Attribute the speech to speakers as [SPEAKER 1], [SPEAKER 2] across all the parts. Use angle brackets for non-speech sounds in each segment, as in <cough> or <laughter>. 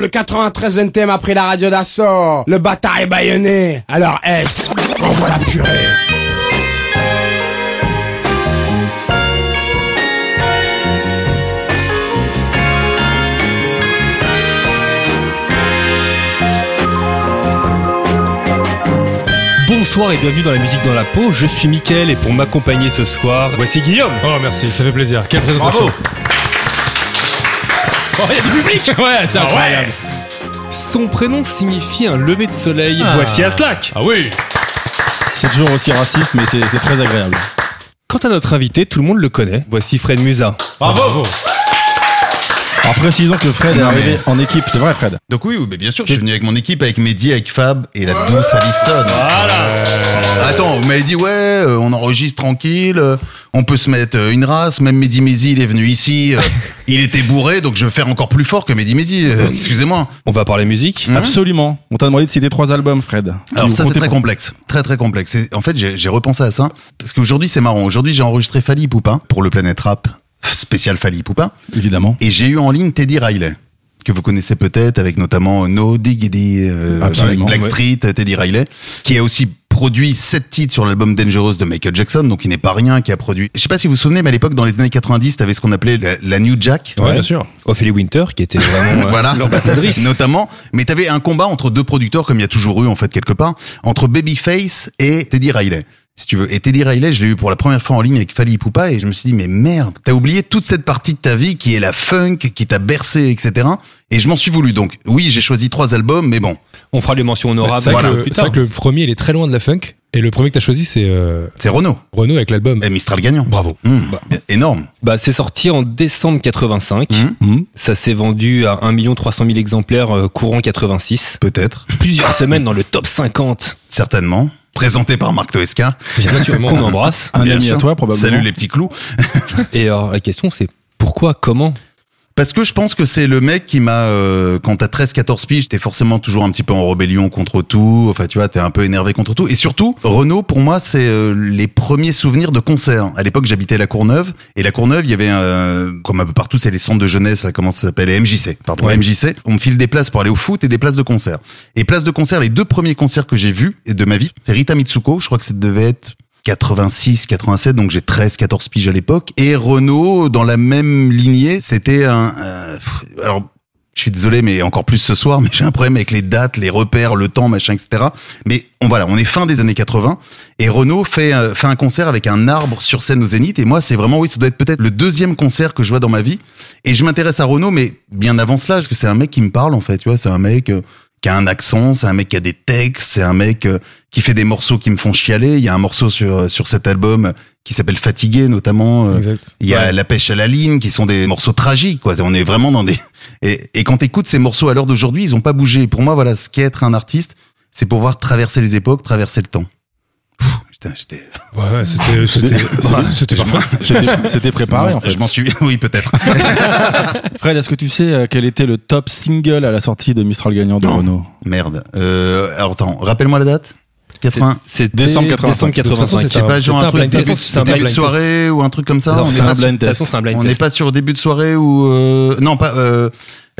[SPEAKER 1] le 93 NTM après la radio d'assaut. Le bâtard est baïonné. Alors S, envoie la purée.
[SPEAKER 2] Bonsoir et bienvenue dans la musique dans la peau. Je suis Mickaël et pour m'accompagner ce soir, voici Guillaume.
[SPEAKER 3] Oh merci, ça fait plaisir. Quelle présentation.
[SPEAKER 2] Oh, il y a du public <laughs>
[SPEAKER 3] Ouais, c'est incroyable.
[SPEAKER 2] Son prénom signifie un lever de soleil.
[SPEAKER 3] Ah.
[SPEAKER 2] Voici Aslak.
[SPEAKER 3] Ah oui.
[SPEAKER 4] C'est toujours aussi raciste, mais c'est c'est très agréable.
[SPEAKER 2] Quant à notre invité, tout le monde le connaît. Voici Fred Musa.
[SPEAKER 3] Bravo.
[SPEAKER 4] Alors précisons que Fred est
[SPEAKER 5] Non,
[SPEAKER 4] arrivé en équipe, c'est vrai Fred
[SPEAKER 5] Donc oui, oui, mais bien sûr, je suis venu avec mon équipe, avec Mehdi, avec Fab et la douce Alison. Attends, vous m'avez dit, ouais, euh, on enregistre tranquille, euh, on peut se mettre euh, une race, même Mehdi Mehdi, il est venu ici, euh, il était bourré, donc je vais faire encore plus fort que Mehdi Mehdi, euh, excusez-moi.
[SPEAKER 2] On va parler musique.
[SPEAKER 5] Mhm.
[SPEAKER 4] Absolument. On t'a demandé de citer trois albums Fred.
[SPEAKER 5] Alors
[SPEAKER 4] Qui
[SPEAKER 5] ça
[SPEAKER 4] vous
[SPEAKER 5] c'est
[SPEAKER 4] comptez
[SPEAKER 5] très
[SPEAKER 4] pour-
[SPEAKER 5] complexe, très très complexe. Et en fait j'ai j'ai repensé à ça parce qu'aujourd'hui c'est marrant. Aujourd'hui j'ai enregistré Fally Poupin pour le Planète Rap spécial Fally Poupin
[SPEAKER 4] Évidemment.
[SPEAKER 5] et j'ai eu en ligne Teddy Riley que vous connaissez peut-être avec notamment No Diggity, euh,
[SPEAKER 4] Absolument,
[SPEAKER 5] Black
[SPEAKER 4] ouais.
[SPEAKER 5] Street, euh, Teddy Riley qui a aussi produit sept titres sur l'album Dangerous de Michael Jackson donc il n'est pas rien qui a produit. Je sais pas si vous vous souvenez mais à l'époque dans les années 90 t'avais ce qu'on appelait la, la New Jack.
[SPEAKER 2] Ouais, bien sûr. Ophélie Winter, qui était
[SPEAKER 4] <laughs>
[SPEAKER 2] vraiment euh,
[SPEAKER 5] Voilà.
[SPEAKER 2] l'ambassadrice.
[SPEAKER 5] <laughs> Notamment. Mais t'avais un combat entre deux producteurs, comme il y a toujours eu, en fait, quelque part, entre Babyface et Teddy Riley. Si tu veux. Et Teddy Riley, je l'ai eu pour la première fois en ligne avec Fally Poupa et je me suis dit, mais merde, t'as oublié toute cette partie de ta vie qui est la funk, qui t'a bercé, etc. Et je m'en suis voulu. Donc, oui, j'ai choisi trois albums, mais bon,
[SPEAKER 2] On fera les mentions honorables.
[SPEAKER 3] C'est vrai,
[SPEAKER 5] Voilà.
[SPEAKER 3] que,
[SPEAKER 2] plus
[SPEAKER 3] c'est vrai
[SPEAKER 2] tard.
[SPEAKER 3] que le premier, il est très loin de la funk. Et le premier que t'as choisi, c'est euh,
[SPEAKER 5] c'est Renault.
[SPEAKER 3] Renaud avec l'album.
[SPEAKER 5] Et Mistral gagnant.
[SPEAKER 3] Bravo.
[SPEAKER 5] Mmh. Énorme.
[SPEAKER 2] Bah, c'est sorti en décembre 85.
[SPEAKER 5] Mhm.
[SPEAKER 4] Mhm.
[SPEAKER 2] Ça s'est vendu à 1 300 000 exemplaires euh, courant
[SPEAKER 5] <laughs>
[SPEAKER 2] 86.
[SPEAKER 5] Peut-être.
[SPEAKER 2] Plusieurs semaines dans le top 50.
[SPEAKER 5] Certainement. Présenté par Marc Toesca.
[SPEAKER 2] Bien sûr <laughs> qu'on embrasse.
[SPEAKER 4] Un
[SPEAKER 5] Bien
[SPEAKER 4] ami
[SPEAKER 5] sûr.
[SPEAKER 4] à toi probablement.
[SPEAKER 5] Salut les petits clous.
[SPEAKER 2] Et alors, la question, c'est pourquoi, comment
[SPEAKER 5] Parce que je pense que c'est le mec qui m'a, euh, quand t'as 13, 14 piges, t'es forcément toujours un petit peu en rébellion contre tout. Enfin, tu vois, t'es un peu énervé contre tout. Et surtout, Renault, pour moi, c'est euh, les premiers souvenirs de concerts. À l'époque, j'habitais la Courneuve. Et la Courneuve, il y avait, euh, comme un peu partout, c'est les centres de jeunesse, comment ça s'appelle? Les MJC. Pardon, les MJC. On me file des places pour aller au foot et des places de concert. Et places de concert, les deux premiers concerts que j'ai vus de ma vie, c'est Rita Mitsuko. Je crois que ça devait être 86, 87, donc j'ai 13, 14 piges à l'époque. Et Renault, dans la même lignée, c'était un... euh, pff, alors, je suis désolé, mais encore plus ce soir, <laughs> mais j'ai un problème avec les dates, les repères, le temps, machin, etc. Mais on voilà, on est fin des années 80, et Renault fait, euh, fait un concert avec un arbre sur scène au Zénith, et moi, c'est vraiment, oui, ça doit être peut-être le deuxième concert que je vois dans ma vie. Et je m'intéresse à Renault, mais bien avant cela, parce que c'est un mec qui me parle, en fait, tu vois, c'est un mec... euh, qui a un accent, c'est un mec qui a des textes, c'est un mec euh, qui fait des morceaux qui me font chialer. Il y a un morceau sur euh, sur cet album qui s'appelle Fatigué notamment. euh,
[SPEAKER 3] Exact.
[SPEAKER 5] Il y a La pêche à la ligne qui sont des morceaux tragiques quoi. On est vraiment dans des <laughs> et, et quand t'écoutes ces morceaux à l'heure d'aujourd'hui, ils ont pas bougé. Pour moi voilà, ce qu'est être un artiste, c'est pouvoir traverser les époques, traverser le temps. Pfff, Putain, j'étais-
[SPEAKER 3] Ouais, ouais, c'était, c'était, <laughs> c'était- c'était parfait.
[SPEAKER 4] C'était
[SPEAKER 5] <laughs>
[SPEAKER 4] c'était préparé en fait.
[SPEAKER 5] je m'en suis, oui peut-être.
[SPEAKER 4] Fred, est-ce que tu sais euh, quel était le top single à la sortie de Mistral Gagnant de
[SPEAKER 5] Non.
[SPEAKER 4] Renault
[SPEAKER 5] Merde. Euh, alors attends, rappelle-moi la date. 80.
[SPEAKER 2] C'est
[SPEAKER 4] Décembre 85.
[SPEAKER 2] Décembre
[SPEAKER 3] De toute façon,
[SPEAKER 2] 85.
[SPEAKER 3] c'est
[SPEAKER 5] C'est
[SPEAKER 3] un-
[SPEAKER 5] pas genre
[SPEAKER 3] c'est
[SPEAKER 5] un
[SPEAKER 3] un
[SPEAKER 5] truc
[SPEAKER 3] blind
[SPEAKER 5] début,
[SPEAKER 3] test, c'est un
[SPEAKER 5] début de
[SPEAKER 3] blind
[SPEAKER 5] soirée ou un truc comme ça.
[SPEAKER 2] Alors,
[SPEAKER 5] on
[SPEAKER 2] c'est
[SPEAKER 5] est
[SPEAKER 4] un
[SPEAKER 5] pas
[SPEAKER 4] blind
[SPEAKER 5] sur-
[SPEAKER 2] De toute façon, c'est un blind
[SPEAKER 5] On n'est
[SPEAKER 2] test.
[SPEAKER 5] pas sur début de soirée ou euh, non pas euh,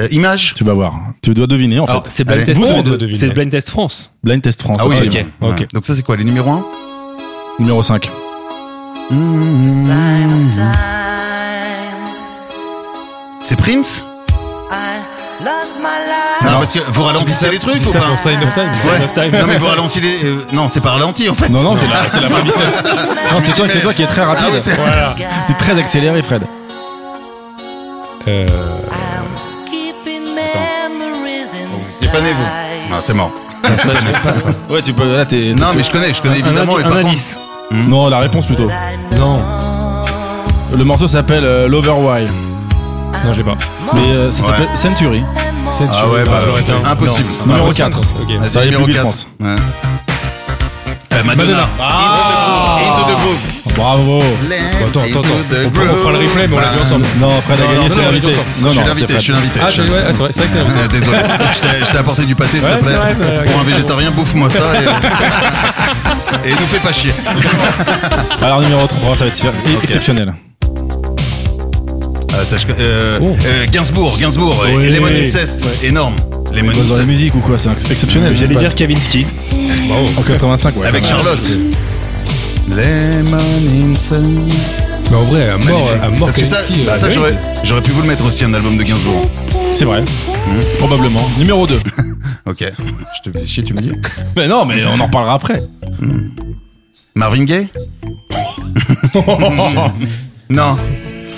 [SPEAKER 5] euh, image.
[SPEAKER 4] Tu vas voir. Tu dois deviner en
[SPEAKER 2] Alors,
[SPEAKER 4] fait.
[SPEAKER 2] c'est blind,
[SPEAKER 5] Allez,
[SPEAKER 2] test
[SPEAKER 3] vous, on
[SPEAKER 2] France.
[SPEAKER 3] doit deviner.
[SPEAKER 2] C'est blind Test France.
[SPEAKER 4] Blind Test France.
[SPEAKER 5] Ah oui,
[SPEAKER 4] absolument.
[SPEAKER 5] ok.
[SPEAKER 3] ok.
[SPEAKER 5] Ouais. Donc ça c'est quoi les numéros 1
[SPEAKER 4] Numéro 5.
[SPEAKER 3] Hmm.
[SPEAKER 5] C'est Prince Non, parce que vous ralentissez les trucs ou
[SPEAKER 3] Ça,
[SPEAKER 5] pas
[SPEAKER 3] pour Sign of Time.
[SPEAKER 5] Ouais. Non mais vous ralentissez les euh, non, c'est pas ralenti en fait.
[SPEAKER 4] Non, non, c'est la, c'est la vraie vitesse. Non, c'est toi, c'est toi qui est très
[SPEAKER 5] Ah
[SPEAKER 4] rapide.
[SPEAKER 5] oui, c'est-
[SPEAKER 4] T'es très accéléré, Fred.
[SPEAKER 3] Euh,
[SPEAKER 5] c'est pas Nevo. Non, Ah, c'est mort.
[SPEAKER 4] <laughs> Ouais, tu peux. Là, t'es.
[SPEAKER 5] Non, mais je connais, je connais évidemment
[SPEAKER 2] un,
[SPEAKER 5] mais
[SPEAKER 2] indi- un
[SPEAKER 5] par contre
[SPEAKER 2] indice.
[SPEAKER 4] Non, la réponse plutôt.
[SPEAKER 2] Non.
[SPEAKER 4] Le morceau s'appelle euh, Lover Why.
[SPEAKER 3] non, je l'ai pas.
[SPEAKER 4] Mais euh, ça
[SPEAKER 5] Ouais.
[SPEAKER 4] s'appelle Century.
[SPEAKER 5] Ah ouais, bah,
[SPEAKER 3] j'aurais été un-
[SPEAKER 5] impossible.
[SPEAKER 4] Non. Numéro
[SPEAKER 5] Impossible.
[SPEAKER 4] 4.
[SPEAKER 3] Ok.
[SPEAKER 5] Vas-y,
[SPEAKER 4] Ça y est,
[SPEAKER 5] numéro Euh,
[SPEAKER 4] plus vite,
[SPEAKER 5] 4.
[SPEAKER 4] je pense.
[SPEAKER 5] Madonna.
[SPEAKER 4] Madonna.
[SPEAKER 5] Into the groove.
[SPEAKER 4] Bravo.
[SPEAKER 5] Into the groove.
[SPEAKER 3] Ah. attends, attends,
[SPEAKER 5] Into
[SPEAKER 3] attends.
[SPEAKER 5] the
[SPEAKER 3] On peut- on fera le
[SPEAKER 5] groove.
[SPEAKER 3] replay, mais on l'a vu
[SPEAKER 5] Bah,
[SPEAKER 3] ensemble.
[SPEAKER 4] Non, Fred a
[SPEAKER 3] Non,
[SPEAKER 4] gagné,
[SPEAKER 3] non,
[SPEAKER 4] c'est
[SPEAKER 3] non,
[SPEAKER 4] l'invité.
[SPEAKER 3] non,
[SPEAKER 4] Non,
[SPEAKER 5] Je suis
[SPEAKER 4] non,
[SPEAKER 5] l'invité,
[SPEAKER 4] c'est
[SPEAKER 5] je suis
[SPEAKER 4] Fred.
[SPEAKER 5] l'invité.
[SPEAKER 3] Ah,
[SPEAKER 5] je suis
[SPEAKER 3] je- ouais, ah, c'est vrai, c'est vrai que t'es invité.
[SPEAKER 5] Euh, Désolé, je t'ai- je t'ai apporté du pâté, s'il te
[SPEAKER 3] Ouais,
[SPEAKER 5] plaît.
[SPEAKER 3] c'est vrai, c'est vrai,
[SPEAKER 5] Pour un végétarien, bouffe-moi ça et... et nous fais pas chier.
[SPEAKER 4] Alors, numéro 3, ça va être faire-
[SPEAKER 5] Ok.
[SPEAKER 4] exceptionnel.
[SPEAKER 5] euh, Ah, ça, je- euh, euh, Gainsbourg, Gainsbourg, et Lemon and Zest, énorme. Les
[SPEAKER 4] Il bosse
[SPEAKER 5] Menus,
[SPEAKER 4] dans la
[SPEAKER 5] ça-
[SPEAKER 4] musique ou quoi C'est ex- exceptionnel. ce qui
[SPEAKER 2] J'allais
[SPEAKER 4] se
[SPEAKER 2] dire
[SPEAKER 4] passe.
[SPEAKER 2] Kavinsky.
[SPEAKER 4] en 85, ouais.
[SPEAKER 5] avec
[SPEAKER 4] Ouais.
[SPEAKER 5] Charlotte. Lemon Insane.
[SPEAKER 3] Mais en vrai, à mort, à mort,
[SPEAKER 5] Parce que ça,
[SPEAKER 3] Kavinsky,
[SPEAKER 5] ça
[SPEAKER 3] euh,
[SPEAKER 4] bah
[SPEAKER 5] j'aurais, j'aurais pu vous le mettre aussi un album de Gainsbourg.
[SPEAKER 4] C'est vrai. Probablement. Numéro 2.
[SPEAKER 5] Ok. Je te fais chier, tu me dis.
[SPEAKER 4] mais non, mais on en reparlera après.
[SPEAKER 5] Marvin Gaye Non.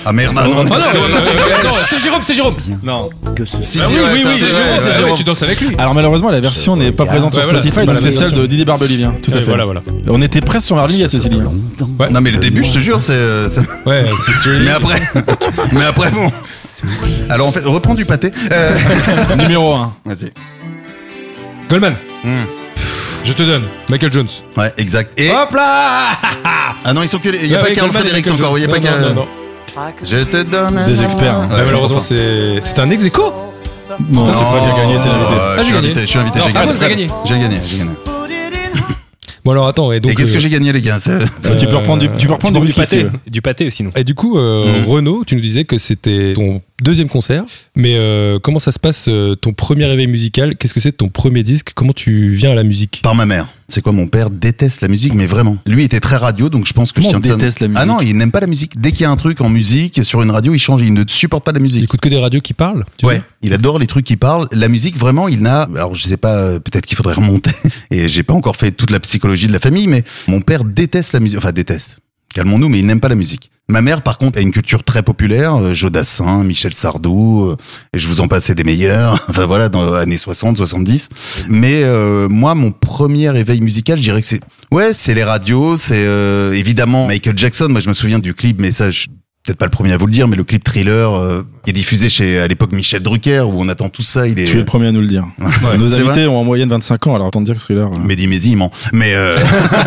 [SPEAKER 5] Ah merde, ah non.
[SPEAKER 2] Ah non, euh, non, c'est Jérôme, c'est Jérôme. Non.
[SPEAKER 5] Si,
[SPEAKER 2] Ah
[SPEAKER 5] si,
[SPEAKER 2] oui,
[SPEAKER 5] ouais,
[SPEAKER 2] oui,
[SPEAKER 5] ça,
[SPEAKER 2] oui, oui, oui,
[SPEAKER 5] c'est vrai, ouais.
[SPEAKER 2] c'est
[SPEAKER 3] ouais,
[SPEAKER 2] Jérôme.
[SPEAKER 3] tu danses avec lui.
[SPEAKER 4] Alors malheureusement, la version n'est pas présente sur
[SPEAKER 3] Ouais, voilà,
[SPEAKER 4] Spotify,
[SPEAKER 3] c'est
[SPEAKER 4] donc
[SPEAKER 3] pas la
[SPEAKER 4] c'est
[SPEAKER 3] même
[SPEAKER 4] celle de Didier Barbelivien. Tout à
[SPEAKER 3] Ouais,
[SPEAKER 4] fait.
[SPEAKER 3] voilà, voilà.
[SPEAKER 4] On était presque sur Marvin Gaye à ceci dit.
[SPEAKER 5] Non mais le début, je te jure, c'est, euh, c'est-
[SPEAKER 3] Ouais, c'est
[SPEAKER 5] Mais
[SPEAKER 3] <laughs>
[SPEAKER 5] après, mais après bon. Alors en fait, reprends du pâté. Euh,
[SPEAKER 4] Numéro 1.
[SPEAKER 5] Vas-y.
[SPEAKER 3] Goldman.
[SPEAKER 5] Hmm.
[SPEAKER 3] Je te donne. Michael Jones.
[SPEAKER 5] Ouais, exact. Et
[SPEAKER 3] Hop là
[SPEAKER 5] ah non, ils sont que. Il y a
[SPEAKER 3] Ouais,
[SPEAKER 5] pas
[SPEAKER 3] ouais,
[SPEAKER 5] qu'un
[SPEAKER 3] Goldman et
[SPEAKER 5] Frédéric
[SPEAKER 3] Michael
[SPEAKER 5] encore. Il y a
[SPEAKER 3] Jones.
[SPEAKER 5] pas
[SPEAKER 3] Non, non,
[SPEAKER 5] qu'un.
[SPEAKER 3] non, non.
[SPEAKER 5] Je te donne.
[SPEAKER 4] Des experts. Bah,
[SPEAKER 5] Ouais, c'est
[SPEAKER 3] Bah, Malheureusement,
[SPEAKER 5] trop fort.
[SPEAKER 3] c'est c'est un ex aequo.
[SPEAKER 4] Non,
[SPEAKER 3] Putain, c'est
[SPEAKER 5] Non,
[SPEAKER 3] toi qui as gagné, c'est l'invité.
[SPEAKER 5] euh,
[SPEAKER 3] Ah,
[SPEAKER 5] je
[SPEAKER 3] j'ai
[SPEAKER 5] suis
[SPEAKER 3] gagné.
[SPEAKER 5] invité, je suis invité,
[SPEAKER 3] Non,
[SPEAKER 5] j'ai
[SPEAKER 3] Fred, t'as
[SPEAKER 5] gagné.
[SPEAKER 3] gagné.
[SPEAKER 5] J'ai gagné, j'ai gagné.
[SPEAKER 3] Bon alors attends, et donc.
[SPEAKER 5] Et qu'est-ce que
[SPEAKER 3] euh,
[SPEAKER 5] j'ai gagné, les gars c'est-
[SPEAKER 4] Tu peux reprendre du- Euh, tu peux reprendre du whisky, si tu
[SPEAKER 2] Du pâté aussi, non
[SPEAKER 3] Et du coup,
[SPEAKER 5] Mhm.
[SPEAKER 3] euh, Renaud, tu nous disais que c'était ton deuxième concert, mais euh, comment ça se passe euh, ton premier réveil musical Qu'est-ce que c'est ton premier disque Comment tu viens à la musique
[SPEAKER 5] Par ma mère. C'est quoi mon père déteste la musique, mais vraiment. Lui était très radio, donc je pense que
[SPEAKER 4] Comment
[SPEAKER 5] je
[SPEAKER 4] on
[SPEAKER 5] tiens de ça-
[SPEAKER 4] déteste la musique
[SPEAKER 5] Ah non, il n'aime pas la musique. Dès qu'il y a un truc en musique sur une radio, il change. Il ne supporte pas la
[SPEAKER 3] Il
[SPEAKER 5] musique.
[SPEAKER 3] écoute que des radios qui parlent tu
[SPEAKER 5] Ouais, il adore les trucs qui parlent. La musique, vraiment, il n'a. Alors, je sais pas. euh, Peut-être qu'il faudrait remonter. <laughs> Et j'ai pas encore fait toute la psychologie de la famille, mais mon père déteste la musique. Enfin, déteste. Calmons-nous, mais il n'aime pas la musique. Ma mère, par contre, a une culture très populaire. euh, Jodassin, Michel Sardou, euh, et je vous en passais des meilleurs. <laughs> Enfin voilà, dans les années 60, 70. Mais euh, moi, mon premier éveil musical, je dirais que c'est ouais, c'est les radios, c'est euh, évidemment Michael Jackson. Moi, je me souviens du clip, mais ça, je suis peut-être pas le premier à vous le dire, mais le clip Thriller euh, qui est diffusé chez à l'époque Michel Drucker, où on attend tout ça. Il est
[SPEAKER 4] Tu es le premier à nous le dire. Nos
[SPEAKER 5] C'est
[SPEAKER 4] invités ont en moyenne 25 ans, alors autant te dire que thriller. euh,
[SPEAKER 5] Mehdi Mézi, il ment. Mais euh, <laughs>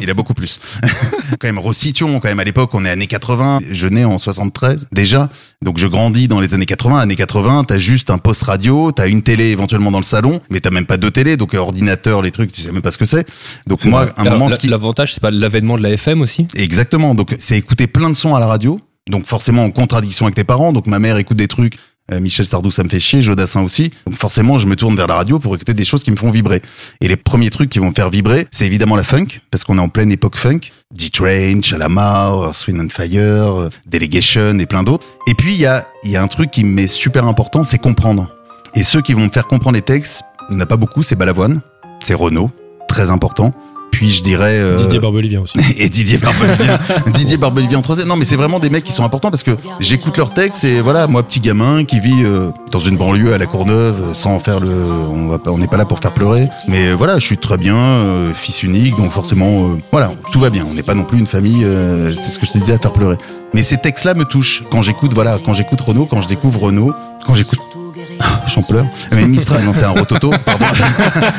[SPEAKER 5] il a beaucoup plus. <laughs> quand même, resituons quand même à l'époque, on est années 80. Je nais en 73 déjà. Donc je grandis dans les années 80. Années 80, t'as juste un poste radio, t'as une télé éventuellement dans le salon, mais t'as même pas deux télés. Donc euh, ordinateur, les trucs, tu sais même pas ce que c'est. Donc moi, à un
[SPEAKER 2] Alors,
[SPEAKER 5] moment,
[SPEAKER 2] la-
[SPEAKER 5] ce qui...
[SPEAKER 2] L'avantage, c'est pas l'avènement de la FM aussi
[SPEAKER 5] Exactement. Donc, c'est écouter plein de sons à la radio. Donc, forcément, en contradiction avec tes parents. Donc, ma mère écoute des trucs. euh, Michel Sardou, ça me fait chier. Jodassin aussi. Donc, forcément, je me tourne vers la radio pour écouter des choses qui me font vibrer. Et les premiers trucs qui vont me faire vibrer, c'est évidemment la funk. Parce qu'on est en pleine époque funk. D-Train, Chalamar, Swing and Fire, euh, Delegation et plein d'autres. Et puis, il y a, il y a un truc qui m'est super important, c'est comprendre. Et ceux qui vont me faire comprendre les textes, il n'y en a pas beaucoup, c'est Balavoine. C'est Renault. Très important. Puis, je dirais... euh,
[SPEAKER 3] Didier Barbelivien aussi.
[SPEAKER 5] <laughs> et Didier Barbelivien. Didier Barbelivien en troisième. Non, mais c'est vraiment des mecs qui sont importants parce que j'écoute leurs textes et voilà, moi, petit gamin qui vit euh, dans une banlieue à la Courneuve, euh, sans faire le, on va pas, on n'est pas là pour faire pleurer. Mais voilà, je suis très bien, euh, fils unique, donc forcément, euh, voilà, tout va bien. On n'est pas non plus une famille, euh, c'est ce que je te disais, à faire pleurer. Mais ces textes-là me touchent quand j'écoute, voilà, quand j'écoute Renaud, quand je découvre Renaud, quand j'écoute <laughs> J'en pleure. Euh, Mais Mistral, non, c'est un rototo, pardon. <laughs>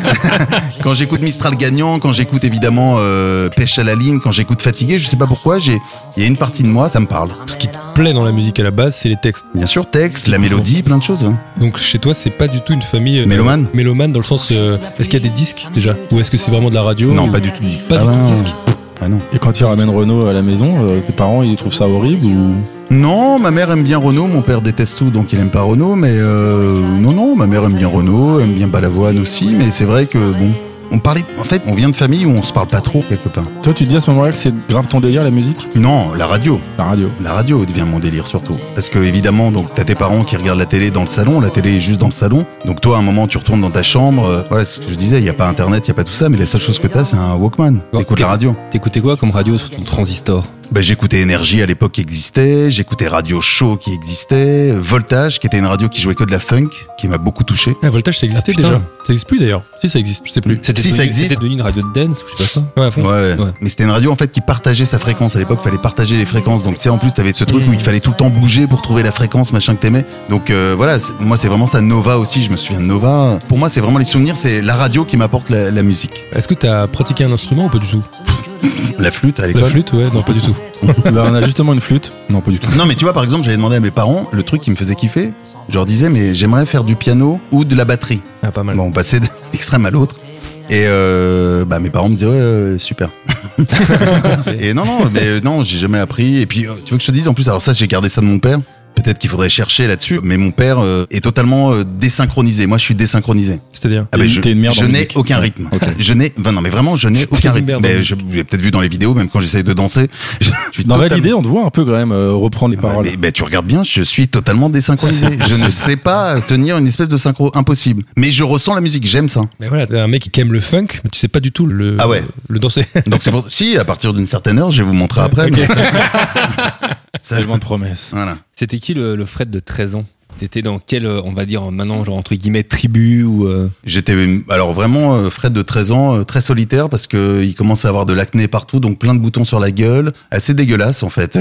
[SPEAKER 5] quand j'écoute Mistral gagnant, quand j'écoute évidemment euh, Pêche à la ligne, quand j'écoute Fatigué, je sais pas pourquoi, j'ai, il y a une partie de moi, ça me parle.
[SPEAKER 3] Ce qui te plaît dans la musique à la base, c'est les textes.
[SPEAKER 5] Bien sûr, texte, la mélodie, plein de choses. hein.
[SPEAKER 3] Donc chez toi, c'est pas du tout une famille. euh,
[SPEAKER 5] Mélomane
[SPEAKER 3] Mélomane dans le sens. euh, est-ce qu'il y a des disques déjà Ou est-ce que c'est vraiment de la radio
[SPEAKER 5] Non, pas du tout disque.
[SPEAKER 3] Pas du tout
[SPEAKER 5] non.
[SPEAKER 3] disque.
[SPEAKER 5] Ah non.
[SPEAKER 4] Et quand tu ramènes Renault à la maison, euh, tes parents ils trouvent ça horrible ou
[SPEAKER 5] Non, ma mère aime bien Renault, mon père déteste tout, donc il aime pas Renault, mais euh, non, non, ma mère aime bien Renault, aime bien Balavoine aussi, mais c'est vrai que bon. On parlait, en fait, on vient de famille où on se parle pas trop, quelque part.
[SPEAKER 4] Toi tu te dis à ce moment-là que c'est grave ton délire la musique
[SPEAKER 5] Non, <laughs> la radio.
[SPEAKER 4] La <laughs> radio.
[SPEAKER 5] La radio devient mon délire surtout. Parce que évidemment, donc t'as tes parents qui regardent la télé dans le salon, la télé est juste dans le salon. Donc toi, à un moment, tu retournes dans ta chambre. euh, voilà, c'est ce que je disais, il y a pas internet, il y a pas tout ça, mais la seule chose que t'as, c'est un Walkman.
[SPEAKER 2] Bon,
[SPEAKER 5] T'écoutes
[SPEAKER 2] t'es-
[SPEAKER 5] la radio.
[SPEAKER 2] T'écoutais quoi comme radio sur ton transistor
[SPEAKER 5] Bah, j'écoutais Énergie à l'époque qui existait, j'écoutais Radio Show qui existait, Voltage qui était une radio qui jouait que de la funk, qui m'a beaucoup touché.
[SPEAKER 3] Ah, Voltage, ça existait
[SPEAKER 2] Ah, putain.
[SPEAKER 3] déjà. Ça existe plus d'ailleurs. Si ça existe, je sais plus.
[SPEAKER 5] Si, ça
[SPEAKER 2] devenu-
[SPEAKER 5] existe.
[SPEAKER 2] C'était devenu une radio de dance ou je sais pas quoi.
[SPEAKER 3] Ouais, à fond.
[SPEAKER 5] Ouais,
[SPEAKER 2] Ouais.
[SPEAKER 5] mais c'était une radio en fait qui partageait sa fréquence. À l'époque, fallait partager les fréquences. Donc tu sais, en plus, t'avais ce truc où il fallait tout le temps bouger pour trouver la fréquence machin que t'aimais. Donc euh, voilà, c'est- moi c'est vraiment ça. Nova aussi, je me souviens de Nova. Pour moi, c'est vraiment les souvenirs. C'est la radio qui m'apporte la, la musique.
[SPEAKER 3] Est-ce que t'as pratiqué un instrument ou pas du tout
[SPEAKER 5] La flûte à
[SPEAKER 3] La
[SPEAKER 5] l'école.
[SPEAKER 3] flûte, ouais, non, pas du tout.
[SPEAKER 4] Là Bah, on a justement une flûte. Non pas du tout.
[SPEAKER 5] Non, mais tu vois, par exemple, j'avais demandé à mes parents le truc qui me faisait kiffer. Je leur disais, mais j'aimerais faire du piano ou de la batterie.
[SPEAKER 3] Ah, pas mal.
[SPEAKER 5] Bon, on passait <laughs> d'un extrême à l'autre. Et euh, bah mes parents me disaient ouais, ouais, super. euh, et non non mais non j'ai jamais appris. Et puis euh, tu veux que je te dise en plus alors ça j'ai gardé ça de mon père. Peut-être qu'il faudrait chercher là-dessus, mais mon père euh, est totalement euh, désynchronisé. Moi, je suis désynchronisé. Ah
[SPEAKER 3] C'est-à-dire
[SPEAKER 4] T'es
[SPEAKER 5] ben,
[SPEAKER 4] une-
[SPEAKER 5] je
[SPEAKER 4] t'es une merde
[SPEAKER 5] je
[SPEAKER 4] en
[SPEAKER 5] n'ai
[SPEAKER 4] musique.
[SPEAKER 5] aucun
[SPEAKER 4] Ouais.
[SPEAKER 5] rythme.
[SPEAKER 4] Ok.
[SPEAKER 5] Je n'ai, enfin, non, mais vraiment, je n'ai
[SPEAKER 3] T'es
[SPEAKER 5] aucun
[SPEAKER 3] une
[SPEAKER 5] rythme.
[SPEAKER 3] merde en
[SPEAKER 5] Mais je,
[SPEAKER 3] musique.
[SPEAKER 5] vous l'avez peut-être vu dans les vidéos, même quand j'essaye de danser. <laughs> Je suis
[SPEAKER 4] Dans
[SPEAKER 5] totalement-
[SPEAKER 4] Validé, on te voit un peu quand même euh, reprendre les
[SPEAKER 5] Ouais,
[SPEAKER 4] paroles.
[SPEAKER 5] mais, mais tu regardes bien, je suis
[SPEAKER 4] <laughs>
[SPEAKER 5] totalement désynchronisé. je ne sais pas tenir une espèce de synchro impossible. Mais je ressens la musique, j'aime ça.
[SPEAKER 3] Mais voilà, t'es un mec qui aime le funk, mais tu sais pas du tout le,
[SPEAKER 5] Ah ouais.
[SPEAKER 3] le danser. <laughs>
[SPEAKER 5] Donc c'est pour si à partir d'une certaine heure, je vais vous montrer après. mais
[SPEAKER 4] <laughs>
[SPEAKER 5] ça- ça,
[SPEAKER 4] Tellement de promesses.
[SPEAKER 5] voilà.
[SPEAKER 6] C'était qui le, le Fred de 13 ans T'étais dans quel, euh, on va dire euh, maintenant, genre entre guillemets, tribu ou. euh,
[SPEAKER 5] J'étais alors vraiment euh, Fred de 13 ans, euh, très solitaire parce que euh, il commençait à avoir de l'acné partout, donc plein de boutons sur la gueule, assez dégueulasse
[SPEAKER 4] <laughs>
[SPEAKER 5] en fait.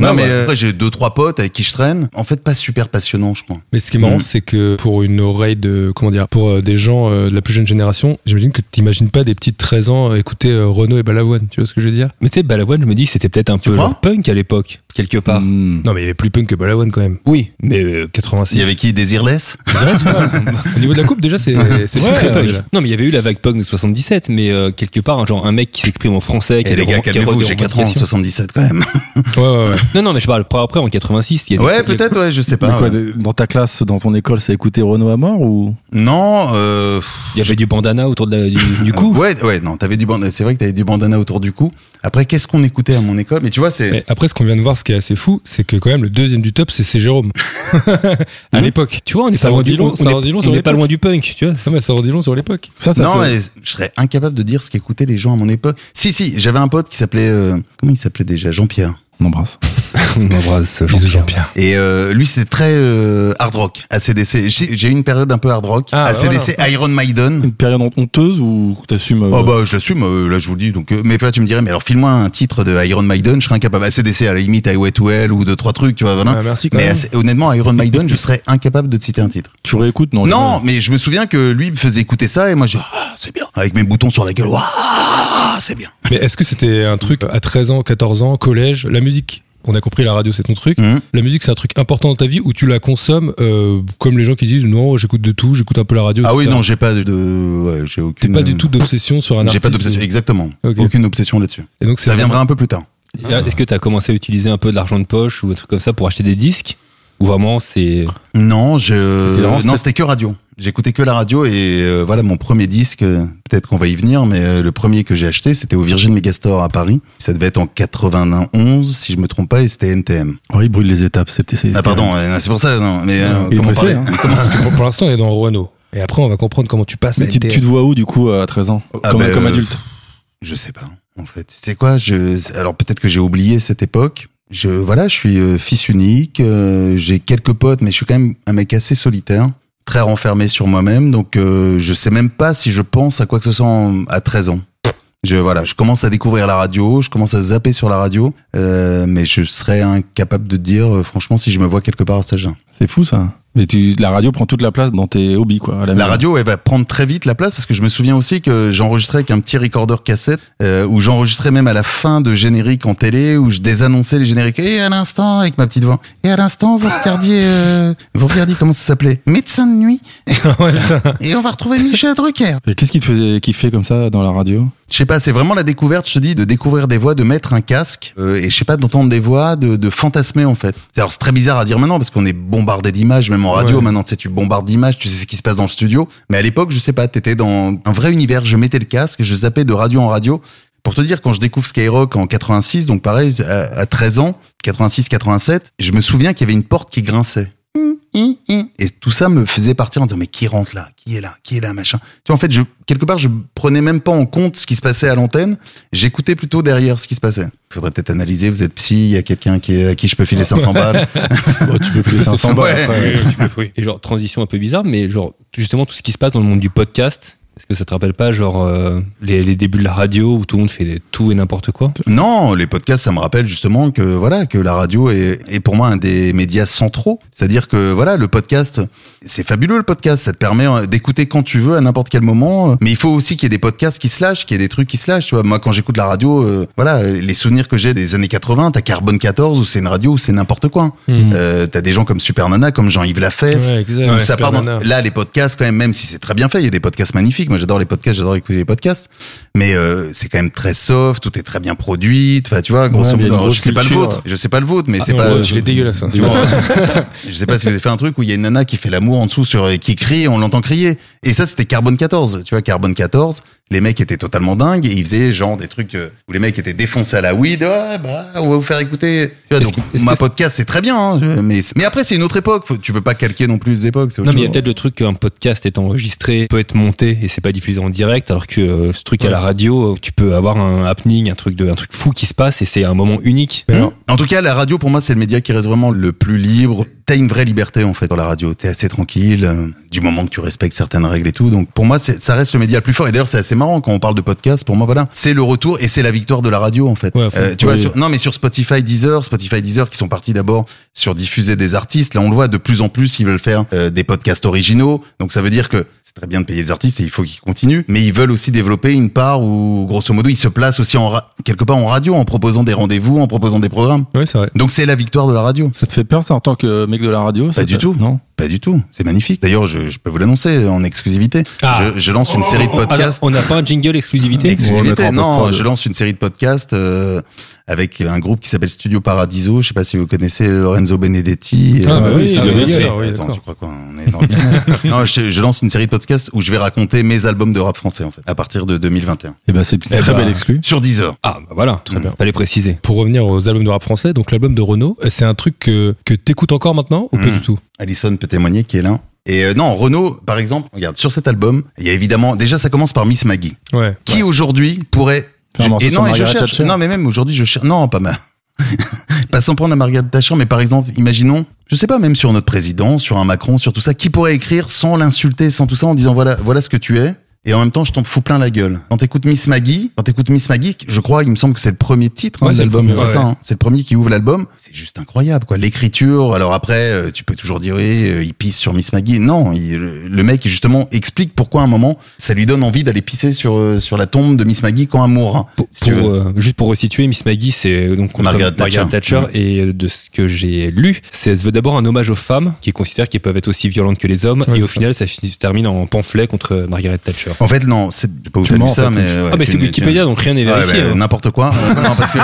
[SPEAKER 5] non mais euh, après, j'ai deux trois potes avec qui je traîne. En fait, pas super passionnant, je crois.
[SPEAKER 3] Mais ce qui est marrant,
[SPEAKER 5] Mhm.
[SPEAKER 3] c'est que pour une oreille de, comment dire, pour euh, des gens euh, de la plus jeune génération, j'imagine que t'imagines pas des petits de 13 ans euh, écouter euh, Renaud et Balavoine, tu vois ce que je veux dire
[SPEAKER 6] Mais tu sais, Balavoine, je me dis que c'était peut-être un peu
[SPEAKER 5] crois
[SPEAKER 6] genre punk à l'époque, quelque part.
[SPEAKER 4] Hmm.
[SPEAKER 3] Non, mais il y avait plus punk que Balavoine quand même.
[SPEAKER 6] Oui, mais. euh,
[SPEAKER 3] 86.
[SPEAKER 5] Il y avait qui Désirless
[SPEAKER 3] <laughs> Au niveau de la coupe, déjà, c'est c'est
[SPEAKER 6] ouais,
[SPEAKER 3] très
[SPEAKER 6] euh,
[SPEAKER 3] punk. déjà.
[SPEAKER 6] Non, mais il y avait eu la vague punk de 77, mais euh, quelque part, un genre un mec qui s'exprime en français. qui a
[SPEAKER 5] Et Eh, les
[SPEAKER 6] des
[SPEAKER 5] gars,
[SPEAKER 6] remarques- qui a
[SPEAKER 5] calmez-vous,
[SPEAKER 6] des
[SPEAKER 5] j'ai 4 ans,
[SPEAKER 6] revendications.
[SPEAKER 5] 77 quand même.
[SPEAKER 3] Ouais, ouais, ouais.
[SPEAKER 6] Non, non, mais je parle pas après en 86. il y a des- il y
[SPEAKER 5] Ouais,
[SPEAKER 6] a-
[SPEAKER 5] peut-être, ouais, je sais
[SPEAKER 4] Mais
[SPEAKER 5] pas.
[SPEAKER 4] quoi,
[SPEAKER 5] ouais.
[SPEAKER 4] de- Dans ta classe, dans ton école, ça écouté Renaud à mort ou
[SPEAKER 5] Non, euh, pff,
[SPEAKER 6] Il y avait du bandana autour de la- du, du cou.
[SPEAKER 5] ouais, ouais, non, t'avais du bandana, c'est vrai que t'avais du bandana autour du cou. Après, qu'est-ce qu'on écoutait à mon école Mais tu vois, c'est
[SPEAKER 3] Mais après, ce qu'on vient de voir, ce qui est assez fou, c'est que quand même, le deuxième du top, c'est
[SPEAKER 6] <laughs>
[SPEAKER 3] c'est Jérôme. à
[SPEAKER 5] Mhm.
[SPEAKER 3] l'époque.
[SPEAKER 6] Tu vois, on est
[SPEAKER 3] Ça
[SPEAKER 6] pas
[SPEAKER 3] en
[SPEAKER 6] loin
[SPEAKER 3] dit
[SPEAKER 6] du
[SPEAKER 3] long-
[SPEAKER 6] on
[SPEAKER 3] ça
[SPEAKER 6] est-
[SPEAKER 3] en dit long sur
[SPEAKER 6] on est
[SPEAKER 3] les
[SPEAKER 6] pas
[SPEAKER 3] punks.
[SPEAKER 6] loin du punk, tu vois.
[SPEAKER 3] Non, mais ça en dit long sur l'époque.
[SPEAKER 4] ça, ça
[SPEAKER 5] non,
[SPEAKER 4] te-
[SPEAKER 5] mais je serais incapable de dire ce qu'écoutaient les gens à mon époque. Si, si, j'avais un pote qui s'appelait euh, comment il s'appelait déjà Jean-Pierre.
[SPEAKER 4] on embrasse.
[SPEAKER 6] On embrasse
[SPEAKER 3] Bisous,
[SPEAKER 6] Jean-Pierre.
[SPEAKER 3] Jean-Pierre.
[SPEAKER 5] Et euh, lui, c'était très euh, hard rock, ACDC. J'ai j'ai eu une période un peu hard rock,
[SPEAKER 3] Ah, bah
[SPEAKER 5] ACDC, Iron Maiden.
[SPEAKER 4] Une période hon- honteuse ou t'assumes euh,
[SPEAKER 5] Oh bah je l'assume, euh, là je vous le dis. Donc, euh, mais toi tu me dirais, mais alors file-moi un titre de Iron Maiden, je serais incapable. ACDC à la limite, Highway to Hell ou deux trois trucs, tu vois. Voilà.
[SPEAKER 3] Ah, merci quand
[SPEAKER 5] mais
[SPEAKER 3] même.
[SPEAKER 5] assez- honnêtement, Iron Maiden, je serais incapable de te citer un titre.
[SPEAKER 4] Tu réécoutes Non.
[SPEAKER 5] Non, mais je me souviens que lui me faisait écouter ça et moi je dis, ah, c'est bien. Avec mes boutons sur la gueule, Ouah, c'est bien.
[SPEAKER 3] Mais est-ce que c'était un truc euh, à 13 ans, 14 ans, collège, la musique on a compris, la radio c'est ton truc.
[SPEAKER 5] Mhm.
[SPEAKER 3] La musique c'est un truc important dans ta vie où tu la consommes euh, comme les gens qui disent non j'écoute de tout, j'écoute un peu la radio.
[SPEAKER 5] Ah oui,
[SPEAKER 3] etc.
[SPEAKER 5] non, j'ai pas de, de- ouais, j'ai
[SPEAKER 3] T'es
[SPEAKER 5] aucune.
[SPEAKER 3] pas du tout d'obsession sur un
[SPEAKER 5] J'ai
[SPEAKER 3] artiste.
[SPEAKER 5] pas d'obsession, exactement.
[SPEAKER 3] Ok.
[SPEAKER 5] Aucune obsession là-dessus.
[SPEAKER 3] Et donc c'est
[SPEAKER 5] Ça viendra un peu plus tard.
[SPEAKER 6] Et Est-ce que tu as commencé à utiliser un peu de l'argent de poche ou un truc comme ça pour acheter des disques Ou vraiment c'est.
[SPEAKER 5] Non,
[SPEAKER 4] C'était vraiment
[SPEAKER 5] je non,
[SPEAKER 4] cette-
[SPEAKER 5] c'était que radio. J'écoutais que la radio et euh, voilà mon premier disque. euh, Peut-être qu'on va y venir, mais euh, le premier que j'ai acheté, c'était au Virgin Megastore à Paris. Ça devait être en 91, si je me trompe pas, et c'était NTM.
[SPEAKER 4] Oh, il brûle les étapes. C'était. c'est-
[SPEAKER 5] Ah pardon, euh, non, c'est pour ça. Non, mais euh,
[SPEAKER 4] Il est
[SPEAKER 5] comment
[SPEAKER 4] pressé,
[SPEAKER 5] parler
[SPEAKER 4] hein.
[SPEAKER 3] Parce que pour, pour l'instant on est dans Renault. Et après on va comprendre comment tu passes.
[SPEAKER 4] Mais
[SPEAKER 3] à
[SPEAKER 4] tu,
[SPEAKER 3] NTM.
[SPEAKER 4] tu te vois où du coup euh, à 13 ans
[SPEAKER 5] Ah,
[SPEAKER 4] comme,
[SPEAKER 5] bah,
[SPEAKER 4] comme
[SPEAKER 5] euh,
[SPEAKER 4] adulte
[SPEAKER 5] Je sais pas. En fait, c'est quoi Je alors peut-être que j'ai oublié cette époque. Je voilà, je suis euh, fils unique. euh, j'ai quelques potes, mais je suis quand même un mec assez solitaire, très renfermé sur moi-même. Donc euh, je sais même pas si je pense à quoi que ce soit en- à 13 ans. Je voilà, je commence à découvrir la radio, je commence à zapper sur la radio, euh, mais je serais incapable de dire euh, franchement si je me vois quelque part à cet âge.
[SPEAKER 4] C'est fou ça. Mais tu, la radio prend toute la place dans tes hobbies quoi. à la
[SPEAKER 5] La
[SPEAKER 4] maison.
[SPEAKER 5] radio, elle va prendre très vite la place parce que je me souviens aussi que j'enregistrais avec un petit recorder cassette euh, où j'enregistrais même à la fin de générique en télé où je désannonçais les génériques et à l'instant avec ma petite voix et à l'instant vous regardiez euh, vous regardiez comment ça s'appelait médecin de nuit
[SPEAKER 3] Ouais, putain.
[SPEAKER 5] et on va retrouver Michel Drucker.
[SPEAKER 4] Et qu'est-ce qui te faisait kiffer comme ça dans la radio
[SPEAKER 5] Je sais pas, c'est vraiment la découverte, je te dis, de découvrir des voix, de mettre un casque euh, et je sais pas d'entendre des voix, de, de fantasmer en fait. Alors c'est très bizarre à dire maintenant parce qu'on est bombardé d'images, même en radio
[SPEAKER 3] Ouais.
[SPEAKER 5] maintenant, tu sais, tu bombardes d'images, tu sais ce qui se passe dans le studio. Mais à l'époque, je sais pas, t'étais dans un vrai univers. Je mettais le casque, je zappais de radio en radio. Pour te dire, quand je découvre Skyrock en 86, donc pareil, à, à 13 ans, 86-87, je me souviens qu'il y avait une porte qui grinçait. Hum, hum, hum. Et tout ça me faisait partir en disant mais qui rentre là Qui est là Qui est là machin Tu vois en fait je quelque part je prenais même pas en compte ce qui se passait à l'antenne, j'écoutais plutôt derrière ce qui se passait. Faudrait peut-être analyser, vous êtes psy, il y a quelqu'un qui est- à qui je peux
[SPEAKER 4] <laughs>
[SPEAKER 5] filer 500 balles.
[SPEAKER 4] Oh, Tu peux plus <laughs> les 500 balles.
[SPEAKER 5] Ouais.
[SPEAKER 4] après.
[SPEAKER 6] Et genre, transition un peu bizarre, mais genre, justement, tout ce qui se passe dans le monde du podcast, est-ce que ça te rappelle pas, genre, euh, les, les débuts de la radio où tout le monde fait des- tout et n'importe quoi
[SPEAKER 5] Non, les podcasts, ça me rappelle justement que voilà que la radio est, est pour moi un des médias centraux. C'est-à-dire que voilà, le podcast, c'est fabuleux le podcast. Ça te permet euh, d'écouter quand tu veux à n'importe quel moment. euh, Mais il faut aussi qu'il y ait des podcasts qui se lâchent, qu'il y ait des trucs qui se lâchent. Tu vois, moi quand j'écoute la radio, euh, voilà, euh, les souvenirs que j'ai des années 80, t'as Carbone 14 où c'est une radio où c'est n'importe quoi.
[SPEAKER 3] Mhm.
[SPEAKER 5] Euh, t'as des gens comme Super Nana, comme Jean-Yves Lafesse.
[SPEAKER 3] Ouais, exact.
[SPEAKER 5] où
[SPEAKER 3] Ouais,
[SPEAKER 5] ça
[SPEAKER 3] Super
[SPEAKER 5] part dans-
[SPEAKER 3] Nana.
[SPEAKER 5] Là, les podcasts, quand même, même si c'est très bien fait, il y a des podcasts magnifiques. magnifique. Moi, j'adore les podcasts, j'adore écouter les podcasts. Mais euh, c'est quand même très soft, tout est très bien produit. Enfin, tu vois, grosso
[SPEAKER 4] Ouais, mais il y a
[SPEAKER 5] modo,
[SPEAKER 4] une
[SPEAKER 5] alors, je
[SPEAKER 4] grosse
[SPEAKER 5] sais pas le
[SPEAKER 4] culture.
[SPEAKER 5] vôtre, je sais pas le vôtre, mais c'est
[SPEAKER 3] Ah,
[SPEAKER 5] pas.
[SPEAKER 4] Euh,
[SPEAKER 3] ouais,
[SPEAKER 5] <laughs>
[SPEAKER 3] il est dégueulasse. hein.
[SPEAKER 5] Tu vois, je sais pas si vous avez fait un truc où il y a une nana qui fait l'amour en dessous sur qui crie, on l'entend crier. Et ça, c'était Carbone 14. Tu vois, Carbone 14, les mecs étaient totalement dingues et ils faisaient genre des trucs euh, où les mecs étaient défoncés à la weed. Ouais, bah, on va vous faire écouter. Tu vois,
[SPEAKER 6] Est-ce
[SPEAKER 5] donc,
[SPEAKER 6] que- est-ce
[SPEAKER 5] ma
[SPEAKER 6] que c'est-
[SPEAKER 5] podcast, c'est très bien. hein, je- mais, mais après, c'est une autre époque. Faut- tu peux pas calquer non plus les époques. c'est autre
[SPEAKER 6] Non, mais il y a
[SPEAKER 5] chose.
[SPEAKER 6] peut-être le truc qu'un podcast est enregistré, peut être monté et c'est pas diffusé en direct, alors que euh, ce truc à la radio, euh, tu peux avoir un happening, un truc de, un truc fou qui se passe et c'est un moment unique.
[SPEAKER 5] Hmm. En tout cas, la radio, pour moi, c'est le média qui reste vraiment le plus libre. T'as une vraie liberté, en fait, dans la radio. T'es assez tranquille, euh, du moment que tu respectes certaines règles et tout. Donc, pour moi, c'est- ça reste le média le plus fort. Et d'ailleurs, c'est assez marrant quand on parle de podcast. Pour moi, voilà. C'est le retour et c'est la victoire de la radio, en fait.
[SPEAKER 3] Ouais, faut-
[SPEAKER 5] Euh, tu
[SPEAKER 3] oui.
[SPEAKER 5] vois, sur- non, mais sur Spotify, Deezer, Spotify, Deezer, qui sont partis d'abord sur diffuser des artistes. Là, on le voit de plus en plus, ils veulent faire euh, des podcasts originaux. Donc, ça veut dire que c'est très bien de payer les artistes et il faut qu'ils continuent. Mais ils veulent aussi développer une part où, grosso modo, ils se placent aussi en ra- quelque part en radio, en proposant des rendez-vous, en proposant des programmes.
[SPEAKER 3] Ouais, c'est vrai.
[SPEAKER 5] Donc c'est la victoire de la radio.
[SPEAKER 4] Ça te fait peur, ça, en tant que mec de la radio ça
[SPEAKER 5] Pas du
[SPEAKER 4] te-
[SPEAKER 5] tout.
[SPEAKER 4] Non.
[SPEAKER 5] Pas du tout, c'est magnifique. D'ailleurs, je, je peux vous l'annoncer en exclusivité.
[SPEAKER 6] Ah.
[SPEAKER 5] Je, je lance une série de podcasts.
[SPEAKER 6] on n'a pas un jingle exclusivité
[SPEAKER 4] Ex- on le mettra
[SPEAKER 5] Exclusivité,
[SPEAKER 4] en
[SPEAKER 5] non,
[SPEAKER 4] post-prod.
[SPEAKER 5] je lance une série de podcasts euh, avec un groupe qui s'appelle Studio Paradiso. Je sais pas si vous connaissez Lorenzo Benedetti.
[SPEAKER 3] Ah,
[SPEAKER 5] Euh,
[SPEAKER 3] bah oui,
[SPEAKER 6] oui,
[SPEAKER 3] Studio
[SPEAKER 6] oui,
[SPEAKER 3] Bagel,
[SPEAKER 6] oui,
[SPEAKER 3] ah oui,
[SPEAKER 5] Attends,
[SPEAKER 3] d'accord.
[SPEAKER 5] tu crois quoi On est dans le business. non, je, je lance une série de podcasts où je vais raconter mes albums de rap français en fait à partir de 2021
[SPEAKER 4] Eh ben, c'est une
[SPEAKER 6] Eh
[SPEAKER 4] très
[SPEAKER 6] ben,
[SPEAKER 4] belle exclue.
[SPEAKER 5] sur 10 heures.
[SPEAKER 6] Ah, bah voilà, très
[SPEAKER 5] bien.
[SPEAKER 6] Fallait préciser.
[SPEAKER 3] Pour revenir aux albums de rap français, donc l'album de Renault, c'est un truc que, que t'écoutes encore maintenant ou pas
[SPEAKER 5] Mm.
[SPEAKER 3] du tout
[SPEAKER 5] Alison peut témoigner qui est là. Et euh, non, Renault, par exemple, regarde sur cet album, il y a évidemment déjà ça commence par Miss Maggie.
[SPEAKER 3] Ouais.
[SPEAKER 5] qui aujourd'hui pourrait
[SPEAKER 4] Faire un
[SPEAKER 5] Je-
[SPEAKER 4] morceau
[SPEAKER 5] et
[SPEAKER 4] sur
[SPEAKER 5] non, et je
[SPEAKER 4] Margaret
[SPEAKER 5] cherche,
[SPEAKER 4] Thatcher.
[SPEAKER 5] non mais même aujourd'hui je cherche non pas mal pas sans prendre à Margaret Thatcher mais par exemple imaginons je sais pas même sur notre président sur un Macron sur tout ça qui pourrait écrire sans l'insulter sans tout ça en disant voilà voilà ce que tu es et en même temps je t'en fous plein la gueule quand t'écoutes Miss Maggie quand t'écoutes Miss Maggie je crois il me semble que c'est le premier titre hein,
[SPEAKER 3] Ouais,
[SPEAKER 5] de
[SPEAKER 3] c'est le
[SPEAKER 5] l'album
[SPEAKER 3] premier,
[SPEAKER 5] c'est ça
[SPEAKER 3] ouais,
[SPEAKER 5] hein. c'est le premier qui ouvre l'album c'est juste incroyable quoi l'écriture alors après euh, tu peux toujours dire oui euh, il pisse sur Miss Maggie non il- le mec justement explique pourquoi à un moment ça lui donne envie d'aller pisser sur euh, sur la tombe de Miss Maggie quand elle mourra
[SPEAKER 6] Pour,
[SPEAKER 5] si tu
[SPEAKER 6] pour,
[SPEAKER 5] veux.
[SPEAKER 6] euh, juste pour resituer, Miss Maggie, c'est euh, donc contre
[SPEAKER 5] Margaret Thatcher. Mm.
[SPEAKER 6] et euh, de ce que j'ai lu, c'est elle se veut d'abord un hommage aux femmes qui considèrent qu'elles peuvent être aussi violentes que les hommes
[SPEAKER 3] Ouais,
[SPEAKER 6] et au
[SPEAKER 3] c'est
[SPEAKER 6] final ça finit- se termine en pamphlet contre euh, Margaret Thatcher.
[SPEAKER 5] En fait, non, c'est je sais pas où
[SPEAKER 4] Tu
[SPEAKER 5] t'as lu
[SPEAKER 4] mens, en
[SPEAKER 5] ça,
[SPEAKER 4] fait,
[SPEAKER 5] mais
[SPEAKER 4] tu-
[SPEAKER 5] ouais,
[SPEAKER 6] ah, mais
[SPEAKER 5] tu-
[SPEAKER 6] c'est
[SPEAKER 5] tu-
[SPEAKER 6] Wikipédia, donc rien n'est
[SPEAKER 5] Ouais,
[SPEAKER 6] vérifié.
[SPEAKER 5] mais
[SPEAKER 6] hein.
[SPEAKER 5] n'importe
[SPEAKER 6] <laughs>
[SPEAKER 5] quoi. Euh, non, parce que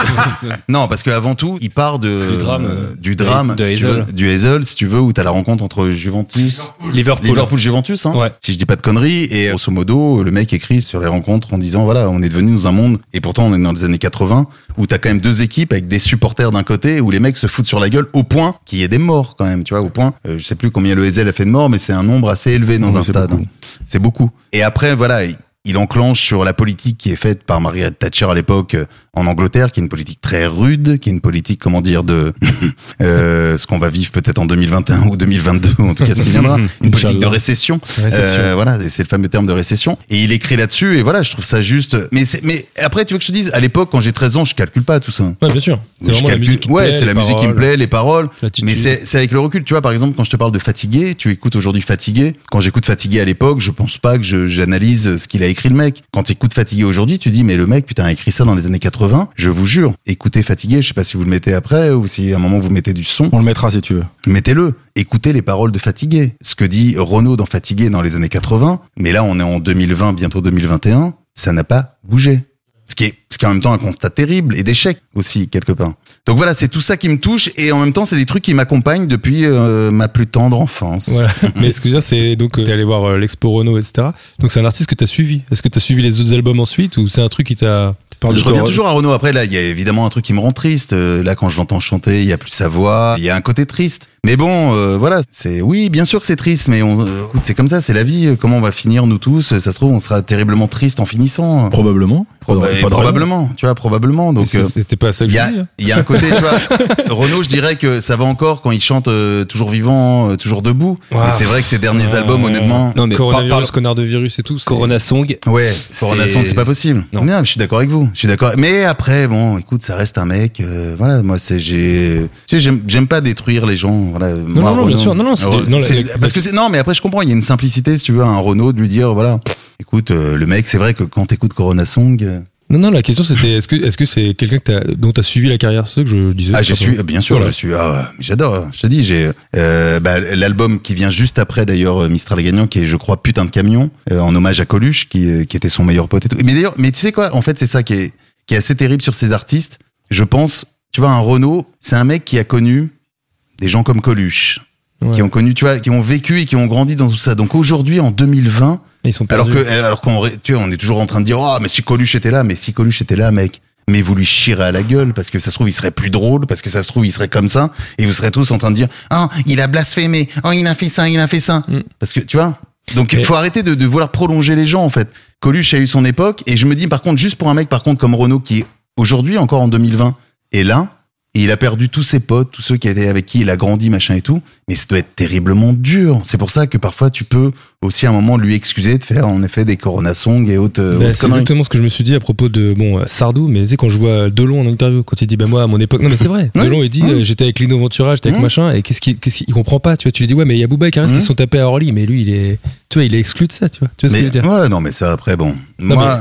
[SPEAKER 5] non, parce que avant tout, il part de
[SPEAKER 6] Du drame, euh,
[SPEAKER 5] du drame,
[SPEAKER 6] de
[SPEAKER 5] si tu
[SPEAKER 6] Hazel.
[SPEAKER 5] veux, du Hazel, si tu veux, où t'as la rencontre entre Juventus,
[SPEAKER 6] Liverpool.
[SPEAKER 5] Liverpool, Juventus, hein,
[SPEAKER 6] Ouais.
[SPEAKER 5] si je dis pas de conneries. Et euh, grosso modo, le mec écrit sur les rencontres en disant voilà, on est devenu dans un monde, et pourtant on est dans les années 80, où t'as quand même deux équipes avec des supporters d'un côté, où les mecs se foutent sur la gueule au point qu'il y ait des morts quand même, tu vois, au point, euh, je sais plus combien le Hazel a fait de morts, mais c'est un nombre assez élevé dans
[SPEAKER 4] Ouais,
[SPEAKER 5] un
[SPEAKER 4] c'est
[SPEAKER 5] stade.
[SPEAKER 4] beaucoup.
[SPEAKER 5] hein. C'est beaucoup. Et après, voilà. il- Il enclenche sur la politique qui est faite par Margaret Thatcher à l'époque euh, en Angleterre, qui est une politique très rude, qui est une politique, comment dire, de <laughs> euh, ce qu'on va vivre peut-être en 2021 ou 2022, en tout cas ce qui viendra, une politique de
[SPEAKER 3] Inch'Allah.
[SPEAKER 5] récession.
[SPEAKER 3] Récession.
[SPEAKER 5] Euh, voilà, et c'est le fameux terme de récession. Et il écrit là-dessus, et voilà, je trouve ça juste. Mais, c'est- mais après, tu veux que je te dise, à l'époque, quand j'ai 13 ans, je calcule pas tout ça. hein.
[SPEAKER 3] Ouais, bien sûr. C'est
[SPEAKER 5] Je
[SPEAKER 3] vraiment la
[SPEAKER 5] calcule-
[SPEAKER 3] musique. qui te
[SPEAKER 5] ouais,
[SPEAKER 3] plaît,
[SPEAKER 5] c'est
[SPEAKER 3] les
[SPEAKER 5] la musique qui me
[SPEAKER 3] paroles.
[SPEAKER 5] plaît, les paroles.
[SPEAKER 3] l'attitude.
[SPEAKER 5] Mais c'est c'est avec le recul. Tu vois, par exemple, quand je te parle de fatigué, tu écoutes aujourd'hui fatigué. Quand j'écoute fatigué à l'époque, je pense pas que je- j'analyse ce qu'il a écrit le mec. Quand tu écoutes fatigué aujourd'hui, tu dis, mais le mec, putain, a écrit ça dans les années 80. Je vous jure, écoutez fatigué. Je sais pas si vous le mettez après ou si à un moment vous mettez du son
[SPEAKER 4] On le mettra si tu veux.
[SPEAKER 5] mettez-le. Écoutez les paroles de Fatigué. Ce que dit Renaud dans Fatigué dans les années 80, mais là on est en 2020, bientôt 2021, ça n'a pas bougé. Ce qui est, ce qui est en même temps un constat terrible et d'échec aussi, quelque part. Donc voilà, c'est tout ça qui me touche et en même temps c'est des trucs qui m'accompagnent depuis euh, ma plus tendre enfance.
[SPEAKER 3] Voilà. Mais ce que je veux dire, c'est donc euh, t'es allé voir euh, l'expo Renault, etc. Donc c'est un artiste que t'as suivi. Est-ce que t'as suivi les autres albums ensuite ou c'est un truc qui t'a
[SPEAKER 4] Parle
[SPEAKER 5] Je
[SPEAKER 4] de
[SPEAKER 5] reviens
[SPEAKER 4] toi,
[SPEAKER 5] toujours à Renaud. Après, là, il y a évidemment un truc qui me rend triste. Euh, Là, quand je l'entends chanter, il y a plus sa voix. Il y a un côté triste. Mais bon, euh, voilà. C'est oui, bien sûr que c'est triste, mais on, euh, écoute, c'est comme ça, c'est la vie. Comment on va finir nous tous Ça se trouve, on sera terriblement triste en finissant.
[SPEAKER 4] Probablement.
[SPEAKER 5] Proba-
[SPEAKER 4] Pas de- pas de
[SPEAKER 5] probablement, tu vois, probablement. Donc.
[SPEAKER 3] Mais
[SPEAKER 5] euh,
[SPEAKER 3] c'est- C'était pas ça que
[SPEAKER 5] il y,
[SPEAKER 3] je
[SPEAKER 5] a,
[SPEAKER 3] voulais dire.
[SPEAKER 5] il y a un côté, tu vois, Renaud, je dirais que ça va encore quand il chante euh, toujours vivant, euh, toujours debout.
[SPEAKER 6] Ouah.
[SPEAKER 5] Mais c'est vrai que ses derniers albums, honnêtement,
[SPEAKER 6] Non, mais par-
[SPEAKER 3] Coronavirus,
[SPEAKER 6] par-
[SPEAKER 3] connard de virus et tout. c'est-
[SPEAKER 6] Corona Song,
[SPEAKER 5] Ouais,
[SPEAKER 6] C'est-
[SPEAKER 5] Corona Song, c'est pas possible.
[SPEAKER 6] Non.
[SPEAKER 5] Bien, je suis d'accord avec vous. Je suis d'accord. Mais après, bon, écoute, ça reste un mec. euh, voilà, moi, c'est j'ai. Tu sais, j'aime- j'aime pas détruire les gens. Voilà. moi,
[SPEAKER 3] non, non, bien
[SPEAKER 5] Renaud.
[SPEAKER 3] sûr. Non, non, c'est-
[SPEAKER 5] Alors,
[SPEAKER 3] non, la-
[SPEAKER 5] c'est-
[SPEAKER 3] la-
[SPEAKER 5] parce que c'est non, mais après, je comprends. Il y a une simplicité, si tu veux, à un Renault de lui dire, voilà, écoute, euh, le mec, c'est vrai que quand t'écoutes Corona Song, euh,
[SPEAKER 3] Non, non, la question c'était est-ce que est-ce que c'est quelqu'un que t'as- dont tu as suivi la carrière C'est ça que je disais.
[SPEAKER 5] Ah, je suis, bien sûr,
[SPEAKER 3] Voilà.
[SPEAKER 5] je suis. Ah, mais j'adore. Je te dis, j'ai euh, bah, l'album qui vient juste après d'ailleurs euh, Mistral et Gagnant, qui est, je crois, putain de camion, euh, en hommage à Coluche, qui, euh, qui était son meilleur pote. Et tout. Mais d'ailleurs, mais tu sais quoi En fait, c'est ça qui est qui est assez terrible sur ces artistes. Je pense, tu vois, un Renault, c'est un mec qui a connu des gens comme Coluche,
[SPEAKER 3] Ouais.
[SPEAKER 5] qui ont connu, tu vois, qui ont vécu et qui ont grandi dans tout ça. Donc aujourd'hui, en 2020.
[SPEAKER 3] Ils sont
[SPEAKER 5] Alors
[SPEAKER 3] perdus.
[SPEAKER 5] que, alors qu'on, ré- tu vois, on est toujours en train de dire, oh, mais si Coluche était là, mais si Coluche était là, mec, mais vous lui chirez à la gueule parce que ça se trouve il serait plus drôle, parce que ça se trouve il serait comme ça, et vous serez tous en train de dire, ah, il a blasphémé, oh, il a fait ça, il a fait ça,
[SPEAKER 3] Mm.
[SPEAKER 5] parce que tu vois. Donc il
[SPEAKER 3] Mais-
[SPEAKER 5] faut arrêter de, de vouloir prolonger les gens en fait. Coluche a eu son époque, et je me dis par contre juste pour un mec par contre comme Renault qui est aujourd'hui encore en 2020 est là. Et il a perdu tous ses potes, tous ceux qui étaient avec qui il a grandi, machin et tout. Mais ça doit être terriblement dur. C'est pour ça que parfois tu peux aussi à un moment lui excuser de faire en effet des Corona Songs et autres, euh,
[SPEAKER 3] Bah,
[SPEAKER 5] autres
[SPEAKER 3] c'est
[SPEAKER 5] conneries.
[SPEAKER 3] exactement ce que je me suis dit à propos de bon euh, Sardou, mais tu sais, quand je vois euh, Delon en interview, quand il dit bah moi à mon époque, non mais c'est
[SPEAKER 5] <laughs>
[SPEAKER 3] vrai,
[SPEAKER 5] Oui.
[SPEAKER 3] Delon il dit
[SPEAKER 5] Oui.
[SPEAKER 3] euh, j'étais avec Lino Ventura, j'étais avec
[SPEAKER 5] Mm.
[SPEAKER 3] machin, et qu'est-ce qu'il qu'est-ce qu'il- il comprend pas, tu vois, tu lui dis ouais mais il y a Booba et Karis
[SPEAKER 5] Mm.
[SPEAKER 3] qui se sont tapés à Orly, mais lui il est, tu vois, il est exclu de ça, tu vois, tu vois ce que je veux
[SPEAKER 5] Mais
[SPEAKER 3] dire
[SPEAKER 5] ouais, non, mais ça après bon.
[SPEAKER 3] Non,
[SPEAKER 5] Moi,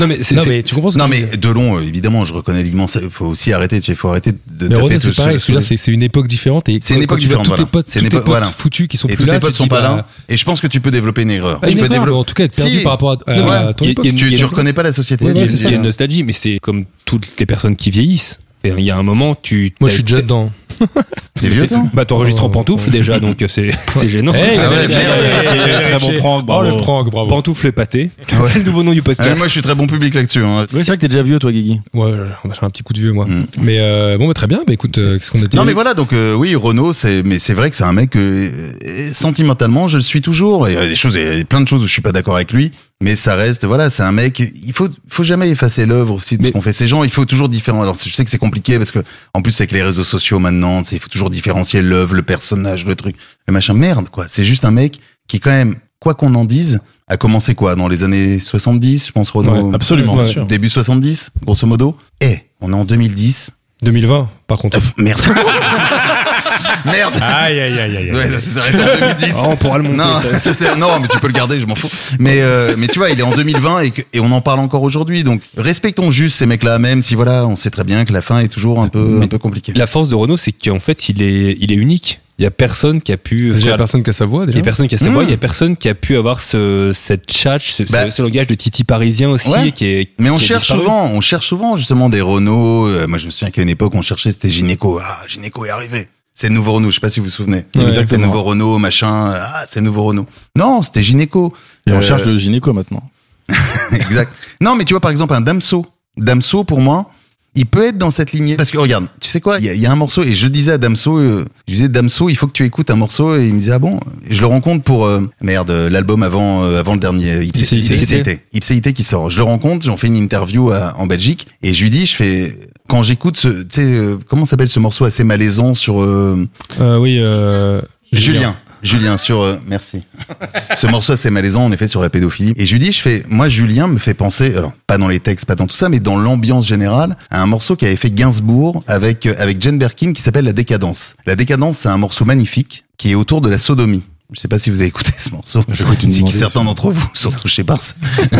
[SPEAKER 6] Non, mais c'est.
[SPEAKER 3] Non
[SPEAKER 6] c'est-
[SPEAKER 3] mais tu comprends ce que
[SPEAKER 5] non
[SPEAKER 3] je veux
[SPEAKER 5] mais
[SPEAKER 3] dire
[SPEAKER 5] Delon, euh, évidemment, je reconnais l'élément. Il faut aussi arrêter. Il faut arrêter de
[SPEAKER 3] mais
[SPEAKER 5] taper
[SPEAKER 3] Renaud,
[SPEAKER 5] tout
[SPEAKER 3] c'est
[SPEAKER 5] ce-
[SPEAKER 3] pareil,
[SPEAKER 5] ce-
[SPEAKER 3] je veux dire, c'est c'est une époque différente et
[SPEAKER 5] C'est une
[SPEAKER 3] quand-
[SPEAKER 5] époque
[SPEAKER 3] quand tu vois
[SPEAKER 5] différente,
[SPEAKER 3] tous
[SPEAKER 5] voilà.
[SPEAKER 3] tes potes,
[SPEAKER 5] C'est
[SPEAKER 3] tous
[SPEAKER 5] une
[SPEAKER 3] tes
[SPEAKER 5] époque-
[SPEAKER 3] potes
[SPEAKER 5] voilà.
[SPEAKER 3] foutus qui sont
[SPEAKER 5] Et
[SPEAKER 3] plus
[SPEAKER 5] tous
[SPEAKER 3] là,
[SPEAKER 5] tes
[SPEAKER 3] tu
[SPEAKER 5] potes
[SPEAKER 3] te
[SPEAKER 5] sont
[SPEAKER 3] dis,
[SPEAKER 5] pas
[SPEAKER 3] bah,
[SPEAKER 5] là. Ah, Et je pense que tu peux développer une erreur.
[SPEAKER 3] bah,
[SPEAKER 5] tu
[SPEAKER 3] une
[SPEAKER 5] peux
[SPEAKER 3] erreur,
[SPEAKER 5] développer-
[SPEAKER 3] mais en tout cas être perdu
[SPEAKER 5] Si.
[SPEAKER 3] par rapport à, à-
[SPEAKER 5] Ouais.
[SPEAKER 3] à ton
[SPEAKER 6] Il y a-
[SPEAKER 3] époque.
[SPEAKER 6] il y a-
[SPEAKER 5] Tu,
[SPEAKER 6] il y
[SPEAKER 5] tu reconnais pas la société.
[SPEAKER 3] Ouais,
[SPEAKER 5] tu-
[SPEAKER 3] ouais,
[SPEAKER 5] tu-
[SPEAKER 3] c'est ça.
[SPEAKER 6] Il y a une nostalgie, mais c'est comme toutes les personnes qui vieillissent. C'est-à-dire, Il y a un moment, tu.
[SPEAKER 3] Moi je suis
[SPEAKER 6] t'as-
[SPEAKER 3] déjà dedans.
[SPEAKER 5] Ah T'es vieux toi
[SPEAKER 6] Bah, t'enregistres en
[SPEAKER 3] Oh,
[SPEAKER 6] pantoufle
[SPEAKER 3] ouais.
[SPEAKER 6] déjà, donc euh, c'est <laughs> c'est gênant.
[SPEAKER 3] Hey,
[SPEAKER 5] Ah
[SPEAKER 3] il
[SPEAKER 5] ouais,
[SPEAKER 3] avait-
[SPEAKER 5] merde.
[SPEAKER 3] il avait- il
[SPEAKER 4] Très
[SPEAKER 3] avait-
[SPEAKER 4] bon prank, bravo.
[SPEAKER 3] Oh le prank, bravo.
[SPEAKER 6] Pantoufle et pâté. <laughs> C'est le nouveau nom du
[SPEAKER 5] Ah, mais
[SPEAKER 6] podcast.
[SPEAKER 5] Moi, je suis très bon public là-dessus. hein.
[SPEAKER 4] Oui, c'est vrai que t'es déjà vieux, toi, Guigui.
[SPEAKER 3] Ouais, j'ai un petit coup de vieux moi.
[SPEAKER 5] Mm.
[SPEAKER 3] Mais euh, bon, bah, très bien. Bah écoute, euh, qu'est-ce qu'on a dit
[SPEAKER 5] Non mais voilà donc euh, oui Renault c'est mais c'est vrai que c'est un mec euh, euh, sentimentalement je le suis toujours il y a des choses il y a plein de choses où je suis pas d'accord avec lui mais ça reste voilà c'est un mec il faut faut jamais effacer l'œuvre aussi de ce
[SPEAKER 6] Mais-
[SPEAKER 5] qu'ont fait ces gens il faut toujours différent alors je sais que c'est compliqué parce que en plus avec les réseaux sociaux maintenant tu sais, il faut toujours différencier l'œuvre le personnage le truc le machin merde quoi c'est juste un mec qui quand même quoi qu'on en dise a commencé quoi dans les années 70 je pense Renault
[SPEAKER 4] Ouais, absolument.
[SPEAKER 3] Ouais. sûr.
[SPEAKER 5] début 70 grosso modo et on est en 2010
[SPEAKER 3] 2020, par contre.
[SPEAKER 5] Euh,
[SPEAKER 3] <laughs>
[SPEAKER 5] Merde. Merde.
[SPEAKER 3] Aïe, aïe, aïe, aïe.
[SPEAKER 5] Ouais, ça s'arrête en 2010.
[SPEAKER 6] Ah, on pourra le monter.
[SPEAKER 5] Non,
[SPEAKER 6] ça.
[SPEAKER 5] ça, c'est- non, mais tu peux le garder, je m'en fous. Mais, euh, mais tu vois, il est en 2020 et, que- et on en parle encore aujourd'hui. Donc, respectons juste ces mecs-là, même si voilà, on sait très bien que la fin est toujours un peu,
[SPEAKER 6] Mais
[SPEAKER 5] un peu compliquée.
[SPEAKER 6] La force de Renault, c'est qu'en fait, il est, il est unique. Il y a personne qui a pu
[SPEAKER 3] Déjà, la
[SPEAKER 6] faire.
[SPEAKER 3] personne qui a sa voix,
[SPEAKER 6] Il y
[SPEAKER 3] déjà.
[SPEAKER 6] a personne qui a sa
[SPEAKER 5] Mmh.
[SPEAKER 3] Hmm.
[SPEAKER 6] voix, il y a personne qui a pu avoir ce, cette tchatch, ce, ce-
[SPEAKER 5] Bah.
[SPEAKER 6] ce langage de titi parisien aussi,
[SPEAKER 5] Ouais.
[SPEAKER 6] qui est.
[SPEAKER 5] Mais on
[SPEAKER 6] qui a
[SPEAKER 5] cherche
[SPEAKER 6] disparu.
[SPEAKER 5] souvent, on cherche souvent justement des Renault. Euh, moi, je me souviens qu'à une époque, on cherchait, c'était Gynéco. Ah, Gynéco est arrivé. C'est le nouveau Renault. Je sais pas si vous vous souvenez.
[SPEAKER 3] Ouais,
[SPEAKER 5] c'est le
[SPEAKER 4] exactement.
[SPEAKER 5] nouveau Renault, machin. Ah, c'est le nouveau Renault. Non, c'était Gynéco.
[SPEAKER 4] Et on
[SPEAKER 5] Euh,
[SPEAKER 4] cherche le gynéco maintenant.
[SPEAKER 5] <laughs> exact. Non, mais tu vois, par exemple, un Damso. Damso, pour moi, il peut être dans cette lignée. Parce que regarde, tu sais quoi, il y, a- il y a un morceau, et je le disais à Damso, euh, je lui disais, Damso, il faut que tu écoutes un morceau, et il me disait, ah bon Et Je le rencontre pour, euh, merde, euh, l'album avant, euh, avant le dernier, euh, Ipséité.
[SPEAKER 3] Ipséité.
[SPEAKER 5] Ipséité. Ipséité qui sort. Je le rencontre, j'en fais une interview à- en Belgique, et je lui dis, je fais, quand j'écoute ce, tu sais, euh, comment s'appelle ce morceau assez malaisant sur... euh,
[SPEAKER 3] Euh, oui, euh,
[SPEAKER 5] Julien. Julien sur euh,
[SPEAKER 3] <laughs>
[SPEAKER 5] merci. Ce morceau assez malaisant en effet sur la pédophilie. Et je lui dis, je fais, moi Julien me fait penser, alors pas dans les textes, pas dans tout ça, mais dans l'ambiance générale, à un morceau qu'avait fait Gainsbourg avec euh, avec Jane Birkin qui s'appelle La Décadence. La Décadence, c'est un morceau magnifique qui est autour de la sodomie. Je sais pas si vous avez écouté ce morceau.
[SPEAKER 4] Je crois que tu me
[SPEAKER 5] Si
[SPEAKER 4] demandais
[SPEAKER 5] certains
[SPEAKER 4] ça.
[SPEAKER 5] d'entre vous sont touchés par ce-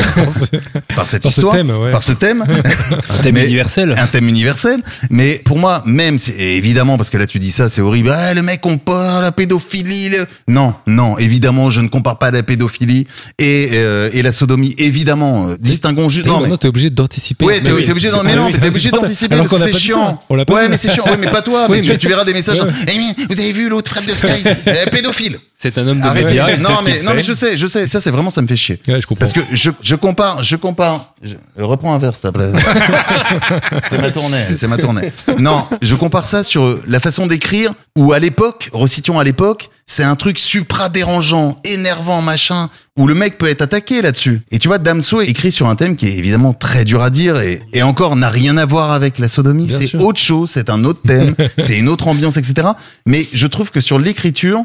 [SPEAKER 3] <laughs> Par ce,
[SPEAKER 5] par cette
[SPEAKER 3] par ce
[SPEAKER 5] histoire,
[SPEAKER 3] thème, ouais.
[SPEAKER 5] par ce thème.
[SPEAKER 6] Un thème
[SPEAKER 5] Mais-
[SPEAKER 6] universel.
[SPEAKER 5] <laughs> Un thème universel. Mais pour moi, même si, et évidemment, parce que là tu dis ça, c'est horrible. Ah, le mec, on parle la pédophilie. le- Non, non, évidemment, je ne compare pas la pédophilie et, euh, et la sodomie. Évidemment, euh, distinguons juste.
[SPEAKER 3] T'as
[SPEAKER 5] Non,
[SPEAKER 3] vu,
[SPEAKER 5] mais.
[SPEAKER 3] maintenant, Eh, t'es obligé d'anticiper.
[SPEAKER 5] Ouais, t'es
[SPEAKER 3] Mais oui,
[SPEAKER 5] t'es obligé d'en,
[SPEAKER 3] c'est-
[SPEAKER 5] mais non,
[SPEAKER 3] oui,
[SPEAKER 5] t'es obligé
[SPEAKER 3] important.
[SPEAKER 5] d'anticiper
[SPEAKER 3] Alors
[SPEAKER 5] parce que
[SPEAKER 3] qu'on l'a
[SPEAKER 5] c'est
[SPEAKER 3] pas dit
[SPEAKER 5] chiant.
[SPEAKER 3] ça. On l'a pas
[SPEAKER 5] ouais,
[SPEAKER 3] dit.
[SPEAKER 5] mais c'est chiant. Ouais, mais pas toi.
[SPEAKER 3] <laughs> Oui,
[SPEAKER 5] mais tu,
[SPEAKER 3] mais-
[SPEAKER 5] tu verras des messages.
[SPEAKER 3] Ouais.
[SPEAKER 5] Eh bien, vous avez vu l'autre
[SPEAKER 3] <laughs>
[SPEAKER 5] Fred de Sky, euh, pédophile.
[SPEAKER 6] C'est un homme de
[SPEAKER 5] Arrêtez.
[SPEAKER 6] médias. il
[SPEAKER 5] non,
[SPEAKER 6] sait ce qu'il
[SPEAKER 5] mais, non,
[SPEAKER 6] fait.
[SPEAKER 5] mais je sais, je sais. Ça, c'est vraiment, ça me fait chier.
[SPEAKER 3] Ouais, je comprends.
[SPEAKER 5] Parce que je, je compare, je compare. je- euh, reprends un verre, s'il te
[SPEAKER 3] <laughs>
[SPEAKER 5] plaît. c'est ma tournée, c'est ma tournée. Non, je compare ça sur euh, la façon d'écrire où à l'époque, recitions à l'époque, c'est un truc supra dérangeant, énervant, machin, où le mec peut être attaqué là-dessus. Et tu vois, Damso écrit sur un thème qui est évidemment très dur à dire et, et encore n'a rien à voir avec la sodomie.
[SPEAKER 3] Bien
[SPEAKER 5] C'est
[SPEAKER 3] sûr.
[SPEAKER 5] autre chose, c'est un autre
[SPEAKER 3] <laughs>
[SPEAKER 5] thème, c'est une autre ambiance, etc. Mais je trouve que sur l'écriture,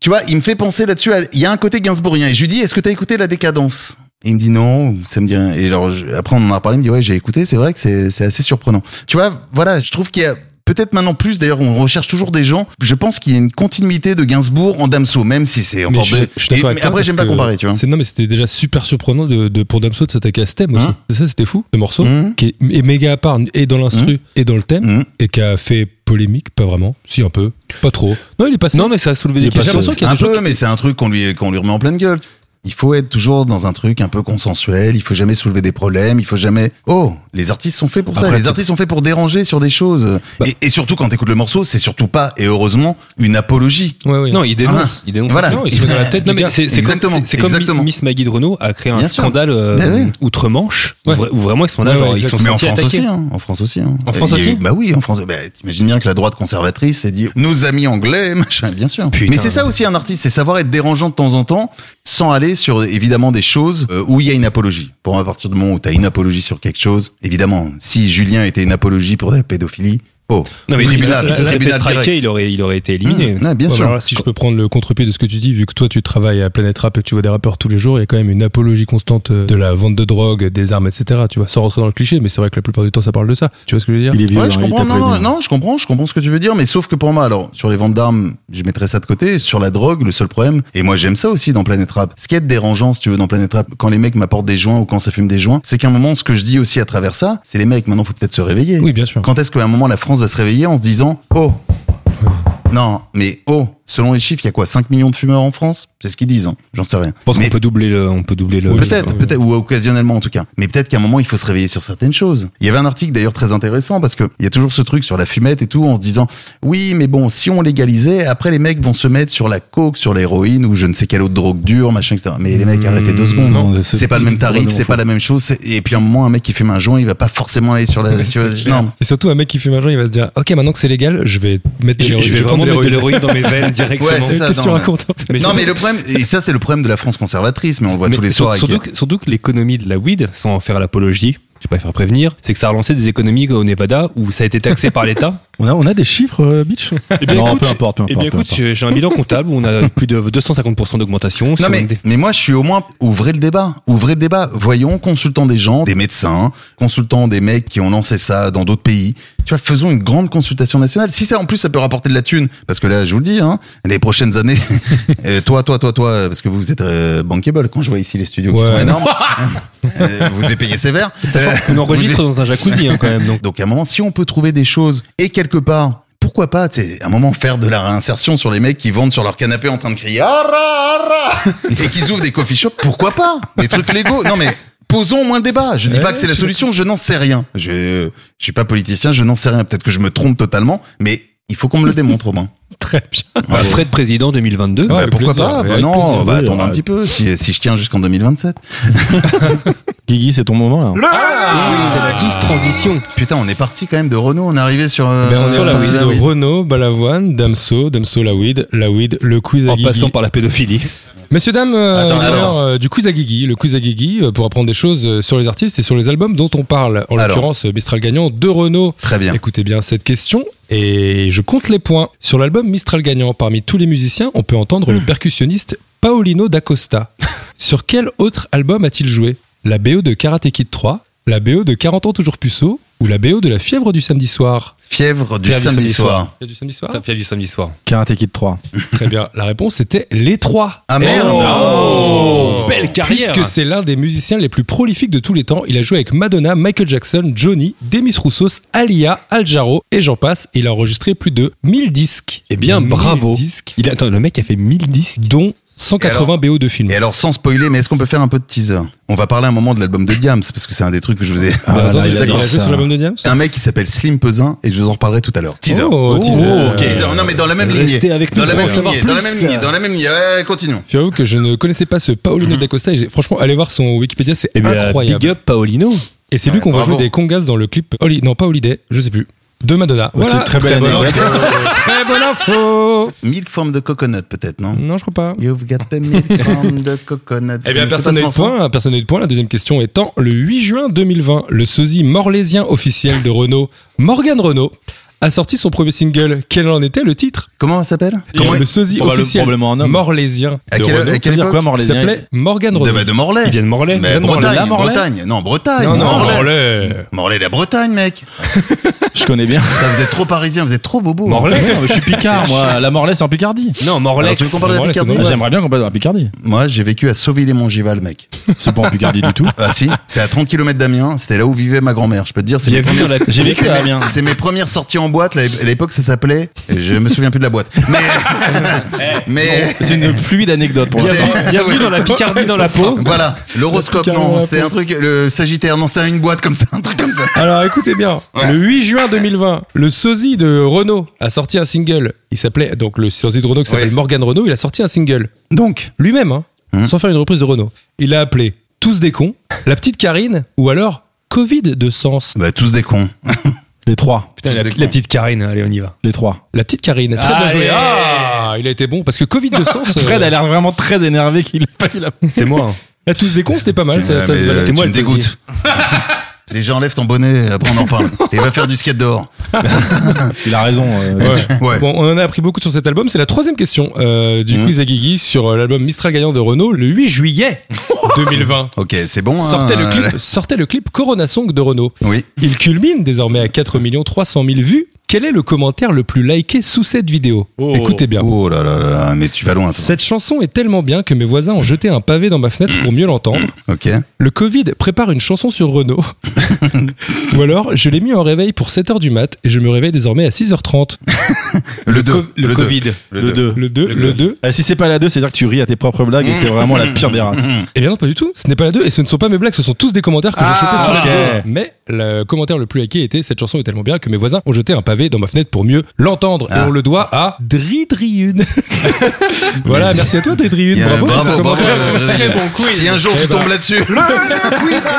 [SPEAKER 5] tu vois, il me fait penser là-dessus. à- Il y a un côté Gainsbourgien. Et je lui dis, est-ce que t'as écouté La Décadence Il me dit non, ça me dit rien. Et alors, je- après, on en a reparlé. Il me dit, ouais, j'ai écouté. C'est vrai que c'est c'est assez surprenant. Tu vois, voilà, je trouve qu'il y a Peut-être maintenant plus, d'ailleurs, on recherche toujours des gens. Je pense qu'il y a une continuité de Gainsbourg en Damso, même si c'est
[SPEAKER 3] Mais
[SPEAKER 5] encore
[SPEAKER 3] je,
[SPEAKER 5] de-
[SPEAKER 3] je suis
[SPEAKER 5] Et-
[SPEAKER 3] d'accord avec
[SPEAKER 5] mais
[SPEAKER 3] toi
[SPEAKER 5] après,
[SPEAKER 3] parce
[SPEAKER 5] j'aime pas
[SPEAKER 3] que
[SPEAKER 5] comparer, tu vois.
[SPEAKER 3] c'est- Non, mais c'était déjà super surprenant de, de- pour Damso de s'attaquer à ce thème aussi.
[SPEAKER 5] Hein
[SPEAKER 3] C'est ça, c'était fou, le morceau,
[SPEAKER 5] Hein
[SPEAKER 3] qui est, est méga à part, et dans l'instru, et dans le thème,
[SPEAKER 5] Hein
[SPEAKER 3] et qui a fait polémique, pas vraiment, si un peu, pas trop. Non, il est passé.
[SPEAKER 6] Non, mais ça a soulevé
[SPEAKER 3] Il
[SPEAKER 6] des
[SPEAKER 3] est pas
[SPEAKER 6] questions.
[SPEAKER 3] seul. l'impression qu'il y a
[SPEAKER 5] un
[SPEAKER 3] des gens
[SPEAKER 5] peu, mais c'est un truc qu'on lui, qu'on lui remet en pleine gueule. Il faut être toujours dans un truc un peu consensuel. Il faut jamais soulever des problèmes. Il faut jamais. Oh, les artistes sont faits pour ça.
[SPEAKER 4] Après,
[SPEAKER 5] les
[SPEAKER 4] c'est-
[SPEAKER 5] artistes sont faits pour déranger sur des choses.
[SPEAKER 3] Bah.
[SPEAKER 5] et, et surtout quand t'écoutes le morceau, c'est surtout pas et heureusement une apologie.
[SPEAKER 3] Ouais, ouais.
[SPEAKER 6] Non, il dénonce.
[SPEAKER 5] Ah,
[SPEAKER 6] il dénonce.
[SPEAKER 5] voilà.
[SPEAKER 6] Non, il
[SPEAKER 3] se met dans la tête,
[SPEAKER 6] Non,
[SPEAKER 3] le
[SPEAKER 6] mais
[SPEAKER 3] gars.
[SPEAKER 6] c'est c'est comme,
[SPEAKER 5] Exactement,
[SPEAKER 6] c'est- c'est comme
[SPEAKER 5] exactement.
[SPEAKER 6] Miss Maggie de Renault a créé un
[SPEAKER 5] Bien sûr.
[SPEAKER 6] scandale euh,
[SPEAKER 5] Ben oui.
[SPEAKER 6] outre-Manche
[SPEAKER 3] Ouais.
[SPEAKER 6] où vra- où vraiment ils sont là,
[SPEAKER 3] Ouais,
[SPEAKER 6] genre
[SPEAKER 3] ouais,
[SPEAKER 6] ils sont
[SPEAKER 5] Mais en
[SPEAKER 6] sentis
[SPEAKER 5] France
[SPEAKER 6] attaqués.
[SPEAKER 5] aussi, hein. En France aussi, hein.
[SPEAKER 6] En France
[SPEAKER 5] Il y a
[SPEAKER 6] aussi
[SPEAKER 5] eu- Bah oui, en France. Bah, t'imagines bien que la droite conservatrice s'est dit, nos amis anglais, machin, bien sûr.
[SPEAKER 6] Putain.
[SPEAKER 5] Mais c'est ça aussi un artiste, c'est savoir être dérangeant de temps en temps, sans aller sur, évidemment, des choses euh, où il y a une apologie. Pour moi, à partir du moment où t'as une apologie sur quelque chose, évidemment, si Julien était une apologie pour la pédophilie, oh.
[SPEAKER 6] Non, mais
[SPEAKER 5] tribunal,
[SPEAKER 6] ça, ça, ça,
[SPEAKER 5] tribunal
[SPEAKER 6] c'était
[SPEAKER 5] direct.
[SPEAKER 6] striké, il aurait, il aurait été éliminé.
[SPEAKER 5] Mmh, ouais, bien
[SPEAKER 3] Ouais, mais
[SPEAKER 5] sûr.
[SPEAKER 3] alors là, si je peux prendre le contre-pied de ce que tu dis, vu que toi tu travailles à Planète Rap et que tu vois des rappeurs tous les jours, il y a quand même une apologie constante euh, de la vente de drogue, des armes, etc. Tu vois, sans rentrer dans le cliché, mais c'est vrai que la plupart du temps ça parle de ça. Tu vois ce que je veux dire
[SPEAKER 4] Il est violent,
[SPEAKER 5] Ouais, je
[SPEAKER 4] hein, il
[SPEAKER 5] comprends,
[SPEAKER 4] tape
[SPEAKER 5] non,
[SPEAKER 4] les
[SPEAKER 5] non,
[SPEAKER 4] gens.
[SPEAKER 5] non, je comprends, je comprends ce que tu veux dire, mais sauf que pour moi, alors, sur les ventes d'armes, je mettrais ça de côté, sur la drogue, le seul problème, et moi j'aime ça aussi dans Planet Rap, ce qui est dérangeant, si tu veux, dans Planet Rap, quand les mecs m'apportent des joints ou quand ça fume des joints, c'est qu'à un moment, ce que je dis aussi à travers ça, c'est les mecs, maintenant faut peut-être se réveiller.
[SPEAKER 3] Oui, bien sûr.
[SPEAKER 5] Quand est-ce qu'à un moment la France va se réveiller en se disant, oh, non, mais oh, selon les chiffres, il y a quoi, 5 millions de fumeurs en France? C'est ce qu'ils disent, hein. j'en sais rien.
[SPEAKER 6] Je pense
[SPEAKER 5] Mais-
[SPEAKER 6] qu'on peut doubler le, on peut doubler le.
[SPEAKER 5] Peut-être, peut-être, ou occasionnellement en tout cas. Mais peut-être qu'à un moment, il faut se réveiller sur certaines choses. Il y avait un article d'ailleurs très intéressant parce que il y a toujours ce truc sur la fumette et tout en se disant, oui, mais bon, si on légalisait, après les mecs vont se mettre sur la coke, sur l'héroïne ou je ne sais quelle autre drogue dure, machin, etc. Mais les mecs, arrêtez deux secondes.
[SPEAKER 4] non, c'est-
[SPEAKER 5] c'est pas le même tarif,
[SPEAKER 4] non,
[SPEAKER 5] c'est pas la même chose. c'est- Et puis à un moment, un mec qui fume un joint, il va pas forcément aller sur la, sur- non.
[SPEAKER 3] Et surtout, un mec qui fume un joint, il va se dire Ok, maintenant que c'est légal, je vais mettre de
[SPEAKER 6] Je,
[SPEAKER 3] l'héroïne.
[SPEAKER 6] je vais vraiment
[SPEAKER 3] prendre de
[SPEAKER 6] mettre de
[SPEAKER 3] l'héroïne.
[SPEAKER 6] l'héroïne dans mes veines directement.
[SPEAKER 5] Ouais, c'est
[SPEAKER 3] C'est
[SPEAKER 5] ça,
[SPEAKER 3] une question
[SPEAKER 5] non,
[SPEAKER 3] raconte.
[SPEAKER 5] non, mais le problème, et ça, c'est le problème de la France conservatrice, mais on le voit
[SPEAKER 6] Mais
[SPEAKER 5] tous les
[SPEAKER 6] sur-
[SPEAKER 5] soirs avec
[SPEAKER 6] Surtout, que- surtout que l'économie de la weed, sans en faire l'apologie, je préfère prévenir, c'est que ça a relancé des économies au Nevada où ça a été taxé par l'État.
[SPEAKER 4] On a, on a des chiffres, euh, bitch Non, peu importe, peu
[SPEAKER 6] Eh bien,
[SPEAKER 4] importe, peu
[SPEAKER 6] écoute, j'ai un bilan comptable où on a plus de 250% d'augmentation.
[SPEAKER 5] Non
[SPEAKER 6] sur
[SPEAKER 5] mais,
[SPEAKER 6] une des-
[SPEAKER 5] mais moi je suis au moins ouvrez le débat, ouvrez le débat, voyons consultant des gens, des médecins, consultant des mecs qui ont lancé ça dans d'autres pays. Tu vois, faisons une grande consultation nationale. Si ça en plus ça peut rapporter de la thune parce que là je vous le dis hein, les
[SPEAKER 6] <laughs>
[SPEAKER 5] prochaines années euh, toi toi toi toi parce que vous êtes euh, bankable quand je vois ici les studios qui
[SPEAKER 3] Ouais.
[SPEAKER 5] sont
[SPEAKER 6] <laughs>
[SPEAKER 5] énormes. euh, vous devez payer sévère. Euh,
[SPEAKER 6] On enregistre dans un jacuzzi hein, quand même. Donc.
[SPEAKER 5] donc à un moment, si on peut trouver des choses et quelque part, pourquoi pas, tu sais, à un moment faire de la réinsertion sur les mecs qui vendent sur leur canapé en train de crier Ara,
[SPEAKER 3] <laughs>
[SPEAKER 5] ara et qui ouvrent des coffee shops, pourquoi pas Des trucs légaux. Non mais posons au moins le débat. Je dis pas que c'est la solution, je n'en sais rien. Je je suis pas politicien, je n'en sais rien. Peut-être que je me trompe totalement, mais il faut qu'on me le démontre au moins.
[SPEAKER 3] <laughs> Très bien.
[SPEAKER 6] Bah, Fred président 2022.
[SPEAKER 5] Bah,
[SPEAKER 3] avec
[SPEAKER 5] pourquoi
[SPEAKER 3] plaisir,
[SPEAKER 5] pas
[SPEAKER 3] mais
[SPEAKER 5] Bah
[SPEAKER 3] avec
[SPEAKER 5] Non,
[SPEAKER 3] plaisir,
[SPEAKER 5] on va
[SPEAKER 3] oui,
[SPEAKER 5] attendre un
[SPEAKER 3] alors,
[SPEAKER 5] petit peu si, si je tiens jusqu'en 2027.
[SPEAKER 4] Guigui, c'est ton moment, là.
[SPEAKER 6] oui, c'est la douce transition.
[SPEAKER 5] Putain, on est parti quand même de Renault, on est arrivé sur... euh,
[SPEAKER 3] Ben, on est sur la
[SPEAKER 5] parti
[SPEAKER 3] weed
[SPEAKER 5] de la
[SPEAKER 3] de
[SPEAKER 5] weed.
[SPEAKER 3] Renault, Balavoine, Damso, Damso la weed, la weed, le quiz à
[SPEAKER 6] En
[SPEAKER 3] Guigui.
[SPEAKER 6] passant par la pédophilie.
[SPEAKER 3] Messieurs, dames, euh,
[SPEAKER 6] Attends,
[SPEAKER 5] alors.
[SPEAKER 3] alors, euh, du quiz à Guigui, le quiz à Guigui euh, pour apprendre des choses euh, sur les artistes et sur les albums dont on parle. En
[SPEAKER 5] Alors.
[SPEAKER 3] l'occurrence, euh, Mistral Gagnant de Renault.
[SPEAKER 5] Très bien.
[SPEAKER 3] Écoutez bien cette question et je compte les points. Sur l'album Mistral Gagnant, parmi tous les musiciens, on peut entendre le
[SPEAKER 5] Mmh.
[SPEAKER 3] percussionniste Paolino d'Acosta.
[SPEAKER 5] <laughs>
[SPEAKER 3] Sur quel autre album a-t-il joué La BO de Karate Kid 3, la BO de 40 ans toujours puceau ou la BO de la fièvre du samedi soir
[SPEAKER 5] Fièvre du
[SPEAKER 6] Fièvre du
[SPEAKER 5] samedi
[SPEAKER 6] samedi
[SPEAKER 5] soir.
[SPEAKER 3] Il y a du samedi soir
[SPEAKER 6] Ça fait du samedi soir.
[SPEAKER 4] Karate Kid 3.
[SPEAKER 3] Très bien. La réponse était les trois.
[SPEAKER 5] Ah merde
[SPEAKER 6] Oh
[SPEAKER 5] Oh
[SPEAKER 6] Belle carrière
[SPEAKER 3] Puisque c'est l'un des musiciens les plus prolifiques de tous les temps, il a joué avec Madonna, Michael Jackson, Johnny, Demis Roussos, Alia, Al Jarreau et j'en passe. Il a enregistré plus de 1000 disques.
[SPEAKER 6] Eh bien,
[SPEAKER 3] 1000
[SPEAKER 6] bravo.
[SPEAKER 3] disques,
[SPEAKER 6] Il a- Attends, le mec a fait 1000 disques.
[SPEAKER 3] dont 180 BO de films.
[SPEAKER 5] Et alors, sans spoiler, mais est-ce qu'on peut faire un peu de teaser On va parler un moment de l'album de Diams, parce que c'est un des trucs que je vous ai...
[SPEAKER 4] Ah,
[SPEAKER 3] Alors,
[SPEAKER 4] là,
[SPEAKER 3] attendez,
[SPEAKER 4] il
[SPEAKER 3] bah, il a
[SPEAKER 4] adore
[SPEAKER 3] joué
[SPEAKER 4] ça.
[SPEAKER 3] sur l'album de Diams
[SPEAKER 5] Un mec qui s'appelle Slim Pesin, et je vous en reparlerai tout à l'heure. Teaser.
[SPEAKER 3] Oh, teaser.
[SPEAKER 6] Oh, ok.
[SPEAKER 5] Teaser. Non, mais dans la même
[SPEAKER 4] Restez
[SPEAKER 5] lignée.
[SPEAKER 4] avec
[SPEAKER 5] Dans
[SPEAKER 4] nous
[SPEAKER 5] la
[SPEAKER 4] pour
[SPEAKER 5] même
[SPEAKER 4] en savoir
[SPEAKER 5] lignée, dans la
[SPEAKER 4] plus.
[SPEAKER 5] même lignée, dans la même lignée. Ouais, continuons.
[SPEAKER 3] J'avoue que je ne connaissais pas ce Paolino d'Acosta et j'ai- franchement, allez voir son Wikipédia, c'est
[SPEAKER 6] Eh bien,
[SPEAKER 3] incroyable.
[SPEAKER 6] big up Paolino.
[SPEAKER 3] Et c'est lui qu'on va
[SPEAKER 5] bravo.
[SPEAKER 3] jouer des congas dans le clip Holi- non pas Holiday, je sais plus, de Madonna.
[SPEAKER 6] Bah,
[SPEAKER 3] Voilà,
[SPEAKER 4] c'est très belle
[SPEAKER 3] bonne-
[SPEAKER 4] anecdote.
[SPEAKER 3] très bonne info.
[SPEAKER 5] Milk from de coconut, peut-être, non
[SPEAKER 3] Non, je crois pas.
[SPEAKER 5] You've got the milk from the coconut.
[SPEAKER 3] Eh bien,
[SPEAKER 5] Vous connaissez
[SPEAKER 3] personne
[SPEAKER 5] pas
[SPEAKER 3] n'a
[SPEAKER 5] ce
[SPEAKER 3] eu de
[SPEAKER 5] morceau
[SPEAKER 3] point. Personne n'a eu de point. La deuxième question étant, le 8 juin 2020, le sosie morlaisien officiel de Renault, Morgan Renault, a sorti son premier single. Quel en était le titre
[SPEAKER 5] Comment elle s'appelle Comment
[SPEAKER 3] Le sosie
[SPEAKER 4] probable-
[SPEAKER 3] officiel
[SPEAKER 4] probablement un homme.
[SPEAKER 3] morlaisien
[SPEAKER 5] À
[SPEAKER 3] de
[SPEAKER 5] quelle-
[SPEAKER 3] Renaud,
[SPEAKER 5] à
[SPEAKER 4] Ça
[SPEAKER 5] quelle
[SPEAKER 4] veut dire
[SPEAKER 5] époque
[SPEAKER 4] quoi,
[SPEAKER 3] qui
[SPEAKER 4] Morlaisien
[SPEAKER 3] s'appelait Morgan
[SPEAKER 5] de,
[SPEAKER 3] Renaud.
[SPEAKER 5] bah, de Morlaix.
[SPEAKER 6] Ils viennent de Morlaix.
[SPEAKER 5] Mais
[SPEAKER 6] ils viennent de Morlaix.
[SPEAKER 5] Bretagne,
[SPEAKER 4] La Morlaix.
[SPEAKER 5] Bretagne. Non, Bretagne.
[SPEAKER 3] Non, non,
[SPEAKER 5] Morlaix.
[SPEAKER 3] Morlaix.
[SPEAKER 5] Morlaix, la Bretagne, mec.
[SPEAKER 4] Je connais bien.
[SPEAKER 5] Putain, vous êtes trop parisien, vous êtes trop bobo.
[SPEAKER 6] Morlaix.
[SPEAKER 4] Putain, mais je suis Picard, moi. La Morlaix, c'est en Picardie. Ah,
[SPEAKER 6] Non, Morlaix.
[SPEAKER 5] Alors, tu veux qu'on parle de la
[SPEAKER 3] Morlaix, c'est
[SPEAKER 5] Picardie
[SPEAKER 3] Morlaix.
[SPEAKER 4] J'aimerais bien qu'on passe à Picardie.
[SPEAKER 5] Moi, j'ai vécu à Sauville-et-Mongival, mec.
[SPEAKER 4] C'est pas en Picardie du tout.
[SPEAKER 5] Ah si, c'est à 30 km d'Amiens, c'était là où vivait ma grand-mère, je peux te dire. c'est mes
[SPEAKER 4] Bienvenue
[SPEAKER 5] premières-
[SPEAKER 4] dans la- J'ai vécu
[SPEAKER 5] c'est
[SPEAKER 4] à
[SPEAKER 5] mes-
[SPEAKER 4] Amiens.
[SPEAKER 5] C'est mes premières sorties en boîte, là, à l'époque ça s'appelait... Je me souviens plus de la boîte.
[SPEAKER 3] <laughs>
[SPEAKER 5] Mais... mais...
[SPEAKER 4] C'est
[SPEAKER 6] <laughs>
[SPEAKER 4] une pluie d'anecdotes pour
[SPEAKER 5] C'est-
[SPEAKER 4] l'instant.
[SPEAKER 5] Ouais,
[SPEAKER 6] Bienvenue dans la
[SPEAKER 5] c'est-
[SPEAKER 6] Picardie dans la peau.
[SPEAKER 5] Voilà, l'horoscope,
[SPEAKER 3] Carrément,
[SPEAKER 5] non,
[SPEAKER 3] la
[SPEAKER 5] c'était un truc, le Sagittaire, non, c'était une boîte comme ça, un truc comme ça.
[SPEAKER 3] Alors écoutez bien, le 8 juin 2020, le sosie de Renault a sorti un single. Il s'appelait, donc le sosie de Renault qui s'appelle
[SPEAKER 5] Ouais.
[SPEAKER 3] Morgan Renault, il a sorti un single.
[SPEAKER 5] Donc,
[SPEAKER 3] Lui-même, hein, sans faire une reprise de Renault. Il a appelé Tous des cons, La petite Karine ou alors Covid de sens.
[SPEAKER 5] bah, tous des cons.
[SPEAKER 4] Les trois.
[SPEAKER 6] Putain, la,
[SPEAKER 5] Tous des
[SPEAKER 6] la
[SPEAKER 5] cons.
[SPEAKER 6] petite Karine, allez, on y va.
[SPEAKER 4] Les trois.
[SPEAKER 3] La petite Karine, très
[SPEAKER 6] Ah,
[SPEAKER 3] bien joué.
[SPEAKER 6] eh.
[SPEAKER 3] Ah, il a été bon parce que
[SPEAKER 4] <laughs>
[SPEAKER 3] Covid de sens. euh,
[SPEAKER 4] Fred a l'air vraiment très énervé qu'il pas qu'il a
[SPEAKER 6] C'est moi. hein.
[SPEAKER 3] à Tous des cons, c'était pas mal. ça-
[SPEAKER 5] Ouais,
[SPEAKER 3] ça-
[SPEAKER 5] mais,
[SPEAKER 3] ça-
[SPEAKER 5] euh,
[SPEAKER 3] c'est moi
[SPEAKER 5] tu
[SPEAKER 3] le
[SPEAKER 5] me
[SPEAKER 3] sosie.
[SPEAKER 5] dégoûtes. <laughs> Déjà, enlève ton bonnet, après on en parle. Et va faire du skate dehors.
[SPEAKER 4] Il a raison. euh,
[SPEAKER 5] Ouais.
[SPEAKER 3] Bon, on en a appris beaucoup sur cet album. C'est la troisième question euh, du
[SPEAKER 5] Mhm.
[SPEAKER 3] quiz à Guigui sur euh, l'album Mistral Gagnant de Renault le
[SPEAKER 5] <laughs>
[SPEAKER 3] 8 juillet 2020.
[SPEAKER 5] Ok, c'est bon. hein,
[SPEAKER 3] Sortait le,
[SPEAKER 5] euh,
[SPEAKER 3] clip, sortait le clip Corona Song de Renault.
[SPEAKER 5] Oui.
[SPEAKER 3] Il culmine désormais à 4 300 000 vues. Quel est le commentaire le plus liké sous cette vidéo
[SPEAKER 4] Oh.
[SPEAKER 3] Écoutez bien.
[SPEAKER 5] Oh là là là, mais tu vas loin. toi.
[SPEAKER 3] Cette chanson est tellement bien que mes voisins ont jeté un pavé dans ma fenêtre pour mieux l'entendre.
[SPEAKER 5] Ok.
[SPEAKER 3] Le Covid prépare une chanson
[SPEAKER 5] <laughs>
[SPEAKER 3] sur Renault. Ou alors, je l'ai mis en réveil pour 7h du mat et je me réveille désormais à 6h30.
[SPEAKER 5] Le 2.
[SPEAKER 6] Le, Covid.
[SPEAKER 5] Le
[SPEAKER 4] Le
[SPEAKER 5] 2.
[SPEAKER 4] 2.
[SPEAKER 3] Le 2, le 2.
[SPEAKER 4] Euh, si c'est pas la 2, c'est-à-dire que tu ris à tes propres blagues et que t'es vraiment la pire des races.
[SPEAKER 3] Eh bien non, pas du tout. Ce n'est pas la 2 et ce ne sont pas mes blagues, ce sont tous des commentaires que
[SPEAKER 5] Ah,
[SPEAKER 3] j'ai chopés sur la
[SPEAKER 4] ok.
[SPEAKER 3] vidéo. Mais le commentaire le plus liké était cette chanson est tellement bien que mes voisins ont jeté un pavé dans ma fenêtre pour mieux l'entendre. Et
[SPEAKER 5] Ah.
[SPEAKER 3] on le doit à Dridriune. <laughs> voilà, merci à toi Dridriune.
[SPEAKER 5] Il y a-
[SPEAKER 3] Bravo. pour ce
[SPEAKER 5] bravo, bravo.
[SPEAKER 3] commentaire.
[SPEAKER 5] euh, Si un jour tu tombes là-dessus,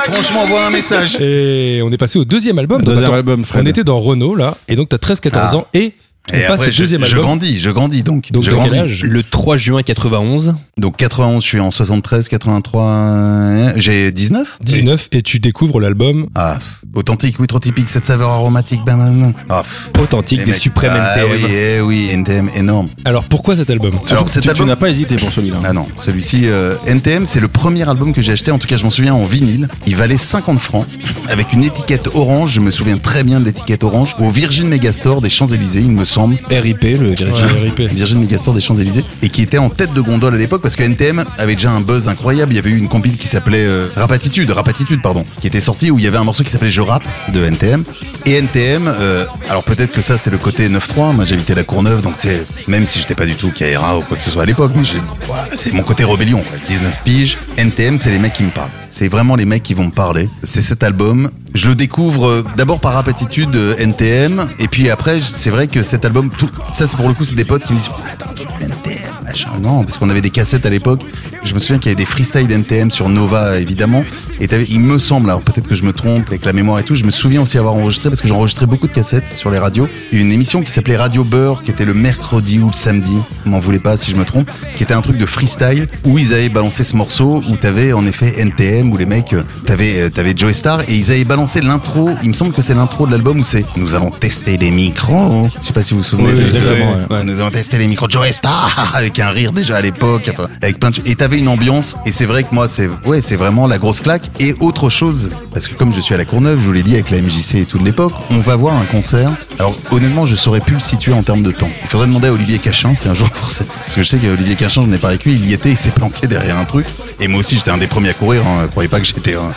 [SPEAKER 5] franchement, envoie un message.
[SPEAKER 3] Et on est passé au deuxième album. Donc,
[SPEAKER 4] Deuxième
[SPEAKER 3] attends,
[SPEAKER 4] album, Fred.
[SPEAKER 3] On était dans Renault là, et donc t'as 13-14
[SPEAKER 5] Ah.
[SPEAKER 3] ans et on
[SPEAKER 5] Et
[SPEAKER 3] passe
[SPEAKER 5] après,
[SPEAKER 3] au
[SPEAKER 5] je,
[SPEAKER 3] deuxième
[SPEAKER 5] je
[SPEAKER 3] album.
[SPEAKER 5] grandis, je grandis donc.
[SPEAKER 3] Donc
[SPEAKER 5] je
[SPEAKER 3] t'as quel
[SPEAKER 5] grandis.
[SPEAKER 3] âge
[SPEAKER 6] Le 3 juin 91.
[SPEAKER 5] Donc 91, je suis en 73, 83, euh, j'ai 19
[SPEAKER 3] 19 et tu découvres l'album
[SPEAKER 5] Ah, authentique, oui, trop typique, cette saveur aromatique, bam, bam, bam. Ah, pff,
[SPEAKER 6] Authentique
[SPEAKER 5] les
[SPEAKER 6] des
[SPEAKER 5] mecs.
[SPEAKER 6] suprêmes
[SPEAKER 5] ah,
[SPEAKER 6] NTM.
[SPEAKER 5] oui, eh oui, NTM énorme.
[SPEAKER 3] Alors pourquoi cet album
[SPEAKER 5] Alors cet
[SPEAKER 4] Tu, tu
[SPEAKER 5] album-
[SPEAKER 4] n'as pas hésité pour celui-là.
[SPEAKER 5] Ah non, celui-ci, euh, NTM, c'est le premier album que j'ai acheté, en tout cas je m'en souviens en vinyle. Il valait 50 francs, avec une étiquette orange, je me souviens très bien de l'étiquette orange, au Virgin Megastore des Champs-Élysées, il me semble.
[SPEAKER 6] RIP, le dirigeur.
[SPEAKER 3] Ouais, RIP.
[SPEAKER 5] Virgin Megastore des Champs-Élysées, et qui était en tête de gondole à l'époque, parce que NTM avait déjà un buzz incroyable. Il y avait eu une compile qui s'appelait euh, Rapatitude, Rapatitude, pardon, qui était sortie, où il y avait un morceau qui s'appelait Je Rap de NTM. Et NTM, euh, alors peut-être que ça c'est le côté 9-3, moi j'habitais la Courneuve, donc tu sais, même si j'étais pas du tout KRA ou quoi que ce soit à l'époque, mais j'ai- voilà, c'est mon côté rébellion. quoi. 19 piges, NTM, c'est les mecs qui me parlent. C'est vraiment les mecs qui vont me parler. C'est cet album. Je le découvre euh, d'abord par rapatitude euh, NTM, et puis après, je- c'est vrai que cet album, tout, ça c'est pour le coup, c'est des potes qui me disent Ah, t'as entendu le NTM, machin. Non, parce qu'on avait des cassettes à l'époque. Je me souviens qu'il y avait des freestyles NTM sur Nova, évidemment. Et t'avais- il me semble, alors peut-être que je me trompe avec la mémoire et tout, je me souviens aussi avoir enregistré, parce que j'enregistrais beaucoup de cassettes sur les radios. Il y a une émission qui s'appelait Radio Beurre, qui était le mercredi ou le samedi, m'en voulez pas si je me trompe, qui était un truc de freestyle, où ils avaient balancé ce morceau, où t'avais en effet NTM, où les mecs, euh, t'avais, euh, t'avais Joey Star, et ils avaient balancé l'intro, il me semble que c'est l'intro de l'album où c'est Nous allons tester les micros. Je sais pas si vous vous souvenez de- de-
[SPEAKER 4] exactement, ouais.
[SPEAKER 5] Bah, nous avons testé les micros de Joe Star <laughs> avec un rire déjà à l'époque, enfin, avec plein de et t'avais une ambiance. Et c'est vrai que moi, c'est ouais, c'est vraiment la grosse claque. Et autre chose, parce que comme je suis à la Courneuve, je vous l'ai dit avec la MJC et tout de l'époque, on va voir un concert. Alors honnêtement, je saurais plus le situer en termes de temps. Il faudrait demander à Olivier Cachin si un jour <laughs> forcé, parce que je sais qu'Olivier Cachin, je n'ai pas avec lui, il y était, il s'est planqué derrière un truc. Et moi aussi, j'étais un des premiers à courir. Hein. Croyez pas que j'étais. hein.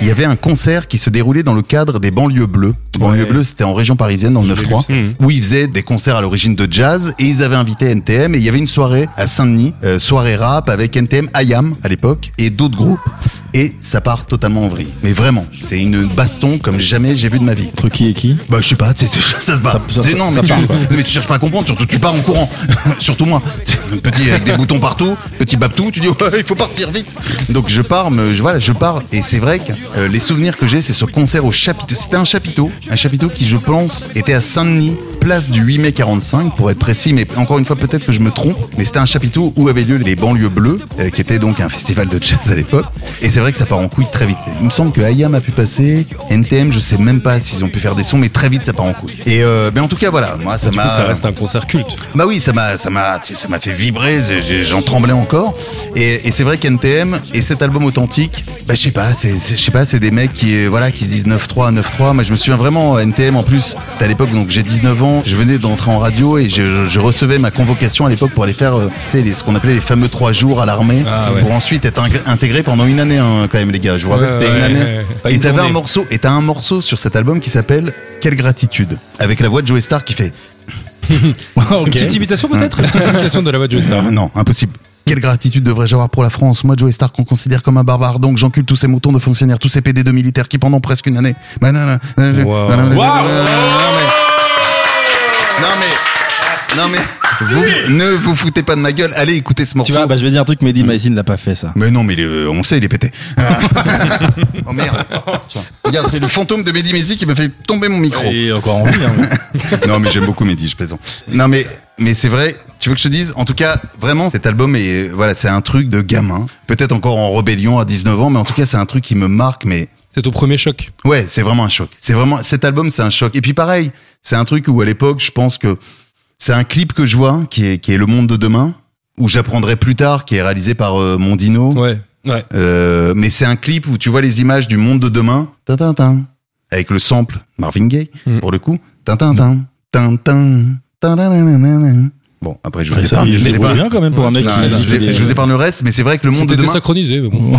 [SPEAKER 5] Il y avait un concert qui se déroulait dans le cadre des banlieues bleues. Banlieues bleues, c'était en région parisienne dans le 9-3 où ils faisaient des concerts à l'origine de jazz et ils avaient invité NTM et il y avait une soirée à Saint-Denis, euh, soirée rap avec NTM Ayam à l'époque et d'autres groupes et ça part totalement en vrille. Mais vraiment, c'est une baston comme jamais j'ai vu de ma vie.
[SPEAKER 4] Entre qui et qui
[SPEAKER 5] Bah je sais pas, tu sais, ça se bat.
[SPEAKER 4] Ça- ça-
[SPEAKER 5] C'est- non,
[SPEAKER 4] ça
[SPEAKER 5] mais, tu,
[SPEAKER 4] part, quoi.
[SPEAKER 5] non, mais tu cherches pas à comprendre, surtout tu pars en courant. <laughs> surtout moi, petit avec des boutons partout, petit babtou, tu dis ouais, il faut partir vite. Donc je pars, me, je, voilà, je pars et c'est vrai que euh, les souvenirs que j'ai, c'est ce concert au chapiteau. C'était un chapiteau, un chapiteau qui je pense était à Saint-Denis place du 8 mai 45, pour être précis, mais encore une fois, peut-être que je me trompe, mais c'était un chapiteau où avaient lieu les banlieues bleues, euh, qui était donc un festival de jazz à l'époque. Et c'est vrai que ça part en couille très vite. Il me semble que IAM a pu passer, NTM, je sais même pas s'ils ont pu faire des sons, mais très vite ça part en couille. Et euh, mais en tout cas, voilà, moi ça
[SPEAKER 3] Du coup,
[SPEAKER 5] m'a.
[SPEAKER 3] ça reste un concert culte. <laughs>
[SPEAKER 5] Bah oui, ça m'a, ça m'a, tu sais, ça m'a fait vibrer. j'ai- j'ai- J'en tremblais encore. Et, et c'est vrai qu'NTM et cet album authentique, bah je sais pas, c'est, c'est- je sais pas, c'est des mecs qui, euh, voilà, qui se disent 9-3, 9-3. Moi, je me souviens vraiment euh, NTM. En plus, c'était à l'époque, donc j'ai 19 ans. Je venais d'entrer en radio et je, je- je recevais ma convocation à l'époque pour aller faire, euh, tu sais, les- ce qu'on appelait les fameux trois jours à l'armée,
[SPEAKER 6] Ah ouais.
[SPEAKER 5] pour ensuite être ingr- intégré pendant une année hein, quand même, les gars. Je vous rappelle,
[SPEAKER 3] Ouais,
[SPEAKER 5] c'était une
[SPEAKER 3] ouais,
[SPEAKER 5] année.
[SPEAKER 3] ouais, ouais.
[SPEAKER 6] Pas
[SPEAKER 5] Et
[SPEAKER 6] une
[SPEAKER 5] t'avais un
[SPEAKER 6] journée.
[SPEAKER 5] morceau, et t'as un morceau sur cet album qui s'appelle Quelle gratitude, avec la voix de Joey Star qui fait
[SPEAKER 3] Une petite imitation peut-être Hein. Une petite imitation de la voix de Joe Star.
[SPEAKER 5] Euh, non, impossible. Quelle gratitude devrais-je avoir pour la France Moi, Joey Star, qu'on considère comme un barbare, donc j'encule tous ces moutons de fonctionnaires, tous ces PD de militaires qui pendant presque une année. Bah, non, non, non, je-
[SPEAKER 3] Wow.
[SPEAKER 5] bah, non, non,
[SPEAKER 3] Wow.
[SPEAKER 5] non, non, non, non, mais- non, mais, non, mais vous, ne vous foutez pas de ma gueule. Allez écoutez ce
[SPEAKER 4] Tu
[SPEAKER 5] morceau.
[SPEAKER 4] vois, bah, je vais dire un truc, Mehdi Maïsine n'a pas fait ça.
[SPEAKER 5] Mais non, mais il est- euh, on le sait, il est pété. oh merde. Regarde, c'est le fantôme de Mehdi Maizi qui me fait tomber mon micro.
[SPEAKER 4] Et encore en vie, hein.
[SPEAKER 5] non mais j'aime beaucoup Mehdi, je plaisante. Non mais mais c'est vrai. Tu veux que je te dise En tout cas, vraiment, cet album est voilà, c'est un truc de gamin. Peut-être encore en rébellion à 19 ans, mais en tout cas, c'est un truc qui me marque. Mais
[SPEAKER 3] C'est ton premier choc.
[SPEAKER 5] ouais, c'est vraiment un choc. C'est vraiment cet album, c'est un choc. Et puis pareil, c'est un truc où à l'époque, je pense que c'est un clip que je vois qui est qui est le monde de demain où j'apprendrai plus tard, qui est réalisé par euh, mon dino.
[SPEAKER 3] Ouais. Ouais.
[SPEAKER 5] Euh, mais c'est un clip où tu vois les images du monde de demain, tin, tin, tin. avec le sample Marvin Gaye,
[SPEAKER 3] Mm.
[SPEAKER 5] pour le coup, tin, tin, tin, tin, tin, tin, nan, nan, nan, nan. Bon, après, je vous
[SPEAKER 4] C'est ça,
[SPEAKER 5] épargne,
[SPEAKER 4] il
[SPEAKER 5] je
[SPEAKER 4] se
[SPEAKER 5] vous
[SPEAKER 4] débrouille
[SPEAKER 5] épargne,
[SPEAKER 6] hein.
[SPEAKER 4] bien quand même pour un mec
[SPEAKER 5] Non,
[SPEAKER 4] qui
[SPEAKER 5] non, je
[SPEAKER 4] dit
[SPEAKER 5] vous-
[SPEAKER 4] des-
[SPEAKER 5] je vous épargne le reste, mais c'est vrai que le monde de
[SPEAKER 3] C'était
[SPEAKER 5] demain.
[SPEAKER 3] synchronisé, mais bon.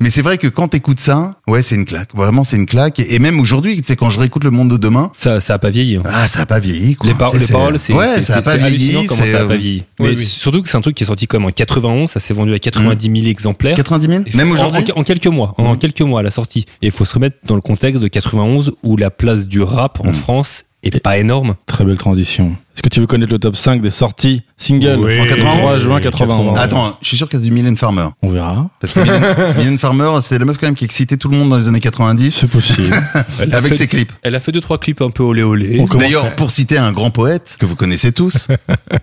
[SPEAKER 5] Mais c'est vrai que quand t'écoutes ça, ouais, c'est une claque. Vraiment, c'est une claque. Et et même aujourd'hui, tu sais, quand je réécoute le monde de demain,
[SPEAKER 6] Ça, ça a pas vieilli. hein.
[SPEAKER 5] ah, ça a pas vieilli, quoi.
[SPEAKER 6] Les, par-
[SPEAKER 5] Tu sais,
[SPEAKER 6] les paroles, c'est
[SPEAKER 5] ouais,
[SPEAKER 6] c'est-
[SPEAKER 5] ça a
[SPEAKER 6] c'est-
[SPEAKER 5] pas
[SPEAKER 6] c'est hallucinant
[SPEAKER 5] vieilli,
[SPEAKER 6] comment
[SPEAKER 5] c'est,
[SPEAKER 6] ça a
[SPEAKER 5] euh,
[SPEAKER 6] pas vieilli.
[SPEAKER 3] Oui,
[SPEAKER 6] Mais
[SPEAKER 3] oui.
[SPEAKER 6] surtout que c'est un truc qui est sorti comme en 91, ça s'est vendu à 90 000 exemplaires.
[SPEAKER 5] 90 000?
[SPEAKER 6] Et
[SPEAKER 5] Hum. euh, Même
[SPEAKER 6] en-
[SPEAKER 5] aujourd'hui? Hum.
[SPEAKER 6] en, en quelques mois, en quelques mois à la sortie. Et il faut se remettre dans le contexte de 91 où la place du rap en
[SPEAKER 5] Mm.
[SPEAKER 6] France est pas énorme.
[SPEAKER 4] Très belle transition. Est-ce que tu veux connaître le top 5 des sorties single
[SPEAKER 3] Oui.
[SPEAKER 5] En 91?
[SPEAKER 4] 3 juin 91.
[SPEAKER 5] Attends, je suis sûr qu'il y a du Mylène Farmer.
[SPEAKER 4] Oh. On verra.
[SPEAKER 5] Parce que Mylène- Mylène Farmer, c'est la meuf quand même qui excitait tout le monde dans les années 90
[SPEAKER 4] C'est <laughs> possible.
[SPEAKER 6] Elle a
[SPEAKER 5] avec
[SPEAKER 6] fait-
[SPEAKER 5] ses clips.
[SPEAKER 6] Elle a fait deux trois clips un peu olé olé.
[SPEAKER 4] On commence
[SPEAKER 5] D'ailleurs, pour citer un grand poète que vous connaissez tous,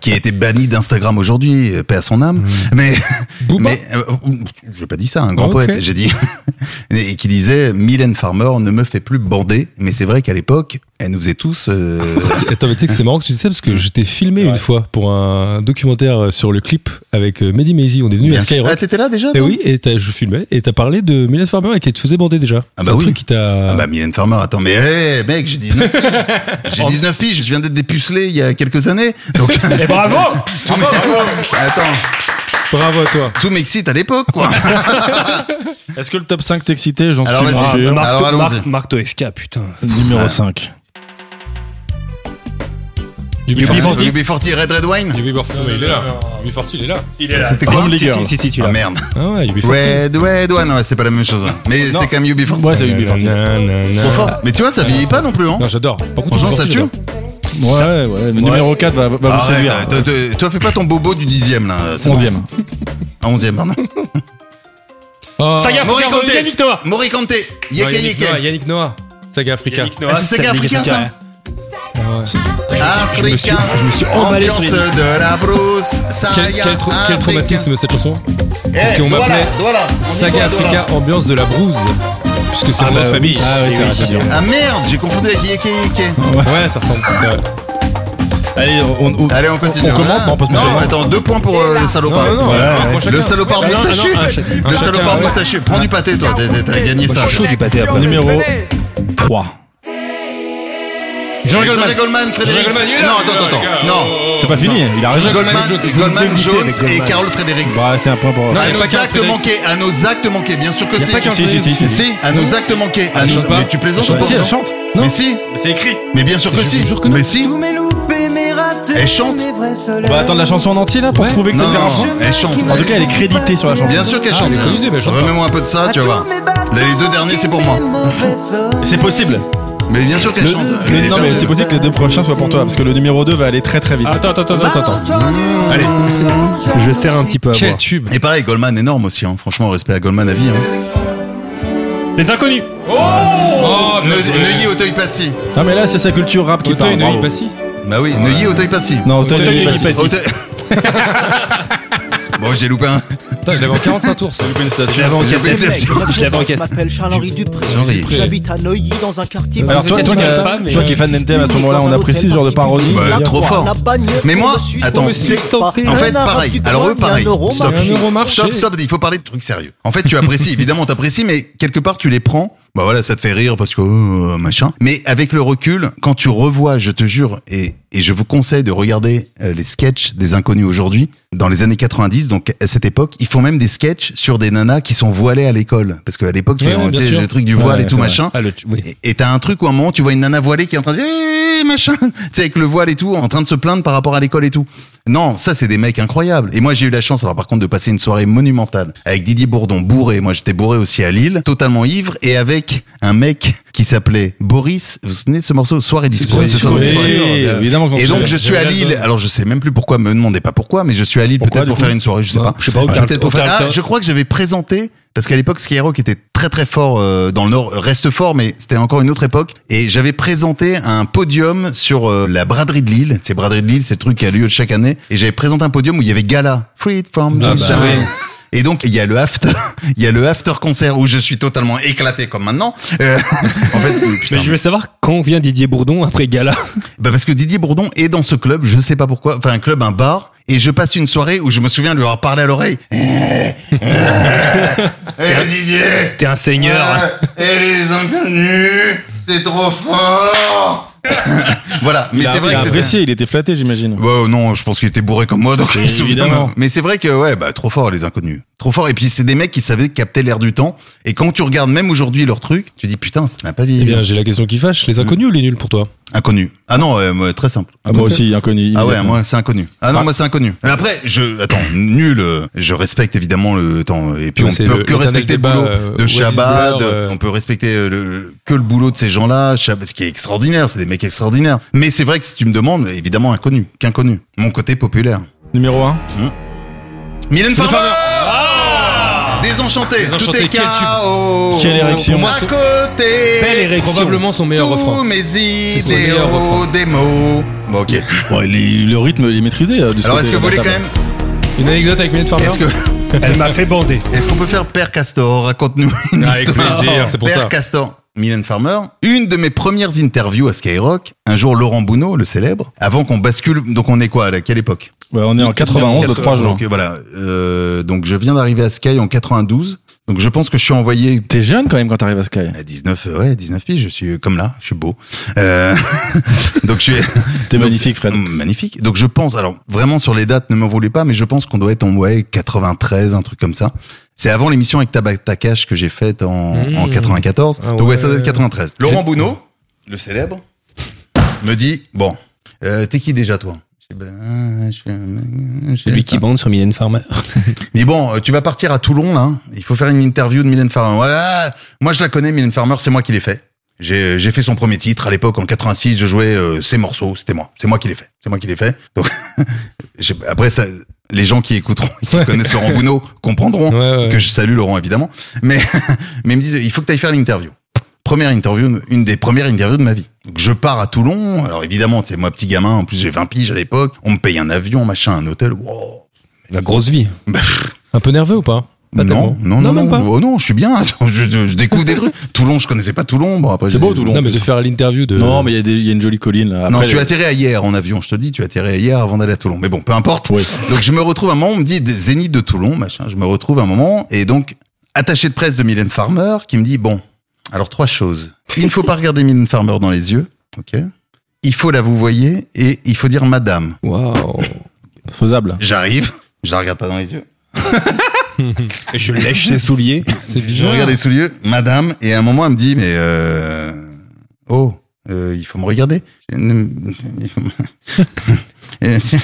[SPEAKER 5] qui a été banni d'Instagram aujourd'hui, euh, paix à son âme, mais,
[SPEAKER 3] Booba
[SPEAKER 5] mais euh, je n'ai pas dit ça, un grand
[SPEAKER 3] Ok.
[SPEAKER 5] poète, j'ai dit, <laughs> et qui disait, Mylène Farmer ne me fait plus bander, mais c'est vrai qu'à l'époque, elle nous faisait tous... euh,
[SPEAKER 3] C'est- Attends, mais tu sais que c'est marrant que tu dis ça parce que j'étais filmé une fois pour un documentaire sur le clip avec euh, Mehdi Maizi. On est venu à
[SPEAKER 5] bien- Ah,
[SPEAKER 3] Skyrock.
[SPEAKER 5] t'étais là déjà
[SPEAKER 3] Et
[SPEAKER 5] toi
[SPEAKER 3] oui, et t'as- je filmais, et t'as parlé de Mylène Farmer et qui te faisait bander déjà.
[SPEAKER 5] Ah
[SPEAKER 3] c'est
[SPEAKER 5] bah
[SPEAKER 3] un
[SPEAKER 5] oui.
[SPEAKER 3] truc qui t'a.
[SPEAKER 5] Ah bah Mylène Farmer, attends, mais hé, mec, j'ai 19 piges. J'ai 19 piges, je viens d'être dépucelé il y a quelques années. Donc,
[SPEAKER 6] Et <laughs> bravo
[SPEAKER 5] attends,
[SPEAKER 3] Bravo à toi.
[SPEAKER 5] tout m'excite à l'époque,
[SPEAKER 3] <laughs>
[SPEAKER 5] quoi.
[SPEAKER 4] Est-ce que le top 5 t'excitait J'en
[SPEAKER 5] Alors,
[SPEAKER 4] suis
[SPEAKER 5] vas-y.
[SPEAKER 4] sûr.
[SPEAKER 5] Mar- Alors,
[SPEAKER 6] Marc,
[SPEAKER 5] allons-y.
[SPEAKER 6] Marc, Marc Toesca, putain.
[SPEAKER 4] Numéro 5.
[SPEAKER 3] Yubi
[SPEAKER 6] Forti.
[SPEAKER 3] Ah Forti.
[SPEAKER 5] UB40, Red Red Wine.
[SPEAKER 3] Yubi Forti, non, mais il est là. Yubi Forti, il est là.
[SPEAKER 6] Il est là.
[SPEAKER 5] C'était quoi
[SPEAKER 6] Si, si, si, si, tu
[SPEAKER 5] Ah
[SPEAKER 6] l'as.
[SPEAKER 5] merde.
[SPEAKER 3] Ah ouais, Yubi Forti.
[SPEAKER 5] Red, red, ouais, non, ouais, c'était pas la même chose. ouais. Mais c'est quand même UB40.
[SPEAKER 4] Ouais, c'est UB40.
[SPEAKER 5] Trop fort. Mais tu vois, ça vieillit pas non plus, hein.
[SPEAKER 3] Non, j'adore. Par contre,
[SPEAKER 5] Franchement,
[SPEAKER 3] Yubi
[SPEAKER 5] ça
[SPEAKER 3] Forti,
[SPEAKER 5] tue.
[SPEAKER 3] j'adore.
[SPEAKER 4] Ouais, ouais. mais Numéro 4 va, va vous
[SPEAKER 5] Arrête,
[SPEAKER 4] servir.
[SPEAKER 5] arrête, te- te- toi fais pas ton bobo du dixième là. c'est bon.
[SPEAKER 4] 11ème.
[SPEAKER 5] Ah, onzième, pardon.
[SPEAKER 3] Ah,
[SPEAKER 6] Saga
[SPEAKER 5] Maurice
[SPEAKER 6] Africa,
[SPEAKER 5] Ganté.
[SPEAKER 6] Yannick Noah.
[SPEAKER 5] Mori Kante,
[SPEAKER 3] ouais,
[SPEAKER 5] Yeke
[SPEAKER 3] Yannick Noah,
[SPEAKER 5] Yeke.
[SPEAKER 3] Yannick Noah. Saga Africa.
[SPEAKER 5] Ah, c'est Saga Africa ça
[SPEAKER 3] Ah ouais.
[SPEAKER 5] Africain,
[SPEAKER 6] emballé sur
[SPEAKER 5] ambiance
[SPEAKER 6] les-
[SPEAKER 5] de la brousse,
[SPEAKER 3] Quel,
[SPEAKER 5] Saga
[SPEAKER 3] quel, trau- quel traumatisme cette chanson
[SPEAKER 5] Eh,
[SPEAKER 3] Parce qu'on m'appelait Saga Africa Ambiance de la Brouse. Puisque c'est
[SPEAKER 6] Ah
[SPEAKER 3] mon nom
[SPEAKER 6] bah
[SPEAKER 3] de famille.
[SPEAKER 6] oui. Ah ouais, c'est vrai, c'est bien.
[SPEAKER 5] Ah merde, j'ai confondu avec Yeke Yeke.
[SPEAKER 3] Ouais, ça ressemble. C'est vrai.
[SPEAKER 4] Allez, on, on-
[SPEAKER 5] Allez, on continue.
[SPEAKER 4] On commence,
[SPEAKER 5] Ah.
[SPEAKER 4] non, on peut se
[SPEAKER 5] Non,
[SPEAKER 4] mettre-
[SPEAKER 5] attends, deux points pour euh, le salopard.
[SPEAKER 3] Non, non, non,
[SPEAKER 4] Ouais,
[SPEAKER 3] un point chacun.
[SPEAKER 5] Le salopard
[SPEAKER 3] Ah non, ah non,
[SPEAKER 5] moustachu.
[SPEAKER 3] un chacun.
[SPEAKER 5] Le salopard moustachu. Prends du pâté, toi. T'as t'as gagné ça.
[SPEAKER 6] chaud du pâté après.
[SPEAKER 4] Numéro 3.
[SPEAKER 5] Jean Goldman. Goldman, Frédéric. Non, attends, attends. Non.
[SPEAKER 4] C'est pas fini, il a raison.
[SPEAKER 5] Goldman,
[SPEAKER 4] Vous me
[SPEAKER 5] Goldman
[SPEAKER 4] dégoûtez
[SPEAKER 5] Jones
[SPEAKER 4] avec
[SPEAKER 5] et
[SPEAKER 4] Goldman.
[SPEAKER 5] Carol Fredericks.
[SPEAKER 4] Bah, c'est un point pour.
[SPEAKER 5] à
[SPEAKER 3] il y a
[SPEAKER 5] nos
[SPEAKER 3] pas qu'un
[SPEAKER 5] actes
[SPEAKER 3] Frédéric.
[SPEAKER 5] manqués, à nos actes manqués, bien sûr que
[SPEAKER 3] pas qu'un
[SPEAKER 5] si.
[SPEAKER 4] si, si, si, si.
[SPEAKER 5] Si, à nos actes manqués.
[SPEAKER 4] Ah,
[SPEAKER 5] à nos-
[SPEAKER 3] chante pas.
[SPEAKER 5] Ah, Mais tu plaisantes ou
[SPEAKER 4] Si,
[SPEAKER 5] pas
[SPEAKER 4] elle chante.
[SPEAKER 5] Mais si,
[SPEAKER 4] C'est écrit.
[SPEAKER 5] mais bien sûr que
[SPEAKER 3] Je
[SPEAKER 5] si.
[SPEAKER 3] vous jure que non.
[SPEAKER 5] Mais si,
[SPEAKER 7] Tous mes loupés, mes ratés,
[SPEAKER 5] Elle chante.
[SPEAKER 7] mes vrais
[SPEAKER 4] On
[SPEAKER 7] soleils.
[SPEAKER 4] va attendre Bah, la chanson en entier là pour
[SPEAKER 3] Ouais.
[SPEAKER 4] prouver que
[SPEAKER 5] Non,
[SPEAKER 4] c'était
[SPEAKER 5] non,
[SPEAKER 4] un chant.
[SPEAKER 5] elle chante.
[SPEAKER 4] En tout cas, elle est créditée sur la chanson.
[SPEAKER 5] Bien sûr qu'elle
[SPEAKER 3] Ah,
[SPEAKER 5] chante.
[SPEAKER 3] elle est connue, mais elle chante pas.
[SPEAKER 5] Remets-moi un peu de ça,
[SPEAKER 7] À
[SPEAKER 5] tu
[SPEAKER 7] tous
[SPEAKER 5] vas voir.
[SPEAKER 7] mes bateaux,
[SPEAKER 5] Là, les deux derniers, c'est pour moi.
[SPEAKER 7] mes mauvais soleils.
[SPEAKER 4] C'est possible.
[SPEAKER 5] Mais bien sûr qu'elle
[SPEAKER 4] Le-
[SPEAKER 5] chante.
[SPEAKER 4] le-
[SPEAKER 5] Elle est
[SPEAKER 4] non, mais
[SPEAKER 5] perdue.
[SPEAKER 4] c'est possible que les deux prochains soient pour toi parce que le numéro 2 va aller très très vite.
[SPEAKER 6] Ah, Attends, attends, attends, attends, attends.
[SPEAKER 5] Mmh.
[SPEAKER 7] Allez,
[SPEAKER 6] Je serre un petit peu à
[SPEAKER 3] Quel
[SPEAKER 6] voir.
[SPEAKER 3] tube
[SPEAKER 5] Et pareil, Goldman énorme aussi. hein. Franchement, respect à Goldman à vie. hein.
[SPEAKER 6] Les inconnus.
[SPEAKER 3] Oh, bien
[SPEAKER 5] Ne-
[SPEAKER 3] joué.
[SPEAKER 5] Neuilly, Auteuil-Passy.
[SPEAKER 4] Ah, mais là, c'est sa culture rap qui
[SPEAKER 3] Auteuil
[SPEAKER 4] parle.
[SPEAKER 3] ne
[SPEAKER 4] bravo.
[SPEAKER 3] lit pas si.
[SPEAKER 5] Bah oui, Neuilly, Auteuil-Passy.
[SPEAKER 4] Non,
[SPEAKER 3] Auteuil
[SPEAKER 4] Auteuil
[SPEAKER 3] ne lit
[SPEAKER 4] Passy.
[SPEAKER 3] pas si.
[SPEAKER 5] Auteuil- <laughs> bon, j'ai loupé un.
[SPEAKER 3] Putain, je l'avais en 45 tours ça.
[SPEAKER 6] Je l'avais en
[SPEAKER 5] J'ai loupé
[SPEAKER 6] cassette,
[SPEAKER 5] une station.
[SPEAKER 6] mec. Je l'avais en
[SPEAKER 8] Je
[SPEAKER 6] cassette.
[SPEAKER 8] m'appelle Charles-Henri Dupré.
[SPEAKER 5] Jean-Ri.
[SPEAKER 8] J'habite à Neuilly dans un quartier.
[SPEAKER 4] Alors, toi, toi, qui as-
[SPEAKER 6] femme, mais-
[SPEAKER 4] toi qui es fan d'NTM à ce moment-là, on apprécie ce genre de parodie.
[SPEAKER 5] Bah, trop fort. Mais moi, attends, En fait, pareil. Alors eux, pareil. Stop.
[SPEAKER 3] Un euro marché.
[SPEAKER 5] Stop, stop. Il faut parler de trucs sérieux. En fait, tu apprécies. Évidemment, t'apprécies, mais quelque part, tu les prends. Bah voilà, ça te fait rire parce que euh, machin. Mais avec le recul, quand tu revois, je te jure, et, et je vous conseille de regarder euh, les sketchs des inconnus aujourd'hui. Dans les années 90, donc à cette époque, ils font même des sketchs sur des nanas qui sont voilées à l'école. Parce qu'à l'époque, c'est
[SPEAKER 3] Ouais, ouais,
[SPEAKER 5] tu
[SPEAKER 3] bien
[SPEAKER 5] sais,
[SPEAKER 3] sûr.
[SPEAKER 5] le truc du voile
[SPEAKER 4] Ouais,
[SPEAKER 5] et tout
[SPEAKER 4] ouais.
[SPEAKER 5] machin.
[SPEAKER 6] Ah, le, oui.
[SPEAKER 5] Et- Et t'as un truc où à un moment tu vois une nana voilée qui est en train de Eh, machin, <laughs> tu sais avec le voile et tout, en train de se plaindre par rapport à l'école et tout. Non, ça c'est des mecs incroyables. Et moi j'ai eu la chance alors par contre de passer une soirée monumentale avec Didier Bourdon bourré. Moi j'étais bourré aussi à Lille, totalement ivre et avec un mec qui s'appelait Boris. Vous vous souvenez de ce morceau Soirée disco.
[SPEAKER 6] Soirée
[SPEAKER 5] ce
[SPEAKER 6] disco,
[SPEAKER 5] soir,
[SPEAKER 6] oui.
[SPEAKER 5] ce soir.
[SPEAKER 4] Oui, évidemment qu'on
[SPEAKER 5] Et
[SPEAKER 4] se-
[SPEAKER 5] donc je suis à Lille. Alors je sais même plus pourquoi. Me demandez pas pourquoi, mais je suis à Lille
[SPEAKER 4] Pourquoi,
[SPEAKER 5] peut-être
[SPEAKER 4] du
[SPEAKER 5] pour
[SPEAKER 4] coup
[SPEAKER 5] faire une soirée. Je sais
[SPEAKER 6] Ouais,
[SPEAKER 5] pas.
[SPEAKER 6] je sais pas, au
[SPEAKER 5] Peut-être
[SPEAKER 6] Carlton-
[SPEAKER 5] pour
[SPEAKER 6] au
[SPEAKER 5] faire- Ah,
[SPEAKER 6] Carlton.
[SPEAKER 5] je crois que j'avais présenté parce qu'à l'époque Skyrock était très très fort euh, dans le Nord, reste fort, mais c'était encore une autre époque. Et j'avais présenté un podium sur euh, la braderie de Lille. C'est braderie de Lille, c'est le truc qui a lieu chaque année. Et j'avais présenté un podium où il y avait Gala, Freed from the
[SPEAKER 6] Ah bah
[SPEAKER 5] Sun.
[SPEAKER 6] oui.
[SPEAKER 5] Et donc il y a le after, <laughs> il y a le after concert où je suis totalement éclaté comme maintenant. Euh, <laughs> en fait, putain,
[SPEAKER 6] Mais je veux savoir quand vient Didier Bourdon après Gala.
[SPEAKER 5] bah parce que Didier Bourdon est dans ce club, je sais pas pourquoi, enfin un club, un bar, et je passe une soirée où je me souviens de lui avoir parlé à l'oreille. Eh, Didier
[SPEAKER 6] <laughs> T'es un seigneur.
[SPEAKER 3] Euh,
[SPEAKER 5] <laughs> Et les inconnus C'est trop fort <laughs> Voilà, mais
[SPEAKER 4] Il a-
[SPEAKER 5] c'est
[SPEAKER 4] il
[SPEAKER 5] vrai que
[SPEAKER 4] a
[SPEAKER 5] c'était...
[SPEAKER 4] apprécié, il était flatté, j'imagine.
[SPEAKER 5] Ouais, non, je pense qu'il était bourré comme moi, donc il se souvient.
[SPEAKER 4] évidemment.
[SPEAKER 5] Mais c'est vrai que ouais, bah trop fort les inconnus, trop fort. Et puis c'est des mecs qui savaient capter l'air du temps. Et quand tu regardes même aujourd'hui leur truc, tu dis putain, ça n'a pas
[SPEAKER 3] Eh
[SPEAKER 5] vieilli.
[SPEAKER 3] bien, j'ai la question qui fâche. Les inconnus ou les nuls pour toi
[SPEAKER 5] Inconnu. Ah non, euh, moi, très simple.
[SPEAKER 4] Ah, moi aussi, inconnu.
[SPEAKER 5] Ah ouais, moi c'est inconnu. Ah non, moi c'est inconnu. Après, je attends, nul. euh, Je respecte évidemment le temps et puis
[SPEAKER 3] Ouais,
[SPEAKER 5] on
[SPEAKER 3] c'est
[SPEAKER 5] peut
[SPEAKER 3] le-
[SPEAKER 5] que
[SPEAKER 3] le
[SPEAKER 5] respecter le
[SPEAKER 3] dernier
[SPEAKER 5] boulot
[SPEAKER 3] débat, euh,
[SPEAKER 5] de
[SPEAKER 3] Oasis
[SPEAKER 5] Shabbat.
[SPEAKER 3] Blur,
[SPEAKER 5] euh,
[SPEAKER 3] euh,
[SPEAKER 5] On peut respecter euh, le- le- que le boulot de ces gens-là. Shabbat, ce qui est extraordinaire, c'est des mecs extraordinaires. Mais c'est vrai que si tu me demandes, évidemment inconnu, qu'inconnu. Mon côté populaire.
[SPEAKER 4] Numéro 1.
[SPEAKER 5] Mylène Farmer. Ah Désenchanté,
[SPEAKER 3] Désenchanté,
[SPEAKER 5] tout est
[SPEAKER 3] quel tube.
[SPEAKER 5] KO.
[SPEAKER 4] Quelle érection.
[SPEAKER 5] À côté.
[SPEAKER 6] Belle érection.
[SPEAKER 3] Probablement son meilleur refrain.
[SPEAKER 5] Tous mes
[SPEAKER 3] son meilleur
[SPEAKER 5] idéaux,
[SPEAKER 3] refrain.
[SPEAKER 5] des mots. Bon,
[SPEAKER 3] <laughs>
[SPEAKER 5] ok.
[SPEAKER 4] Bon, il est- le rythme, il est maîtrisé. euh, de ce
[SPEAKER 5] Alors,
[SPEAKER 4] côté
[SPEAKER 5] est-ce que vous
[SPEAKER 4] de la
[SPEAKER 5] voulez quand
[SPEAKER 4] table.
[SPEAKER 5] même,
[SPEAKER 3] Une anecdote avec Mylène Farmer
[SPEAKER 5] est-ce que,
[SPEAKER 6] Elle m'a fait bander.
[SPEAKER 5] Est-ce qu'on peut faire Père Castor Raconte-nous une
[SPEAKER 3] Avec
[SPEAKER 5] histoire.
[SPEAKER 3] plaisir, c'est pour
[SPEAKER 5] Père
[SPEAKER 3] ça.
[SPEAKER 5] Castor, Mylène Farmer. Une de mes premières interviews à Skyrock. Un jour, Laurent Bounot, le célèbre, avant qu'on bascule. Donc, on est quoi à quelle époque
[SPEAKER 4] Ouais, on est en 91 de 3 jours.
[SPEAKER 5] Donc, voilà. Euh, donc, je viens d'arriver à Sky en 92. Donc, je pense que je suis envoyé
[SPEAKER 4] T'es jeune quand même quand t'arrives à Sky.
[SPEAKER 5] à 19, euh, ouais, 19 piges, je suis comme là, je suis beau. Euh, <laughs> donc je suis.
[SPEAKER 4] T'es
[SPEAKER 5] donc,
[SPEAKER 4] magnifique,
[SPEAKER 5] c'est-
[SPEAKER 4] Fred.
[SPEAKER 5] Mm, Magnifique. Donc je pense, alors vraiment sur les dates, ne m'en voulez pas, mais je pense qu'on doit être en ouais 93, un truc comme ça. C'est avant l'émission avec Tabata Cash que j'ai faite en, en 94.
[SPEAKER 3] Ah
[SPEAKER 5] Donc ouais,
[SPEAKER 3] ouais.
[SPEAKER 5] ça doit être 93. Laurent Bounot, le célèbre, me dit bon, euh, t'es qui déjà toi Je dis, ben, je suis un mec, je suis
[SPEAKER 6] Celui qui bande sur Mylène Farmer.
[SPEAKER 5] mais bon, euh, tu vas partir à Toulon, là. hein. Il faut faire une interview de Mylène Farmer. Ouais, moi, je la connais, Mylène Farmer, c'est moi qui l'ai fait. J'ai j'ai fait son premier titre à l'époque en 86. Je jouais euh, ses morceaux, c'était moi. C'est moi qui l'ai fait. C'est moi qui l'ai fait. Donc <laughs> j'ai- après ça, les gens qui écouteront, <laughs> et qui connaissent Laurent Gounod, comprendront
[SPEAKER 3] Ouais, ouais.
[SPEAKER 5] que je salue Laurent évidemment. Mais <laughs> mais ils me disent il faut que tu ailles faire l'interview. Première interview, une des premières interviews de ma vie. Donc je pars à Toulon. Alors évidemment, c'est moi petit gamin. En plus j'ai 20 piges à l'époque. On me paye un avion, machin, un hôtel. Wow.
[SPEAKER 6] La grosse vie.
[SPEAKER 3] Un peu nerveux ou pas Pas
[SPEAKER 5] Non,
[SPEAKER 3] tellement.
[SPEAKER 5] non, non,
[SPEAKER 3] Non, même
[SPEAKER 5] non.
[SPEAKER 3] pas.
[SPEAKER 5] Oh non, je suis bien. Attends, Je, je- je découvre des trucs. Toulon, je connaissais pas Toulon. Bon, après,
[SPEAKER 4] C'est beau,
[SPEAKER 5] j'ai-
[SPEAKER 4] Toulon.
[SPEAKER 3] Non, mais de faire l'interview de.
[SPEAKER 4] Non, mais il y a des- il y, a une jolie colline là.
[SPEAKER 5] non,
[SPEAKER 4] Après,
[SPEAKER 5] tu
[SPEAKER 4] les-
[SPEAKER 5] atterris à hier en avion, je te dis, tu atterris à hier avant d'aller à Toulon. Mais bon, peu importe.
[SPEAKER 4] Oui.
[SPEAKER 5] Donc je me retrouve à un moment, on me dit des zénith de Toulon, machin. Je me retrouve à un moment et donc attaché de presse de Mylène Farmer qui me dit bon, alors trois choses. Il ne faut pas regarder Mylène Farmer dans les yeux, ok. Il faut la vous voyez et il faut dire madame.
[SPEAKER 6] Waouh.
[SPEAKER 4] Faisable.
[SPEAKER 5] J'arrive, <laughs> je la regarde pas dans les yeux.
[SPEAKER 6] Je lèche ses souliers.
[SPEAKER 3] C'est
[SPEAKER 5] Je
[SPEAKER 3] bizarre.
[SPEAKER 5] regarde les sous-lieux, madame, et à un moment, elle me dit, mais euh, oh, euh, il faut me regarder. Je- ne- <laughs> il faut me- <laughs> Et c'est-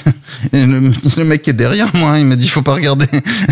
[SPEAKER 5] et le, le mec qui est derrière moi, il m'a dit, il faut pas regarder.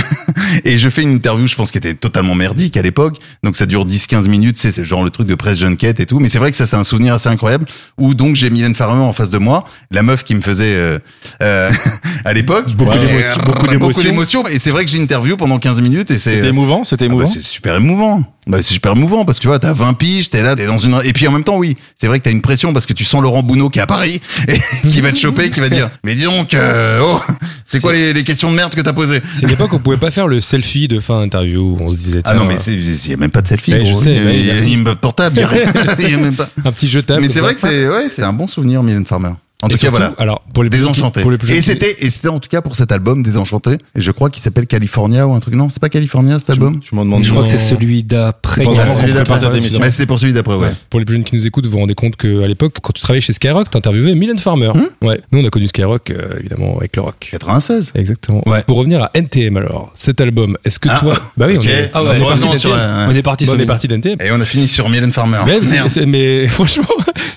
[SPEAKER 5] <laughs> Et je fais une interview, je pense, qui était totalement merdique à l'époque. Donc ça dure 10-15 minutes, tu sais, c'est genre le truc de presse junket et tout. Mais c'est vrai que ça, c'est un souvenir assez incroyable. Où donc j'ai Mylène Farmer en face de moi, la meuf qui me faisait euh, euh, <laughs> à l'époque.
[SPEAKER 4] Beaucoup
[SPEAKER 5] Et,
[SPEAKER 4] d'émotions,
[SPEAKER 5] euh,
[SPEAKER 4] beaucoup d'émotions.
[SPEAKER 5] d'émotions. Et c'est vrai que j'ai interview pendant 15 minutes et c'est...
[SPEAKER 4] C'était émouvant, c'était
[SPEAKER 5] Ah bah,
[SPEAKER 4] émouvant.
[SPEAKER 5] c'est super émouvant. Bah, c'est super mouvant parce que tu vois, t'as 20 piges, t'es là, t'es dans une. Et puis en même temps, oui, c'est vrai que t'as une pression parce que tu sens Laurent Bounot qui est à Paris <laughs> et qui va te choper, qui va dire Mais dis donc, euh, oh, c'est quoi les, les questions de merde que t'as posées
[SPEAKER 3] <laughs> C'est une époque où on pouvait pas faire le selfie de fin d'interview. On se disait,
[SPEAKER 5] Ah non, mais
[SPEAKER 3] tiens,
[SPEAKER 5] il y a même pas de selfie.
[SPEAKER 3] Ouais, je
[SPEAKER 5] gros.
[SPEAKER 3] sais,
[SPEAKER 5] Il y a-
[SPEAKER 3] ouais,
[SPEAKER 5] il y a
[SPEAKER 3] merci. Ah,
[SPEAKER 5] une portable, il y a rien. Il y a même pas.
[SPEAKER 3] un petit jetable.
[SPEAKER 5] Mais
[SPEAKER 3] comme
[SPEAKER 5] c'est
[SPEAKER 3] ça.
[SPEAKER 5] vrai que c'est ouais, c'est un bon souvenir, Mylène Farmer. En
[SPEAKER 3] Et
[SPEAKER 5] tout cas,
[SPEAKER 3] surtout,
[SPEAKER 5] voilà.
[SPEAKER 3] Alors, pour les plus-
[SPEAKER 5] Désenchanté.
[SPEAKER 3] Pour les plus
[SPEAKER 5] et
[SPEAKER 3] jeunes-
[SPEAKER 5] c'était et c'était en tout cas pour cet album Désenchanté et je crois qu'il s'appelle California ou un truc non c'est pas California cet album
[SPEAKER 4] Tu m'en demandes.
[SPEAKER 6] Je crois que c'est celui d'après.
[SPEAKER 4] Pendant
[SPEAKER 5] Ah,
[SPEAKER 4] qu'on
[SPEAKER 5] celui
[SPEAKER 4] prépare
[SPEAKER 5] d'après.
[SPEAKER 4] cette émission.
[SPEAKER 5] Bah, c'était pour celui d'après ouais
[SPEAKER 3] Pour les plus jeunes qui nous écoutent, vous vous rendez compte qu'à l'époque, quand tu travaillais chez Skyrock, t'interviewais Mylène Farmer.
[SPEAKER 5] Hmm
[SPEAKER 3] ouais. Nous, on a connu Skyrock, euh, évidemment, avec le rock.
[SPEAKER 5] 96
[SPEAKER 3] Exactement.
[SPEAKER 6] Ouais.
[SPEAKER 3] Pour revenir à NTM alors, cet album, est-ce que
[SPEAKER 5] Ah,
[SPEAKER 3] toi. Bah oui,
[SPEAKER 5] ok.
[SPEAKER 3] on est,
[SPEAKER 5] Ah ouais,
[SPEAKER 3] on est parti
[SPEAKER 5] revenons sur
[SPEAKER 3] d'NTM.
[SPEAKER 5] la-
[SPEAKER 6] On est parti
[SPEAKER 3] Bon,
[SPEAKER 6] sur
[SPEAKER 3] on est
[SPEAKER 6] les
[SPEAKER 3] parti d'NTM.
[SPEAKER 5] et on a fini sur Mylène Farmer
[SPEAKER 3] Mais, c'est-
[SPEAKER 5] Merde.
[SPEAKER 3] c'est- mais <laughs> franchement,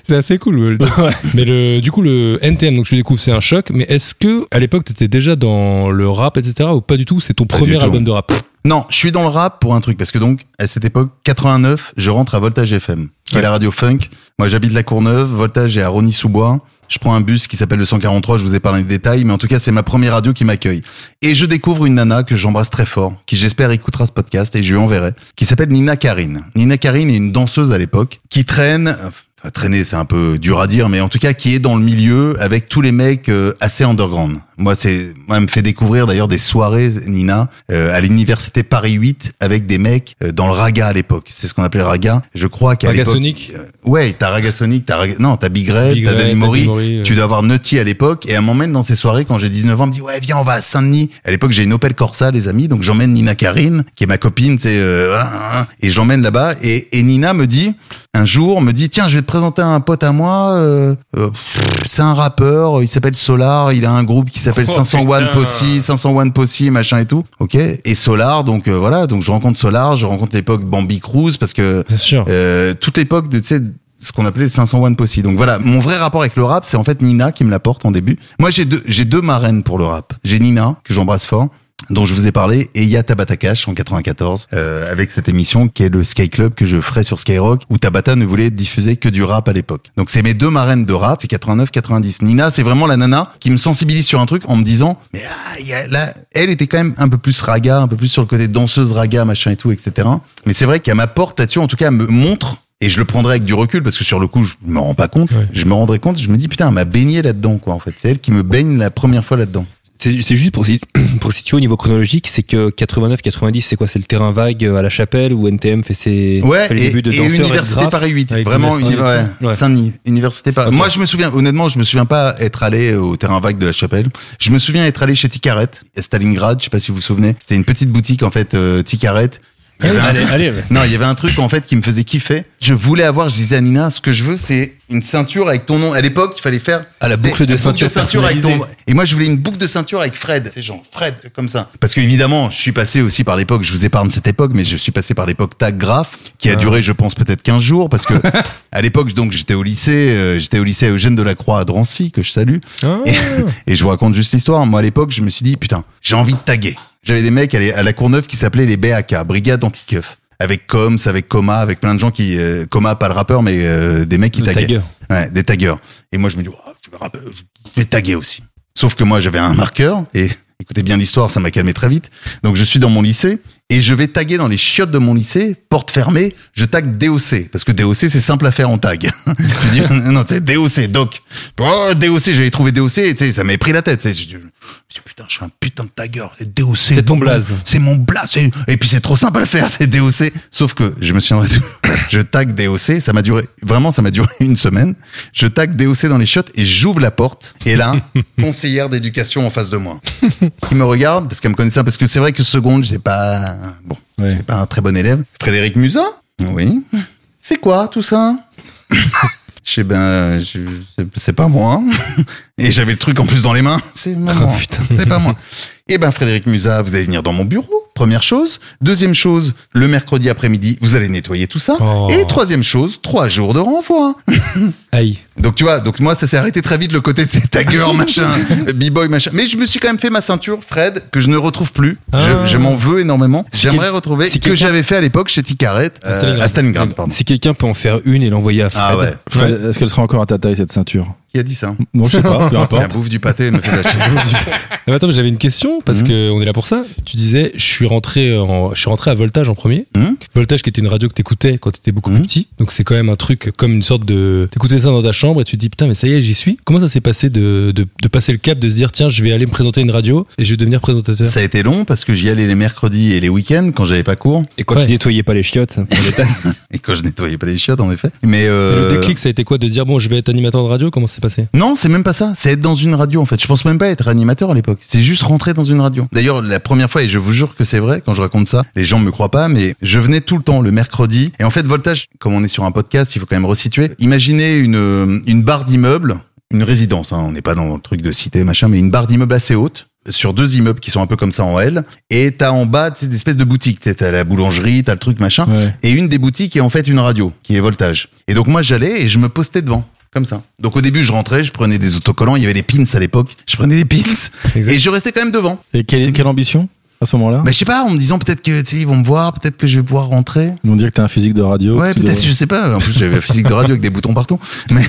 [SPEAKER 3] c'est assez cool. le- Mais le, du coup, le NTM, donc je le découvre, c'est un choc. Mais est-ce que à l'époque, t'étais déjà dans le rap, etc., ou pas du tout C'est ton
[SPEAKER 5] du
[SPEAKER 3] premier
[SPEAKER 5] tout.
[SPEAKER 3] album de rap.
[SPEAKER 5] non je suis dans le rap pour un truc parce que donc à cette époque 89 je rentre à Voltage FM qui est la radio funk moi j'habite la Courneuve Voltage est à Rony sous Bois je prends un bus qui s'appelle le 143 je vous ai parlé des détails mais en tout cas c'est ma première radio qui m'accueille et je découvre une nana que j'embrasse très fort, qui j'espère écoutera ce podcast et je lui enverrai, qui s'appelle Nina Karine. Nina Karine est une danseuse à l'époque, qui traîne, enfin, traîner c'est un peu dur à dire, mais en tout cas qui est dans le milieu avec tous les mecs euh, assez underground. Moi, c'est, moi, elle me fait découvrir d'ailleurs des soirées, Nina, euh, à l'université Paris 8 avec des mecs euh, dans le raga à l'époque. C'est ce qu'on appelait le raga. Je crois qu'à
[SPEAKER 3] Raga
[SPEAKER 5] l'époque.
[SPEAKER 3] Sonic
[SPEAKER 5] euh, Ouais, t'as Raga Sonic, t'as Raga- non, t'as Big Red,
[SPEAKER 3] Big
[SPEAKER 5] t'as
[SPEAKER 3] Red,
[SPEAKER 5] Danny
[SPEAKER 3] Danny
[SPEAKER 5] Mori,
[SPEAKER 3] Mori, euh.
[SPEAKER 5] tu dois avoir Nutty à l'époque, et elle m'emmène dans ces soirées quand j'ai 19 ans, elle me dit, ouais, viens, on va à Saint-Denis. À l'époque, j'ai une Opel Corsa, les amis, donc j'emmène Nina Karine, qui est ma copine, c'est, euh, hein, hein, et je l'emmène là-bas, et, et Nina me dit, un jour, me dit, tiens, je vais te présenter un pote à moi, euh, euh, pff, c'est un rappeur, il s'appelle Solar, il a un groupe qui s'appelle
[SPEAKER 6] Oh,
[SPEAKER 5] 500 One
[SPEAKER 6] putain.
[SPEAKER 5] Posse, 500 One Posse, machin et tout, ok? Et Solar, donc, euh, voilà, donc je rencontre Solar, je rencontre l'époque Bambi Cruz, parce que,
[SPEAKER 3] Bien sûr.
[SPEAKER 5] euh, toute l'époque de tu sais, ce qu'on appelait le 501 Posse. Donc voilà, mon vrai rapport avec le rap, c'est en fait Nina qui me l'apporte en début. Moi, j'ai deux, j'ai deux marraines pour le rap. J'ai Nina, que j'embrasse fort, dont je vous ai parlé, et il y a Tabata Cash en 94, euh, avec cette émission qui est le Sky Club que je ferai sur Skyrock, où Tabata ne voulait diffuser que du rap à l'époque. Donc c'est mes deux marraines de rap, c'est 89-90. Nina, c'est vraiment la nana qui me sensibilise sur un truc en me disant, mais ah, il y a- là, elle était quand même un peu plus raga, un peu plus sur le côté danseuse raga, machin et tout, etc. Mais c'est vrai qu'elle m'apporte là-dessus, en tout cas, elle me montre et je le prendrai avec du recul parce que sur le coup, je me rends pas compte.
[SPEAKER 3] Ouais.
[SPEAKER 5] Je me rendrai compte, je me dis putain, elle m'a baigné là-dedans quoi. En fait, c'est elle qui me baigne la première fois là-dedans.
[SPEAKER 6] C'est c'est juste pour, si- <clears throat> pour situer au niveau chronologique, c'est que 89-90, c'est quoi C'est le terrain vague euh, à la chapelle où NTM fait ses,
[SPEAKER 5] Ouais.
[SPEAKER 6] fait les
[SPEAKER 5] Et,
[SPEAKER 6] débuts de
[SPEAKER 5] et
[SPEAKER 6] danseurs et de
[SPEAKER 5] Université
[SPEAKER 6] graffes.
[SPEAKER 5] Paris 8,
[SPEAKER 6] avec
[SPEAKER 5] vraiment
[SPEAKER 6] Tina Saint-Denis
[SPEAKER 5] univers-
[SPEAKER 6] et tout.
[SPEAKER 5] ouais,
[SPEAKER 6] Ouais.
[SPEAKER 5] Saint-Denis, Université Paris.
[SPEAKER 6] Ok.
[SPEAKER 5] Moi, je me souviens honnêtement, je me souviens pas être allé au terrain vague de la Chapelle. Je me souviens être allé chez Ticaret, à Stalingrad. Je sais pas si vous vous souvenez. C'était une petite boutique en fait, euh, Ticaret. Il y avait un
[SPEAKER 6] Allez,
[SPEAKER 5] truc-
[SPEAKER 6] allez, ouais.
[SPEAKER 5] Non, il y avait un truc en fait qui me faisait kiffer. Je voulais avoir, je disais à Nina, ce que je veux, c'est une ceinture avec ton nom. À l'époque, il fallait faire
[SPEAKER 6] Ah, la boucle de
[SPEAKER 5] la
[SPEAKER 6] ceinture
[SPEAKER 5] avec ton.
[SPEAKER 6] personnalisée.
[SPEAKER 5] Et moi, je voulais une boucle de ceinture avec Fred. C'est genre Fred comme ça. Parce que évidemment, je suis passé aussi par l'époque. Je vous épargne cette époque, mais je suis passé par l'époque tag graph qui
[SPEAKER 6] Ah.
[SPEAKER 5] a duré, je pense, peut-être 15 jours parce
[SPEAKER 6] <laughs>
[SPEAKER 5] que à l'époque, donc, j'étais au lycée, euh, j'étais au lycée Eugène Delacroix à Drancy que je salue.
[SPEAKER 3] Ah.
[SPEAKER 5] Et- et <laughs> je vous raconte juste l'histoire. Moi, à l'époque, je me suis dit, putain, j'ai envie de taguer. J'avais des mecs à la- à la Courneuve qui s'appelaient les BAK, Brigade Anti-Keuf. Avec Coms, avec Coma, avec plein de gens qui... euh, Coma, pas le rappeur, mais euh, des mecs qui
[SPEAKER 6] Le
[SPEAKER 5] taguaient.
[SPEAKER 6] tagueur.
[SPEAKER 5] Ouais, des tagueurs. Et moi, je me dis, oh, je, vais rapper, je vais taguer aussi. Sauf que moi, j'avais un marqueur, et <laughs> écoutez bien l'histoire, ça m'a calmé très vite. Donc, je suis dans mon lycée, et je vais taguer dans les chiottes de mon lycée, porte fermée, je tag DOC, parce que DOC, c'est simple à faire en tag. <laughs> je dis, non, c'est DOC, doc. Oh, DOC, j'avais trouvé DOC, et tu sais, ça m'avait pris la tête. tu sais. Je dis, je dis, putain, je suis un putain de tagueur, c'est DOC.
[SPEAKER 6] C'est ton blaze.
[SPEAKER 5] C'est mon blaze. c'est- Et puis c'est trop simple à le faire, <laughs> c'est DOC. Sauf que je me souviendrai tout. Je tag DOC. Ça m'a duré, vraiment, ça m'a duré une semaine. Je tag DOC dans les shots et j'ouvre la porte. Et là, conseillère d'éducation en face de moi. Qui me regarde parce qu'elle me connaissait. Parce que c'est vrai que seconde, j'étais pas, bon,
[SPEAKER 6] Ouais.
[SPEAKER 5] j'étais pas un très bon élève. Frédéric Musa? Oui. C'est quoi tout ça? Je sais ben, je- c'est- c'est pas moi. hein. Et j'avais le truc en plus dans les mains. C'est pas moi. C'est pas moi. Eh ben, Frédéric Musa, vous allez venir dans mon bureau. Première chose. Deuxième chose, le mercredi après-midi, vous allez nettoyer tout ça.
[SPEAKER 3] Oh.
[SPEAKER 5] Et troisième chose, trois jours de renvoi.
[SPEAKER 3] Aïe.
[SPEAKER 5] Donc tu vois, donc moi ça s'est arrêté très vite le côté de ces taggers machin, b-boy machin. Mais je me suis quand même fait ma ceinture Fred que je ne retrouve plus. Je, je m'en veux énormément. J'aimerais
[SPEAKER 6] quel-
[SPEAKER 5] retrouver
[SPEAKER 6] si
[SPEAKER 5] ce que
[SPEAKER 6] quelqu'un-
[SPEAKER 5] j'avais fait à l'époque chez Ticaret euh,
[SPEAKER 3] Stalingrad.
[SPEAKER 5] à Stalingrad pardon.
[SPEAKER 6] Si quelqu'un peut en faire une et l'envoyer à Fred.
[SPEAKER 5] Ah ouais.
[SPEAKER 4] Fred, est-ce qu'elle sera encore à ta taille cette ceinture
[SPEAKER 5] Qui a dit ça hein
[SPEAKER 4] Non, je sais pas,
[SPEAKER 3] <laughs>
[SPEAKER 4] peu
[SPEAKER 5] La
[SPEAKER 4] importe.
[SPEAKER 5] bouffe du pâté me fait lâcher.
[SPEAKER 3] Ah, mais attends, mais j'avais une question
[SPEAKER 5] Mmh.
[SPEAKER 3] parce que on est là pour ça. Tu disais, je suis rentré, en, je suis rentré à Voltage en premier.
[SPEAKER 5] Mhm.
[SPEAKER 3] Voltage qui était une radio que t'écoutais quand t'étais beaucoup
[SPEAKER 5] Mhm.
[SPEAKER 3] plus petit. Donc c'est quand même un truc comme une sorte de. T'écoutais ça dans ta chambre et tu te dis putain mais ça y est j'y suis. Comment ça s'est passé de, de, de passer le cap de se dire tiens je vais aller me présenter à une radio et je vais devenir présentateur.
[SPEAKER 5] ça a été long parce que j'y allais les mercredis et les week-ends quand j'avais pas cours
[SPEAKER 6] Et quand
[SPEAKER 3] Ouais.
[SPEAKER 6] tu nettoyais pas les chiottes, pour les tailles.
[SPEAKER 5] et quand je nettoyais pas les chiottes en effet. Mais
[SPEAKER 3] Et
[SPEAKER 5] euh,
[SPEAKER 3] Le déclic ça a été quoi de dire bon je vais être animateur de radio comment ça s'est passé
[SPEAKER 5] Non, c'est même pas ça. C'est être dans une radio en fait. Je pense même pas être animateur à l'époque. C'est juste rentrer dans une radio. D'ailleurs, la première fois, et je vous jure que c'est vrai, quand je raconte ça, les gens me croient pas, mais je venais tout le temps le mercredi. Et en fait, Voltage, comme on est sur un podcast, il faut quand même resituer. Imaginez une euh, une barre d'immeuble, une résidence. hein. on n'est pas dans le truc de cité machin, mais une barre d'immeuble assez haute sur deux immeubles qui sont un peu comme ça en L. Et t'as en bas tu sais, des espèces de boutiques. T'as- T'as la boulangerie, t'as le truc machin.
[SPEAKER 4] Ouais.
[SPEAKER 5] Et une des boutiques est en fait une radio, qui est Voltage. Et donc moi j'allais et je me postais devant, comme ça. Donc au début je rentrais, je prenais des autocollants, il y avait des pins à l'époque, je prenais des pins
[SPEAKER 3] Exact.
[SPEAKER 5] et je restais quand même devant.
[SPEAKER 4] Et quelle, quelle ambition à ce moment-là
[SPEAKER 5] Mais je sais pas, en me disant peut-être que tu sais, ils vont me voir, peut-être que je vais pouvoir rentrer.
[SPEAKER 4] Ils vont dire que t'es un physique de radio.
[SPEAKER 5] Ouais,
[SPEAKER 4] que tu
[SPEAKER 5] peut-être,
[SPEAKER 4] dois-
[SPEAKER 5] je sais pas. En plus, j'avais la physique de radio avec des boutons partout. Mais,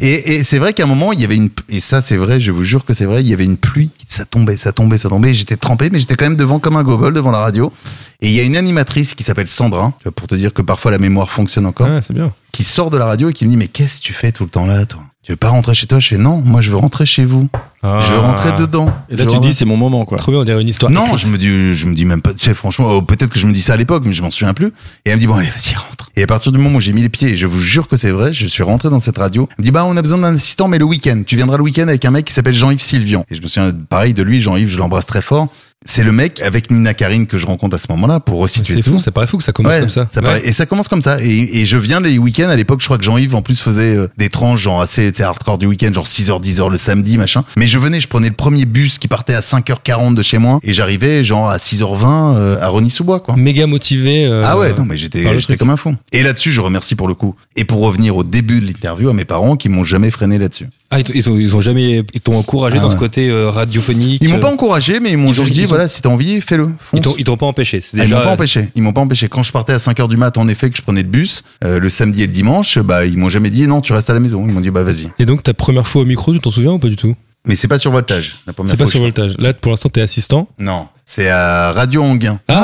[SPEAKER 5] et, et c'est vrai qu'à un moment, il y avait une, et ça, c'est vrai, je vous jure que c'est vrai, il y avait une pluie, ça tombait, ça tombait, ça tombait, et j'étais trempé, mais j'étais quand même devant comme un gogol devant la radio. Et il y a une animatrice qui s'appelle Sandra, tu vois, pour te dire que parfois la mémoire fonctionne encore,
[SPEAKER 3] Ah c'est bien.
[SPEAKER 5] qui sort de la radio et qui me dit, mais qu'est-ce que tu fais tout le temps là, toi? Tu veux pas rentrer chez toi? Je fais, non, moi, je veux rentrer chez vous.
[SPEAKER 3] Ah.
[SPEAKER 6] Ah.
[SPEAKER 5] Je veux rentrer dedans.
[SPEAKER 4] Et là,
[SPEAKER 5] Je
[SPEAKER 4] tu
[SPEAKER 5] veux
[SPEAKER 4] dis, c'est mon moment, quoi.
[SPEAKER 3] Trop bien on dirait une histoire.
[SPEAKER 5] non,
[SPEAKER 3] écrite.
[SPEAKER 5] je me dis, je me dis même pas. Tu sais, franchement, oh, peut-être que je me dis ça à l'époque, mais je m'en souviens plus. Et elle me dit bon, allez, vas-y, rentre. Et à partir du moment où j'ai mis les pieds, et je vous jure que c'est vrai, je suis rentré dans cette radio. Elle me dit bah, on a besoin d'un assistant, mais le week-end, tu viendras le week-end avec un mec qui s'appelle Jean-Yves Sylvian. Et je me souviens pareil de lui, Jean-Yves, je l'embrasse très fort. C'est le mec avec Nina Karine que je rencontre à ce moment-là pour resituer
[SPEAKER 3] C'est
[SPEAKER 5] tout.
[SPEAKER 3] fou ça paraît fou que ça commence
[SPEAKER 5] Ouais,
[SPEAKER 3] comme ça. Ouais.
[SPEAKER 5] paraît- Et ça commence comme ça. Et, et je viens les week-ends. À l'époque, je crois que Jean-Yves, en plus, faisait euh, des tranches, genre assez tu sais, hardcore du week-end, genre 6h, 10h le samedi, machin. Mais je venais, je prenais le premier bus qui partait à 5h40 de chez moi. Et j'arrivais, genre, à 6h20 euh, à Rony-sous-Bois, quoi.
[SPEAKER 3] Méga motivé. euh,
[SPEAKER 5] Ah ouais, non, mais
[SPEAKER 3] par
[SPEAKER 5] j'étais,
[SPEAKER 3] le
[SPEAKER 5] j'étais
[SPEAKER 3] truc.
[SPEAKER 5] comme un fou. Et là-dessus, je remercie pour le coup. Et pour revenir au début de l'interview à mes parents qui m'ont jamais freiné là-dessus.
[SPEAKER 6] Ah, ils, t'ont- ils ont, ils ont jamais, ils t'ont encouragé
[SPEAKER 5] Ah
[SPEAKER 6] dans
[SPEAKER 5] ouais.
[SPEAKER 6] ce côté euh, radiophonique.
[SPEAKER 5] Ils m'ont
[SPEAKER 6] euh,
[SPEAKER 5] pas encouragé, mais ils m'ont
[SPEAKER 6] ils ont-
[SPEAKER 5] juste dit,
[SPEAKER 6] ils ont-
[SPEAKER 5] voilà, si t'as envie, fais-le.
[SPEAKER 6] ils
[SPEAKER 5] fonce.
[SPEAKER 6] t'ont, ils t'ont pas empêché. C'est
[SPEAKER 5] Ah, ils
[SPEAKER 6] déjà.
[SPEAKER 3] euh,
[SPEAKER 5] m'ont pas empêché. Ils m'ont pas empêché. Quand je partais à 5h du mat, en effet, que je prenais le bus, euh, le samedi et le dimanche, bah, ils m'ont jamais dit, non, tu restes à la maison. Ils m'ont dit, bah, vas-y.
[SPEAKER 3] Et donc ta première fois au micro tu t'en souviens ou pas du tout
[SPEAKER 5] Mais c'est pas sur voltage, la première
[SPEAKER 3] C'est pas
[SPEAKER 5] fois
[SPEAKER 3] sur
[SPEAKER 5] que
[SPEAKER 3] Voltage. Là pour l'instant t'es assistant.
[SPEAKER 5] je- Non. C'est à Radio Anguin.
[SPEAKER 3] Ah,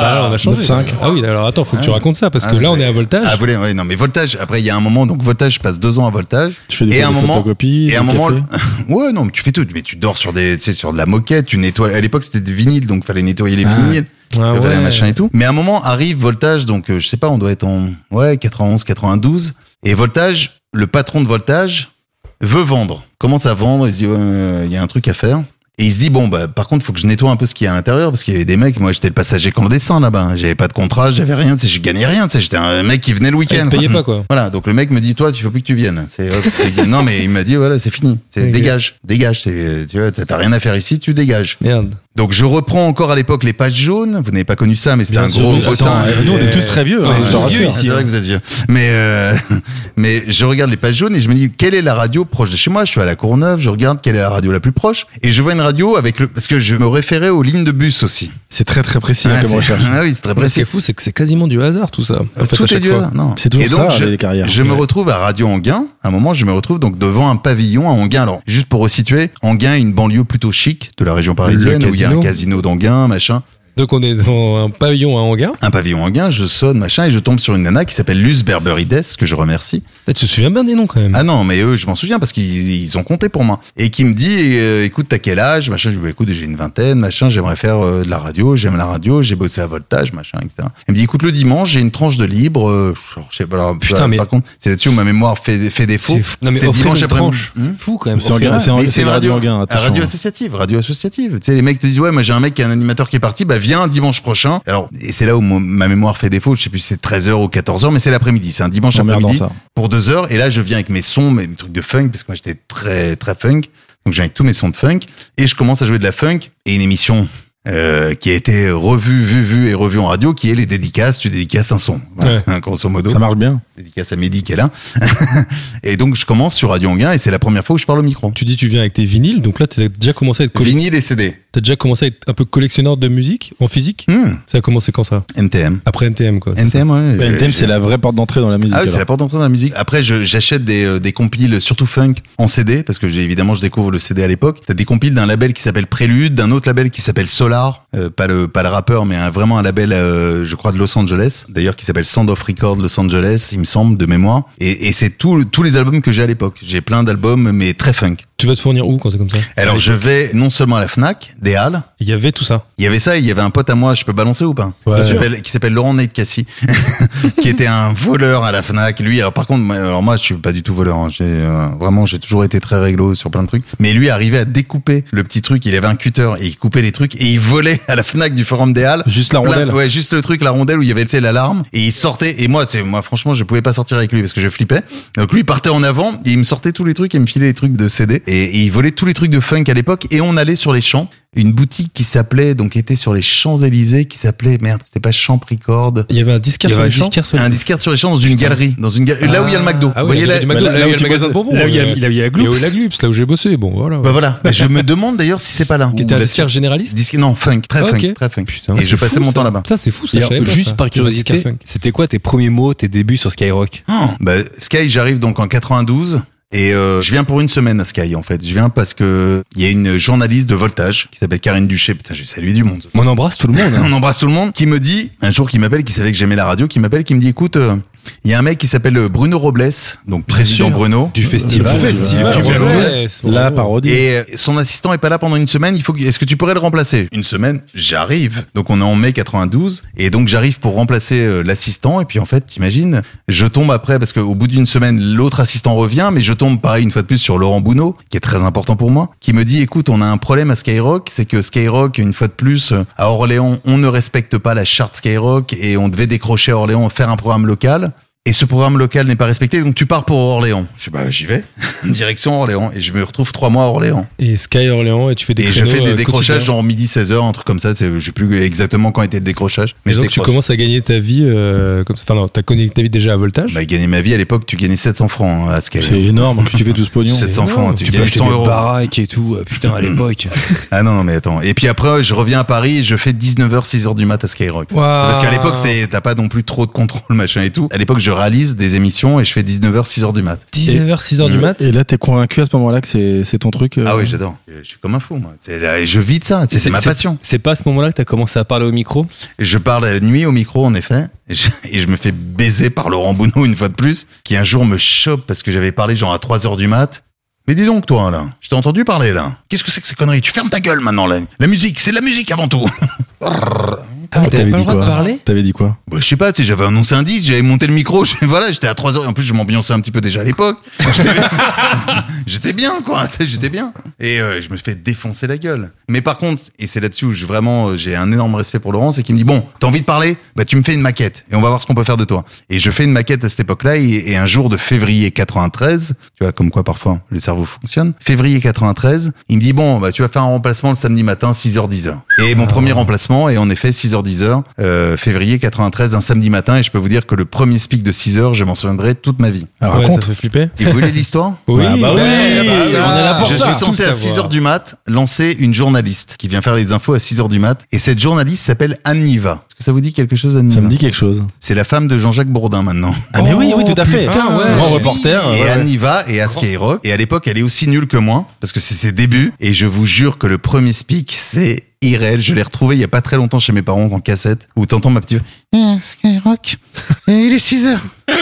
[SPEAKER 3] bah alors on a changé.
[SPEAKER 4] 9-5.
[SPEAKER 3] Ah oui, alors attends, faut que tu
[SPEAKER 5] Ah.
[SPEAKER 3] racontes ça parce que
[SPEAKER 5] Ah,
[SPEAKER 3] là on
[SPEAKER 5] mais-
[SPEAKER 3] est à voltage.
[SPEAKER 5] Ah, vous voulez, ouais, non, mais voltage. Après, il y a un moment, donc voltage, je passe deux ans à voltage.
[SPEAKER 4] Tu fais des,
[SPEAKER 5] Et à un
[SPEAKER 4] des
[SPEAKER 5] moment-
[SPEAKER 4] photocopies.
[SPEAKER 5] Et à
[SPEAKER 4] des
[SPEAKER 5] un moment,
[SPEAKER 4] cafés.
[SPEAKER 5] <laughs> ouais, non, mais tu fais tout. Mais tu dors sur des, tu sais, sur de la moquette, tu nettoies. À l'époque, c'était des vinyles, donc fallait nettoyer les
[SPEAKER 4] Ah.
[SPEAKER 5] vinyles,
[SPEAKER 3] Ah ouais.
[SPEAKER 5] fallait machin et tout. Mais à un moment arrive Voltage, donc euh, je sais pas, on doit être en ouais 91, 92. Et Voltage, le patron de Voltage veut vendre, commence à vendre. Il se dit, ouais, euh, il y a un truc à faire. Et il se dit bon bah par contre faut que je nettoie un peu ce qu'il y a à l'intérieur parce qu'il y avait des mecs moi j'étais le passager clandestin là-bas hein. j'avais pas de contrat j'avais rien tu sais je gagnais rien tu sais j'étais un mec qui venait le
[SPEAKER 3] Ah, ils
[SPEAKER 5] week-end
[SPEAKER 3] te
[SPEAKER 5] quoi.
[SPEAKER 3] <clears throat> payaient pas quoi.
[SPEAKER 5] Voilà, donc le mec me dit toi, tu faut plus que tu viennes. C'est hop, il dit, non mais il m'a dit voilà, c'est fini. C'est
[SPEAKER 3] Ok.
[SPEAKER 5] dégage, dégage, c'est euh, tu vois, t'as t'as rien à faire ici, tu dégages.
[SPEAKER 3] Merde.
[SPEAKER 5] Donc je reprends encore à l'époque les pages jaunes, vous n'avez pas connu ça mais c'était
[SPEAKER 3] Bien
[SPEAKER 5] un
[SPEAKER 3] sûr,
[SPEAKER 5] gros
[SPEAKER 3] mais
[SPEAKER 5] potin.
[SPEAKER 3] attends,
[SPEAKER 5] Euh,
[SPEAKER 4] Nous, on est tous très vieux, hein,
[SPEAKER 6] Ouais,
[SPEAKER 4] je te
[SPEAKER 6] on est vieux
[SPEAKER 4] rassure.
[SPEAKER 5] c'est vrai que vous êtes vieux. Mais, euh, <laughs> mais je regarde les pages jaunes et je me dis, quelle est la radio proche de chez moi Je suis à la Courneuve, je regarde quelle est la radio la plus proche. Et je vois une radio avec le... Parce que je me référais aux lignes de bus aussi.
[SPEAKER 4] C'est très très précis
[SPEAKER 5] Ah,
[SPEAKER 4] hein, comme
[SPEAKER 5] c'est-
[SPEAKER 4] recherche.
[SPEAKER 5] <laughs> ah oui, c'est très
[SPEAKER 3] Après, ce
[SPEAKER 5] précis.
[SPEAKER 3] qui est fou, c'est que c'est quasiment du hasard tout ça. En fait, à
[SPEAKER 5] Tout est
[SPEAKER 3] chaque
[SPEAKER 5] dû à-
[SPEAKER 3] fois.
[SPEAKER 5] non.
[SPEAKER 4] C'est toujours
[SPEAKER 5] Et donc,
[SPEAKER 4] ça,
[SPEAKER 5] je,
[SPEAKER 4] les carrières.
[SPEAKER 5] je me retrouve à Radio Anguin. À un moment, je me retrouve donc devant un pavillon à Anguin. Alors, juste pour resituer, Anguin est une banlieue plutôt chic de la région parisienne
[SPEAKER 3] Le
[SPEAKER 5] où il y a un
[SPEAKER 3] casino.
[SPEAKER 5] casino d'Anguin, machin.
[SPEAKER 3] Donc on est dans un pavillon à Anguin.
[SPEAKER 5] Un pavillon Anguin, je sonne, machin, et je tombe sur une nana qui s'appelle Luce Berberides, que je remercie.
[SPEAKER 3] Là, tu te souviens bien des noms quand même.
[SPEAKER 5] Ah non, mais eux, je m'en souviens parce qu'ils ils ont compté pour moi. Et qui me dit, euh, écoute, t'as quel âge Machin, je lui dis, bah, écoute, j'ai une vingtaine, machin, j'aimerais faire euh, de la radio, j'aime la radio, j'ai bossé à voltage, machin, etc. Elle me dit, écoute, le dimanche, j'ai une tranche de libre, euh, je sais pas, alors,
[SPEAKER 6] Putain,
[SPEAKER 5] voilà,
[SPEAKER 6] mais-
[SPEAKER 5] par contre, c'est là-dessus où ma mémoire fait, fait défaut.
[SPEAKER 6] C'est fou. Non, mais
[SPEAKER 5] C'est
[SPEAKER 6] offrir
[SPEAKER 5] dimanche
[SPEAKER 6] une
[SPEAKER 5] après-midi. Hmm.
[SPEAKER 6] tranche,
[SPEAKER 5] Hum
[SPEAKER 6] C'est fou quand même.
[SPEAKER 4] C'est en
[SPEAKER 6] Offrir-
[SPEAKER 4] gain, c'est en-
[SPEAKER 5] Mais
[SPEAKER 4] c'est
[SPEAKER 5] une
[SPEAKER 4] une radio en gain. attention.
[SPEAKER 5] radio associative, radio associative. Tu sais, les mecs te disent ouais, moi j'ai un mec qui est un animateur qui est parti, bah viens dimanche prochain. Alors et c'est là où mon- ma mémoire fait défaut. Je sais plus si c'est 13 h ou 14 h mais c'est l'après-midi, c'est un dimanche
[SPEAKER 4] Emmerdant
[SPEAKER 5] après-midi
[SPEAKER 4] ça.
[SPEAKER 5] pour deux heures. Et là, je viens avec mes sons, mes trucs de funk, parce que moi j'étais très très funk. Donc je viens avec tous mes sons de funk et je commence à jouer de la funk et une émission euh, qui a été revu, vu, vu et revu en radio, qui est les dédicaces, tu dédicaces un son. Voilà, hein, grosso modo.
[SPEAKER 4] Ça marche bien.
[SPEAKER 5] Dédicace à Mehdi qui est là. <laughs> et donc, je commence sur Radio Anguin et c'est la première fois où je parle au micro.
[SPEAKER 3] Tu dis tu viens avec tes vinyles, donc là t'as déjà commencé à être colle-
[SPEAKER 5] Vinyle et CD.
[SPEAKER 3] t'as déjà commencé à être un peu collectionneur de musique en physique.
[SPEAKER 5] Hmm,
[SPEAKER 3] Ça a commencé quand ça
[SPEAKER 5] NTM.
[SPEAKER 3] Après NTM quoi. c'est ça
[SPEAKER 5] NTM, ouais.
[SPEAKER 4] Bah, NTM, c'est la vraie porte d'entrée dans la musique.
[SPEAKER 5] Ah oui, c'est
[SPEAKER 4] alors.
[SPEAKER 5] la porte d'entrée dans la musique. Après, je- j'achète des, euh, des compiles, surtout funk, en CD, parce que j'ai- évidemment, je découvre le CD à l'époque. T'as des compiles d'un label qui s'appelle Prélude, d'un autre label qui s'appelle Solar, euh, pas le pas le rappeur, mais un- vraiment un label, euh, je crois, de Los Angeles, d'ailleurs, qui s'appelle Sound of Record Los Angeles, il me semble, de mémoire. Et, et c'est tout le- tous les albums que j'ai à l'époque. J'ai plein d'albums, mais très funk.
[SPEAKER 3] Tu vas te fournir où quand c'est comme ça
[SPEAKER 5] Alors, je vais non seulement à la FNAC, des Halles,
[SPEAKER 3] Il y avait tout ça.
[SPEAKER 5] il y avait ça, il y avait un pote à moi, je peux balancer ou pas
[SPEAKER 3] Ouais.
[SPEAKER 5] qui, s'appelle, qui s'appelle Laurent Nate Cassie, <laughs> qui était un voleur à la Fnac. Lui, alors par contre, moi, alors moi, je suis pas du tout voleur. hein. J'ai euh, vraiment, j'ai toujours été très réglo sur plein de trucs. Mais lui arrivait à découper le petit truc. Il avait un cutter et il coupait les trucs et il volait à la Fnac du Forum des Halles.
[SPEAKER 4] Juste la
[SPEAKER 5] Plein-
[SPEAKER 4] rondelle.
[SPEAKER 5] ouais, juste le truc, la rondelle où il y avait tu sais, l'alarme et il sortait. Et moi, tu sais, moi, franchement, je pouvais pas sortir avec lui parce que je flippais. Donc lui il partait en avant et il me sortait tous les trucs, il me filait les trucs de CD et, et il volait tous les trucs de funk à l'époque. Et on allait sur les champs. Une boutique qui s'appelait, donc qui était sur les Champs Élysées, qui s'appelait merde, c'était pas Champ Record.
[SPEAKER 3] Il y avait un
[SPEAKER 6] Il
[SPEAKER 3] disquaire
[SPEAKER 6] y
[SPEAKER 3] sur
[SPEAKER 6] avait
[SPEAKER 3] le
[SPEAKER 6] un
[SPEAKER 3] champ.
[SPEAKER 6] disquaire sur le-
[SPEAKER 5] Un disquaire sur les champs dans une galerie, dans une galerie, là où il y a le McDo.
[SPEAKER 3] Ah
[SPEAKER 5] Vous
[SPEAKER 3] oui,
[SPEAKER 5] voyez
[SPEAKER 3] il y
[SPEAKER 5] là,
[SPEAKER 3] avait du McDo,
[SPEAKER 6] Bah, là-
[SPEAKER 3] là où il y a
[SPEAKER 6] là
[SPEAKER 3] le
[SPEAKER 6] où
[SPEAKER 3] magasin de
[SPEAKER 6] tu
[SPEAKER 3] bonbons.
[SPEAKER 6] bosses- là où il y a-
[SPEAKER 3] euh,
[SPEAKER 6] là où il y a
[SPEAKER 3] et où
[SPEAKER 6] Gloops.
[SPEAKER 3] il y a Gloops, là où j'ai bossé. Bon voilà.
[SPEAKER 5] bah voilà. Bah, je me demande d'ailleurs si c'est pas là.
[SPEAKER 3] Qui était un
[SPEAKER 5] Ou la-
[SPEAKER 3] disquaire généraliste
[SPEAKER 5] Disque, non, funk, très
[SPEAKER 3] Ok.
[SPEAKER 5] funk, très funk.
[SPEAKER 6] Putain,
[SPEAKER 5] et
[SPEAKER 6] c'est
[SPEAKER 5] je passais
[SPEAKER 6] fou,
[SPEAKER 5] mon
[SPEAKER 6] ça.
[SPEAKER 5] temps là-bas.
[SPEAKER 3] Ça bah, c'est fou ça.
[SPEAKER 6] Et
[SPEAKER 3] je savais
[SPEAKER 6] alors,
[SPEAKER 3] pas,
[SPEAKER 6] juste
[SPEAKER 3] ça.
[SPEAKER 6] par
[SPEAKER 3] Il y avait un disquaire
[SPEAKER 6] curiosité,
[SPEAKER 3] funk.
[SPEAKER 6] c'était quoi tes premiers mots, tes débuts sur Skyrock
[SPEAKER 5] Bah, Sky, j'arrive donc en 92. Et euh, je viens pour une semaine à Sky en fait. Je viens parce que il y a une journaliste de Voltage qui s'appelle Karine Duché. Putain, je vais saluer du monde.
[SPEAKER 6] On embrasse tout le monde. hein.
[SPEAKER 5] On embrasse tout le monde. Qui me dit un jour, qui m'appelle, qui savait que j'aimais la radio, qui m'appelle, qui me dit écoute, euh, il y a un mec qui s'appelle euh, Bruno Robles, donc président Bruno.
[SPEAKER 6] du festival. euh,
[SPEAKER 3] Ah,
[SPEAKER 4] Tu viens
[SPEAKER 3] ouais,
[SPEAKER 4] là.
[SPEAKER 3] c'est
[SPEAKER 4] La
[SPEAKER 3] bon.
[SPEAKER 4] parodie.
[SPEAKER 5] Et euh, son assistant est pas là pendant une semaine. Il faut que- est-ce que tu pourrais le remplacer Une semaine, j'arrive. Donc on est en mai 92 et donc j'arrive pour remplacer euh, l'assistant et puis en fait, t'imagines, je tombe après parce qu'au bout d'une semaine, l'autre assistant revient, mais je tombe pareil une fois de plus sur Laurent Bounot, qui est très important pour moi, qui me dit écoute, on a un problème à Skyrock, c'est que Skyrock une fois de plus euh, à Orléans, on ne respecte pas la charte Skyrock et on devait décrocher à Orléans faire un programme local. Et ce programme local n'est pas respecté, donc tu pars pour Orléans. Je dis, bah, j'y vais. Direction Orléans. Et je me retrouve trois mois à Orléans.
[SPEAKER 3] Et Sky Orléans et tu fais des
[SPEAKER 5] Et je
[SPEAKER 3] créneaux,
[SPEAKER 5] fais
[SPEAKER 3] euh,
[SPEAKER 5] des
[SPEAKER 3] quotidiens.
[SPEAKER 5] décrochages genre midi 16h, un truc comme ça, c'est- je sais plus exactement quand était le décrochage.
[SPEAKER 3] Mais
[SPEAKER 5] je
[SPEAKER 3] donc tu
[SPEAKER 5] décroche.
[SPEAKER 3] commences à gagner ta vie, euh, comme, enfin non, t'as gagné ta vie déjà à voltage.
[SPEAKER 5] Bah, gagner ma vie à l'époque, tu gagnais 700 francs hein, à Sky.
[SPEAKER 4] C'est énorme que tu fais tout ce pognon.
[SPEAKER 5] 700 francs, tu,
[SPEAKER 6] Tu peux
[SPEAKER 5] gagnais
[SPEAKER 6] acheter
[SPEAKER 5] 100
[SPEAKER 6] des
[SPEAKER 5] euros.
[SPEAKER 6] baraques et tout. euh, Putain, à l'époque.
[SPEAKER 5] Ah non, non, mais attends. Et puis après, je reviens à Paris, je fais 19h, 6h du mat à Skyrock. C'est parce qu'à l'époque, c'était- t'as pas non plus trop de contrôle, <laughs> machin et tout. À l'époque, je réalise des émissions et je fais 19h, 6h du mat.
[SPEAKER 3] 19h, 6h
[SPEAKER 5] Euh,
[SPEAKER 3] du mat.
[SPEAKER 4] Et là, t'es convaincu à ce moment-là que c'est c'est ton truc. euh,
[SPEAKER 5] Ah oui, j'adore. Je suis comme un fou, moi. C'est là- et je vis de ça. C'est c'est ma passion.
[SPEAKER 6] C'est pas à ce moment-là que t'as commencé à parler au micro
[SPEAKER 5] Je parle à la nuit au micro, en effet, et je, et je me fais baiser par Laurent Bounot une fois de plus, qui un jour me chope parce que j'avais parlé genre à 3 heures du mat. Mais dis donc, toi, là, je t'ai entendu parler, là. Qu'est-ce que c'est que ces conneries Tu fermes ta gueule maintenant, là. La musique, c'est de la musique avant tout. <laughs>
[SPEAKER 3] Ah,
[SPEAKER 4] T'avais dit quoi T'avais dit quoi
[SPEAKER 5] Bah, je sais pas, tu sais, j'avais annoncé un disque, j'avais monté le micro, <laughs> je- voilà, j'étais à 3 heures, et en plus, je m'ambiançais un petit peu déjà à l'époque. J'étais- J'étais bien, quoi, <laughs> tu sais, j'étais bien. Et euh, je me fais défoncer la gueule. Mais par contre, et c'est là-dessus où je, vraiment, euh, j'ai un énorme respect pour Laurent, c'est qu'il me dit, bon, t'as envie de parler? Bah, tu me fais une maquette, et on va voir ce qu'on peut faire de toi. Et je fais une maquette à cette époque-là, et, et un jour de février 93, tu vois, comme quoi parfois le cerveau fonctionne, février 93, il me dit, bon, bah, tu vas faire un remplacement le samedi matin, 6h-10h. Et mon premier remplacement est en effet 6h-10h, euh, février 93, un samedi matin, et je peux vous dire que le premier speak de 6h, je m'en souviendrai toute ma vie.
[SPEAKER 4] Ah,
[SPEAKER 3] Ouais, ça
[SPEAKER 4] Raconte.
[SPEAKER 3] fait flipper.
[SPEAKER 5] Et vous voulez l'histoire?
[SPEAKER 3] Oui,
[SPEAKER 4] Ah, bah oui,
[SPEAKER 3] ouais,
[SPEAKER 4] bah,
[SPEAKER 3] ça.
[SPEAKER 4] on est là pour
[SPEAKER 5] je
[SPEAKER 4] ça.
[SPEAKER 5] suis censé
[SPEAKER 3] Tout
[SPEAKER 5] à
[SPEAKER 3] savoir.
[SPEAKER 5] 6 heures du mat lancer une journaliste qui vient faire les infos à 6 heures du mat. Et cette journaliste s'appelle Anne Niva. Est-ce que ça vous dit quelque chose, Anne
[SPEAKER 4] Ça me
[SPEAKER 5] Niva
[SPEAKER 4] dit quelque chose.
[SPEAKER 5] C'est la femme de Jean-Jacques Bourdin maintenant.
[SPEAKER 4] Ah, mais oui, oui, tout à fait.
[SPEAKER 6] putain, ouais.
[SPEAKER 4] Grand reporter.
[SPEAKER 5] et
[SPEAKER 4] ouais.
[SPEAKER 5] Anne Niva est à Skyrock. Et à l'époque, elle est aussi nulle que moi parce que c'est ses débuts. Et je vous jure que le premier speak, c'est irréel. Je l'ai retrouvé il y a pas très longtemps chez mes parents en cassette où t'entends ma petite. Eh, Skyrock. Et il est 6 heures.
[SPEAKER 4] <laughs>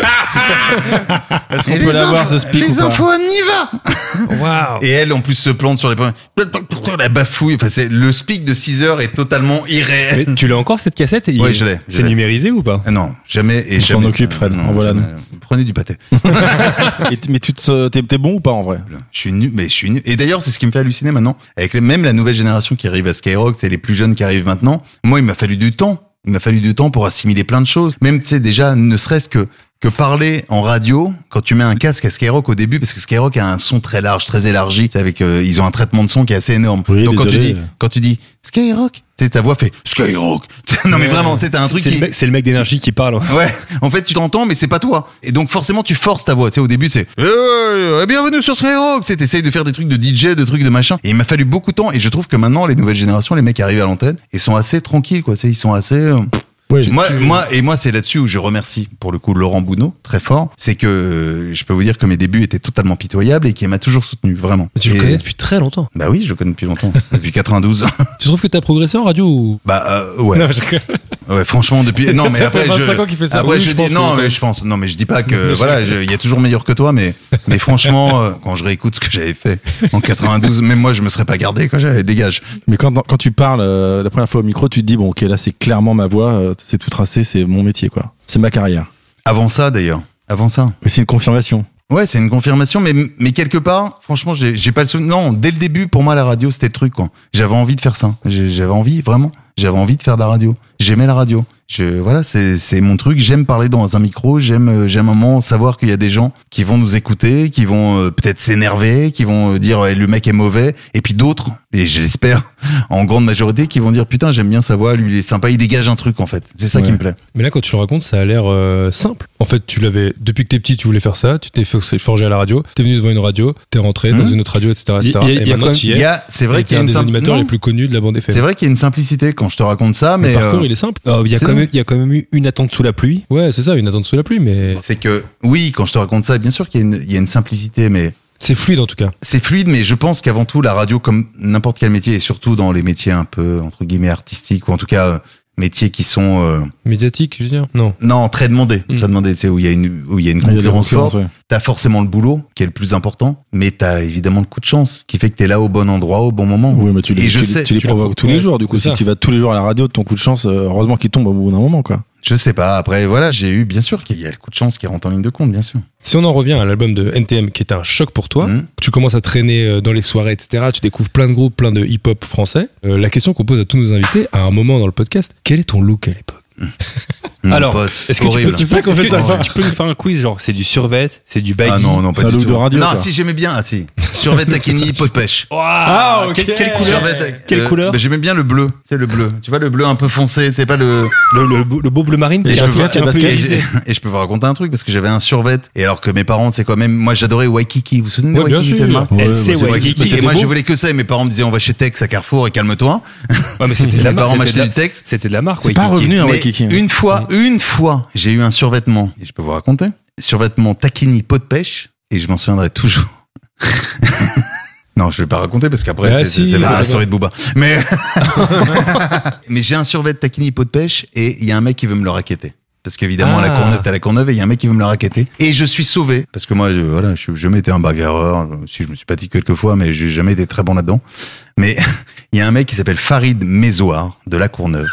[SPEAKER 4] Est-ce
[SPEAKER 5] Et
[SPEAKER 4] qu'on peut
[SPEAKER 5] les
[SPEAKER 4] l'avoir
[SPEAKER 5] inf-
[SPEAKER 4] ce speak ou
[SPEAKER 5] Les
[SPEAKER 4] pas
[SPEAKER 5] infos, Anne Niva. Et elle, en plus, se plante sur les premiers. La bafouille. Enfin, c'est, le speak de 6 heures est totalement irréel. <laughs>
[SPEAKER 6] Tu l'as encore cette cassette
[SPEAKER 5] Ouais, je l'ai, je
[SPEAKER 6] C'est
[SPEAKER 5] l'ai.
[SPEAKER 6] numérisé ou pas
[SPEAKER 5] Ah Non, jamais et
[SPEAKER 4] On
[SPEAKER 5] jamais.
[SPEAKER 4] s'en occupe, Fred.
[SPEAKER 5] Non,
[SPEAKER 4] On voit la-
[SPEAKER 5] jamais. Prenez du pâté.
[SPEAKER 4] Et t- Mais tu te- t'es t'es bon ou pas en vrai
[SPEAKER 5] Je suis nu, mais je suis nu. Et d'ailleurs, c'est ce qui me fait halluciner maintenant. Avec les- même la nouvelle génération qui arrive à Skyrock, c'est les plus jeunes qui arrivent maintenant. Moi, il m'a fallu du temps. Il m'a fallu du temps pour assimiler plein de choses. Même, tu sais, déjà, ne serait-ce que que parler en radio quand tu mets un casque à Skyrock au début, parce que Skyrock a un son très large, très élargi. tu sais, Avec, euh, ils ont un traitement de son qui est assez énorme.
[SPEAKER 4] Oui,
[SPEAKER 5] Donc quand tu
[SPEAKER 4] désolé.
[SPEAKER 5] dis, quand tu dis Skyrock, tu sais, ta voix fait Skyrock. <laughs> non mais vraiment, tu sais, t'as un truc
[SPEAKER 6] C'est
[SPEAKER 5] qui
[SPEAKER 6] le mec- c'est le mec d'énergie qui
[SPEAKER 5] <laughs>
[SPEAKER 6] parle.
[SPEAKER 5] Ouais, en fait, tu t'entends, mais c'est pas toi. Et donc, forcément, tu forces ta voix. Tu sais, au début, c'est euh, Bienvenue sur Skyrock. Tu sais, t'essayes de faire des trucs de DJ, de trucs de machin. Et il m'a fallu beaucoup de temps. Et je trouve que maintenant, les nouvelles générations, les mecs arrivent à l'antenne et sont assez tranquilles, quoi. Tu sais, ils sont assez. euh,
[SPEAKER 3] Ouais,
[SPEAKER 5] moi, moi, et moi, c'est là-dessus où je remercie, pour le coup, Laurent Bounot, très fort. C'est que euh, je peux vous dire que mes débuts étaient totalement pitoyables et qu'il m'a toujours soutenu, vraiment.
[SPEAKER 3] tu
[SPEAKER 5] Et-
[SPEAKER 3] le connais depuis très longtemps.
[SPEAKER 5] Bah oui, je le connais depuis longtemps. <laughs> depuis 92.
[SPEAKER 3] Tu trouves que t'as progressé en
[SPEAKER 5] <laughs>
[SPEAKER 3] radio ou...
[SPEAKER 5] bah, euh, ouais.
[SPEAKER 3] Non, je rigole.
[SPEAKER 5] Ouais, franchement, depuis.
[SPEAKER 3] <laughs>
[SPEAKER 5] Non,
[SPEAKER 3] Ça
[SPEAKER 5] mais
[SPEAKER 3] fait
[SPEAKER 5] après,
[SPEAKER 3] 25
[SPEAKER 5] je...
[SPEAKER 3] ans qu'il fait ça.
[SPEAKER 5] Après,
[SPEAKER 3] Oui,
[SPEAKER 5] je,
[SPEAKER 3] je
[SPEAKER 5] dis
[SPEAKER 3] pense
[SPEAKER 5] non,
[SPEAKER 3] que-
[SPEAKER 5] mais je pense. Non, mais je dis pas
[SPEAKER 3] <laughs>
[SPEAKER 5] que voilà, je- il y a toujours meilleur que toi, mais mais franchement, euh, quand je réécoute ce que j'avais fait en 92, même moi, je me serais pas gardé. Quoi, j'avais dégage.
[SPEAKER 4] Mais quand, quand tu parles euh, la première fois au micro, tu te dis, bon, ok, là, c'est clairement ma voix, euh, c'est tout tracé, c'est mon métier, quoi. C'est ma carrière.
[SPEAKER 5] Avant ça, d'ailleurs. Avant ça.
[SPEAKER 4] Mais c'est une confirmation.
[SPEAKER 5] Ouais, c'est une confirmation, mais mais quelque part, franchement, j'ai j'ai pas le souvenir. Non, dès le début, pour moi, la radio, c'était le truc. quoi. J'avais envie de faire ça. J'ai- J'avais envie, vraiment. J'avais envie de faire de la radio. J'aimais la radio. Je voilà, c'est c'est mon truc. J'aime parler dans un micro. J'aime euh, j'aime un moment savoir qu'il y a des gens qui vont nous écouter, qui vont euh, peut-être s'énerver, qui vont euh, dire ouais, le mec est mauvais, et puis d'autres, et j'espère <laughs> en grande majorité, qui vont dire putain j'aime bien sa voix, lui il est sympa, il dégage un truc en fait. C'est ça qui
[SPEAKER 4] Ouais.
[SPEAKER 5] me plaît.
[SPEAKER 3] Mais là, quand tu le racontes, ça a l'air euh, simple. En fait, tu l'avais depuis que t'es petit, tu voulais faire ça, tu t'es forcé- forgé à la radio, t'es venu devant une radio, t'es rentré dans
[SPEAKER 5] Mhm.
[SPEAKER 3] une autre radio, etc.
[SPEAKER 6] Il-
[SPEAKER 3] etc.
[SPEAKER 6] il y a- il
[SPEAKER 3] et
[SPEAKER 6] y a
[SPEAKER 3] maintenant,
[SPEAKER 6] quand même-
[SPEAKER 3] t'y
[SPEAKER 5] Il
[SPEAKER 3] es.
[SPEAKER 5] y a c'est vrai
[SPEAKER 3] Et
[SPEAKER 5] qu'il
[SPEAKER 3] t'es
[SPEAKER 5] y a
[SPEAKER 3] un
[SPEAKER 5] une
[SPEAKER 3] des
[SPEAKER 5] simple-
[SPEAKER 3] animateurs
[SPEAKER 5] Non,
[SPEAKER 3] les plus connus de la bande
[SPEAKER 5] C'est
[SPEAKER 3] FM.
[SPEAKER 5] vrai qu'il y a une simplicité quand je te raconte ça,
[SPEAKER 3] Le
[SPEAKER 5] mais
[SPEAKER 3] parcours,
[SPEAKER 5] euh,
[SPEAKER 3] il est simple.
[SPEAKER 6] Euh, Il y, a
[SPEAKER 5] C'est
[SPEAKER 6] quand
[SPEAKER 5] vrai.
[SPEAKER 6] même- il y a quand même eu une attente sous la pluie.
[SPEAKER 3] Ouais, c'est ça, une attente sous la pluie, mais
[SPEAKER 5] c'est que oui, quand je te raconte ça, bien sûr qu'il y, a une- il y a une simplicité, mais
[SPEAKER 3] c'est fluide en tout cas.
[SPEAKER 5] c'est fluide. Mais je pense qu'avant tout, la radio, comme n'importe quel métier, et surtout dans les métiers un peu entre guillemets artistiques ou en tout cas euh, métiers qui sont euh,
[SPEAKER 3] Médiatique, je veux dire Non.
[SPEAKER 5] non très demandés,
[SPEAKER 3] Mm.
[SPEAKER 5] très demandés, tu sais où il y a une où il y a une
[SPEAKER 4] Il y a des
[SPEAKER 5] concurrence
[SPEAKER 4] concurrences,
[SPEAKER 5] forte.
[SPEAKER 4] ouais.
[SPEAKER 5] T'as forcément le boulot qui est le plus important, mais t'as évidemment le coup de chance qui fait que t'es là au bon endroit au bon moment.
[SPEAKER 4] Oui, mais tu,
[SPEAKER 5] et
[SPEAKER 4] les-
[SPEAKER 5] je
[SPEAKER 4] tu, les-
[SPEAKER 5] sais,
[SPEAKER 4] tu les
[SPEAKER 3] tu
[SPEAKER 4] provoques
[SPEAKER 3] les-
[SPEAKER 4] tous
[SPEAKER 3] ouais,
[SPEAKER 4] les jours. Du coup,
[SPEAKER 3] c'est
[SPEAKER 4] si
[SPEAKER 3] ça.
[SPEAKER 4] tu vas tous les jours à la radio de ton coup de chance, euh, heureusement qu'il tombe au bout d'un moment, quoi.
[SPEAKER 5] je sais pas. Après, voilà, j'ai eu bien sûr qu'il y a le coup de chance qui rentre en ligne de compte, bien sûr.
[SPEAKER 3] Si on en revient à l'album de NTM qui est un choc pour toi,
[SPEAKER 5] Mhm.
[SPEAKER 3] tu commences à traîner euh, dans les soirées, etc. Tu découvres plein de groupes, plein de hip-hop français. Euh, la question qu'on pose à tous nos invités à un moment dans le podcast, quel est ton look à l'époque
[SPEAKER 5] Mon
[SPEAKER 6] Alors,
[SPEAKER 5] pote,
[SPEAKER 6] Est-ce que tu
[SPEAKER 5] horrible.
[SPEAKER 6] peux, tu peux-
[SPEAKER 4] ça qu'on
[SPEAKER 6] est-ce
[SPEAKER 4] fait
[SPEAKER 6] que
[SPEAKER 4] ça,
[SPEAKER 6] tu-
[SPEAKER 4] ça.
[SPEAKER 6] tu peux nous faire un quiz genre c'est du survêt, c'est du baggy
[SPEAKER 5] Ah non, non,
[SPEAKER 4] C'est
[SPEAKER 5] pas
[SPEAKER 4] un
[SPEAKER 5] du
[SPEAKER 4] look
[SPEAKER 5] tout.
[SPEAKER 4] de radio,
[SPEAKER 5] Non,
[SPEAKER 4] ça.
[SPEAKER 5] si j'aimais bien, ah si. Survêt <laughs> Takini, peau de pêche.
[SPEAKER 6] Ah, ok. Quelle, quelle couleur
[SPEAKER 5] Survêt, euh,
[SPEAKER 6] Quelle couleur
[SPEAKER 5] bah, J'aimais bien le bleu. C'est le bleu. Tu vois le bleu un peu foncé. C'est pas le.
[SPEAKER 6] le, le, beau- le beau bleu marine
[SPEAKER 5] Et
[SPEAKER 6] qui
[SPEAKER 5] je
[SPEAKER 6] est un
[SPEAKER 5] peux
[SPEAKER 6] qui est un peu
[SPEAKER 5] vous- et
[SPEAKER 6] irisé.
[SPEAKER 5] je- <laughs> et je peux vous raconter un truc parce que j'avais un survêt. Et alors que mes parents, c'est quand même. Moi, j'adorais Waikiki. Vous vous souvenez
[SPEAKER 3] Ouais,
[SPEAKER 5] de
[SPEAKER 3] bien
[SPEAKER 5] Waikiki
[SPEAKER 3] sûr.
[SPEAKER 5] cette marque
[SPEAKER 6] Elle
[SPEAKER 4] Ouais,
[SPEAKER 6] sait ouais,
[SPEAKER 4] bah, c'est-
[SPEAKER 6] qui-
[SPEAKER 5] Waikiki.
[SPEAKER 6] qui-
[SPEAKER 5] Et moi, je voulais que ça. Et mes parents me disaient, on va chez Tex à Carrefour et calme-toi.
[SPEAKER 6] Ouais, mais c'était de la
[SPEAKER 5] Mes
[SPEAKER 6] marque.
[SPEAKER 5] parents
[SPEAKER 6] c'était de la-
[SPEAKER 5] m'achetaient le texte.
[SPEAKER 6] C'était de la marque.
[SPEAKER 4] C'est
[SPEAKER 6] ouais,
[SPEAKER 4] pas
[SPEAKER 6] qui- qui-
[SPEAKER 4] revenu, hein,
[SPEAKER 5] Mais
[SPEAKER 4] Waikiki.
[SPEAKER 5] Une fois, une fois, j'ai eu un survêtement. Et je peux vous raconter. Survêtement Takini, peau de pêche. Et je m'en souviendrai toujours. <laughs> Non, je vais pas raconter parce qu'après,
[SPEAKER 3] Ah,
[SPEAKER 4] Bah
[SPEAKER 5] c'est-
[SPEAKER 3] si,
[SPEAKER 5] c'est- ça va être
[SPEAKER 3] ah,
[SPEAKER 5] la story de Booba. Mais, <laughs> mais j'ai un survêt de taquini peau de pêche et il y a un mec qui veut me le raqueter. Parce qu'évidemment, à la
[SPEAKER 6] Ah.
[SPEAKER 5] Courneuve, t'as la Courneuve et il y a un mec qui veut me le raqueter. Et je suis sauvé. Parce que moi, je, voilà, je, je m'étais un bagarreur. Si je me suis battu quelques fois, mais j'ai jamais été très bon là-dedans. Mais <laughs> il y a un mec qui s'appelle Farid Mézoar de la Courneuve.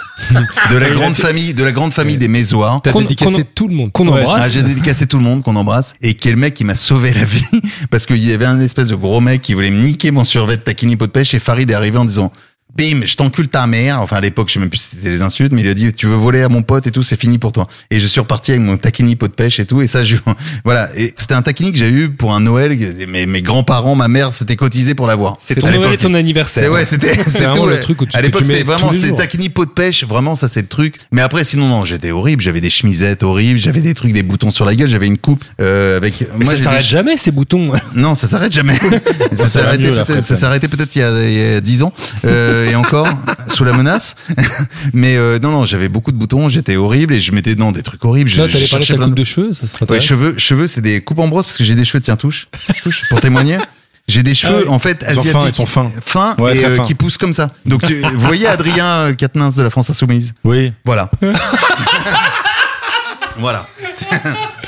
[SPEAKER 5] de la grande famille, de la grande famille des Mézoars.
[SPEAKER 3] T'as
[SPEAKER 6] Qu'on-
[SPEAKER 3] dédicacé tout le monde. Qu'on
[SPEAKER 5] Ah, j'ai dédicacé tout le monde qu'on embrasse et qui est le mec qui m'a sauvé la vie <laughs> parce qu'il y avait un espèce de gros mec qui voulait me niquer mon survêt de taquini peau de pêche et Farid est arrivé en disant Bim, je t'encule ta mère. Enfin, à l'époque, je sais même plus si c'était les insultes, mais il a dit, tu veux voler à mon pote et tout, c'est fini pour toi. Et je suis reparti avec mon taquini peau de pêche et tout. Et ça, je, <laughs> voilà. Et c'était un taquini que j'ai eu pour un Noël. que Mes, mes grands-parents, ma mère s'étaient cotisés pour l'avoir.
[SPEAKER 6] C'est
[SPEAKER 5] À
[SPEAKER 6] ton Noël et
[SPEAKER 5] l'époque.
[SPEAKER 6] ton
[SPEAKER 5] C'est
[SPEAKER 6] anniversaire.
[SPEAKER 5] ouais,
[SPEAKER 3] <laughs>
[SPEAKER 5] c'était c'est
[SPEAKER 3] vraiment
[SPEAKER 5] tout
[SPEAKER 3] le
[SPEAKER 5] ouais.
[SPEAKER 3] truc où tu-
[SPEAKER 5] à
[SPEAKER 3] que
[SPEAKER 5] l'époque
[SPEAKER 3] tu mets
[SPEAKER 5] c'était
[SPEAKER 3] tous
[SPEAKER 5] vraiment
[SPEAKER 3] les
[SPEAKER 5] c'était
[SPEAKER 3] jours.
[SPEAKER 5] taquini peau de pêche, vraiment ça c'est le truc. Mais après sinon non, j'étais horrible, j'avais des chemisettes horribles, j'avais des trucs des boutons sur la gueule, j'avais une coupe euh, avec
[SPEAKER 6] Mais ça
[SPEAKER 5] j'ai
[SPEAKER 6] s'arrête
[SPEAKER 5] des-
[SPEAKER 6] jamais ces boutons.
[SPEAKER 5] Non, ça s'arrête
[SPEAKER 3] <laughs>
[SPEAKER 5] jamais. ça s'arrêtait
[SPEAKER 4] mieux, là,
[SPEAKER 5] peut-être
[SPEAKER 4] après,
[SPEAKER 5] ça
[SPEAKER 4] ça.
[SPEAKER 5] s'arrêtait peut-être il y a- il y a dix ans euh, et encore <laughs> sous la menace. <laughs> Mais euh, non non, j'avais beaucoup de boutons, j'étais horrible et je mettais dans des trucs horribles, je,
[SPEAKER 3] Là,
[SPEAKER 5] je
[SPEAKER 3] t'allais parler de
[SPEAKER 5] cherchais
[SPEAKER 3] ta
[SPEAKER 5] Ah, plein
[SPEAKER 3] coupe
[SPEAKER 5] de
[SPEAKER 3] de cheveux, ça serait
[SPEAKER 5] Ouais, cheveux, cheveux, c'est des coupes en brosse parce que j'ai des cheveux, tiens, touche, touche, pour témoigner. J'ai des cheveux, en fait,
[SPEAKER 4] Ah Ils sont fins,
[SPEAKER 5] asiatiques.
[SPEAKER 4] ils sont fins.
[SPEAKER 5] Fins
[SPEAKER 4] Ouais,
[SPEAKER 5] et
[SPEAKER 4] très
[SPEAKER 5] euh,
[SPEAKER 4] fins.
[SPEAKER 5] qui poussent comme ça. Donc, tu, vous voyez Adrien euh, Quatennens de la France Insoumise.
[SPEAKER 4] Oui. <laughs>
[SPEAKER 5] Voilà. voilà. C'est-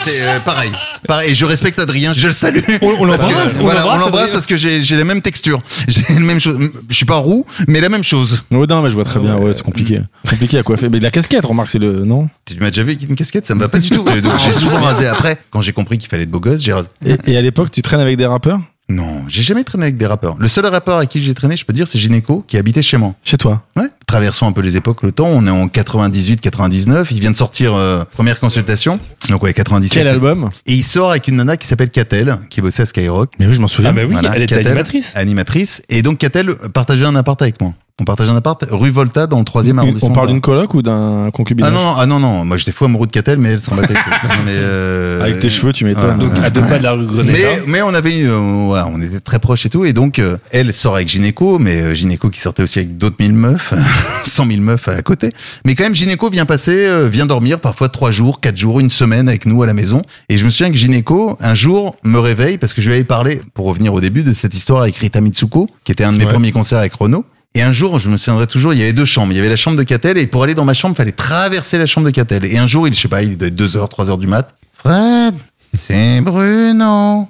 [SPEAKER 5] C'est euh, pareil. Pareil. Et je respecte Adrien, je le salue.
[SPEAKER 6] On
[SPEAKER 5] Parce que, euh,
[SPEAKER 6] l'embrasse.
[SPEAKER 5] voilà, on l'embrasse parce que j'ai j'ai la même texture. J'ai la même chose. Je suis pas roux, mais la même chose.
[SPEAKER 4] Ouais, non, mais je vois très bien, ouais, c'est compliqué. <laughs> Compliqué à coiffer. Mais la casquette, remarque, c'est le. Non
[SPEAKER 5] Tu m'as déjà vu avec une casquette, ça me va Euh, pas du tout. Et Donc j'ai souvent rasé. Après, quand j'ai compris qu'il fallait de beaux gosses, j'ai rasé.
[SPEAKER 4] Et, et à l'époque, tu traînes avec des rappeurs
[SPEAKER 5] Non, j'ai jamais traîné avec des rappeurs. Le seul rappeur à qui j'ai traîné, je peux dire, c'est Gynéco, qui habitait chez moi.
[SPEAKER 4] Chez toi.
[SPEAKER 5] Ouais. Traversons un peu les époques, le temps. On est en 98, 99. Il vient de sortir euh, première consultation. Donc ouais, 97.
[SPEAKER 4] Quel album
[SPEAKER 5] Et il sort avec une nana qui s'appelle Catel, qui bossait à Skyrock.
[SPEAKER 4] Mais oui, je m'en souviens.
[SPEAKER 6] Ah bah oui,
[SPEAKER 5] Voilà,
[SPEAKER 6] elle était
[SPEAKER 5] Catel,
[SPEAKER 6] animatrice.
[SPEAKER 5] Animatrice. Et donc Catel partageait un appart avec moi. On partageait un appart rue Volta dans le troisième arrondissement.
[SPEAKER 4] on parle d'une coloc ou d'un concubinage
[SPEAKER 5] Ah non, non, ah non, non. Moi j'étais fou amoureux de Catel, mais elle s'en battait. les couilles. Non, mais, euh,
[SPEAKER 4] Avec tes cheveux, tu
[SPEAKER 5] voilà.
[SPEAKER 4] m'étonnes.
[SPEAKER 6] Donc, à deux pas de la rue Grenella.
[SPEAKER 5] Mais, mais on avait, euh, voilà, on était très proches et tout, et donc euh, elle sort avec Gynéco, mais euh, Gynéco qui sortait aussi avec d'autres mille meufs, <laughs> cent mille meufs à côté. Mais quand même, Gynéco vient passer, euh, vient dormir parfois trois jours, quatre jours, une semaine avec nous à la maison. Et je me souviens que Gynéco un jour me réveille parce que je lui avais parlé pour revenir au début de cette histoire avec Rita Mitsuko, qui était un de mes
[SPEAKER 3] Ouais.
[SPEAKER 5] premiers concerts avec Renaud. Et un jour, je me souviendrai toujours, il y avait deux chambres. Il y avait la chambre de Catel et pour aller dans ma chambre, fallait traverser la chambre de Catel. Et un jour, il, je sais pas, il doit être 2 heures, 3 heures du mat. Fred, c'est
[SPEAKER 3] <laughs>
[SPEAKER 5] Bruno.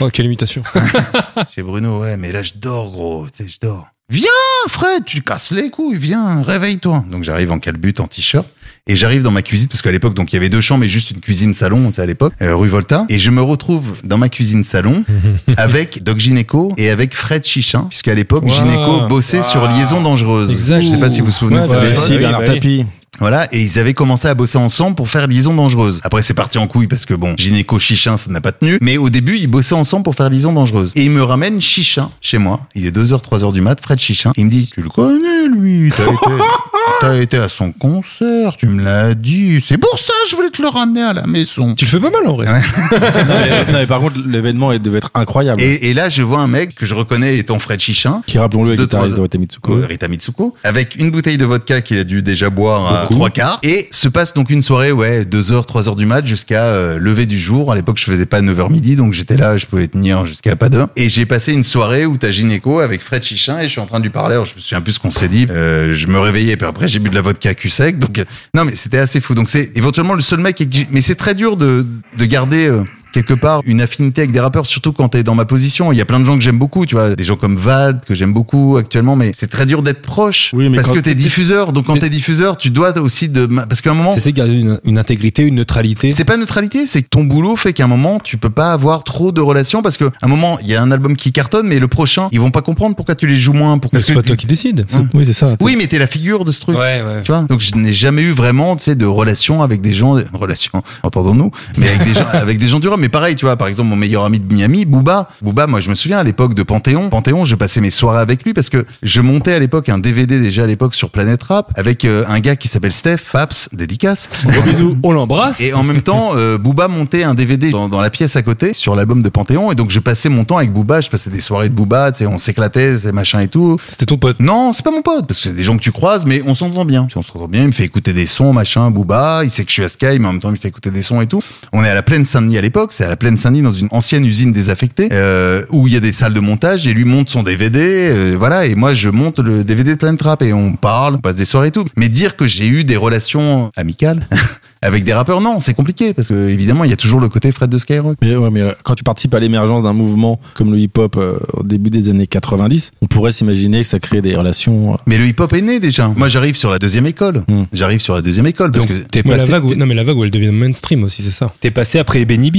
[SPEAKER 3] Oh, quelle imitation.
[SPEAKER 5] Chez Bruno, ouais, mais là je dors, gros, tu sais, je dors. Viens, Fred, tu casses les couilles, viens, réveille-toi. Donc j'arrive en calbute, en t-shirt, et j'arrive dans ma cuisine, parce qu'à l'époque, donc il y avait deux chambres et juste une cuisine salon, tu sais, à l'époque, euh, rue Volta, et je me retrouve dans ma cuisine
[SPEAKER 3] <laughs>
[SPEAKER 5] salon avec Doc Gineco et avec Fred Chichin, puisqu'à l'époque,
[SPEAKER 3] Wow.
[SPEAKER 5] Gineco bossait sur Liaison Dangereuse.
[SPEAKER 3] Exact.
[SPEAKER 5] Je sais pas si vous vous souvenez
[SPEAKER 3] Ouais,
[SPEAKER 5] de cette
[SPEAKER 3] ouais,
[SPEAKER 5] époque.
[SPEAKER 4] Si,
[SPEAKER 6] oui,
[SPEAKER 4] Bernard
[SPEAKER 6] bah oui.
[SPEAKER 4] Tapie.
[SPEAKER 5] Voilà, et ils avaient commencé à bosser ensemble pour faire Liaison dangereuse. Après, c'est parti en couille parce que bon, gynéco Chichin, ça n'a pas tenu. Mais au début, ils bossaient ensemble pour faire Liaison dangereuse. Et il me ramène Chichin chez moi. Il est 2h, 3h du mat, Fred Chichin. Il me dit, tu le connais, lui. T'as été, t'as été à son concert, tu me l'as dit. C'est pour ça, que je voulais te le ramener à la maison.
[SPEAKER 3] Tu le fais pas mal en vrai.
[SPEAKER 4] non, <laughs> mais- non, mais par contre, l'événement il devait être incroyable.
[SPEAKER 5] Et, et là, je vois un mec que je reconnais étant Fred Chichin.
[SPEAKER 4] Qui, rappelons-le,
[SPEAKER 5] Deux,
[SPEAKER 4] est guitariste de
[SPEAKER 5] trois-
[SPEAKER 4] Rita Mitsuko.
[SPEAKER 5] euh, Rita Mitsuko, avec une bouteille de vodka qu'il a dû déjà boire à trois quarts. Et se passe donc une soirée, ouais, 2 heures, 3 heures du mat jusqu'à euh, lever du jour. À l'époque, je faisais pas 9h midi, donc j'étais là, je pouvais tenir jusqu'à pas d'heure. Et j'ai passé une soirée où t'as gynéco avec Fred Chichin et je suis en train de lui parler. Alors, je me souviens plus ce qu'on s'est dit. Euh, je me réveillais, puis après, j'ai bu de la vodka cul sec. Donc, euh, non, mais c'était assez fou. Donc, c'est éventuellement le seul mec. avec qui- Mais c'est très dur de, de garder. euh, quelque part une affinité avec des rappeurs, surtout quand t'es dans ma position. Il y a plein de gens que j'aime beaucoup, tu vois, des gens comme Vald que j'aime beaucoup actuellement, mais c'est très dur d'être proche
[SPEAKER 4] Oui, mais
[SPEAKER 5] parce
[SPEAKER 4] quand
[SPEAKER 5] que t'es
[SPEAKER 4] t'es-
[SPEAKER 5] diffuseur. Donc quand
[SPEAKER 6] t'es-
[SPEAKER 5] t'es diffuseur, tu dois aussi de ma- parce qu'à un moment
[SPEAKER 6] T'essaies de garder une, une intégrité, une neutralité.
[SPEAKER 5] c'est pas neutralité, c'est que ton boulot fait qu'à un moment tu peux pas avoir trop de relations parce que à un moment il y a un album qui cartonne, mais le prochain ils vont pas comprendre pourquoi tu les joues moins, pourquoi
[SPEAKER 3] Mais c'est
[SPEAKER 5] parce
[SPEAKER 3] pas
[SPEAKER 5] que Mm.
[SPEAKER 3] toi qui décides.
[SPEAKER 4] Oui, c'est ça.
[SPEAKER 5] oui mais t'es la figure de ce truc.
[SPEAKER 6] Ouais, ouais.
[SPEAKER 5] Tu vois donc je n'ai jamais eu vraiment tu sais de relation avec des gens <laughs> relation entendons-nous mais avec des gens avec des gens du Rhum mais pareil tu vois par exemple mon meilleur ami de Miami Booba Booba moi je me souviens à l'époque de Panthéon Panthéon je passais mes soirées avec lui parce que je montais à l'époque un DVD déjà à l'époque sur Planète Rap avec euh, un gars qui s'appelle Steph Faps dédicace
[SPEAKER 6] On l'embrasse.
[SPEAKER 5] <laughs> et en même temps, euh, Booba montait un DVD dans, dans la pièce à côté sur l'album de Panthéon. Et donc, je passais mon temps avec Booba. Je passais des soirées de Booba. Tu sais, on s'éclatait, c'est machin et tout.
[SPEAKER 3] C'était ton pote.
[SPEAKER 5] Non, c'est pas mon pote, parce que c'est des gens que tu croises, mais on s'entend bien. On s'entend bien, il me fait écouter des sons, machin, booba, il sait que je suis à Sky, mais en même temps il me fait écouter des sons et tout. On est à la plaine Saint-Denis à l'époque, c'est à la plaine Saint-Denis dans une ancienne usine désaffectée, euh, où il y a des salles de montage, et lui monte son DVD, euh, voilà, et moi je monte le DVD de Plaine Trap, et on parle, on passe des soirées et tout. Mais dire que j'ai eu des relations amicales <laughs> avec des rappeurs, non, c'est compliqué, parce que évidemment il y a toujours le côté Fred de Skyrock.
[SPEAKER 4] Mais, ouais, mais euh, quand tu participes à l'émergence d'un mouvement comme le hip-hop euh, au début des années 90, on pourrait s'imaginer que ça crée des relations. euh,
[SPEAKER 5] Mais le hip-hop est né déjà. Moi j'arrive sur la deuxième école.
[SPEAKER 4] Hmm.
[SPEAKER 5] J'arrive sur la deuxième école, parce que
[SPEAKER 6] T'es
[SPEAKER 3] Mais la
[SPEAKER 6] passé,
[SPEAKER 3] vague où-
[SPEAKER 6] t'es-
[SPEAKER 3] Bah, Non, mais la vague où elle devient mainstream aussi, c'est ça.
[SPEAKER 6] t'es passé après les Benny B.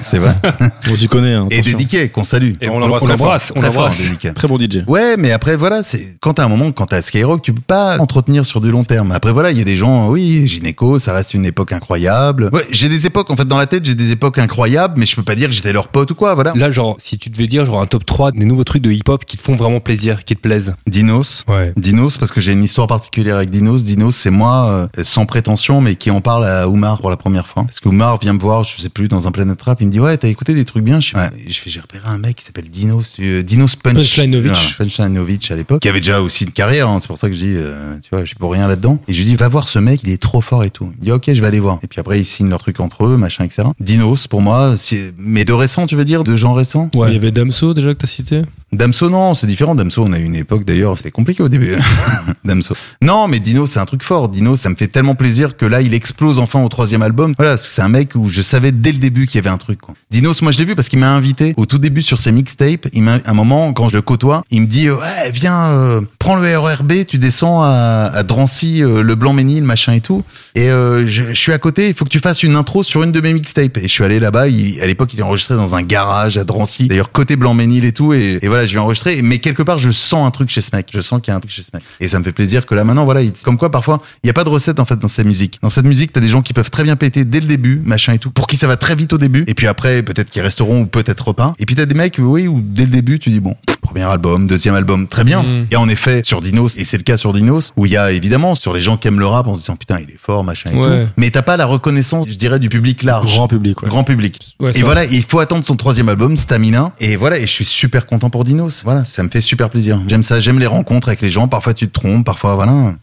[SPEAKER 5] c'est vrai.
[SPEAKER 4] Bon, tu connais. hein,
[SPEAKER 5] Et
[SPEAKER 4] attention.
[SPEAKER 5] dédiqué, qu'on salue.
[SPEAKER 6] Et on l'embrasse
[SPEAKER 4] on
[SPEAKER 6] très fort.
[SPEAKER 4] l'embrasse,
[SPEAKER 6] On
[SPEAKER 5] Très fort,
[SPEAKER 6] l'embrasse.
[SPEAKER 5] Denis K.
[SPEAKER 4] Très bon DJ.
[SPEAKER 5] Ouais, mais après voilà, c'est quand t'as un moment, quand t'es à Skyrock, tu peux pas entretenir sur du long terme. Après voilà, il y a des gens, oui, gynéco, ça reste une époque incroyable. Ouais, j'ai des époques en fait dans la tête, j'ai des époques incroyables, mais je peux pas dire que j'étais leur pote ou quoi, voilà.
[SPEAKER 6] Là, genre, si tu devais dire, genre, un top 3 des nouveaux trucs de hip-hop qui te font vraiment plaisir, qui te plaisent.
[SPEAKER 5] Dinos.
[SPEAKER 6] Ouais.
[SPEAKER 5] Dinos, parce que j'ai une histoire particulière avec Dinos. Dinos, c'est moi, euh, sans prétention, mais qui en parle à Oumar pour la première fois. Parce que Oumar vient me voir, je sais plus, dans un Planet Rap, il me dit, ouais, t'as écouté des trucs bien. Je, fais, ouais. Et je fais, j'ai repéré un mec qui s'appelle Dinos, euh, Dinos Punch.
[SPEAKER 3] Punchlinovic.
[SPEAKER 5] Voilà, Punchlinovic à l'époque, qui avait déjà aussi une carrière, hein, c'est pour ça que je dis, euh, tu vois, je suis pour rien là-dedans. Et je lui dis, va voir ce mec, il est trop fort et tout. Il dit, ok, je vais aller voir. Et puis après, ils signent leur truc entre eux, machin, etc. Dinos, pour moi, c'est- mais de récent, tu veux dire, de gens récents?
[SPEAKER 3] Il y avait Damso déjà que t'as cité.
[SPEAKER 5] Damso, non, c'est différent. Damso, on a eu une époque d'ailleurs, c'était compliqué au début. hein. <laughs> Damso. Non, mais Dino, c'est un truc fort. Dino, ça me fait tellement plaisir que là, il explose enfin au troisième album. Voilà, c'est un mec où je savais dès le début qu'il y avait un truc. Quoi. Dinos, moi, je l'ai vu parce qu'il m'a invité au tout début sur ses mixtapes. Il m'a, un moment, quand je le côtoie, il me dit, euh, ouais, viens, euh, prends le RERB, tu descends à, à Drancy, euh, le Blanc-Ménil, machin et tout. Et euh, je, je suis à côté, il faut que tu fasses une intro sur une de mes mixtapes. Et je suis allé là-bas, il- à l'époque, il est enregistré dans un garage à Drancy. D'ailleurs, côté Blanc-Ménil et tout. Et, et voilà, je vais enregistrer. Mais quelque part, je sens un truc chez ce mec. Je sens qu'il y a un truc chez ce mec. Et ça me fait plaisir que là, maintenant, voilà, il- comme quoi, parfois, il n'y a pas de recette, en fait, dans sa musique. Dans cette musique, t'as des gens qui peuvent très bien péter dès le début, machin et tout, pour qui ça va très vite au début. Et puis après, peut-être qu'ils resteront ou peut-être pas. Et puis t'as des mecs, oui, où dès le début, tu dis, bon, premier album, deuxième album, très bien.
[SPEAKER 3] Mm.
[SPEAKER 5] Et en effet, sur Dinos, et c'est le cas sur Dinos, où il y a évidemment, sur les gens qui aiment le rap, en se disant, putain, il est fort, machin et
[SPEAKER 3] Ouais.
[SPEAKER 5] tout. Mais t'as pas la reconnaissance, je dirais, du public large.
[SPEAKER 4] Grand public, ouais.
[SPEAKER 5] Grand public.
[SPEAKER 3] Ouais,
[SPEAKER 5] et
[SPEAKER 3] ça-
[SPEAKER 5] voilà, il faut attendre son troisième album, Stamina. Et voilà, et je suis super content pour Dinos. Voilà, ça me fait super plaisir. J'aime ça, j'aime les rencontres avec les gens. Parfois tu te trompes, parfois voilà.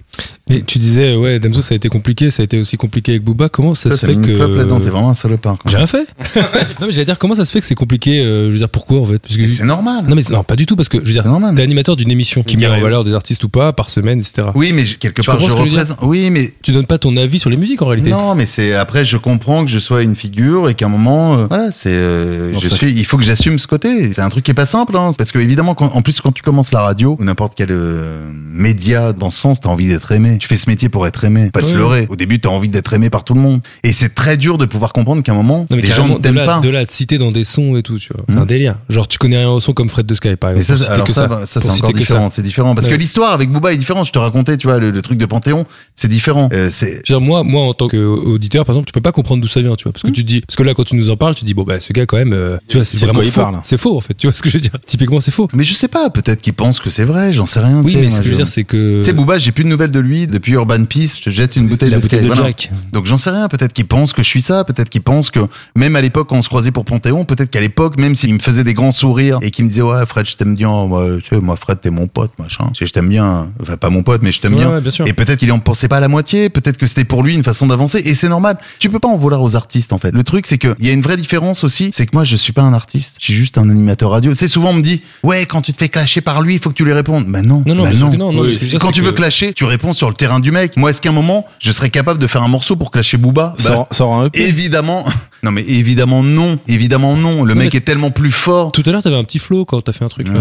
[SPEAKER 3] Mais tu disais, ouais, Damso, ça a été compliqué, ça a été aussi compliqué avec Booba. Comment ça,
[SPEAKER 5] Toi,
[SPEAKER 3] se
[SPEAKER 5] t'as
[SPEAKER 3] fait
[SPEAKER 5] mis une clope là-dedans, t'es
[SPEAKER 3] que.
[SPEAKER 5] vraiment un salopard. quoi.
[SPEAKER 3] J'ai rien fait. <laughs> non, mais j'allais dire, comment ça se fait que c'est compliqué euh, Je veux dire, pourquoi en fait Parce que-
[SPEAKER 5] Mais C'est normal.
[SPEAKER 3] Non, mais non, pas du tout, parce que je veux dire,
[SPEAKER 5] C'est normal.
[SPEAKER 3] t'es animateur d'une émission qui met en valeur des artistes ou pas, par semaine, etc.
[SPEAKER 5] Oui, mais je- quelque
[SPEAKER 3] Tu
[SPEAKER 5] part je
[SPEAKER 3] comprends ce que je veux dire
[SPEAKER 5] représente. Oui, mais
[SPEAKER 3] Tu donnes pas ton avis sur les musiques en réalité.
[SPEAKER 5] non, mais c'est après je comprends que je sois une figure et qu'à un moment euh, voilà, c'est euh,
[SPEAKER 4] Non,
[SPEAKER 5] je
[SPEAKER 4] ça-
[SPEAKER 5] suis il faut que j'assume ce côté. C'est un truc qui est pas simple hein, parce que évidemment quand- en plus quand tu commences la radio ou n'importe quel euh, média dans ce sens, t'as envie d'être aimé. Tu fais ce métier pour être aimé, pas se
[SPEAKER 3] Ouais.
[SPEAKER 5] leurrer. Au début, t'as envie d'être aimé par tout le monde et c'est très dur de pouvoir comprendre qu'à un moment
[SPEAKER 3] Non, mais
[SPEAKER 5] les gens
[SPEAKER 3] carrément,
[SPEAKER 5] ne t'aiment
[SPEAKER 3] de là,
[SPEAKER 5] pas.
[SPEAKER 3] De là à te citer dans des sons et tout, tu vois. C'est
[SPEAKER 5] Mm.
[SPEAKER 3] un délire. Genre, tu connais rien au son comme Fred de Sky, par
[SPEAKER 5] Mais
[SPEAKER 3] exemple.
[SPEAKER 5] ça, c'est-
[SPEAKER 3] Pour citer
[SPEAKER 5] alors
[SPEAKER 3] que
[SPEAKER 5] ça, bah, ça,
[SPEAKER 3] Pour
[SPEAKER 5] c'est encore
[SPEAKER 3] citer que
[SPEAKER 5] différent, c'est différent. Parce que
[SPEAKER 3] Ouais.
[SPEAKER 5] l'histoire avec Booba est différente. Je te racontais, tu vois, le, le truc de Panthéon, c'est différent. Euh, c'est,
[SPEAKER 3] Je veux dire, moi, moi, en tant qu'auditeur, par exemple, tu peux pas comprendre d'où ça vient, tu vois. Parce
[SPEAKER 5] Hmm.
[SPEAKER 3] que tu te dis, parce que là, quand tu nous en parles, tu te dis, bon, bah, ce gars, quand même, euh, tu vois, c'est
[SPEAKER 4] Il sait de
[SPEAKER 3] vraiment
[SPEAKER 4] quoi il
[SPEAKER 3] faux.
[SPEAKER 4] parle.
[SPEAKER 3] C'est faux, en fait. Tu vois ce que je veux dire? Typiquement, c'est faux.
[SPEAKER 5] mais je sais pas, peut-être qu'ils pensent que c'est vrai, j'en sais rien. tu
[SPEAKER 3] Oui,
[SPEAKER 5] sais,
[SPEAKER 3] mais
[SPEAKER 5] moi,
[SPEAKER 3] ce que je veux dire, c'est que.
[SPEAKER 5] Tu sais, Booba, j'ai plus de nouvelles de lui depuis Urban Peace. Je te jette une bouteille
[SPEAKER 6] La
[SPEAKER 5] de
[SPEAKER 6] bouteille
[SPEAKER 5] Sky,
[SPEAKER 6] de
[SPEAKER 5] voilà.
[SPEAKER 6] Jack.
[SPEAKER 5] Donc j'en sais rien. Peut-être qu'ils pensent que je suis ça. Peut-être qu'ils pensent que même à l'époque quand on se croisait pour Panthéon, peut-être qu'à l'époque même s'il me faisait des grands sourires et qu'il me disait ouais Fred, je t'aime bien. Moi, tu sais, moi Fred, t'es mon pote, machin. Tu sais, je t'aime bien. Enfin pas mon pote, mais je t'aime
[SPEAKER 3] Ouais,
[SPEAKER 5] bien.
[SPEAKER 3] ouais, bien sûr.
[SPEAKER 5] Et peut-être qu'il en pensait pas à la moitié, peut-être que c'était pour lui une façon d'avancer, et c'est normal. Tu peux pas en vouloir aux artistes, en fait. Le truc, c'est que, il y a une vraie différence aussi, c'est que moi, je suis pas un artiste, je suis juste un animateur radio. C'est souvent, on me dit, ouais, quand tu te fais clasher par lui, il faut que tu lui répondes. Bah non,
[SPEAKER 3] Non, non,
[SPEAKER 5] bah
[SPEAKER 3] bien sûr que non, non,
[SPEAKER 5] Oui.
[SPEAKER 3] mais ce que je veux dire,
[SPEAKER 5] Quand
[SPEAKER 3] c'est
[SPEAKER 5] tu
[SPEAKER 3] que-
[SPEAKER 5] veux clasher, tu réponds sur le terrain du mec. Moi, est-ce qu'à un moment, je serais capable de faire un morceau pour clasher Booba? Bah,
[SPEAKER 4] Sors- sors un E EP.
[SPEAKER 5] évidemment, <laughs> non, mais évidemment non, évidemment non. Le
[SPEAKER 3] Non,
[SPEAKER 5] mec
[SPEAKER 3] mais-
[SPEAKER 5] est tellement plus fort.
[SPEAKER 3] Tout à l'heure, t'avais un petit flow quand t'as fait un truc. là.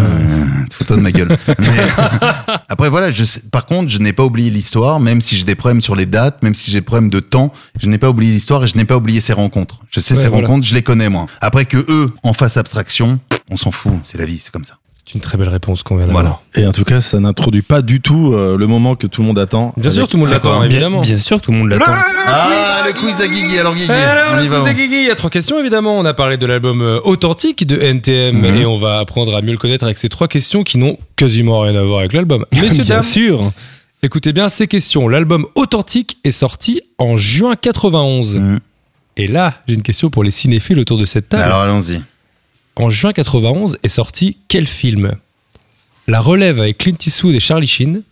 [SPEAKER 5] Photo de ma gueule. <laughs> Mais- euh, après, voilà, je sais- par contre, je n'ai pas oublié l'histoire, même si j'ai des problèmes sur les dates, même si j'ai des problèmes de temps, je n'ai pas oublié l'histoire et je n'ai pas oublié ces rencontres. Je sais
[SPEAKER 3] Ouais,
[SPEAKER 5] ces
[SPEAKER 3] voilà.
[SPEAKER 5] rencontres, je les connais, moi. Après que eux, en fassent abstraction, on s'en fout, c'est la vie, c'est comme ça.
[SPEAKER 3] C'est une très belle réponse qu'on vient d'avoir.
[SPEAKER 5] Voilà.
[SPEAKER 4] Et en tout cas, ça n'introduit pas du tout euh, le moment que tout le monde attend.
[SPEAKER 3] Bien sûr,
[SPEAKER 4] Avec-
[SPEAKER 3] tout le monde
[SPEAKER 5] C'est
[SPEAKER 3] l'attend,
[SPEAKER 5] quoi
[SPEAKER 3] évidemment. Eh,
[SPEAKER 6] Bien sûr, tout le monde l'attend.
[SPEAKER 5] Ah, le quiz à Guigui, alors Guigui,
[SPEAKER 3] Alors,
[SPEAKER 5] on y va.
[SPEAKER 3] Lisa
[SPEAKER 5] on-
[SPEAKER 3] Guigui, il y a trois questions évidemment. On a parlé de l'album euh, authentique de NTM
[SPEAKER 5] Mhm.
[SPEAKER 3] et on va apprendre à mieux le connaître avec ces trois questions qui n'ont quasiment rien à voir
[SPEAKER 6] <laughs>
[SPEAKER 3] avec l'album. Messieurs,
[SPEAKER 6] Bien
[SPEAKER 3] dames,
[SPEAKER 6] sûr.
[SPEAKER 3] écoutez bien ces questions. L'album authentique est sorti en juin 91.
[SPEAKER 5] Mhm.
[SPEAKER 3] Et là, j'ai une question pour les cinéphiles autour de cette table.
[SPEAKER 5] Alors allons-y.
[SPEAKER 3] En juin 91 est sorti quel film La relève avec Clint Eastwood et Charlie Sheen,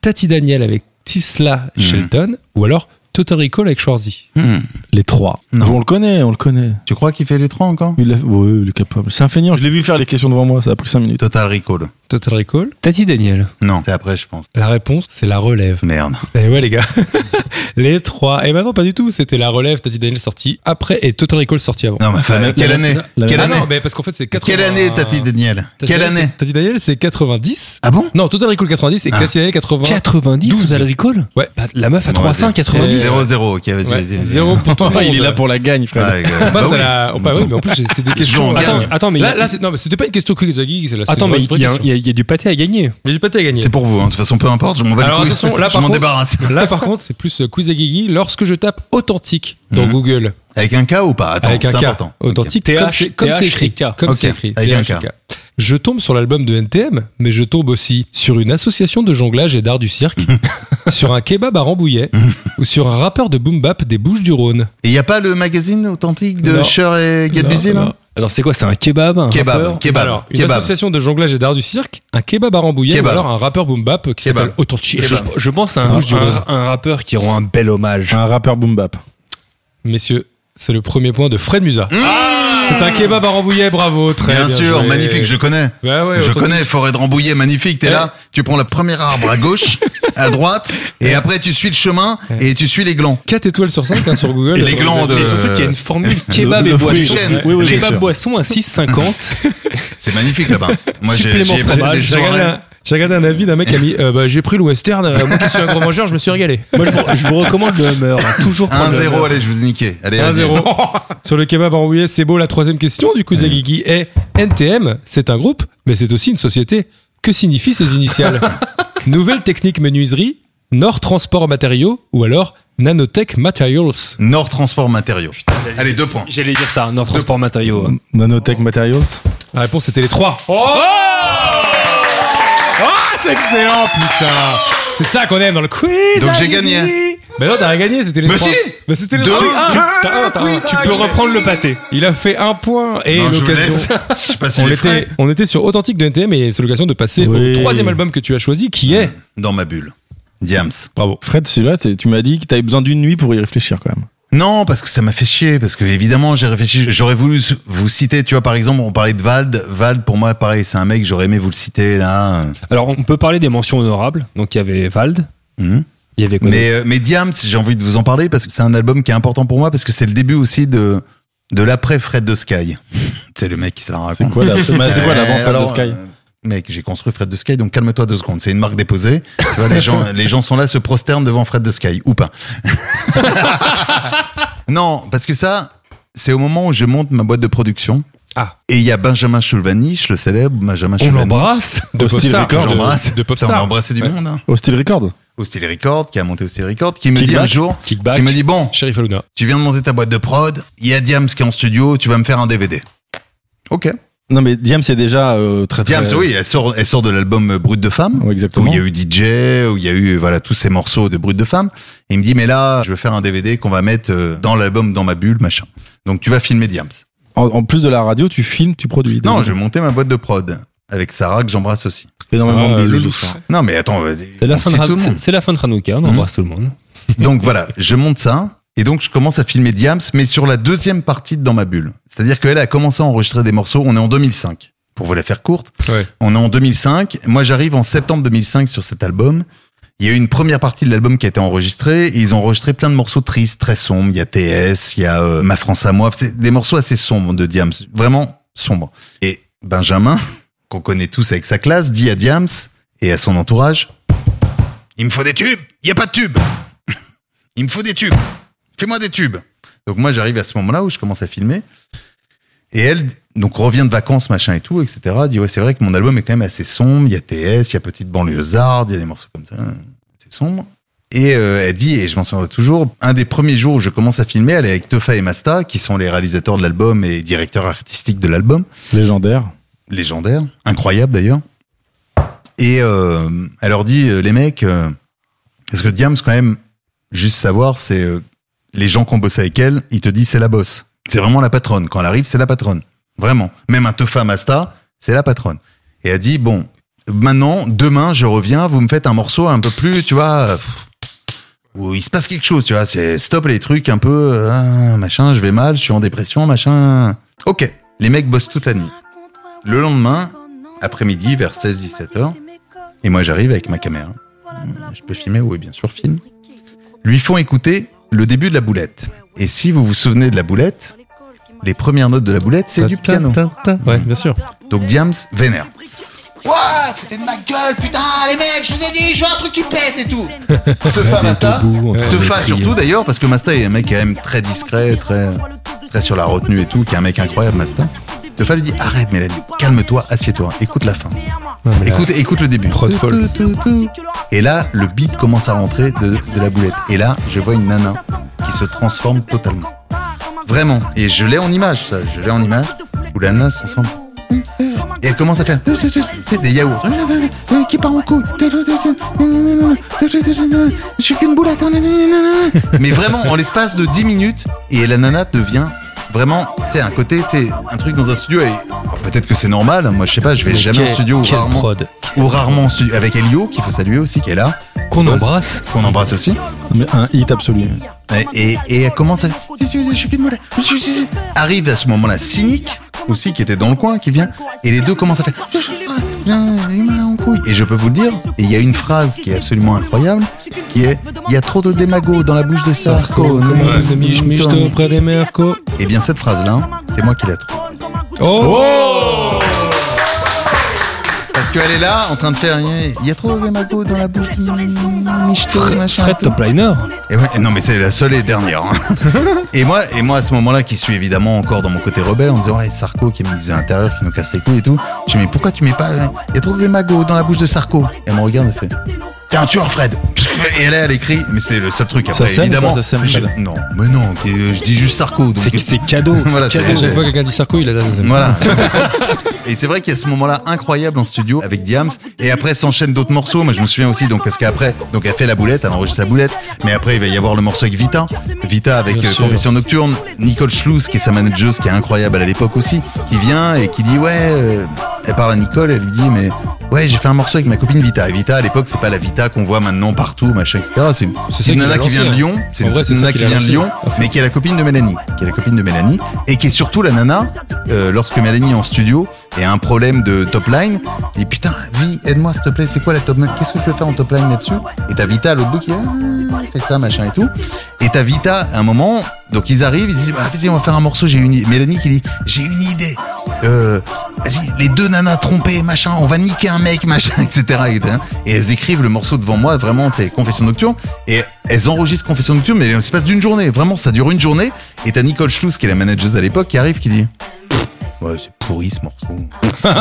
[SPEAKER 3] Tati Daniel avec Tisla
[SPEAKER 5] Mhm.
[SPEAKER 3] Shelton ou alors Total Recall avec Schwarzy.
[SPEAKER 5] Hmm.
[SPEAKER 4] Les trois.
[SPEAKER 5] Non.
[SPEAKER 4] On le connaît, on le connaît.
[SPEAKER 5] Tu crois qu'il fait les trois encore
[SPEAKER 4] Il l'a- ouais, il est capable. C'est un feignant. Je l'ai vu faire les questions devant moi. Ça a pris 5 minutes.
[SPEAKER 5] Total Recall.
[SPEAKER 3] Total Recall
[SPEAKER 6] Tati Daniel.
[SPEAKER 5] Non, c'est après, je pense.
[SPEAKER 3] La réponse, c'est la relève.
[SPEAKER 5] Merde.
[SPEAKER 3] Eh ouais les gars, <laughs> les trois. Eh ben non pas du tout, c'était la relève, Tati Daniel sorti après et Total Recall sorti avant.
[SPEAKER 5] Non, mais enfin,
[SPEAKER 4] même-
[SPEAKER 5] quelle
[SPEAKER 4] la-
[SPEAKER 5] année
[SPEAKER 4] la-
[SPEAKER 5] Quelle
[SPEAKER 3] ah
[SPEAKER 5] année
[SPEAKER 3] non mais parce qu'en fait c'est 80.
[SPEAKER 5] Quelle année, Tati Daniel
[SPEAKER 3] Tati
[SPEAKER 5] Quelle
[SPEAKER 3] Daniel,
[SPEAKER 5] année
[SPEAKER 3] c'est- Tati Daniel c'est 90.
[SPEAKER 5] Ah bon
[SPEAKER 3] Non Total Recall 90 et
[SPEAKER 5] Ah.
[SPEAKER 3] Tati Daniel 80.
[SPEAKER 6] 90
[SPEAKER 3] 12.
[SPEAKER 6] Total Recall
[SPEAKER 3] Ouais.
[SPEAKER 6] Bah, La meuf à
[SPEAKER 5] Non,
[SPEAKER 6] 3,5,
[SPEAKER 5] vas-y.
[SPEAKER 6] 90.
[SPEAKER 3] Euh,
[SPEAKER 5] 0-0, ok, vas-y,
[SPEAKER 3] Ouais.
[SPEAKER 5] vas-y. vas-y.
[SPEAKER 3] Zéro pour tout le
[SPEAKER 4] <laughs>
[SPEAKER 3] monde.
[SPEAKER 4] pour la gagne, frère.
[SPEAKER 5] Ouais, euh,
[SPEAKER 3] On passe
[SPEAKER 5] bah
[SPEAKER 3] à la-
[SPEAKER 5] oui.
[SPEAKER 3] on passe- oui, mais en plus j'ai-
[SPEAKER 5] <laughs>
[SPEAKER 3] c'est des questions.
[SPEAKER 5] on gagne.
[SPEAKER 3] Attends,
[SPEAKER 6] Attends, attends, mais
[SPEAKER 3] là,
[SPEAKER 6] il y a-
[SPEAKER 3] là, c'est- non, mais c'était pas une question quiz à Guy, c'est là.
[SPEAKER 6] Attends, mais il y, a- il
[SPEAKER 3] y
[SPEAKER 6] y a- il y a du pâté à gagner.
[SPEAKER 3] a du pâté à gagner.
[SPEAKER 5] C'est pour vous, hein. de toute façon, peu importe, je m'en bats
[SPEAKER 3] Alors,
[SPEAKER 5] les couilles.
[SPEAKER 3] attention, là,
[SPEAKER 5] je
[SPEAKER 3] par
[SPEAKER 5] m'en
[SPEAKER 3] contre-
[SPEAKER 5] débarrasse.
[SPEAKER 3] Là, par contre, c'est plus euh, quiz à Guigui. Lorsque je tape authentique dans Google,
[SPEAKER 5] Avec un K ou pas Mhm. Attends,
[SPEAKER 3] avec un
[SPEAKER 5] c'est
[SPEAKER 3] K
[SPEAKER 5] important.
[SPEAKER 3] authentique,
[SPEAKER 6] Ok.
[SPEAKER 3] comme
[SPEAKER 6] TH,
[SPEAKER 3] c'est- comme c'est écrit.
[SPEAKER 6] THK.
[SPEAKER 3] Comme
[SPEAKER 5] Ok,
[SPEAKER 3] c'est écrit.
[SPEAKER 5] avec un
[SPEAKER 3] THK. Je tombe sur l'album de NTM, mais je tombe aussi sur une association de jonglage et d'art du
[SPEAKER 5] <laughs>
[SPEAKER 3] cirque, sur un kebab à Rambouillet, ou sur un rappeur de boom bap des Bouches du Rhône.
[SPEAKER 5] Et il n'y a pas le magazine authentique de
[SPEAKER 3] Non.
[SPEAKER 5] Cher et Gadbuzi,
[SPEAKER 3] Non,
[SPEAKER 5] là
[SPEAKER 3] non.
[SPEAKER 6] Alors, c'est quoi C'est un kebab un
[SPEAKER 5] Kebab,
[SPEAKER 6] rappeur
[SPEAKER 5] kebab,
[SPEAKER 3] Alors, une
[SPEAKER 5] kebab.
[SPEAKER 3] association de jonglage et d'art du cirque, un kebab à Rambouillet,
[SPEAKER 5] Kebab.
[SPEAKER 3] ou alors un rappeur boom bap qui
[SPEAKER 5] Kebab.
[SPEAKER 3] s'appelle Authentique.
[SPEAKER 6] je,
[SPEAKER 5] Kebab.
[SPEAKER 6] je pense à un, un, un rappeur qui rend un bel hommage.
[SPEAKER 4] Un rappeur boom bap.
[SPEAKER 3] Messieurs, C'est le premier point de Fred Musa. C'est un kebab à Rambouillet, bravo, très
[SPEAKER 5] Mmh. Bien,
[SPEAKER 3] bien
[SPEAKER 5] sûr,
[SPEAKER 3] joué.
[SPEAKER 5] magnifique, je connais.
[SPEAKER 3] Bah ouais,
[SPEAKER 5] je
[SPEAKER 3] authentique.
[SPEAKER 5] connais Forêt de Rambouillet, magnifique, t'es
[SPEAKER 3] Ouais.
[SPEAKER 5] là, tu prends le premier arbre à gauche, à droite, et après tu suis le chemin et tu suis les glands.
[SPEAKER 3] 4 étoiles sur 5 sur
[SPEAKER 5] <laughs>
[SPEAKER 3] Google.
[SPEAKER 5] Les
[SPEAKER 3] Sur-
[SPEAKER 5] glandes,
[SPEAKER 6] Et surtout qu'il y a
[SPEAKER 5] euh,
[SPEAKER 6] une
[SPEAKER 5] <laughs>
[SPEAKER 6] formule kebab et
[SPEAKER 5] de
[SPEAKER 6] boisson.
[SPEAKER 5] chaîne.
[SPEAKER 6] Ouais.
[SPEAKER 5] Oui, oui, bien
[SPEAKER 6] kebab
[SPEAKER 5] sûr.
[SPEAKER 6] boisson à
[SPEAKER 5] <laughs>
[SPEAKER 6] 6,50.
[SPEAKER 5] c'est magnifique là-bas.
[SPEAKER 3] <laughs>
[SPEAKER 5] Moi j'ai
[SPEAKER 3] Supplément
[SPEAKER 5] j'y ai passé
[SPEAKER 3] fromage.
[SPEAKER 5] des
[SPEAKER 3] J'ai regardé,
[SPEAKER 5] soirées.
[SPEAKER 3] un- j'ai regardé un avis d'un mec qui a mis euh, bah, J'ai pris le western, euh, moi qui suis un gros mangeur, je me suis régalé.
[SPEAKER 6] Moi, je vous, je vous recommande le hummer. hein. Toujours prendre le
[SPEAKER 5] 1-0,
[SPEAKER 6] Hummer.
[SPEAKER 5] allez, je vous ai niqué. Allez, vas-y.
[SPEAKER 3] 1-0. Sur le kebab enrouillé, c'est beau. La troisième question du coup, Zagigi est NTM, c'est un groupe, mais c'est aussi une société. Que signifient
[SPEAKER 5] <laughs>
[SPEAKER 3] ces initiales Nouvelle technique menuiserie, Nord Transport Matériaux ou alors Nanotech Materials
[SPEAKER 5] Nord Transport Matériaux. Allez, deux points.
[SPEAKER 6] J'allais dire ça, notre transport matériaux. hein.
[SPEAKER 4] Nanotech Materials.
[SPEAKER 3] La réponse c'était les trois. Oh, Ah, c'est excellent, putain C'est ça qu'on aime dans le quiz
[SPEAKER 5] Donc, j'ai
[SPEAKER 3] Zagigi.
[SPEAKER 5] gagné.
[SPEAKER 3] Mais non, t'as rien gagné, c'était les
[SPEAKER 5] Mais
[SPEAKER 3] trois.
[SPEAKER 5] si
[SPEAKER 3] Mais c'était les
[SPEAKER 5] Deux.
[SPEAKER 3] trois.
[SPEAKER 5] Deux.
[SPEAKER 3] Ah, t'as un, t'as un. Tu peux reprendre le pâté. Il a fait un point et
[SPEAKER 5] Non, je vous
[SPEAKER 3] l'occasion.
[SPEAKER 5] laisse. Je sais pas si
[SPEAKER 3] <laughs> On
[SPEAKER 5] les
[SPEAKER 3] était,
[SPEAKER 5] frais
[SPEAKER 3] on était sur Authentique de NTM et c'est l'occasion de passer au
[SPEAKER 4] Oui.
[SPEAKER 3] troisième album que tu as choisi qui est.
[SPEAKER 5] dans ma bulle. Diams.
[SPEAKER 3] Bravo.
[SPEAKER 4] Fred, celui-là, t'es- tu m'as dit que t'avais besoin d'une nuit pour y réfléchir quand même.
[SPEAKER 5] Non, parce que ça m'a fait chier, parce que évidemment j'ai réfléchi, j'aurais voulu vous citer, tu vois par exemple, on parlait de Vald, Vald pour moi pareil, c'est un mec, j'aurais aimé vous le citer là.
[SPEAKER 6] Alors, on peut parler des mentions honorables. Donc, il y avait Vald.
[SPEAKER 5] Mhm.
[SPEAKER 6] Il y avait quoi d'autre
[SPEAKER 5] Mais, euh, mais Diams, j'ai envie de vous en parler parce que c'est un album qui est important pour moi parce que c'est le début aussi de de l'après Fred de Sky. <laughs> C'est le mec qui s'en raconte.
[SPEAKER 4] C'est quoi la- c'est quoi l'avant
[SPEAKER 5] Euh,
[SPEAKER 4] Fred de
[SPEAKER 5] alors,
[SPEAKER 4] Sky
[SPEAKER 5] euh, Mec, j'ai construit Fred de Sky, donc calme-toi deux secondes. C'est une marque déposée. Tu
[SPEAKER 4] <laughs>
[SPEAKER 5] vois, les, gens, les gens sont là, se prosternent devant Fred de Sky, ou pas. <laughs> non, parce que ça, c'est au moment où je monte ma boîte de production.
[SPEAKER 3] Ah.
[SPEAKER 5] Et il y a Benjamin Chulvaniche, le célèbre Benjamin
[SPEAKER 6] On
[SPEAKER 5] Chulvaniche.
[SPEAKER 6] l'embrasse.
[SPEAKER 3] De
[SPEAKER 4] Hostile
[SPEAKER 3] Popstar.
[SPEAKER 4] Record,
[SPEAKER 3] de-
[SPEAKER 5] J'embrasse.
[SPEAKER 3] De
[SPEAKER 5] Putain, On a
[SPEAKER 3] Popstar.
[SPEAKER 5] embrassé du monde. Hein.
[SPEAKER 4] Au style record.
[SPEAKER 5] Hostile Record, qui a monté Hostile Record, qui me dit
[SPEAKER 4] Kickback.
[SPEAKER 5] un jour,
[SPEAKER 6] Kickback.
[SPEAKER 5] qui me dit, bon,
[SPEAKER 3] Sheriff Aluna.
[SPEAKER 5] tu viens de monter ta boîte de prod, il y a Diams qui est en studio, tu vas me faire un DVD. Ok.
[SPEAKER 4] Non, mais Diam, c'est déjà euh, très très.
[SPEAKER 5] Diams, oui, euh. elle sort, elle sort de l'album Brut de Femme,
[SPEAKER 4] Ouais,
[SPEAKER 5] où
[SPEAKER 4] exactement.
[SPEAKER 5] il y a eu DJ, où il y a eu voilà tous ces morceaux de Brut de Femme. Et il me dit, mais là, je veux faire un DVD qu'on va mettre euh, dans l'album, dans ma bulle, machin. Donc tu vas filmer Diams.
[SPEAKER 4] En, en plus de la radio, tu filmes, tu produis.
[SPEAKER 5] Non, je vais monter ma boîte de prod avec Sarah que j'embrasse aussi.
[SPEAKER 4] énormément
[SPEAKER 3] Ça va,
[SPEAKER 4] de
[SPEAKER 3] le
[SPEAKER 4] bisous.
[SPEAKER 3] louche.
[SPEAKER 4] Sarah.
[SPEAKER 5] Non, mais attends, vas-y,
[SPEAKER 6] Ah, C'est la,
[SPEAKER 5] on
[SPEAKER 6] fin de
[SPEAKER 5] cite
[SPEAKER 6] Ran-
[SPEAKER 5] tout le monde.
[SPEAKER 6] c'est- c'est la fin de Hanouka, on embrasse
[SPEAKER 3] Mmh.
[SPEAKER 6] tout le monde.
[SPEAKER 5] Donc voilà, je monte ça. Et donc, je commence à filmer Diams, mais sur la deuxième partie de Dans ma bulle. C'est-à-dire qu'elle a commencé à enregistrer des morceaux. On est en 2005. Pour vous la faire courte.
[SPEAKER 3] Ouais.
[SPEAKER 5] On est en 2005. Moi, j'arrive en septembre 2005 sur cet album. Il y a eu une première partie de l'album qui a été enregistrée. et ils ont enregistré plein de morceaux tristes, très sombres. Il y a TS, il y a euh, Ma France à moi. C'est des morceaux assez sombres de Diams. Vraiment sombres. Et Benjamin, <laughs> qu'on connaît tous avec sa classe, dit à Diams et à son entourage, il me faut des tubes. Il n'y a pas de tubes. Il me faut des tubes. Fais-moi des tubes. Donc moi, j'arrive à ce moment-là où je commence à filmer. Et elle, donc, revient de vacances, machin et tout, etc. Dit, ouais, c'est vrai que mon album est quand même assez sombre. Il y a TS, il y a Petite Banlieusarde, il y a des morceaux comme ça. C'est sombre. Et euh, elle dit, et je m'en souviendrai toujours, un des premiers jours où je commence à filmer, elle est avec Tefa et Masta, qui sont les réalisateurs de l'album et directeurs artistiques de l'album
[SPEAKER 4] Légendaire.
[SPEAKER 5] légendaire, incroyable d'ailleurs. Et euh, elle leur dit, euh, les mecs, euh, parce que Diams, quand même, juste savoir, c'est euh, les gens qui ont bossé avec elle, ils te disent c'est la bosse. C'est vraiment la patronne. Quand elle arrive, c'est la patronne. Vraiment. Même un Tefa Masta, c'est la patronne. Et elle dit, bon, maintenant, demain, je reviens, vous me faites un morceau un peu plus, tu vois, euh, où il se passe quelque chose, tu vois, c'est stop les trucs un peu, euh, machin, je vais mal, je suis en dépression, machin. Ok. Les mecs bossent toute la nuit. Le lendemain, après-midi, vers 16-17 heures, et moi j'arrive avec ma caméra. Je peux filmer, oui, bien sûr, film. Lui font écouter le début de la boulette. Et si vous vous souvenez de la boulette, les premières notes de la boulette, c'est du piano.
[SPEAKER 3] Ouais, bien sûr.
[SPEAKER 5] Donc Diams vénère.
[SPEAKER 9] Ouais, foutez de ma gueule, putain, les mecs, je vous ai dit, je veux un truc qui pète et tout.
[SPEAKER 5] Tefa Masta.
[SPEAKER 6] Debout, en train de
[SPEAKER 5] Tefa
[SPEAKER 6] crier.
[SPEAKER 5] surtout d'ailleurs, parce que Masta est un mec quand même très discret, très, très sur la retenue et tout, qui est un mec incroyable, Masta. Tefa lui dit arrête Mélanie, calme-toi, assieds-toi, écoute la fin. Écoute, écoute le début.
[SPEAKER 3] Prod folle.
[SPEAKER 5] Et là, le beat commence à rentrer de, de la boulette. Et là, je vois une nana qui se transforme totalement. Vraiment. Et je l'ai en image, ça. Je l'ai en image. Où la nana s'ensemble. Et elle commence à faire des yaourts. Euh, Qui part en couille. Je suis qu'une boulette. Mais vraiment, en l'espace de 10 minutes, et la nana devient vraiment, tu sais, un côté, tu sais, un truc dans un studio. Et alors, peut-être que c'est normal. hein, Moi, je sais pas, je vais jamais en studio ou
[SPEAKER 6] Quelle
[SPEAKER 5] rarement,
[SPEAKER 6] prod.
[SPEAKER 5] ou rarement en studio. Avec Elio, qu'il faut saluer aussi, qui est là
[SPEAKER 6] Qu'on embrasse.
[SPEAKER 5] qu'on embrasse aussi.
[SPEAKER 4] Mais un hit absolu.
[SPEAKER 5] Et, et elle commence à. Je suis Pitbull. Arrive à ce moment-là Cynic, aussi, qui était dans le coin, qui vient. Et les deux commencent à faire. Ah, Et je peux vous le dire, il y a une phrase qui est absolument incroyable, qui est Il y a trop de démagogues dans la bouche de Sarko.
[SPEAKER 3] auprès des mercos.
[SPEAKER 5] Et eh bien cette phrase-là, hein, c'est moi qui la trouve.
[SPEAKER 3] Oh,
[SPEAKER 5] Parce qu'elle est là, en train de faire. Il y a trop de démagogues dans la bouche de Michto,
[SPEAKER 6] Fred,
[SPEAKER 5] machin.
[SPEAKER 6] Fred Topliner
[SPEAKER 5] Et ouais, non mais c'est la seule et dernière. hein. et moi, et moi à ce moment-là, qui suis évidemment encore dans mon côté rebelle, en disant ouais Sarko qui me disait à l'intérieur, qui nous casse les couilles et tout. Je dis mais pourquoi tu mets pas euh, Il y a trop de démagogues dans la bouche de Sarko. Et elle me regarde et fait. T'es un tueur, Fred. <laughs> Et là, elle écrit, mais c'est le seul truc. Après,
[SPEAKER 4] sonne ou pas,
[SPEAKER 5] évidemment,
[SPEAKER 4] ça sonne pas,
[SPEAKER 5] je-
[SPEAKER 4] là
[SPEAKER 5] non, mais non, que- je dis juste Sarko. donc-
[SPEAKER 6] C'est c'est cadeau.
[SPEAKER 5] <laughs> Voilà, c'est
[SPEAKER 3] Chaque
[SPEAKER 5] j'ai-
[SPEAKER 3] fois que quelqu'un dit Sarko, il a la zazem.
[SPEAKER 5] voilà. <laughs> et c'est vrai qu'il y a ce moment-là incroyable en studio avec Diams. Et après s'enchaînent d'autres morceaux. Moi, je me souviens aussi, donc, parce qu'après, donc, elle fait la boulette, elle enregistre la boulette. Mais après, il va y avoir le morceau avec Vita. Vita avec
[SPEAKER 3] Bien
[SPEAKER 5] euh,
[SPEAKER 3] sûr.
[SPEAKER 5] Confession Nocturne. Nicole Schluss, qui est sa manageuse, qui est incroyable à l'époque aussi, qui vient et qui dit, ouais, euh, elle parle à Nicole, elle lui dit, mais, Ouais, j'ai fait un morceau avec ma copine Vita. Et Vita, à l'époque, c'est pas la Vita qu'on voit maintenant partout, machin, etc. C'est une, c'est
[SPEAKER 3] C'est ça
[SPEAKER 5] une
[SPEAKER 3] qui
[SPEAKER 5] nana
[SPEAKER 3] l'a
[SPEAKER 5] qui vient de
[SPEAKER 3] lancé, hein.
[SPEAKER 5] Lyon. C'est
[SPEAKER 3] En
[SPEAKER 5] une
[SPEAKER 3] vrai, c'est
[SPEAKER 5] nana
[SPEAKER 3] ça
[SPEAKER 5] qui
[SPEAKER 3] qui l'a
[SPEAKER 5] vient de
[SPEAKER 3] lancé.
[SPEAKER 5] Lyon, mais qui est la copine de Mélanie. Qui est la copine de Mélanie. Et qui est surtout la nana, euh, lorsque Mélanie est en studio et a un problème de top line, elle dit putain, vie, aide-moi s'il te plaît, c'est quoi la top line Qu'est-ce que je peux faire en top line là-dessus Et t'as Vita à l'autre bout qui ah, fais ça, machin et tout. Et t'as Vita à un moment, donc ils arrivent, ils disent ah, vas-y, on va faire un morceau. J'ai une i- Mélanie qui dit j'ai une idée. Euh, vas-y, les deux nanas trompées, machin, on va niquer un mec, machin, <laughs> etc. Et, hein, et elles écrivent le morceau devant moi, vraiment, c'est Confession Nocturne. Et elles enregistrent Confession Nocturne, mais dans l'espace d'une journée. Vraiment, ça dure une journée. Et t'as Nicole Schluss, qui est la manageuse à l'époque, qui arrive, qui dit Ouais, c'est pourri ce morceau.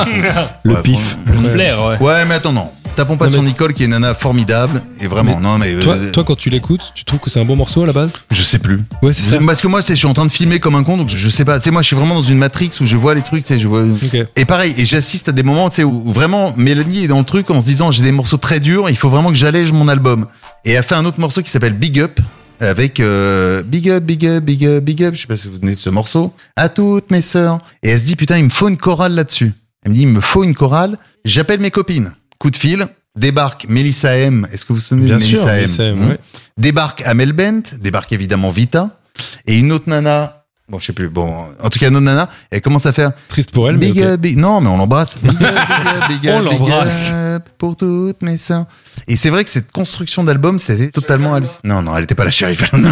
[SPEAKER 4] Le
[SPEAKER 5] Ouais,
[SPEAKER 4] pif.
[SPEAKER 6] Flair, ouais.
[SPEAKER 5] bon. Ouais, mais attends, non. Tapons pas
[SPEAKER 3] Non,
[SPEAKER 5] sur
[SPEAKER 3] mais-
[SPEAKER 5] Nicole, qui est une nana formidable. Et vraiment, non, mais. euh,
[SPEAKER 3] Toi, toi, quand tu l'écoutes, tu trouves que c'est un bon morceau à la base
[SPEAKER 5] je sais plus.
[SPEAKER 3] Ouais, c'est ça.
[SPEAKER 5] Parce que moi, c'est- je suis en train de filmer comme un con, donc je- je sais pas. Tu sais, moi, je suis vraiment dans une matrix où je vois les trucs, tu sais, je vois.
[SPEAKER 3] Ok.
[SPEAKER 5] Et pareil, et j'assiste à des moments tu sais, où où vraiment Mélanie est dans le truc en se disant j'ai des morceaux très durs, il faut vraiment que j'allège mon album. Et elle a fait un autre morceau qui s'appelle Big Up avec euh, Big Up, Big Up, Big Up, Big Up. Je sais pas si vous vous souvenez de ce morceau. À toutes mes sœurs. Et elle se dit putain il me faut une chorale là-dessus. Elle me dit il me faut une chorale. J'appelle mes copines. Coup de fil. Débarque Mélissa M. Est-ce que vous vous souvenez de Mélissa M,
[SPEAKER 3] Mélissa M,
[SPEAKER 5] Hmm
[SPEAKER 3] ouais.
[SPEAKER 5] Débarque Amel Bent, débarque évidemment Vita. Et une autre nana. Bon, je sais plus. Bon, en tout cas, une autre nana, elle commence à faire
[SPEAKER 3] Triste pour elle, mais.
[SPEAKER 5] Big
[SPEAKER 3] ok.
[SPEAKER 5] up, big- non, mais on l'embrasse. Big up, big up, big up,
[SPEAKER 6] On
[SPEAKER 5] big
[SPEAKER 6] l'embrasse.
[SPEAKER 5] up pour toutes mes sœurs. Et c'est vrai que cette construction d'album, c'était totalement hallucinant. Non, non, elle était pas la shérif. Non.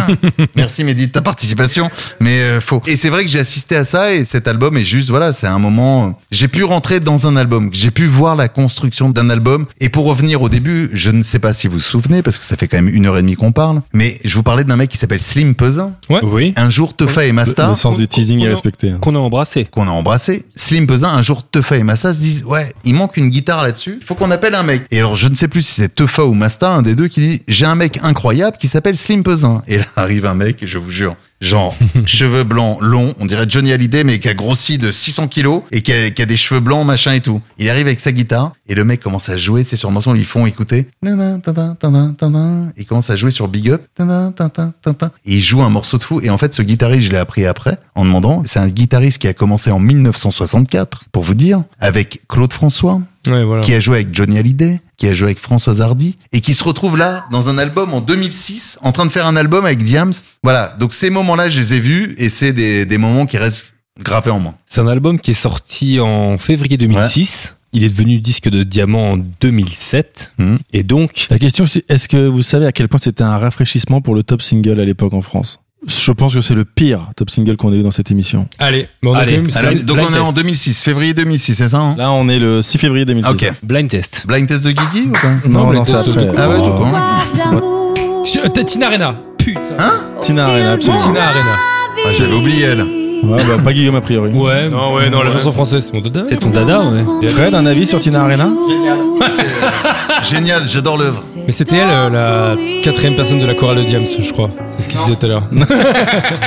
[SPEAKER 5] Merci Mehdi de ta participation, mais euh, faux. Et c'est vrai que j'ai assisté à ça et cet album est juste, voilà, c'est un moment. J'ai pu rentrer dans un album, j'ai pu voir la construction d'un album. Et pour revenir au début, je ne sais pas si vous vous souvenez parce que ça fait quand même une heure et demie qu'on parle, mais je vous parlais d'un mec qui s'appelle Slim Pesin.
[SPEAKER 6] Oui.
[SPEAKER 5] Un jour, Tefa et
[SPEAKER 4] Le,
[SPEAKER 5] Masta
[SPEAKER 4] le sens du teasing est respecté. hein.
[SPEAKER 6] Qu'on a embrassé.
[SPEAKER 5] qu'on a embrassé, Slim Pesin, un jour Teufa et Massa se disent ouais, il manque une guitare là-dessus, il faut qu'on appelle un mec. Et alors je ne sais plus si c'est Teufa ou Masta, un des deux qui dit j'ai un mec incroyable qui s'appelle Slim Pesin. Et là <laughs> arrive un mec, je vous jure, genre cheveux blancs longs, on dirait Johnny Hallyday mais qui a grossi de 600 kilos et qui a, qui a des cheveux blancs machin et tout. Il arrive avec sa guitare et le mec commence à jouer, c'est sur le morceau ils font écouter. Nanana, tadam, tadam, tadam. Il commence à jouer sur Big Up. Tadam, tadam, tadam. Et il joue un morceau de fou. Et en fait, ce guitariste, je l'ai appris après, en demandant. C'est un guitariste qui a commencé en 1964, pour vous dire, avec Claude François,
[SPEAKER 3] Ouais, voilà.
[SPEAKER 5] qui a joué avec Johnny Hallyday, qui a joué avec Françoise Hardy, et qui se retrouve là, dans un album en 2006, en train de faire un album avec Diams. Voilà. Donc ces moments-là, je les ai vus, et c'est des, des moments qui restent gravés en moi.
[SPEAKER 6] C'est un album qui est sorti en février 2006. Il est devenu disque de diamant en 2007.
[SPEAKER 3] Mmh.
[SPEAKER 5] Mhm.
[SPEAKER 6] Et donc,
[SPEAKER 4] La question, c'est est-ce que vous savez à quel point c'était un rafraîchissement pour le top single à l'époque en France Je pense que c'est le pire top single qu'on ait eu dans cette émission.
[SPEAKER 3] Allez, mais on a
[SPEAKER 6] Allez,
[SPEAKER 3] quand même-
[SPEAKER 5] Alors,
[SPEAKER 6] Blind
[SPEAKER 5] Ah, donc on est
[SPEAKER 6] test.
[SPEAKER 5] en 2006, février 2006, c'est ça hein
[SPEAKER 4] Là, on est le 6 février 2006.
[SPEAKER 5] Ok.
[SPEAKER 6] blind test.
[SPEAKER 5] Blind test de Guigui ou pas
[SPEAKER 3] Non,
[SPEAKER 4] Non,
[SPEAKER 3] mais
[SPEAKER 4] non, c'est
[SPEAKER 3] t'es-
[SPEAKER 4] après. Oh.
[SPEAKER 5] Ah ouais, du coup, hein.
[SPEAKER 3] Euh, t'as Tina Arena. Putain.
[SPEAKER 4] Tina Arena, absolument.
[SPEAKER 3] Tina Arena.
[SPEAKER 5] Ah, J'avais oublié elle.
[SPEAKER 4] Ouais, bah, pas Guillaume a priori.
[SPEAKER 6] Ouais.
[SPEAKER 3] Non, ouais, non, la chanson française, c'est mon dada.
[SPEAKER 6] C'est ton dada, ouais.
[SPEAKER 4] Fred, un avis sur Tina Arena
[SPEAKER 5] Génial, j'adore l'œuvre.
[SPEAKER 3] Mais c'était elle, euh, la quatrième personne de la chorale de Diams, je crois. C'est ce qu'il disait tout à l'heure.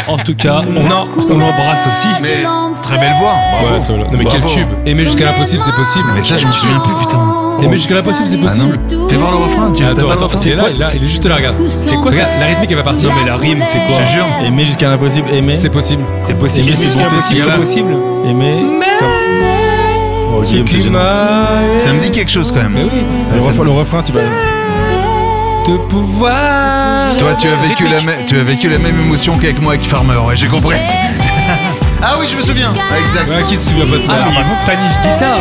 [SPEAKER 6] En tout cas, on, en- on l'embrasse aussi.
[SPEAKER 5] Mais très belle voix. Bravo.
[SPEAKER 3] Ouais, très bien. Non, mais quel
[SPEAKER 5] Bravo.
[SPEAKER 3] tube. Aimer jusqu'à l'impossible, c'est possible.
[SPEAKER 5] Mais ça, je me souviens plus, putain.
[SPEAKER 3] Aimer jusqu'à l'impossible, c'est
[SPEAKER 5] Ah
[SPEAKER 3] Eh, possible.
[SPEAKER 5] non. Fais voir le refrain. Tu t'as
[SPEAKER 3] Attends,
[SPEAKER 5] pas le
[SPEAKER 3] attends,
[SPEAKER 5] refrain
[SPEAKER 3] c'est là, là, il est juste là, regarde.
[SPEAKER 10] C'est quoi
[SPEAKER 3] Regarde,
[SPEAKER 10] ça
[SPEAKER 3] la rythmique, elle va partir.
[SPEAKER 10] Non, mais la rime, c'est quoi
[SPEAKER 5] Je te jure.
[SPEAKER 4] Aimer jusqu'à l'impossible, aimer.
[SPEAKER 3] C'est possible.
[SPEAKER 6] C'est possible.
[SPEAKER 3] Aimer, c'est
[SPEAKER 6] jusqu'à
[SPEAKER 3] bon,
[SPEAKER 6] l'impossible,
[SPEAKER 3] c'est
[SPEAKER 6] c'est
[SPEAKER 3] là.
[SPEAKER 6] possible.
[SPEAKER 4] Aimer. Oh, Guillaume, c'est gênant.
[SPEAKER 5] Ça me dit quelque chose quand même.
[SPEAKER 3] Mais oui.
[SPEAKER 5] Ouais,
[SPEAKER 4] Le
[SPEAKER 5] ça
[SPEAKER 4] refrain,
[SPEAKER 5] me-
[SPEAKER 4] le refrain, tu vas.
[SPEAKER 3] te pouvoir.
[SPEAKER 5] Toi, tu as vécu la, mê- tu as vécu la même émotion qu'avec moi avec Farmer, ouais, j'ai compris. <laughs> ah oui, je me souviens. Ah, exact.
[SPEAKER 3] Ouais, qui se souvient pas de ça
[SPEAKER 6] Ah, mais il y a une Spanish guitar.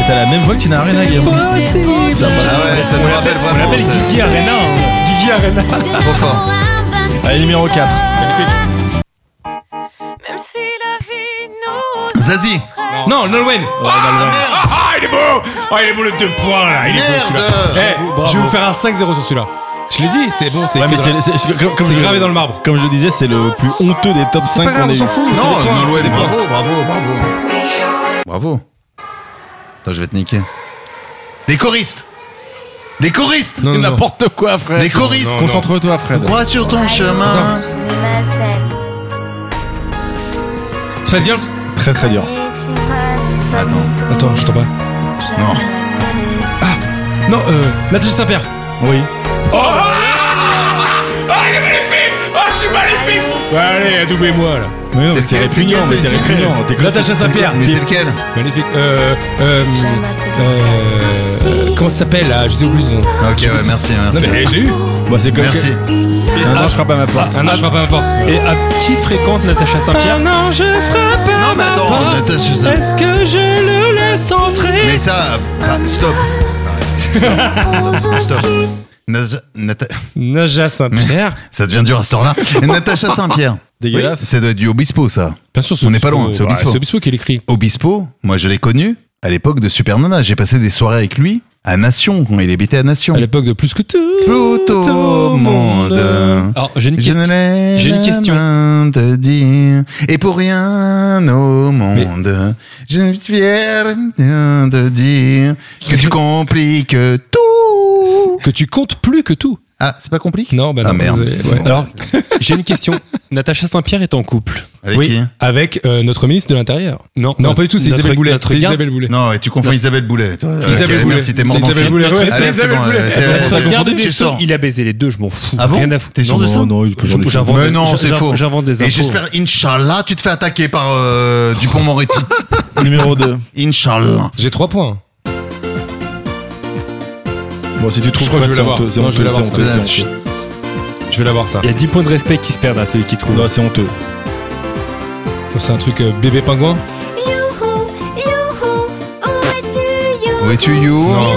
[SPEAKER 4] Et t'as la même voix que Tina Arena, Guillaume.
[SPEAKER 5] Ça, voilà, Ah ouais, ça nous rappelle
[SPEAKER 6] On
[SPEAKER 5] vraiment.
[SPEAKER 6] l'appelle
[SPEAKER 5] C'est
[SPEAKER 6] Guigui Arena. hein.
[SPEAKER 3] Guigui Arena.
[SPEAKER 5] trop fort.
[SPEAKER 4] Allez, numéro 4.
[SPEAKER 5] Zazie.
[SPEAKER 3] Non, Nolwenn. Eh,
[SPEAKER 5] Ah,
[SPEAKER 3] Ah, il est beau. Ah, il est beau le deux points là. Il est beau
[SPEAKER 5] merde.
[SPEAKER 3] celui-là.
[SPEAKER 5] Merde.
[SPEAKER 3] Eh, je vais vous faire un 5-0 sur celui-là. Je l'ai dit, c'est bon, c'est
[SPEAKER 4] Ouais, mais
[SPEAKER 3] écrit dans
[SPEAKER 4] c'est-
[SPEAKER 3] la-
[SPEAKER 4] c'est- c'est- comme- comme
[SPEAKER 3] c'est
[SPEAKER 4] je-
[SPEAKER 3] gravé dans le marbre.
[SPEAKER 4] Comme je le disais, c'est le plus honteux des top 5
[SPEAKER 3] pas grave,
[SPEAKER 4] qu'on ait
[SPEAKER 3] on s'en
[SPEAKER 4] eu.
[SPEAKER 3] fout. c'est des
[SPEAKER 5] Non, euh,
[SPEAKER 3] points, c'est
[SPEAKER 5] Nolwenn,
[SPEAKER 3] des points.
[SPEAKER 5] bravo, bravo, bravo. Bravo. Attends, je vais te niquer. Les choristes. Les choristes.
[SPEAKER 3] Non, non, non.
[SPEAKER 4] N'importe quoi, Fred.
[SPEAKER 5] Les choristes.
[SPEAKER 4] Concentre-toi, Fred.
[SPEAKER 5] Crois sur ton chemin.
[SPEAKER 3] Spice Girls
[SPEAKER 4] Très très dur.
[SPEAKER 10] Attends.
[SPEAKER 3] Attends, je t'en bats.
[SPEAKER 5] Non.
[SPEAKER 3] Non, euh, Nathalie Saint-Père.
[SPEAKER 4] Oui.
[SPEAKER 3] Bah, allez, adoubez-moi là.
[SPEAKER 4] Mais non,
[SPEAKER 5] C'est
[SPEAKER 4] mais c'est
[SPEAKER 5] lequel, c'est
[SPEAKER 4] répugnant,
[SPEAKER 5] lequel,
[SPEAKER 4] mais t'es
[SPEAKER 5] c'est lequel
[SPEAKER 4] répugnant. T'es comme-
[SPEAKER 3] Natacha Saint-Pierre.
[SPEAKER 5] Mais c'est lequel
[SPEAKER 3] Magnifique. Euh, euh, euh, comment ça s'appelle là Je sais plus son nom.
[SPEAKER 5] Ok, ouais, merci,
[SPEAKER 3] Non,
[SPEAKER 5] merci.
[SPEAKER 3] Ah, mais je l'ai eu.
[SPEAKER 4] Bah, c'est comme
[SPEAKER 5] Merci.
[SPEAKER 4] que- Un an, je frappe à ma porte.
[SPEAKER 3] Un âge, peu importe.
[SPEAKER 6] Et à qui fréquente Natacha Saint-Pierre
[SPEAKER 3] non, Ah. je frappe
[SPEAKER 5] Non, mais attends, attends, je-
[SPEAKER 3] Est-ce que je le laisse entrer
[SPEAKER 5] Mais ça, bah, stop. Arrête. Stop. Stop. Nat- Nata- <laughs>
[SPEAKER 3] Naja <laughs> Saint-Pierre.
[SPEAKER 5] Ça devient dur à ce temps-là. Natacha Saint-Pierre.
[SPEAKER 4] Dégueulasse.
[SPEAKER 5] Ça doit être du Obispo, ça.
[SPEAKER 3] Bien sûr, c'est
[SPEAKER 5] On n'est
[SPEAKER 3] Obispo.
[SPEAKER 5] pas loin, c'est
[SPEAKER 3] Ouais,
[SPEAKER 5] Obispo.
[SPEAKER 3] C'est Obispo qui l'écrit.
[SPEAKER 5] Obispo, moi je l'ai connu à l'époque de Super Nana. J'ai passé des soirées avec lui à Nation. quand Il habitait à Nation.
[SPEAKER 3] À l'époque de plus que tout.
[SPEAKER 5] Plutôt au monde.
[SPEAKER 6] Alors, j'ai une
[SPEAKER 5] Je
[SPEAKER 6] question.
[SPEAKER 5] ne l'ai
[SPEAKER 6] j'ai une question.
[SPEAKER 5] rien te dire, et pour rien au monde, je ne viens rien te dire que tu compliques tout.
[SPEAKER 3] Que tu comptes plus que tout.
[SPEAKER 5] Ah, c'est pas compliqué
[SPEAKER 3] Non, bah non.
[SPEAKER 5] Ah merde.
[SPEAKER 3] désolé, ouais. <laughs>
[SPEAKER 6] Alors, j'ai une question. Natacha Saint-Pierre est en couple.
[SPEAKER 5] Avec
[SPEAKER 3] oui,
[SPEAKER 5] qui
[SPEAKER 3] avec euh, notre ministre de l'intérieur.
[SPEAKER 6] Non,
[SPEAKER 3] Non, pas du tout, c'est
[SPEAKER 6] Notre-
[SPEAKER 3] Isabelle Boulet.
[SPEAKER 6] notre
[SPEAKER 3] C'est
[SPEAKER 6] garde-
[SPEAKER 3] Isabelle Boulet.
[SPEAKER 5] Non, et tu confonds Isabelle Boulet. Toi.
[SPEAKER 3] Isabelle
[SPEAKER 5] Ok,
[SPEAKER 3] Boulet.
[SPEAKER 5] Merci, t'es
[SPEAKER 3] C'est
[SPEAKER 5] mort dans le
[SPEAKER 3] Isabelle
[SPEAKER 5] film.
[SPEAKER 3] Boulet, ouais,
[SPEAKER 5] Allez,
[SPEAKER 3] c'est Isabelle
[SPEAKER 5] bon,
[SPEAKER 3] Boulet.
[SPEAKER 5] allez, c'est-
[SPEAKER 3] Notre
[SPEAKER 5] c'est-
[SPEAKER 3] garde-
[SPEAKER 6] Garde
[SPEAKER 5] tu
[SPEAKER 6] des Sceaux,
[SPEAKER 5] sors.
[SPEAKER 6] il a baisé les deux, je m'en fous.
[SPEAKER 5] Ah bon
[SPEAKER 6] Rien à foutre.
[SPEAKER 5] T'es sûr
[SPEAKER 6] Non,
[SPEAKER 5] de
[SPEAKER 6] je-
[SPEAKER 5] ça
[SPEAKER 4] non, il-
[SPEAKER 6] je- j'invente
[SPEAKER 5] Mais
[SPEAKER 6] des-
[SPEAKER 5] non, c'est
[SPEAKER 6] j'in-
[SPEAKER 5] faux.
[SPEAKER 6] J'invente des
[SPEAKER 5] Et
[SPEAKER 6] infos.
[SPEAKER 5] j'espère, Inch'Allah, tu te fais attaquer par euh, Dupont-Moretti.
[SPEAKER 4] Numéro 2.
[SPEAKER 5] Inch'Allah.
[SPEAKER 3] J'ai 3 points. hein.
[SPEAKER 4] Bon, si tu trouves
[SPEAKER 3] crois que
[SPEAKER 4] Fred,
[SPEAKER 3] je vais
[SPEAKER 4] c'est
[SPEAKER 3] l'avoir.
[SPEAKER 4] honteux. c'est
[SPEAKER 3] Non, je vais
[SPEAKER 4] honteux,
[SPEAKER 3] l'avoir,
[SPEAKER 4] c'est honteux, c'est
[SPEAKER 5] Chut.
[SPEAKER 4] honteux.
[SPEAKER 3] Je vais l'avoir ça.
[SPEAKER 6] Il y a 10 points de respect qui se perdent à celui qui trouve.
[SPEAKER 4] Non, c'est honteux.
[SPEAKER 3] C'est un truc euh, bébé pingouin.
[SPEAKER 5] Où es-tu, you
[SPEAKER 3] Non.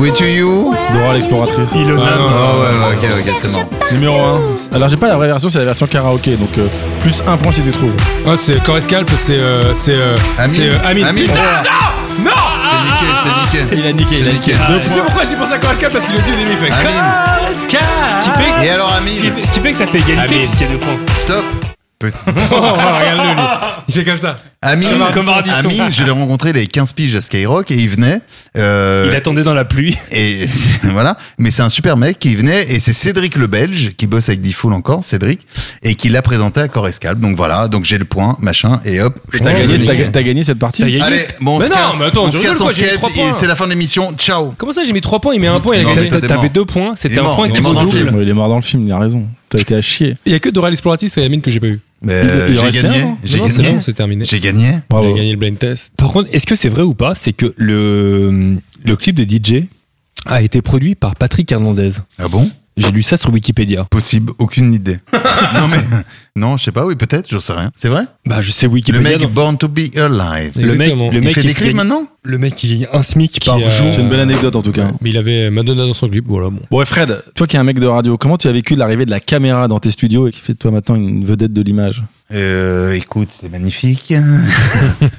[SPEAKER 5] Où es-tu, you
[SPEAKER 4] Dora l'exploratrice.
[SPEAKER 3] Ah, non,
[SPEAKER 5] Oh,
[SPEAKER 3] non, non.
[SPEAKER 5] ouais, ouais, ok, ok, c'est mort.
[SPEAKER 4] Numéro 1. Alors, j'ai pas la vraie version, c'est la version karaoké. Donc, euh, plus 1 point si tu trouves.
[SPEAKER 3] Ah, c'est Corescalp, c'est euh, c'est euh,
[SPEAKER 5] Amine.
[SPEAKER 3] c'est euh, Amine.
[SPEAKER 5] Amine.
[SPEAKER 3] Putain,
[SPEAKER 5] Je t'ai niqué, je t'ai niqué. Je t'ai niqué.
[SPEAKER 4] Deux
[SPEAKER 3] tu sais
[SPEAKER 4] points.
[SPEAKER 3] pourquoi j'ai pensé à Corescalp parce qu'il le dit au début, il fait
[SPEAKER 5] Amine.
[SPEAKER 3] Corescalp.
[SPEAKER 6] Ce qui fait que-
[SPEAKER 5] Et alors, Amine
[SPEAKER 6] Ce qui fait que ça fait
[SPEAKER 5] Ah,
[SPEAKER 6] égalité, puisqu'il y a deux points.
[SPEAKER 5] Stop. Petit.
[SPEAKER 3] <laughs> Oh, regarde-le lui. Il fait comme ça.
[SPEAKER 5] Amine,
[SPEAKER 6] Comme Ardisson.
[SPEAKER 5] Amine, je l'ai rencontré les 15 piges à Skyrock et il venait. euh,
[SPEAKER 6] Il attendait dans la pluie.
[SPEAKER 5] Et <laughs> voilà. Mais c'est un super mec qui venait et c'est Cédric le Belge qui bosse avec Difool encore, Cédric, et qui l'a présenté à Corescalp. Donc voilà. Donc j'ai le point, machin, et hop.
[SPEAKER 4] T'as
[SPEAKER 5] je
[SPEAKER 4] gagné,
[SPEAKER 5] nique.
[SPEAKER 4] t'as- t'as gagné cette partie
[SPEAKER 6] T'as gagné.
[SPEAKER 5] Allez, bon, on
[SPEAKER 3] Mais
[SPEAKER 5] se
[SPEAKER 3] non,
[SPEAKER 5] casse,
[SPEAKER 3] mais attends,
[SPEAKER 5] on
[SPEAKER 3] je
[SPEAKER 5] se casse,
[SPEAKER 3] rigole,
[SPEAKER 5] on
[SPEAKER 3] quoi,
[SPEAKER 5] se
[SPEAKER 3] j'ai eu
[SPEAKER 5] quitte
[SPEAKER 3] trois
[SPEAKER 5] et
[SPEAKER 3] points.
[SPEAKER 5] c'est la fin de l'émission. Ciao.
[SPEAKER 3] Comment ça, j'ai mis 3 points, il met un point, il a
[SPEAKER 5] Non,
[SPEAKER 3] gagné.
[SPEAKER 5] mais t'as-
[SPEAKER 6] T'avais
[SPEAKER 5] mort.
[SPEAKER 6] t'avais deux points,
[SPEAKER 5] Il
[SPEAKER 6] c'était
[SPEAKER 5] est
[SPEAKER 6] un
[SPEAKER 5] mort,
[SPEAKER 6] point
[SPEAKER 5] il est
[SPEAKER 6] qui
[SPEAKER 5] mort
[SPEAKER 6] vaut
[SPEAKER 5] dans le
[SPEAKER 6] double.
[SPEAKER 5] film.
[SPEAKER 4] Ouais, Il est mort dans le film, il a raison. T'as été à chier.
[SPEAKER 3] Il y a que Dora l'exploratrice et Amine que j'ai pas eu.
[SPEAKER 5] Mais
[SPEAKER 4] il
[SPEAKER 5] Euh, j'ai
[SPEAKER 4] restait un,
[SPEAKER 5] gagné.
[SPEAKER 4] non
[SPEAKER 5] J'ai
[SPEAKER 3] hein. Non, c'est
[SPEAKER 5] gagné.
[SPEAKER 3] bon, c'est terminé.
[SPEAKER 5] J'ai gagné.
[SPEAKER 3] Il a
[SPEAKER 4] Bravo.
[SPEAKER 3] gagné le blind test.
[SPEAKER 6] Par contre, est-ce que c'est vrai ou pas C'est que le, le clip de DJ a été produit par Patrick Hernandez.
[SPEAKER 5] Ah bon?
[SPEAKER 6] J'ai lu ça sur Wikipédia.
[SPEAKER 5] Possible, aucune
[SPEAKER 3] <laughs>
[SPEAKER 5] idée. non mais non, je sais pas, oui peut-être, j'en sais rien. C'est vrai
[SPEAKER 6] Bah, je sais
[SPEAKER 5] Le
[SPEAKER 6] Wikipédia.
[SPEAKER 5] mec
[SPEAKER 6] non.
[SPEAKER 5] Born to be alive.
[SPEAKER 6] le mec,
[SPEAKER 3] Exactement.
[SPEAKER 6] le
[SPEAKER 5] Il
[SPEAKER 6] mec
[SPEAKER 5] fait
[SPEAKER 6] qui
[SPEAKER 5] des
[SPEAKER 6] se
[SPEAKER 5] clips
[SPEAKER 6] gagne-
[SPEAKER 5] maintenant
[SPEAKER 6] le mec qui gagne un SMIC
[SPEAKER 3] Qui,
[SPEAKER 6] par
[SPEAKER 3] euh,
[SPEAKER 6] jour.
[SPEAKER 4] C'est une belle anecdote en tout cas.
[SPEAKER 3] Mais il avait Madonna dans son clip, voilà bon.
[SPEAKER 4] Bon, et Fred, toi qui es un mec de radio, comment tu as vécu l'arrivée de la caméra dans tes studios et qui fait de toi maintenant une vedette de l'image
[SPEAKER 5] Euh, écoute, c'est magnifique. <laughs>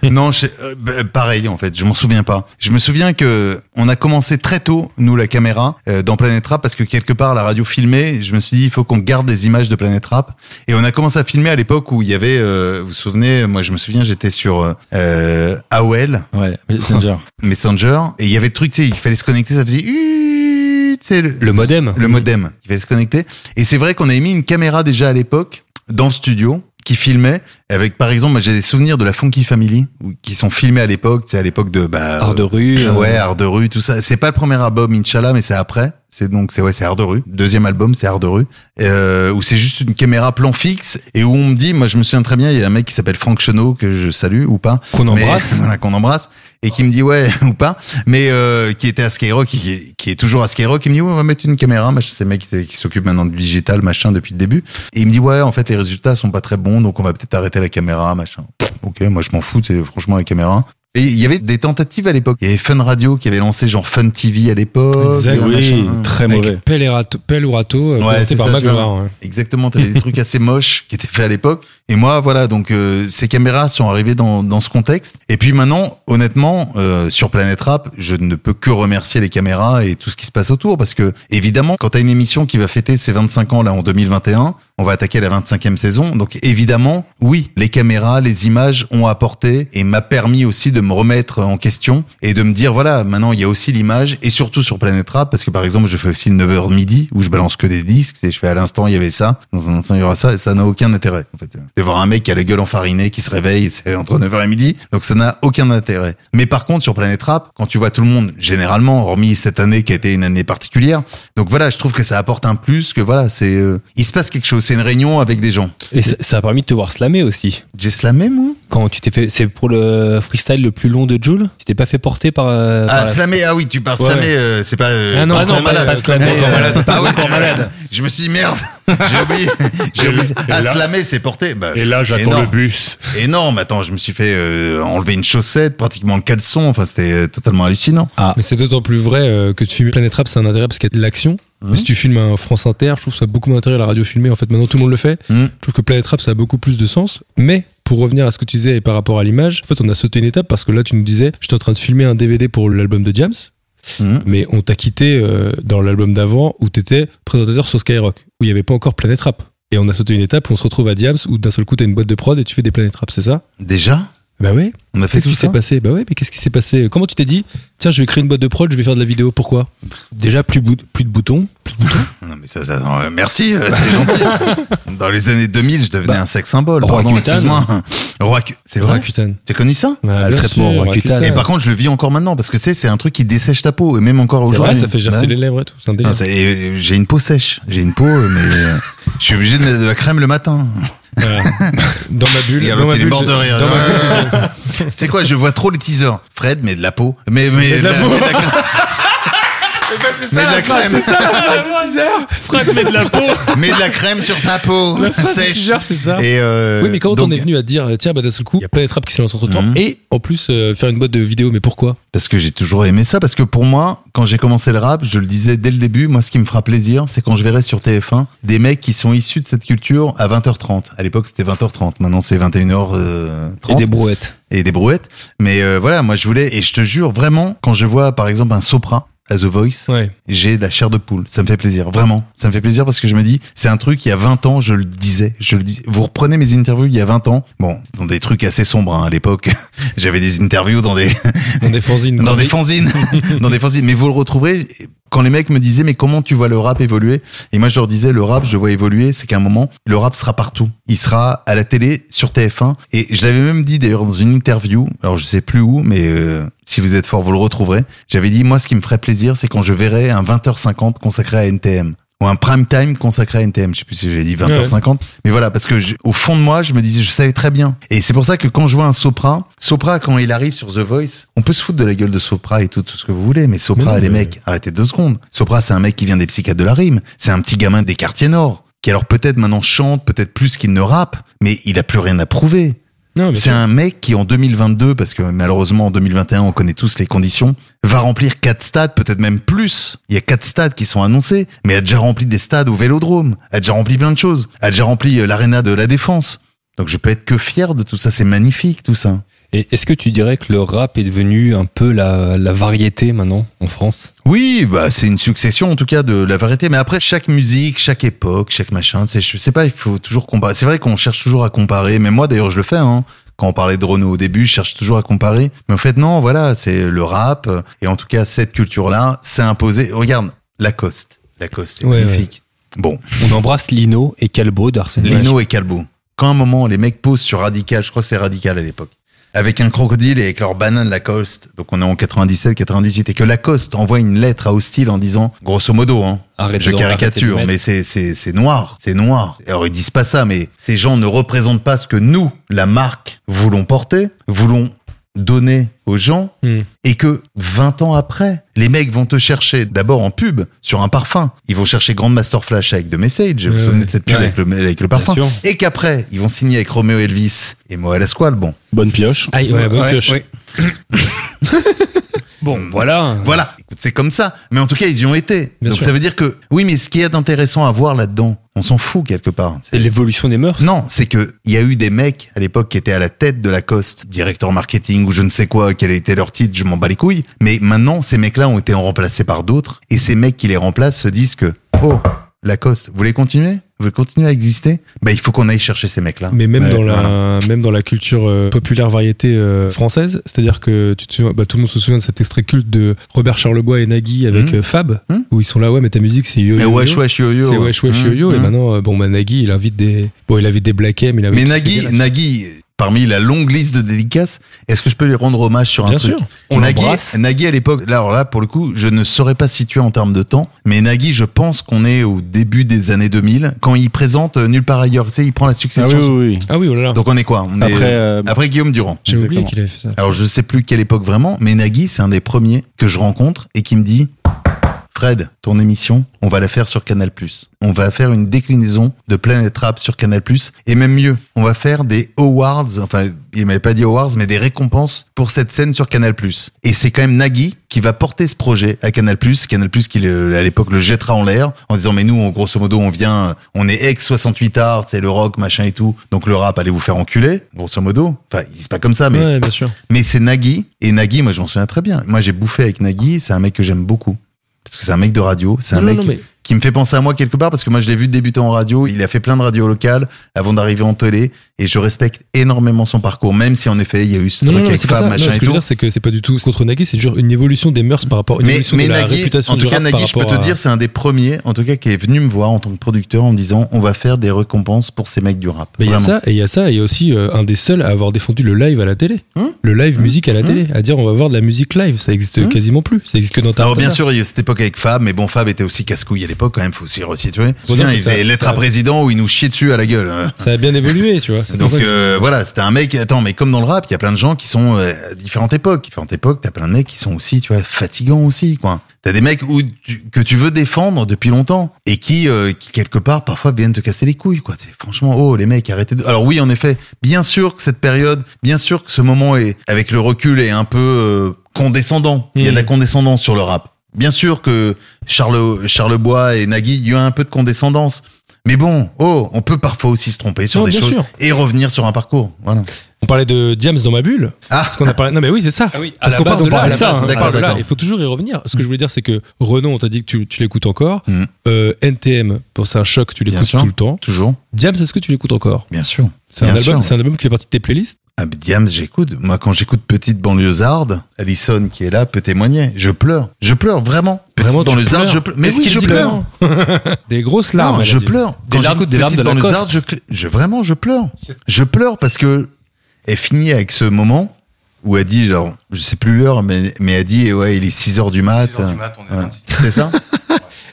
[SPEAKER 5] non, je, euh, bah, pareil en fait, je m'en souviens pas. Je me souviens que on a commencé très tôt nous la caméra euh, dans Planet Rap parce que quelque part la radio filmait. Je me suis dit il faut qu'on garde des images de Planet Rap et on a commencé à filmer à l'époque où il y avait, euh, vous vous souvenez, moi je me souviens j'étais sur euh, AOL
[SPEAKER 4] Ouais, Messenger.
[SPEAKER 5] Messenger et il y avait le truc, tu sais, il fallait se connecter, ça faisait. Huuuuut, tu sais,
[SPEAKER 6] Le modem.
[SPEAKER 5] le modem qui va se connecter. Et c'est vrai qu'on avait mis une caméra déjà à l'époque dans le studio qui filmait Avec, par exemple, moi, j'ai des souvenirs de la Funky Family, où- qui sont filmés à l'époque, tu sais, à l'époque de, bah.
[SPEAKER 6] Art de rue,
[SPEAKER 5] euh,
[SPEAKER 6] euh,
[SPEAKER 5] Ouais, Art de rue, tout ça. C'est pas le premier album, Inch'Allah, mais c'est après. C'est donc, c'est, ouais, c'est Art de rue. Deuxième album, c'est Art de rue. Euh, où c'est juste une caméra plan fixe, et où on me dit, moi, je me souviens très bien, il y a un mec qui s'appelle Franck Chenot, que je salue, ou pas.
[SPEAKER 6] Qu'on
[SPEAKER 5] Mais-
[SPEAKER 6] embrasse.
[SPEAKER 5] voilà, qu'on embrasse. Et qui me dit ouais <laughs> ou pas, mais euh, qui était à Skyrock, qui, est- qui est toujours à Skyrock, il me dit ouais on va mettre une caméra, machin, c'est le mec qui, qui s'occupe maintenant du digital, machin depuis le début. Et il me dit ouais en fait les résultats sont pas très bons, donc on va peut-être arrêter la caméra, machin. Ok, moi je m'en fous, c'est franchement la caméra. Et il y avait des tentatives à l'époque. Il y avait Fun Radio qui avait lancé genre Fun TV à l'époque.
[SPEAKER 3] Exact,
[SPEAKER 5] machin.
[SPEAKER 4] très
[SPEAKER 3] Avec Pelle, et Rato- Pelle ou Rato, euh,
[SPEAKER 5] Ouais,
[SPEAKER 3] présenté
[SPEAKER 5] c'est
[SPEAKER 3] par
[SPEAKER 5] ça,
[SPEAKER 3] Mac
[SPEAKER 5] tu vois.
[SPEAKER 3] Noir, ouais.
[SPEAKER 5] Exactement, t'avais des trucs assez moches qui étaient faits à l'époque. Et moi, voilà, donc euh, ces caméras sont arrivées dans, dans ce contexte. Et puis maintenant, honnêtement, euh, sur Planète Rap, je ne peux que remercier les caméras et tout ce qui se passe autour. Parce que, évidemment, quand t'as une émission qui va fêter ses 25 ans, là, en 2021, on va attaquer la 25e saison. Donc, évidemment, oui, les caméras, les images ont apporté et m'a permis aussi de me remettre en question et de me dire, voilà, maintenant, il y a aussi l'image et surtout sur Planète Rap. Parce que, par exemple, je fais aussi le 9h midi où je balance que des disques et je fais à l'instant, il y avait ça. Dans un instant, il y aura ça et ça n'a aucun intérêt, en fait. De voir un mec qui a la gueule enfarinée, qui se réveille, c'est entre 9h et midi. Donc, ça n'a aucun intérêt. Mais par contre, sur Planète Rap, quand tu vois tout le monde, généralement, hormis cette année qui a été une année particulière. Donc voilà, je trouve que ça apporte un plus, que voilà, c'est, euh, il se passe quelque chose. C'est une réunion avec des gens.
[SPEAKER 6] Et ça, ça a permis de te voir slammer aussi.
[SPEAKER 5] J'ai slamé, moi?
[SPEAKER 6] Quand tu t'es fait, c'est pour le freestyle le plus long de Jules. Tu t'es pas fait porter par. euh, par
[SPEAKER 5] Ah,
[SPEAKER 6] la-
[SPEAKER 5] slamé, ah oui, tu parles
[SPEAKER 6] Ouais,
[SPEAKER 5] slamé,
[SPEAKER 6] ouais.
[SPEAKER 5] euh, c'est pas, euh,
[SPEAKER 6] Ah non,
[SPEAKER 5] pas
[SPEAKER 6] ah non,
[SPEAKER 5] encore
[SPEAKER 6] pas-
[SPEAKER 5] malade.
[SPEAKER 6] pas slamé,
[SPEAKER 5] Euh,
[SPEAKER 6] encore malade, pas
[SPEAKER 5] ah ouais,
[SPEAKER 6] encore
[SPEAKER 5] je-
[SPEAKER 6] malade.
[SPEAKER 5] Je me suis
[SPEAKER 6] <laughs>
[SPEAKER 5] dit, merde, j'ai oublié, j'ai oublié. Ah, slamé, c'est porté. Bah, énorme,
[SPEAKER 2] bus.
[SPEAKER 5] Énorme, attends, je me suis fait euh, enlever une chaussette, pratiquement le caleçon, enfin, c'était euh, totalement hallucinant.
[SPEAKER 3] Mais c'est d'autant plus vrai euh, que de filmer Planète Rap, c'est un intérêt parce qu'il y a de l'action.
[SPEAKER 5] Mhm.
[SPEAKER 3] Mais si tu filmes un France Inter, je trouve ça beaucoup moins intérêt à la radio filmée. En fait, maintenant tout le monde le fait.
[SPEAKER 5] Mhm.
[SPEAKER 3] Je trouve que Planète Rap, ça a beaucoup plus de sens. Mais pour revenir à ce que tu disais et par rapport à l'image, en fait, on a sauté une étape parce que là, tu nous disais, j'étais en train de filmer un DVD pour l'album de James.
[SPEAKER 5] Mhm.
[SPEAKER 3] Mais on t'a quitté euh, dans l'album d'avant où t'étais présentateur sur Skyrock, où il n'y avait pas encore Planète Rap. Et on a sauté une étape où on se retrouve à Diams où d'un seul coup t'as une boîte de prod et tu fais des Planète Rap, c'est ça
[SPEAKER 5] Déjà,
[SPEAKER 3] Bah ouais.
[SPEAKER 5] on a fait
[SPEAKER 3] Qu'est-ce
[SPEAKER 5] tout
[SPEAKER 3] qui s'est
[SPEAKER 5] ça.
[SPEAKER 3] passé Bah ouais, mais qu'est-ce qui s'est passé Comment tu t'es dit Tiens, je vais créer une boîte de prod, je vais faire de la vidéo, pourquoi
[SPEAKER 6] Déjà plus, bou- plus de boutons.
[SPEAKER 5] Non, mais ça, ça, non, euh, merci, euh, c'est gentil.
[SPEAKER 3] <laughs>
[SPEAKER 5] Dans les années 2000, je
[SPEAKER 3] Bah,
[SPEAKER 5] devenais un sexe symbole.
[SPEAKER 6] Roi
[SPEAKER 5] Pardon,
[SPEAKER 6] Cutane.
[SPEAKER 5] excuse-moi. Roi Cu- c'est vrai?
[SPEAKER 3] Rakuten. Ah,
[SPEAKER 5] T'as connu ça?
[SPEAKER 6] le traitement Rakuten.
[SPEAKER 5] Et par contre, je le vis encore maintenant parce que c'est c'est un truc qui dessèche ta peau et même encore
[SPEAKER 3] C'est vrai,
[SPEAKER 5] aujourd'hui. Ah,
[SPEAKER 3] ça fait gercer
[SPEAKER 5] Ouais.
[SPEAKER 3] les lèvres et tout, c'est un
[SPEAKER 5] Non,
[SPEAKER 3] délire.
[SPEAKER 5] c'est- et J'ai une peau sèche, j'ai une peau, euh, mais euh, je suis obligé de mettre de la crème le matin. <laughs>
[SPEAKER 3] Dans ma bulle,
[SPEAKER 5] Regarde,
[SPEAKER 3] dans
[SPEAKER 5] l'autre,
[SPEAKER 3] ma
[SPEAKER 5] il est
[SPEAKER 3] bulle,
[SPEAKER 5] mort de rire.
[SPEAKER 3] dans ma bulle.
[SPEAKER 5] C'est quoi Je vois trop les teasers. Fred, mais de la peau. Eh Mais mais de la mais de la <laughs> crème.
[SPEAKER 7] c'est
[SPEAKER 5] Mais de la crème.
[SPEAKER 6] Frère, met de la peau.
[SPEAKER 5] <laughs> Mais de la crème sur sa peau. Sèche.
[SPEAKER 3] c'est ça.
[SPEAKER 5] Et euh,
[SPEAKER 3] Oui, mais quand
[SPEAKER 5] donc-
[SPEAKER 3] on est venu à dire, tiens, bah d'un seul coup, il y a plein de trappes qui se lancent entre temps,
[SPEAKER 5] Mhm.
[SPEAKER 3] et en plus, euh, faire une boîte de vidéo, mais pourquoi
[SPEAKER 5] Parce que j'ai toujours aimé ça. Parce que pour moi, quand j'ai commencé le rap, je le disais dès le début, moi, ce qui me fera plaisir, c'est quand je verrai sur TF1 des mecs qui sont issus de cette culture à 20h30. À l'époque, c'était 20h30. Maintenant, c'est 21h30. euh,
[SPEAKER 6] Et des brouettes.
[SPEAKER 5] et des brouettes. Mais euh, voilà, moi, je voulais, et je te jure, vraiment, quand je vois, par exemple, un Sopra à The Voice,
[SPEAKER 3] Ouais.
[SPEAKER 5] j'ai de la chair de poule. Ça me fait plaisir, vraiment. Ça me fait plaisir parce que je me dis, c'est un truc, il y a 20 ans, je le disais. Je le dis. Vous reprenez mes interviews il y a 20 ans. Bon, dans des trucs assez sombres hein, à l'époque. <laughs> J'avais des interviews dans des
[SPEAKER 3] Dans des fanzines.
[SPEAKER 5] dans des fanzines <laughs> dans des fanzines mais vous le retrouverez quand les mecs me disaient mais comment tu vois le rap évoluer et moi je leur disais le rap je le vois évoluer c'est qu'à un moment le rap sera partout il sera à la télé sur TF1 et je l'avais même dit d'ailleurs dans une interview alors je sais plus où mais euh, si vous êtes fort vous le retrouverez j'avais dit moi ce qui me ferait plaisir c'est quand je verrais un 20h50 consacré à NTM ou un prime time consacré à NTM, je sais plus si j'ai dit 20h50, mais voilà parce que je- au fond de moi, je me disais je savais très bien. Et c'est pour ça que quand je vois un Sopra, Sopra quand il arrive sur The Voice, on peut se foutre de la gueule de Sopra et tout, tout ce que vous voulez, mais Sopra
[SPEAKER 3] Mais non,
[SPEAKER 5] les
[SPEAKER 3] mais-
[SPEAKER 5] mecs, arrêtez deux secondes. Sopra c'est un mec qui vient des psychiatres de la rime, c'est un petit gamin des quartiers nord qui alors peut-être maintenant chante, peut-être plus qu'il ne rappe, mais il a plus rien à prouver.
[SPEAKER 3] Non, mais
[SPEAKER 5] C'est un mec qui en 2022, parce que malheureusement en 2021 on connaît tous les conditions, va remplir quatre stades, peut-être même plus. Il y a quatre stades qui sont annoncés, mais a déjà rempli des stades au Vélodrome, a déjà rempli plein de choses, a déjà rempli euh, l'aréna de la Défense. Donc je peux être que fier de tout ça, c'est magnifique tout ça.
[SPEAKER 6] Et est-ce que tu dirais que le rap est devenu un peu la, la variété maintenant en France
[SPEAKER 5] Oui, bah c'est une succession en tout cas de la variété. Mais après, chaque musique, chaque époque, chaque machin, c'est je sais pas, il faut toujours comparer. C'est vrai qu'on cherche toujours à comparer. Mais moi d'ailleurs, je le fais. Hein. Quand on parlait de Renault au début, je cherche toujours à comparer. Mais en fait, non, voilà, c'est le rap euh, et en tout cas cette culture-là s'est imposée. Regarde, Lacoste, Lacoste, c'est
[SPEAKER 3] Ouais,
[SPEAKER 5] magnifique. Bon,
[SPEAKER 6] On embrasse Lino et Calbo d'Arsène.
[SPEAKER 5] Lino et Calbo. quand un moment les mecs posent sur Radical, je crois que c'est Radical à l'époque, avec un crocodile et avec leur banane Lacoste, donc on est en 97, 98, et que Lacoste envoie une lettre à Hostile en disant, grosso modo, hein,
[SPEAKER 6] Arrête
[SPEAKER 5] je
[SPEAKER 6] de- arrêtez de
[SPEAKER 5] caricature,
[SPEAKER 6] mettre.
[SPEAKER 5] mais c'est c'est c'est noir, c'est noir. Alors ils disent pas ça, mais ces gens ne représentent pas ce que nous, la marque, voulons porter, voulons donner aux gens
[SPEAKER 3] Hmm.
[SPEAKER 5] et que 20 ans après, les mecs vont te chercher d'abord en pub sur un parfum. Ils vont chercher Grandmaster Flash avec The Message. Vous vous
[SPEAKER 3] Ouais,
[SPEAKER 5] souvenez de cette pub
[SPEAKER 6] ouais.
[SPEAKER 5] avec, le, avec le parfum
[SPEAKER 6] sûr.
[SPEAKER 5] Et qu'après, ils vont signer avec Romeo Elvis et Moelle Esqual. Bon,
[SPEAKER 4] <laughs> Bonne pioche.
[SPEAKER 6] Ah,
[SPEAKER 3] Aïe, ouais, bonne pioche.
[SPEAKER 6] bon, voilà.
[SPEAKER 5] voilà, écoute, c'est comme ça. Mais en tout cas, ils y ont été.
[SPEAKER 3] Bien
[SPEAKER 5] Donc
[SPEAKER 3] sûr.
[SPEAKER 5] ça veut dire que, oui, mais ce qui est intéressant à voir là-dedans, on s'en fout quelque part.
[SPEAKER 6] C'est l'évolution des mœurs.
[SPEAKER 5] Non, c'est que il y a eu des mecs à l'époque qui étaient à la tête de Lacoste, directeur marketing ou je ne sais quoi, quel était leur titre, je m'en bats les couilles. Mais maintenant, ces mecs-là ont été remplacés par d'autres et ces mecs qui les remplacent se disent que oh Lacoste, vous voulez continuer Vous voulez continuer à exister Ben il faut qu'on aille chercher ces mecs-là.
[SPEAKER 3] Mais même,
[SPEAKER 5] Ouais,
[SPEAKER 3] dans la,
[SPEAKER 5] voilà.
[SPEAKER 3] même dans la culture euh, populaire variété euh, française, c'est-à-dire que tu te souviens- bah, tout le monde se souvient de cet extrait culte de Robert Charlebois et Nagui avec
[SPEAKER 5] Mhm.
[SPEAKER 3] euh, Fab,
[SPEAKER 5] Mhm.
[SPEAKER 3] où ils sont là, ouais, mais ta musique c'est yo,
[SPEAKER 5] Mais
[SPEAKER 3] yo,
[SPEAKER 5] Eh, wesh
[SPEAKER 3] yo.
[SPEAKER 5] wesh yo yo.
[SPEAKER 3] C'est wesh wesh
[SPEAKER 5] Mmh,
[SPEAKER 3] yo yo. Et
[SPEAKER 5] mmh.
[SPEAKER 3] maintenant, euh, bon, bah, Nagui il invite des. Bon, il invite des Black M, il invite
[SPEAKER 5] Mais
[SPEAKER 3] tous ces
[SPEAKER 5] Nagui,
[SPEAKER 3] gars-là.
[SPEAKER 5] Nagui, parmi la longue liste de dédicaces, est-ce que je peux lui rendre hommage sur un
[SPEAKER 3] Bien
[SPEAKER 5] truc
[SPEAKER 3] sûr.
[SPEAKER 6] On
[SPEAKER 5] Nagui,
[SPEAKER 6] l'embrasse.
[SPEAKER 5] Nagui à l'époque, là, alors là, pour le coup, je ne saurais pas situer en termes de temps, mais Nagui, je pense qu'on est au début des années 2000, quand il présente euh, Nulle part ailleurs, tu sais, il prend la
[SPEAKER 4] Ah oui,
[SPEAKER 5] succession.
[SPEAKER 4] oui, oui.
[SPEAKER 3] Ah oui, oh là là.
[SPEAKER 5] Donc on est quoi on est,
[SPEAKER 4] Après,
[SPEAKER 5] euh,
[SPEAKER 4] euh,
[SPEAKER 5] après Guillaume Durand.
[SPEAKER 3] J'ai oublié
[SPEAKER 4] exactement.
[SPEAKER 3] qu'il avait fait ça.
[SPEAKER 5] Alors je sais plus quelle époque vraiment, mais Nagui, c'est un des premiers que je rencontre et qui me dit Fred, ton émission, on va la faire sur Canal+. On va faire une déclinaison de Planète Rap sur Canal+, et même mieux, on va faire des awards, enfin, il m'avait pas dit awards, mais des récompenses pour cette scène sur Canal+. Et c'est quand même Nagui qui va porter ce projet à Canal+, Canal+, qui le- à l'époque le jettera en l'air en disant mais nous, on- grosso modo, on vient, on est ex-68 art, c'est le rock, machin et tout, donc le rap, allez vous faire enculer, grosso modo. Enfin, c'est pas comme ça, mais
[SPEAKER 3] Ouais, bien sûr.
[SPEAKER 5] mais c'est Nagui. Et Nagui, moi, je m'en souviens très bien. Moi, j'ai bouffé avec Nagui. C'est un mec que j'aime beaucoup. Parce que c'est un mec de radio. C'est un
[SPEAKER 3] Non, non,
[SPEAKER 5] mec
[SPEAKER 3] non, mais-
[SPEAKER 5] qui me fait penser à moi quelque part. Parce que moi, je l'ai vu débuter en radio. Il a fait plein de radios locales avant d'arriver en télé. Et je respecte énormément son parcours. Même si, en effet, il y a eu ce
[SPEAKER 3] Non, non,
[SPEAKER 5] truc
[SPEAKER 3] non,
[SPEAKER 5] avec
[SPEAKER 3] c'est pas
[SPEAKER 5] Fab,
[SPEAKER 3] ça. Non,
[SPEAKER 5] machin
[SPEAKER 3] ce
[SPEAKER 5] et
[SPEAKER 3] que je veux
[SPEAKER 5] tout.
[SPEAKER 3] dire, c'est que c'est pas du tout contre Nagui, c'est toujours une évolution des mœurs par rapport, une
[SPEAKER 5] Mais,
[SPEAKER 3] évolution
[SPEAKER 5] mais
[SPEAKER 3] de la
[SPEAKER 5] Nagui,
[SPEAKER 3] réputation
[SPEAKER 5] en
[SPEAKER 3] du
[SPEAKER 5] tout cas,
[SPEAKER 3] rap
[SPEAKER 5] Nagui,
[SPEAKER 3] par
[SPEAKER 5] je peux te
[SPEAKER 3] rapport à-
[SPEAKER 5] dire, c'est un des premiers, en tout cas, qui est venu me voir en tant que producteur en me disant, on va faire des récompenses pour ces mecs du rap.
[SPEAKER 3] Mais il y a
[SPEAKER 5] Vraiment.
[SPEAKER 3] ça, et il y a ça, et il y a aussi euh, un des seuls à avoir défendu le live à la télé.
[SPEAKER 5] Hein
[SPEAKER 3] le live musique à la télé. À dire, on va voir de la musique live. Ça existe quasiment plus. Ça existe que dans ta
[SPEAKER 5] Alors Ah, bien sûr, il y a eu cette époque avec Fab, mais bon, Fab était aussi casse-couille à l'époque quand même, faut aussi resituer.
[SPEAKER 3] Bon, non,
[SPEAKER 5] Tiens,
[SPEAKER 3] mais
[SPEAKER 5] il
[SPEAKER 3] ça-
[SPEAKER 5] faisait lettre
[SPEAKER 3] ça-
[SPEAKER 5] à président où il nous chiait dessus à la gueule. hein.
[SPEAKER 3] Ça a bien évolué, tu vois. C'est pour
[SPEAKER 5] Donc
[SPEAKER 3] ça que-
[SPEAKER 5] euh, voilà, c'était un mec. Attends, mais comme dans le rap, il y a plein de gens qui sont euh, à différentes époques. Différentes époques, t'as plein de mecs qui sont aussi, tu vois, fatigants aussi, quoi. T'as des mecs où tu- que tu veux défendre depuis longtemps et qui, euh, qui quelque part parfois viennent te casser les couilles, quoi. C'est franchement, oh les mecs, arrêtez. De... Alors oui, en effet, bien sûr que cette période, bien sûr que ce moment est, avec le recul, est un peu euh, condescendant. Il y a de la condescendance sur le rap. Bien sûr que Charles Charlebois et Nagui, il y a un peu de condescendance. Mais bon, oh, on peut parfois aussi se tromper sur
[SPEAKER 3] Non,
[SPEAKER 5] des
[SPEAKER 3] bien
[SPEAKER 5] choses
[SPEAKER 3] sûr.
[SPEAKER 5] et revenir sur un parcours. Voilà.
[SPEAKER 3] On parlait de Diams dans ma bulle.
[SPEAKER 5] Ah,
[SPEAKER 3] Parce qu'on a parlé. Non, mais euh, oui, c'est ça.
[SPEAKER 6] Ah oui, à
[SPEAKER 3] Parce
[SPEAKER 6] la
[SPEAKER 3] qu'on
[SPEAKER 6] base,
[SPEAKER 3] parle
[SPEAKER 6] on
[SPEAKER 3] de là, à
[SPEAKER 6] parlait
[SPEAKER 3] la
[SPEAKER 6] de ça,
[SPEAKER 3] base,
[SPEAKER 6] hein.
[SPEAKER 3] on parle
[SPEAKER 5] D'accord,
[SPEAKER 3] de là.
[SPEAKER 5] d'accord.
[SPEAKER 3] Il faut toujours y revenir. Ce que je voulais dire, c'est que Renaud, on t'a dit que tu, tu l'écoutes encore.
[SPEAKER 5] Mm.
[SPEAKER 3] Euh, NTM, bon, c'est un choc, tu
[SPEAKER 5] Bien
[SPEAKER 3] l'écoutes
[SPEAKER 5] sûr.
[SPEAKER 3] tout le temps.
[SPEAKER 5] toujours.
[SPEAKER 3] Diams, est-ce que tu l'écoutes encore
[SPEAKER 5] Bien sûr.
[SPEAKER 3] C'est un,
[SPEAKER 5] Bien
[SPEAKER 3] album-
[SPEAKER 5] sûr.
[SPEAKER 3] c'est un album qui fait partie de tes playlists.
[SPEAKER 5] Ah, mais Diams, j'écoute. Moi, quand j'écoute Petite banlieusarde, Alison qui est là peut témoigner. Je pleure. Je pleure vraiment. Petite
[SPEAKER 3] Vraiment, tu
[SPEAKER 5] banlieusarde,
[SPEAKER 3] pleures
[SPEAKER 5] je pleure. Mais
[SPEAKER 3] Est-ce
[SPEAKER 5] oui,
[SPEAKER 3] qu'il
[SPEAKER 5] je
[SPEAKER 3] dit
[SPEAKER 5] pleure.
[SPEAKER 3] non <laughs> Des grosses larmes.
[SPEAKER 5] Non,
[SPEAKER 3] elle a
[SPEAKER 5] je
[SPEAKER 3] dit.
[SPEAKER 5] pleure.
[SPEAKER 6] Des
[SPEAKER 5] Quand
[SPEAKER 6] larmes-
[SPEAKER 5] j'écoute
[SPEAKER 6] des larmes
[SPEAKER 5] Petite
[SPEAKER 6] de
[SPEAKER 5] banlieusarde, je, cl- je vraiment, je pleure. Je pleure parce que elle finit avec ce moment où elle dit, genre, je sais plus l'heure, mais, mais elle dit, eh ouais, il est 6 heures du mat.
[SPEAKER 9] 6 heures du mat, on est le
[SPEAKER 5] Ouais.
[SPEAKER 9] 26.
[SPEAKER 5] C'est ça?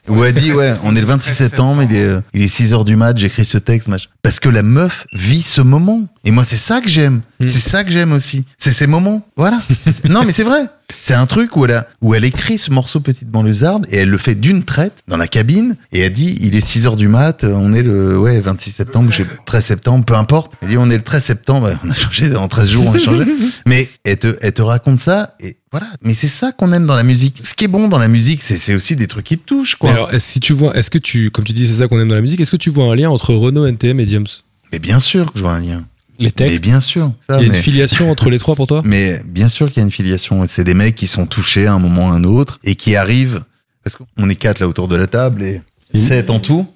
[SPEAKER 5] Où elle dit, ouais, on est le 26
[SPEAKER 9] 13
[SPEAKER 5] septembre, il est, euh, il est 6 heures du mat, j'écris ce texte, machin. Parce que la meuf vit ce moment. Et moi, c'est ça que j'aime. C'est ça que j'aime aussi. C'est ces moments. <laughs> Voilà. C'est- non, mais c'est vrai. C'est un truc où elle a, où elle écrit ce morceau Petite banlieusarde et elle le fait d'une traite dans la cabine et elle dit, il est 6 heures du mat, euh, on est le, ouais, 26 septembre, je sais- 13 septembre, peu importe. Elle dit, on est le 13 septembre, on a changé, en 13 jours, on a <laughs> changé. Mais elle te, elle te raconte ça et voilà. Mais c'est ça qu'on aime dans la musique. Ce qui est bon dans la musique, c'est, c'est aussi des trucs qui te touchent,
[SPEAKER 3] Mais
[SPEAKER 5] quoi.
[SPEAKER 3] alors, est-ce- si tu vois, est-ce que tu, comme tu dis, c'est ça qu'on aime dans la musique, est-ce que tu vois un lien entre Renaud, NTM et Diams
[SPEAKER 5] Mais bien sûr que je vois un lien.
[SPEAKER 6] Les
[SPEAKER 5] Mais bien sûr. Ça,
[SPEAKER 3] Il y a
[SPEAKER 5] mais-
[SPEAKER 3] une filiation entre les trois pour <laughs> toi
[SPEAKER 5] Mais bien sûr qu'il y a une filiation. C'est des mecs qui sont touchés à un moment ou à un autre et qui arrivent. Parce qu'on est quatre là autour de la table et sept en tout.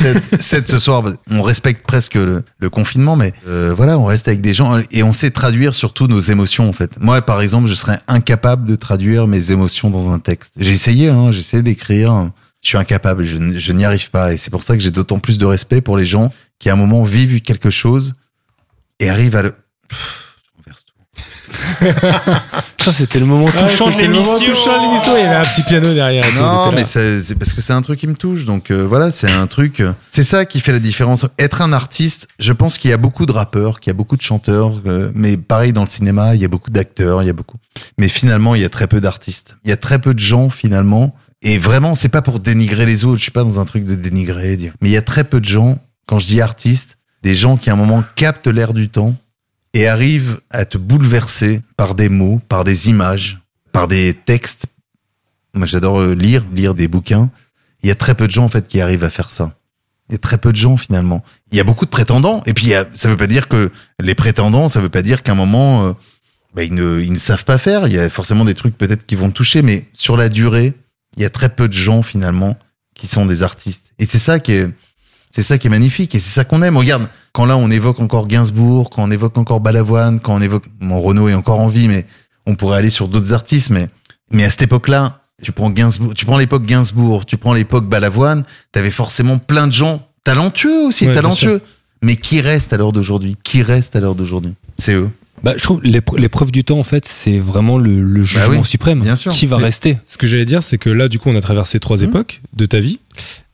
[SPEAKER 5] Sept, sept ce soir. On respecte presque le, le confinement, mais euh, voilà, on reste avec des gens et on sait traduire surtout nos émotions en fait. Moi, par exemple, je serais incapable de traduire mes émotions dans un texte. J'ai essayé, hein, j'ai essayé d'écrire. je suis incapable, je, n- je n'y arrive pas. Et c'est pour ça que j'ai d'autant plus de respect pour les gens qui, à un moment, vivent quelque chose et arrivent à le.
[SPEAKER 6] Putain, c'était le moment touchant de l'émission.
[SPEAKER 3] touchant de l'émission. Il y avait un petit piano derrière. et tout, on
[SPEAKER 5] Non,
[SPEAKER 3] était là.
[SPEAKER 5] mais c'est c'est parce que c'est un truc qui me touche. Donc euh, voilà, c'est un truc. euh, C'est ça qui fait la différence. Être un artiste, je pense qu'il y a beaucoup de rappeurs, qu'il y a beaucoup de chanteurs, euh, mais pareil dans le cinéma, il y a beaucoup d'acteurs, il y a beaucoup. Mais finalement, il y a très peu d'artistes. Il y a très peu de gens finalement. Et vraiment, c'est pas pour dénigrer les autres. Je suis pas dans un truc de dénigrer. Dire. Mais il y a très peu de gens. Quand je dis artistes, des gens qui à un moment captent l'air du temps et arrivent à te bouleverser par des mots, par des images, par des textes, moi, j'adore euh, lire, lire des bouquins. Il y a très peu de gens, en fait, qui arrivent à faire ça. Il y a très peu de gens, finalement. Il y a beaucoup de prétendants. Et puis, il y a- ça veut pas dire que les prétendants, ça veut pas dire qu'à un moment, euh, bah, ils, ne, ils ne savent pas faire. Il y a forcément des trucs, peut-être, qui vont toucher. Mais sur la durée, il y a très peu de gens, finalement, qui sont des artistes. Et c'est ça qui est, c'est ça qui est magnifique. Et c'est ça qu'on aime. Regarde, quand là, on évoque encore Gainsbourg, quand on évoque encore Balavoine, quand on évoque, mon Renault est encore en vie, mais on pourrait aller sur d'autres artistes, mais mais à cette époque-là, tu prends Gainsbourg, tu prends l'époque Gainsbourg, tu prends l'époque Balavoine, t'avais forcément plein de gens talentueux aussi,
[SPEAKER 3] Ouais, bien
[SPEAKER 5] talentueux. Mais qui reste à l'heure d'aujourd'hui Qui reste à l'heure d'aujourd'hui C'est eux.
[SPEAKER 6] Bah, je trouve l'épre- l'épreuve du temps, en fait, c'est vraiment le, le jugement
[SPEAKER 5] oui,
[SPEAKER 6] suprême.
[SPEAKER 5] bien sûr.
[SPEAKER 6] Qui va
[SPEAKER 3] Mais-
[SPEAKER 6] rester
[SPEAKER 3] Ce que j'allais dire, c'est que là, du coup, on a traversé trois
[SPEAKER 5] Mhm.
[SPEAKER 3] époques de ta vie.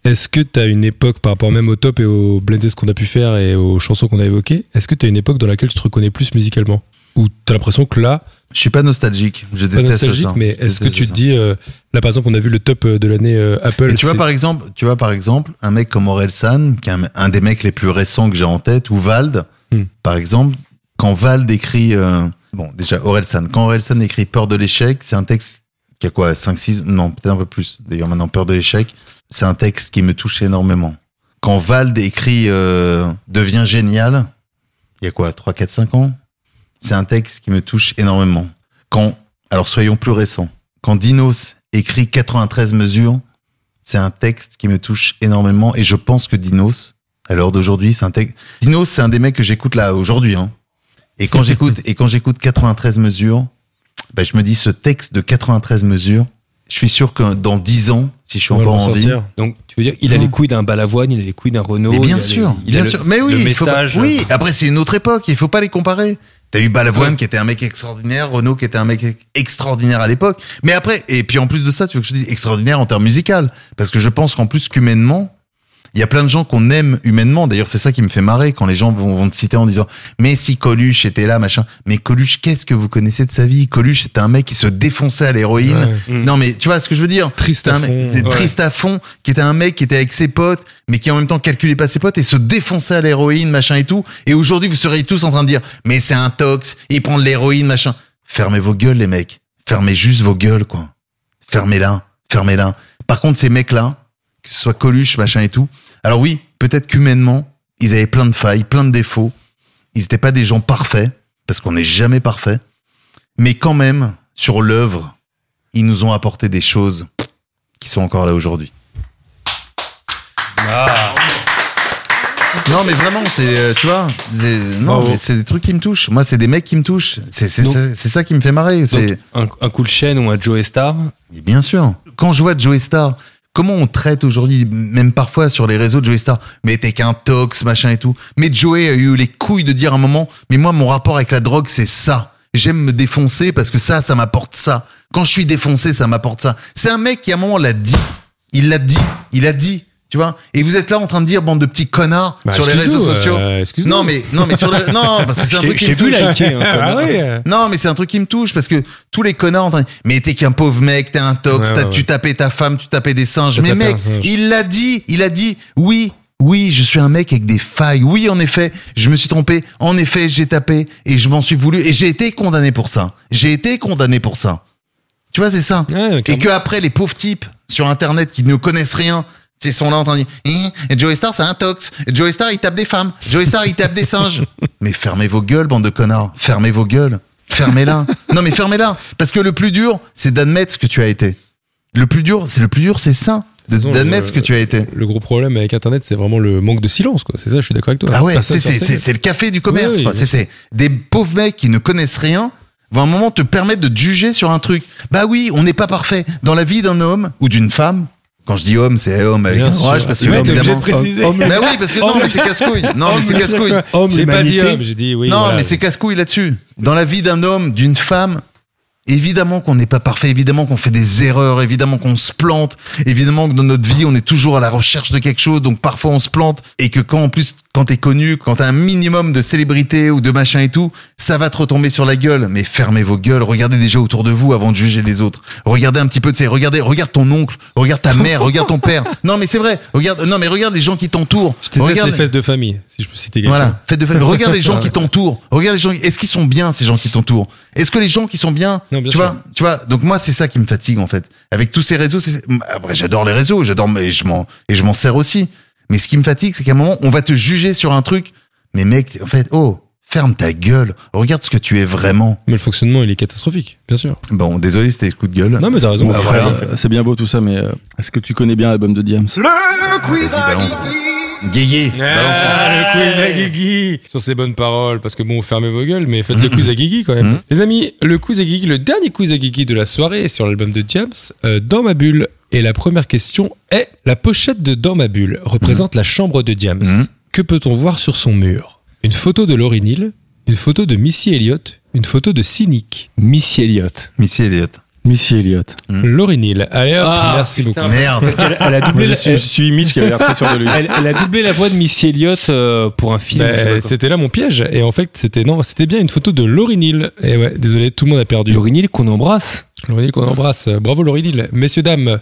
[SPEAKER 3] Est-ce que tu as une époque, par rapport même au top et au blendest qu'on a pu faire et aux chansons qu'on a évoquées, est-ce que tu as une époque dans laquelle tu te reconnais plus musicalement Ou tu as l'impression que là,
[SPEAKER 5] Je suis pas nostalgique. Je
[SPEAKER 3] pas
[SPEAKER 5] déteste
[SPEAKER 3] nostalgique,
[SPEAKER 5] ça.
[SPEAKER 3] mais
[SPEAKER 5] Je
[SPEAKER 3] est-ce que
[SPEAKER 5] déteste
[SPEAKER 3] tu te
[SPEAKER 5] ça.
[SPEAKER 3] dis, euh, là par exemple, on a vu le top euh, de l'année euh, Apple.
[SPEAKER 5] Et tu vois
[SPEAKER 3] c'est-
[SPEAKER 5] par exemple, tu vois par exemple un mec comme Aurel San, qui est un, un des mecs les plus récents que j'ai en tête, ou Vald,
[SPEAKER 3] Hmm.
[SPEAKER 5] par exemple, quand Vald écrit euh, bon déjà Aurel San, quand Aurel San écrit Peur de l'échec, c'est un texte qui a quoi 5 6 non, peut-être un peu plus. D'ailleurs maintenant Peur de l'échec, c'est un texte qui me touche énormément. Quand Vald écrit euh, Devient génial, il y a quoi 3 4 5 ans C'est un texte qui me touche énormément. Quand alors soyons plus récents. Quand Dinos écrit 93 mesures, c'est un texte qui me touche énormément et je pense que Dinos, à l'heure d'aujourd'hui, c'est un texte. Dinos, c'est un des mecs que j'écoute là aujourd'hui. Hein. Et quand j'écoute
[SPEAKER 6] <laughs>
[SPEAKER 5] et quand j'écoute 93 mesures, bah, je me dis ce texte de 93 mesures, je suis sûr que dans 10 ans, si je suis
[SPEAKER 3] on va le
[SPEAKER 5] encore en vie,
[SPEAKER 3] ressortir.
[SPEAKER 6] Donc, tu veux dire, il a les couilles d'un balavoine, il a les couilles d'un Renault.
[SPEAKER 5] Ah. mais
[SPEAKER 6] il a
[SPEAKER 5] bien
[SPEAKER 6] les-
[SPEAKER 5] sûr,
[SPEAKER 6] il a
[SPEAKER 5] bien
[SPEAKER 6] le-
[SPEAKER 5] sûr. Mais oui,
[SPEAKER 6] le
[SPEAKER 5] il faut
[SPEAKER 6] message. euh.
[SPEAKER 5] pas- oui. Après, c'est une autre époque. Il faut pas les comparer. T'as eu Balavoine qui était un mec extraordinaire, Renault qui était un mec ex- extraordinaire à l'époque. Mais après, et puis en plus de ça, tu veux que je te dise extraordinaire en termes musical, parce que je pense qu'en plus qu'humainement, il y a plein de gens qu'on aime humainement. D'ailleurs, c'est ça qui me fait marrer quand les gens vont, vont te citer en disant mais si Coluche était là, machin. Mais Coluche, qu'est-ce que vous connaissez de sa vie Coluche, c'était un mec qui se défonçait à l'héroïne.
[SPEAKER 6] Mm.
[SPEAKER 5] Non, mais tu vois ce que je veux dire
[SPEAKER 3] Triste
[SPEAKER 5] C'était
[SPEAKER 3] à
[SPEAKER 5] un mec-
[SPEAKER 3] fond.
[SPEAKER 5] c'était
[SPEAKER 6] Ouais.
[SPEAKER 5] triste à fond, qui était un mec qui était avec ses potes, mais qui en même temps calculait pas ses potes et se défonçait à l'héroïne, machin et tout. Et aujourd'hui, vous serez tous en train de dire, mais c'est un tox, il prend de l'héroïne, machin. Fermez vos gueules, les mecs. Fermez juste vos gueules, quoi. Fermez-la, fermez-la. Par contre, ces mecs-là, que ce soit Coluche, machin et tout, alors oui, peut-être qu'humainement, ils avaient plein de failles, plein de défauts. Ils n'étaient pas des gens parfaits, parce qu'on n'est jamais parfait. Mais quand même, sur l'œuvre, ils nous ont apporté des choses qui sont encore là aujourd'hui.
[SPEAKER 6] Ah.
[SPEAKER 5] Non mais vraiment, c'est euh, tu vois, c'est- non,
[SPEAKER 3] Bravo.
[SPEAKER 5] mais c'est des trucs qui me touchent. Moi, c'est des mecs qui me touchent. C'est c'est
[SPEAKER 6] Donc-
[SPEAKER 5] ça, c'est ça qui me fait marrer. C'est
[SPEAKER 6] Donc, un, un cool chaîne ou un Joe Star.
[SPEAKER 5] Et bien sûr. Quand je vois Joey Star, comment on traite aujourd'hui, même parfois sur les réseaux de Joey Star, mais t'es qu'un tox, machin et tout. Mais Joey a eu les couilles de dire à un moment, mais moi, mon rapport avec la drogue, c'est ça. J'aime me défoncer parce que ça, ça m'apporte ça. Quand je suis défoncé, ça m'apporte ça. C'est un mec qui, à un moment, l'a dit. Il l'a dit. Il l'a dit. Tu vois? Et vous êtes là en train de dire, bande de petits connards,
[SPEAKER 3] Bah,
[SPEAKER 5] sur les
[SPEAKER 3] excuse-nous,
[SPEAKER 5] réseaux sociaux.
[SPEAKER 3] euh, excuse-nous.
[SPEAKER 5] non, mais, non, mais sur les, non, parce que c'est
[SPEAKER 6] Je
[SPEAKER 5] un
[SPEAKER 6] t'ai-
[SPEAKER 5] truc
[SPEAKER 6] je
[SPEAKER 5] qui
[SPEAKER 6] t'ai
[SPEAKER 5] me
[SPEAKER 6] vu
[SPEAKER 3] <laughs>
[SPEAKER 5] touche.
[SPEAKER 6] liker. hein,
[SPEAKER 3] Ah
[SPEAKER 6] comme-
[SPEAKER 3] ouais.
[SPEAKER 5] Non, mais c'est un truc qui me touche parce que tous les connards, en train- mais t'es qu'un pauvre mec, t'es un tox,
[SPEAKER 3] Ouais,
[SPEAKER 5] t'as-
[SPEAKER 3] ouais,
[SPEAKER 5] tu
[SPEAKER 3] ouais.
[SPEAKER 5] tapais ta femme, tu tapais des singes.
[SPEAKER 3] T'as
[SPEAKER 5] Mais
[SPEAKER 3] tapé un
[SPEAKER 5] mec,
[SPEAKER 3] singe.
[SPEAKER 5] il l'a dit, il a dit, oui, oui, je suis un mec avec des failles. Oui, en effet, je me suis trompé. En effet, j'ai tapé et je m'en suis voulu et j'ai été condamné pour ça. J'ai été condamné pour ça. Tu vois, c'est ça.
[SPEAKER 3] Ouais,
[SPEAKER 5] et
[SPEAKER 3] clairement.
[SPEAKER 5] que après, les pauvres types sur Internet qui ne connaissent rien, tu sais, sont là en train de dire, Hein, Joey Star, c'est un tox. Joey Star, il tape des femmes. Joey Star, il tape des singes. mais fermez vos gueules, bande de connards. Fermez vos gueules. Fermez-la. non, mais fermez-la. Parce que le plus dur, c'est d'admettre ce que tu as été. Le plus dur, c'est le plus dur, c'est ça. de-
[SPEAKER 3] façon,
[SPEAKER 5] D'admettre
[SPEAKER 3] le-
[SPEAKER 5] ce que tu as été.
[SPEAKER 3] Le gros problème avec Internet, c'est vraiment le manque de silence, quoi. C'est ça, je suis d'accord avec toi.
[SPEAKER 5] Ah ouais,
[SPEAKER 3] Personne
[SPEAKER 5] c'est- c'est
[SPEAKER 3] sur
[SPEAKER 5] c'est-
[SPEAKER 3] scène.
[SPEAKER 5] c'est le café du commerce.
[SPEAKER 3] Ouais, ouais,
[SPEAKER 5] quoi.
[SPEAKER 3] bien
[SPEAKER 5] C'est c'est des pauvres mecs qui ne connaissent rien vont à un moment te permettre de te juger sur un truc. Bah oui, on n'est pas parfait dans la vie d'un homme ou d'une femme. Quand je dis homme, c'est homme avec
[SPEAKER 3] Bien
[SPEAKER 5] un orage,
[SPEAKER 3] sûr.
[SPEAKER 5] parce que
[SPEAKER 3] Ouais, t'es obligé
[SPEAKER 5] évidemment.
[SPEAKER 3] de préciser.
[SPEAKER 5] Homme- Bah oui, parce que non,
[SPEAKER 3] Homme.
[SPEAKER 5] mais c'est casse-couille. Non, mais c'est
[SPEAKER 3] Homme.
[SPEAKER 5] casse-couille.
[SPEAKER 3] Homme, j'ai pas dit
[SPEAKER 5] L'humanité.
[SPEAKER 3] homme, j'ai dit oui.
[SPEAKER 5] non,
[SPEAKER 3] voilà.
[SPEAKER 5] mais c'est casse-couille là-dessus. Dans la vie d'un homme, d'une femme, évidemment qu'on n'est pas parfait, évidemment qu'on fait des erreurs, évidemment qu'on se plante, évidemment que dans notre vie, on est toujours à la recherche de quelque chose, donc parfois on se plante, et que quand en plus, quand t'es connu, quand t'as un minimum de célébrité ou de machin et tout, ça va te retomber sur la gueule. Mais fermez vos gueules, regardez déjà autour de vous avant de juger les autres. Regardez un petit peu de ces, regardez, regarde ton oncle, regarde ta mère, regarde ton père. Non, mais c'est vrai, regarde, non, mais regarde les gens qui t'entourent.
[SPEAKER 3] Je déteste
[SPEAKER 5] Regarde-
[SPEAKER 3] les fesses de famille, si je peux citer quelqu'un.
[SPEAKER 5] voilà, faites de faites- Regarde
[SPEAKER 3] <laughs>
[SPEAKER 5] les gens qui t'entourent. Regarde les gens. Est-ce qu'ils sont bien ces gens qui t'entourent Est-ce que les gens qui sont bien,
[SPEAKER 3] Non, bien
[SPEAKER 5] tu
[SPEAKER 3] sûr.
[SPEAKER 5] vois, tu vois. Donc moi, c'est ça qui me fatigue en fait. Avec tous ces réseaux, c'est- ah, après j'adore les réseaux, j'adore mais je m'en et je m'en sers aussi. Mais ce qui me fatigue, c'est qu'à un moment, on va te juger sur un truc. Mais mec, en fait, oh, ferme ta gueule. Regarde ce que tu es vraiment.
[SPEAKER 3] Mais le fonctionnement, il est catastrophique, bien sûr.
[SPEAKER 5] Bon, désolé, c'était ce coup de gueule.
[SPEAKER 3] Non, mais t'as raison.
[SPEAKER 4] Bon, frère, C'est bien beau tout ça, mais euh, est-ce que tu connais bien l'album de Diams
[SPEAKER 5] Ah, Vas-y, balance. Guégué, balance.
[SPEAKER 3] Ah, le quiz à Guigui Mmh. Sur ces bonnes paroles, parce que bon, fermez vos gueules, mais faites le quiz à Guigui quand même.
[SPEAKER 5] Mhm.
[SPEAKER 3] Les amis, le quiz à Guigui, le dernier quiz à Guigui de la soirée est sur l'album de James, euh, Dans ma bulle. Et la première question est, la pochette de Dans ma bulle représente la chambre de James.
[SPEAKER 5] Mhm.
[SPEAKER 3] Que peut-on voir sur son mur Une photo de Laurie Neal, une photo de Missy Elliott, une photo de Cynic.
[SPEAKER 6] Missy Elliott.
[SPEAKER 5] Missy Elliott.
[SPEAKER 4] Missy Elliott.
[SPEAKER 3] Laurie Neal. Allez hop,
[SPEAKER 6] Ah,
[SPEAKER 3] merci
[SPEAKER 6] putain.
[SPEAKER 3] beaucoup.
[SPEAKER 5] Merde.
[SPEAKER 6] Elle, Ah, elle a
[SPEAKER 4] Moi,
[SPEAKER 6] doublé
[SPEAKER 4] je,
[SPEAKER 6] la,
[SPEAKER 4] suis, je suis Mitch qui avait l'air <laughs> très sûr de lui.
[SPEAKER 6] elle- elle a doublé la voix de Missy Elliott euh, pour un film.
[SPEAKER 3] Ben,
[SPEAKER 6] je sais pas quoi.
[SPEAKER 3] c'était là mon piège et en fait c'était non c'était bien une photo de Laurie Neal et ouais désolé tout le monde a perdu
[SPEAKER 6] Laurie Neal qu'on embrasse.
[SPEAKER 3] Laurie Neal qu'on embrasse. Euh, Bravo Laurie Neal. Messieurs, dames,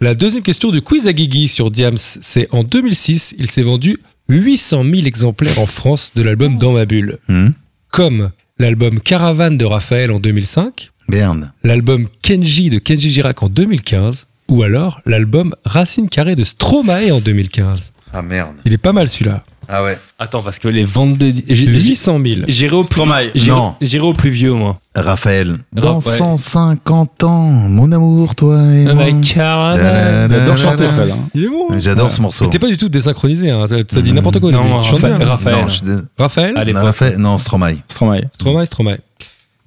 [SPEAKER 3] la deuxième question du quiz à Guigui sur Diams, c'est en 2006, il s'est vendu 800 000 exemplaires en France de l'album Dans ma bulle.
[SPEAKER 5] Hmm.
[SPEAKER 3] Comme l'album Caravane de Raphaël en 2005,
[SPEAKER 5] Merde.
[SPEAKER 3] l'album Kenji de Kenji Girac en 2015, ou alors l'album Racine carrée de Stromae en 2015.
[SPEAKER 5] Ah merde.
[SPEAKER 3] Il est pas mal celui-là.
[SPEAKER 5] Ah ouais.
[SPEAKER 6] Attends, parce que les ventes de. j'ai- j'ai-
[SPEAKER 3] 800 000.
[SPEAKER 6] J'irai au plus. j'irai-
[SPEAKER 5] Non.
[SPEAKER 6] J'irai au plus vieux, moi.
[SPEAKER 5] Raphaël. Dans
[SPEAKER 6] Raphaël.
[SPEAKER 5] 150 ans, mon amour, toi et moi.
[SPEAKER 6] Avec Caravane.
[SPEAKER 5] Da, da, da,
[SPEAKER 4] J'adore
[SPEAKER 5] da,
[SPEAKER 4] chanter,
[SPEAKER 5] da.
[SPEAKER 4] Fred. hein.
[SPEAKER 3] Il est bon. hein.
[SPEAKER 5] J'adore ce morceau.
[SPEAKER 3] Mais T'es pas du tout désynchronisé, hein. ça, ça dit n'importe quoi.
[SPEAKER 6] Non,
[SPEAKER 3] Tu chantes
[SPEAKER 6] Raphaël.
[SPEAKER 3] bien, hein.
[SPEAKER 6] Raphaël.
[SPEAKER 5] Euh, Non, je suis dés-
[SPEAKER 3] Raphaël,
[SPEAKER 6] Allez,
[SPEAKER 5] non,
[SPEAKER 6] bref.
[SPEAKER 5] Raphaël- non, Stromae.
[SPEAKER 4] Stromae.
[SPEAKER 3] Stromae, Stromae.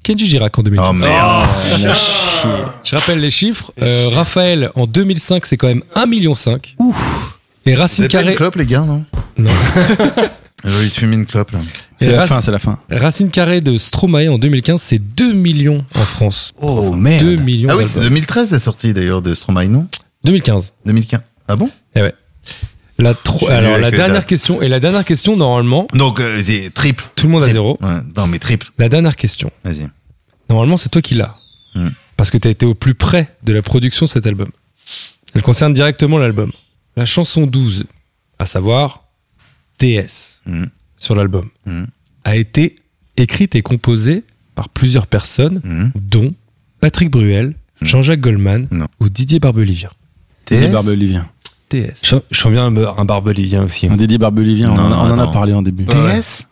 [SPEAKER 3] Kenji Girac en 2015.
[SPEAKER 5] Oh merde.
[SPEAKER 3] Je rappelle les chiffres. Euh, Raphaël, en 2005, c'est quand même 1,5 million. Ouf Et Racine
[SPEAKER 5] C'est pas une
[SPEAKER 3] Carré.
[SPEAKER 5] clope, les gars, non
[SPEAKER 3] Non.
[SPEAKER 5] <laughs> Je vais fumer une clope, là.
[SPEAKER 4] C'est
[SPEAKER 3] Et
[SPEAKER 4] la
[SPEAKER 3] Rac-
[SPEAKER 4] fin, c'est la fin.
[SPEAKER 3] Racine Carré de Stromae en 2015, c'est 2 millions en France.
[SPEAKER 6] Oh merde.
[SPEAKER 3] 2 millions.
[SPEAKER 5] Ah oui, c'est
[SPEAKER 3] d'albums.
[SPEAKER 5] 2013 la sortie, d'ailleurs, de Stromae, non
[SPEAKER 3] 2015.
[SPEAKER 5] 2015. Ah bon
[SPEAKER 3] La
[SPEAKER 5] Je suis
[SPEAKER 3] tro-
[SPEAKER 5] nul
[SPEAKER 3] Alors,
[SPEAKER 5] avec
[SPEAKER 3] la
[SPEAKER 5] les
[SPEAKER 3] dernière
[SPEAKER 5] dates.
[SPEAKER 3] question. Et la dernière question, normalement,
[SPEAKER 5] Donc, euh, c'est triple.
[SPEAKER 3] tout le monde à
[SPEAKER 5] Triple.
[SPEAKER 3] zéro.
[SPEAKER 5] Ouais, non, mais triple.
[SPEAKER 3] La dernière question.
[SPEAKER 5] Vas-y.
[SPEAKER 3] Normalement, c'est toi qui l'as.
[SPEAKER 5] Hmm.
[SPEAKER 3] Parce que t'as été au plus près de la production de cet album. Elle concerne directement l'album. La chanson 12, à savoir DS,
[SPEAKER 5] Hmm.
[SPEAKER 3] sur l'album,
[SPEAKER 5] Hmm.
[SPEAKER 3] a été écrite et composée par plusieurs personnes,
[SPEAKER 5] Mhm.
[SPEAKER 3] dont Patrick Bruel, Jean-Jacques Goldman
[SPEAKER 5] Hmm. Non.
[SPEAKER 3] ou Didier Barbelivien.
[SPEAKER 4] Didier
[SPEAKER 5] TS?
[SPEAKER 4] Barbelivien.
[SPEAKER 3] DS.
[SPEAKER 6] Je, je sens bien un, bar- un barbelivien aussi.
[SPEAKER 4] Un
[SPEAKER 6] hein.
[SPEAKER 4] Didier Barbelivien, on,
[SPEAKER 5] Non,
[SPEAKER 4] en-
[SPEAKER 5] non,
[SPEAKER 4] on en a
[SPEAKER 5] attends.
[SPEAKER 4] parlé en début.
[SPEAKER 5] TS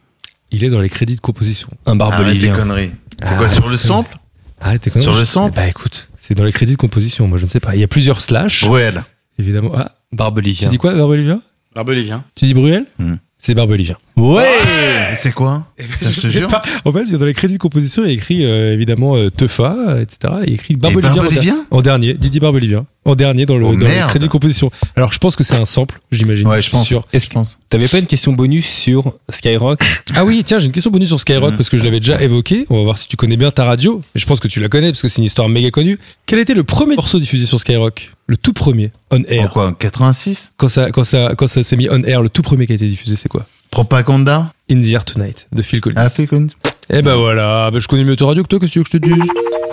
[SPEAKER 3] Il est dans les crédits de composition.
[SPEAKER 6] Un
[SPEAKER 5] Arrête tes
[SPEAKER 6] barbelivien.
[SPEAKER 5] conneries. C'est
[SPEAKER 3] Ah,
[SPEAKER 5] quoi, sur le
[SPEAKER 3] putain.
[SPEAKER 5] sample
[SPEAKER 3] Arrête, t'es con-
[SPEAKER 5] Sur le sample
[SPEAKER 3] Bah écoute, c'est dans les crédits de composition, moi je ne sais pas. Il y a plusieurs slash,
[SPEAKER 5] Bruel.
[SPEAKER 3] évidemment. Ah, tu
[SPEAKER 6] Barbelivien.
[SPEAKER 3] dis quoi, Barbelivien
[SPEAKER 4] Barbelivien.
[SPEAKER 3] Tu dis Bruel
[SPEAKER 5] Hmm.
[SPEAKER 3] C'est Barbelivien.
[SPEAKER 5] Et C'est quoi Je
[SPEAKER 3] Je
[SPEAKER 5] te
[SPEAKER 3] sais
[SPEAKER 5] jure.
[SPEAKER 3] pas. En fait, il y a dans les crédits de composition, il y a écrit euh, évidemment euh, Teufa, euh, etc. Il y a écrit Barbelivien, en
[SPEAKER 5] Barbelivien
[SPEAKER 3] der- en, dernier, Didier Barbelivien, en dernier dans le,
[SPEAKER 5] Oh,
[SPEAKER 3] dans le
[SPEAKER 5] merde.
[SPEAKER 3] crédit de composition. Alors, je pense que c'est un sample, j'imagine.
[SPEAKER 5] Ouais, je pense.
[SPEAKER 3] Sûr.
[SPEAKER 5] Je pense.
[SPEAKER 6] T'avais pas une question bonus sur Skyrock
[SPEAKER 3] Ah oui, tiens, j'ai une question bonus sur Skyrock
[SPEAKER 5] Hmm.
[SPEAKER 3] parce que je l'avais déjà évoqué. On va voir si tu connais bien ta radio. Je pense que tu la connais parce que c'est une histoire méga connue. Quel était le premier morceau diffusé sur Skyrock Le tout premier, on
[SPEAKER 5] En
[SPEAKER 3] air.
[SPEAKER 5] quoi, en 86
[SPEAKER 3] Quand ça, quand ça, quand ça s'est mis on air, le tout premier qui a été diffusé, c'est quoi
[SPEAKER 5] Propaganda
[SPEAKER 3] In the Air Tonight de Phil Collins.
[SPEAKER 5] Ah, t'es connu
[SPEAKER 3] Eh ben voilà, ben je connais mieux ta radio que toi, qu'est-ce que tu veux que je te dise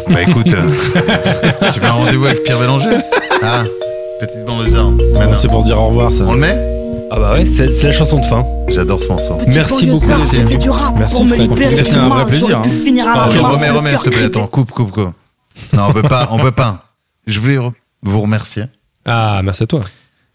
[SPEAKER 5] Bah
[SPEAKER 4] <laughs>
[SPEAKER 5] écoute, euh, tu fais un rendez-vous avec Pierre Bélanger Ah, petite bande de Maintenant,
[SPEAKER 4] C'est Ah, pour dire au revoir, ça.
[SPEAKER 5] on le met
[SPEAKER 6] Ah bah ouais, c'est c'est la chanson de fin.
[SPEAKER 5] J'adore ce morceau.
[SPEAKER 6] Merci beaucoup.
[SPEAKER 5] Merci.
[SPEAKER 3] Merci, Fred.
[SPEAKER 4] C'était un vrai plaisir, hein.
[SPEAKER 5] Ok, remets, remets, s'il te plaît. Attends, coupe, coupe, coupe. Non, on peut pas, on peut pas. Je voulais re- vous remercier.
[SPEAKER 3] Ah, merci à toi.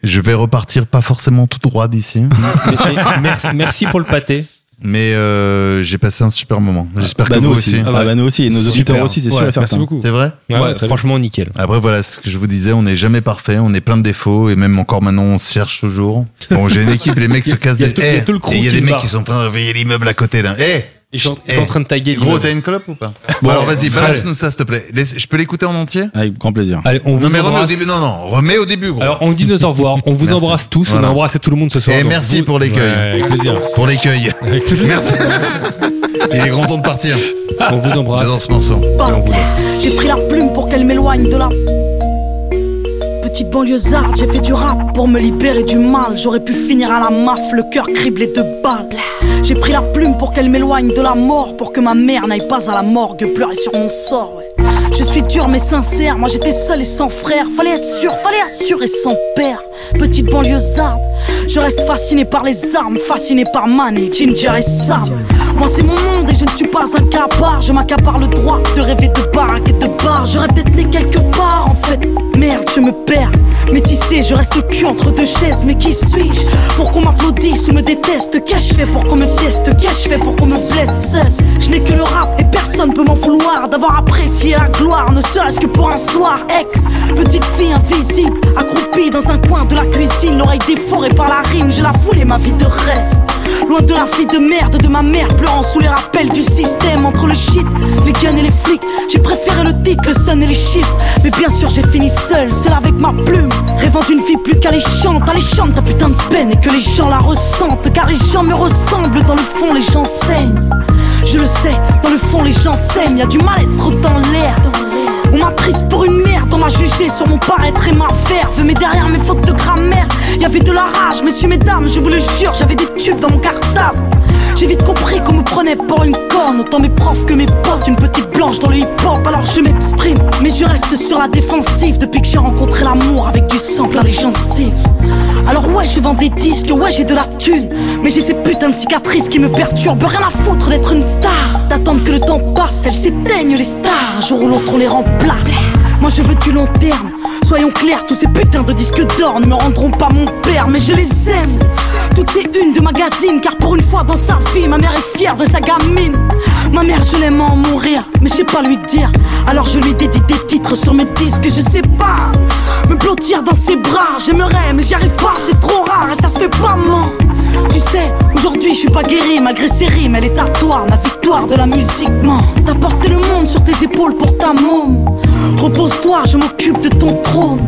[SPEAKER 5] Je vais repartir pas forcément tout droit d'ici,
[SPEAKER 6] Mais- mais- merci, merci pour le pâté.
[SPEAKER 5] mais euh, j'ai passé un super moment. J'espère
[SPEAKER 4] Bah,
[SPEAKER 5] que
[SPEAKER 4] nous
[SPEAKER 5] vous
[SPEAKER 4] aussi.
[SPEAKER 5] aussi.
[SPEAKER 4] Ah bah, nous aussi. Et nos
[SPEAKER 6] Super.
[SPEAKER 4] auditeurs aussi, c'est sûr
[SPEAKER 6] Ouais,
[SPEAKER 4] et
[SPEAKER 3] Merci
[SPEAKER 4] certain.
[SPEAKER 3] beaucoup.
[SPEAKER 5] C'est vrai
[SPEAKER 3] Ouais,
[SPEAKER 6] Ouais,
[SPEAKER 3] très bien.
[SPEAKER 6] franchement nickel.
[SPEAKER 5] Après voilà, ce que je vous disais, on n'est jamais parfait, on est plein de défauts et même encore maintenant on se cherche toujours. Bon, j'ai une équipe, les mecs se
[SPEAKER 6] <laughs>
[SPEAKER 5] cassent
[SPEAKER 6] Il y a
[SPEAKER 5] des
[SPEAKER 6] tout- il y a
[SPEAKER 5] Eh,
[SPEAKER 6] tout le crew
[SPEAKER 5] et Il y a
[SPEAKER 6] qui
[SPEAKER 5] des
[SPEAKER 6] se
[SPEAKER 5] mecs
[SPEAKER 6] barre.
[SPEAKER 5] qui sont en train de réveiller l'immeuble à côté là. Eh,
[SPEAKER 6] Ils sont, ils sont en train de taguer.
[SPEAKER 5] Gros,
[SPEAKER 6] l'immeuble.
[SPEAKER 5] t'as une clope ou pas Bon, alors vas-y, balance-nous ça, s'il te plaît. Laisse- Je peux l'écouter en entier
[SPEAKER 4] Avec grand plaisir.
[SPEAKER 6] Allez, on vous
[SPEAKER 5] Non, mais remets au
[SPEAKER 6] embrasse.
[SPEAKER 5] début. Non, non, remets au début, gros.
[SPEAKER 6] Alors, on dit nos au revoir. On vous
[SPEAKER 5] Merci.
[SPEAKER 6] embrasse tous.
[SPEAKER 5] Voilà.
[SPEAKER 6] On a embrassé tout le monde ce soir.
[SPEAKER 5] Et
[SPEAKER 6] donc
[SPEAKER 5] merci
[SPEAKER 6] vous-
[SPEAKER 5] pour
[SPEAKER 6] Ouais,
[SPEAKER 5] l'écueil.
[SPEAKER 6] avec plaisir. <laughs>
[SPEAKER 5] Pour l'écueil.
[SPEAKER 6] Avec plaisir.
[SPEAKER 5] Merci. <laughs> Il est grand temps de partir.
[SPEAKER 6] On vous embrasse.
[SPEAKER 5] J'adore ce morceau.
[SPEAKER 6] Et on vous laisse.
[SPEAKER 11] J'ai pris la plume pour qu'elle m'éloigne de la petite banlieusarde. J'ai fait du rap pour me libérer du mal. J'aurais pu finir à la maf, le cœur criblé de balles. J'ai pris la plume pour qu'elle m'éloigne de la mort, pour que ma mère n'aille pas à la morgue pleurer sur mon sort. ouais. Je suis dur mais sincère, moi j'étais seul et sans frère. Fallait être sûr, fallait assurer sans père. Petite banlieusarde, je reste fasciné par les armes, fasciné par Mané, Ginger et Sam. Moi c'est mon monde et je ne suis pas un cas à part. Je m'accapare le droit de rêver de baraque et de bar. Je rêve d'être né quelque part en fait. Merde, je me perds. Métissé, je reste cul entre deux chaises. Mais qui suis-je pour qu'on m'applaudisse ou me déteste Qu'ai-je fait pour qu'on me teste Qu'ai-je fait pour qu'on me blesse seul Je n'ai que le rap et personne peut m'en vouloir d'avoir apprécié la gloire, ne serait-ce que pour un soir. Ex, petite fille invisible, accroupie dans un coin de la cuisine, l'oreille déforée par la rime. Je la voulais ma vie de rêve. Loin de la vie de merde de ma mère pleurant sous les rappels du système Entre le shit, les guns et les flics J'ai préféré le titre, le sun et les chiffres Mais bien sûr j'ai fini seul, seul avec ma plume Rêvant d'une vie plus qu'alléchante Alléchante ta putain de peine et que les gens la ressentent Car les gens me ressemblent, dans le fond les gens saignent Je le sais, dans le fond les gens s'aiment Y'a du mal-être dans l'air on m'apprise pour une merde, on m'a jugé sur mon paraître et ma verve Mais derrière mes fautes de grammaire, y avait de la rage Messieurs, mesdames, je vous le jure, j'avais des tubes dans mon cartable J'ai vite compris qu'on me prenait pour une corne Autant mes profs que mes potes, une petite blanche dans le hip-hop Alors je m'exprime, mais je reste sur la défensive Depuis que j'ai rencontré l'amour avec du sang plein les gencives alors ouais je vends des disques, ouais j'ai de la thune Mais j'ai ces putains de cicatrices qui me perturbent Rien à foutre d'être une star D'attendre que le temps passe, elles s'éteignent les stars Un jour ou l'autre on les remplace Moi je veux du long terme Soyons clairs, tous ces putains de disques d'or Ne me rendront pas mon père, mais je les aime Toutes ces unes de magazines Car pour une fois dans sa vie, ma mère est fière de sa gamine Ma mère je l'aime à en mourir Mais je sais pas lui dire Alors je lui dédie des titres sur mes disques Je sais pas Me blottir dans ses bras J'aimerais mais j'y arrive pas C'est trop rare et ça se fait pas man Tu sais aujourd'hui je suis pas guéri Malgré ses rimes elle est à toi Ma victoire de la musique man T'as porté le monde sur tes épaules pour ta môme Repose-toi je m'occupe de ton trône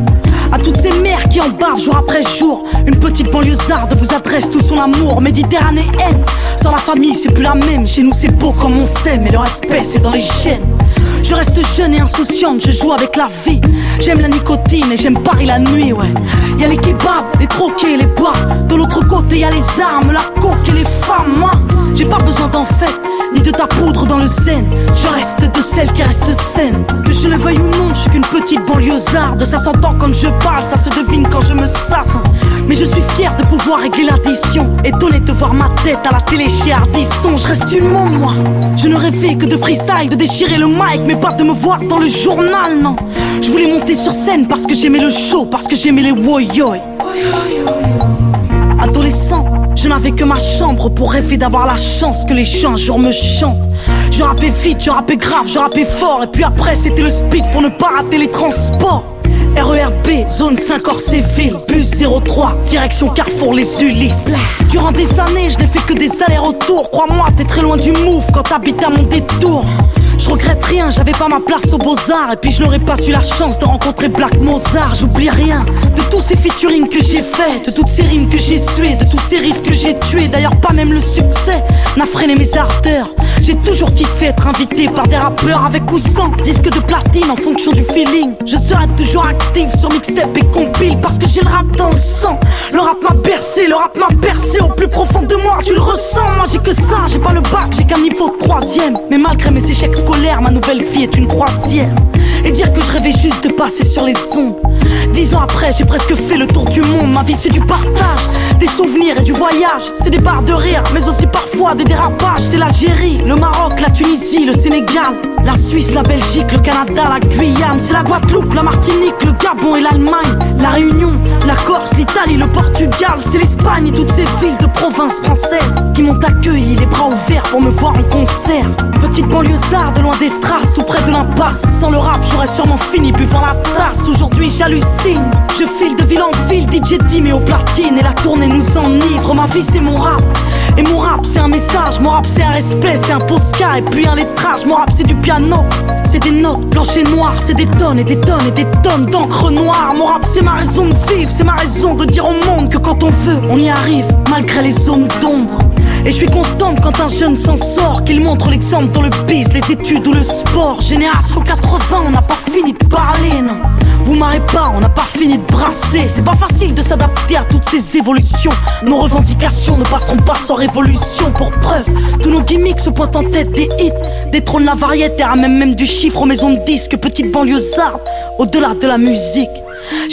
[SPEAKER 11] à toutes ces mères qui en bavent jour après jour Une petite banlieusarde vous adresse tout son amour Méditerranée aime Sans la famille c'est plus la même Chez nous c'est beau comme on s'aime Mais le respect c'est dans les chaînes Je reste jeune et insouciante Je joue avec la vie J'aime la nicotine et j'aime Paris la nuit ouais Y'a les kebabs, les troquets, les bois De l'autre côté y a les armes, la coke et les femmes hein. Moi j'ai pas besoin d'en fait ni de ta poudre dans le zen. Je reste de celle qui reste saine. Que je le veuille ou non, je suis qu'une petite banlieusarde. Ça s'entend quand je parle, ça se devine quand je me sape. Mais je suis fier de pouvoir régler l'addition. Étonné de voir ma tête à la télé chez Ardisson. Je reste humain, moi. Je ne rêvais que de freestyle, de déchirer le mic, mais pas de me voir dans le journal, non. Je voulais monter sur scène parce que j'aimais le show, parce que j'aimais les woyoy. Adolescent, je n'avais que ma chambre pour rêver d'avoir la chance que les gens un jour me chantent. Je rappais vite, je rappais grave, je rappais fort. Et puis après, c'était le speed pour ne pas rater les transports. RERB, zone 5 Orséville, bus 03, direction Carrefour Les Ulysses. Durant des années, je n'ai fait que des allers-retours. Crois-moi, t'es très loin du move quand t'habites à mon détour. Je regrette rien, j'avais pas ma place aux Beaux-Arts. Et puis je n'aurais pas eu la chance de rencontrer Black Mozart. J'oublie rien de tous ces featuring que j'ai fait, de toutes ces rimes que j'ai suées, de tous ces riffs que j'ai tués. D'ailleurs, pas même le succès n'a freiné mes ardeurs. J'ai toujours kiffé être invité par des rappeurs avec ou sans disque de platine en fonction du feeling. Je serai toujours actif sur mixtape et compile parce que j'ai le rap dans le sang. Le rap m'a bercé, le rap m'a percé au plus profond de moi. Tu le ressens, moi j'ai que ça, j'ai pas le bac, j'ai qu'un niveau de troisième. Mais malgré mes échecs scolaires, ma nouvelle vie est une croisière. Et dire que je rêvais juste de passer sur les sons. Dix ans après, j'ai presque fait le tour du monde. Ma vie c'est du partage, des souvenirs et du voyage. C'est des barres de rire, mais aussi parfois des dérapages. C'est l'Algérie, le Maroc, la Tunisie, le Sénégal, la Suisse, la Belgique, le Canada, la Guyane. C'est la Guadeloupe, la Martinique, le Gabon et l'Allemagne. La Réunion, la Corse, l'Italie, le Portugal. C'est l'Espagne et toutes ces villes de provinces françaises qui m'ont accueilli les bras ouverts pour me voir en concert. Petite banlieusarde, loin des strass, tout près de l'impasse. Sans le rap, j'aurais sûrement fini buvant la tasse. Aujourd'hui, j'hallucine. Je file de ville en ville, DJ Dim et au platine. Et la tournée nous enivre. Ma vie, c'est mon rap. Et mon rap, c'est un message. Mon rap, c'est un respect. C'est un posca et puis un lettrage. Mon rap, c'est du piano. C'est des notes blanches et noires. C'est des tonnes et des tonnes et des tonnes d'encre noire. Mon rap, c'est ma raison de vivre. C'est ma raison de dire au monde que quand on veut, on y arrive. Malgré les zones d'ombre. Et je suis contente quand un jeune s'en sort, qu'il montre l'exemple dans le biz, les études ou le sport. Génération 80, on n'a pas fini de parler, non. Vous marrez pas, on n'a pas fini de brasser. C'est pas facile de s'adapter à toutes ces évolutions. Nos revendications ne passeront pas sans révolution. Pour preuve, tous nos gimmicks se pointent en tête des hits, détrônent la variété, ramènent même du chiffre aux maisons de disques, petites banlieusardes, au-delà de la musique.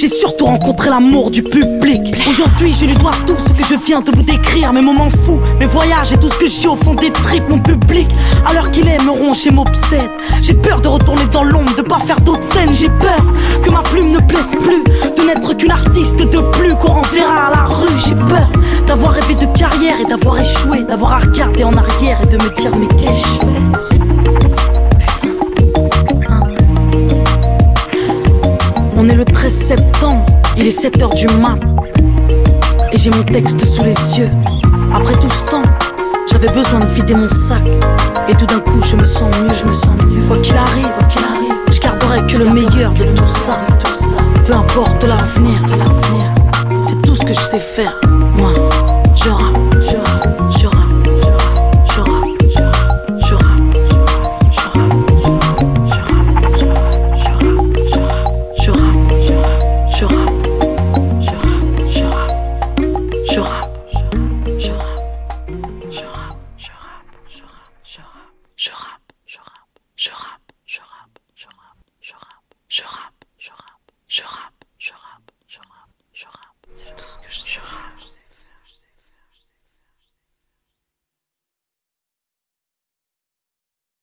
[SPEAKER 11] J'ai surtout rencontré l'amour du public. Aujourd'hui, je lui dois tout ce que je viens de vous décrire, mes moments fous, mes voyages et tout ce que j'ai au fond des tripes. Mon public, alors qu'il aime, me ronge et m'obsède. J'ai peur de retourner dans l'ombre, de pas faire d'autres scènes. J'ai peur que ma plume ne plaise plus, de n'être qu'une artiste de plus qu'on renverra à la rue. J'ai peur d'avoir rêvé de carrière et d'avoir échoué, d'avoir à regarder en arrière et de me dire, mais qu'est-ce que je fais On est le 13 septembre, il est 7h du mat. Et j'ai mon texte sous les yeux. Après tout ce temps, j'avais besoin de vider mon sac. Et tout d'un coup, je me sens mieux, je me sens mieux. Quoi qu'il arrive, quoi qu'il arrive, je garderai que le meilleur de tout ça, de tout ça. Peu importe l'avenir, de l'avenir. C'est tout ce que je sais faire, moi. Je rappe.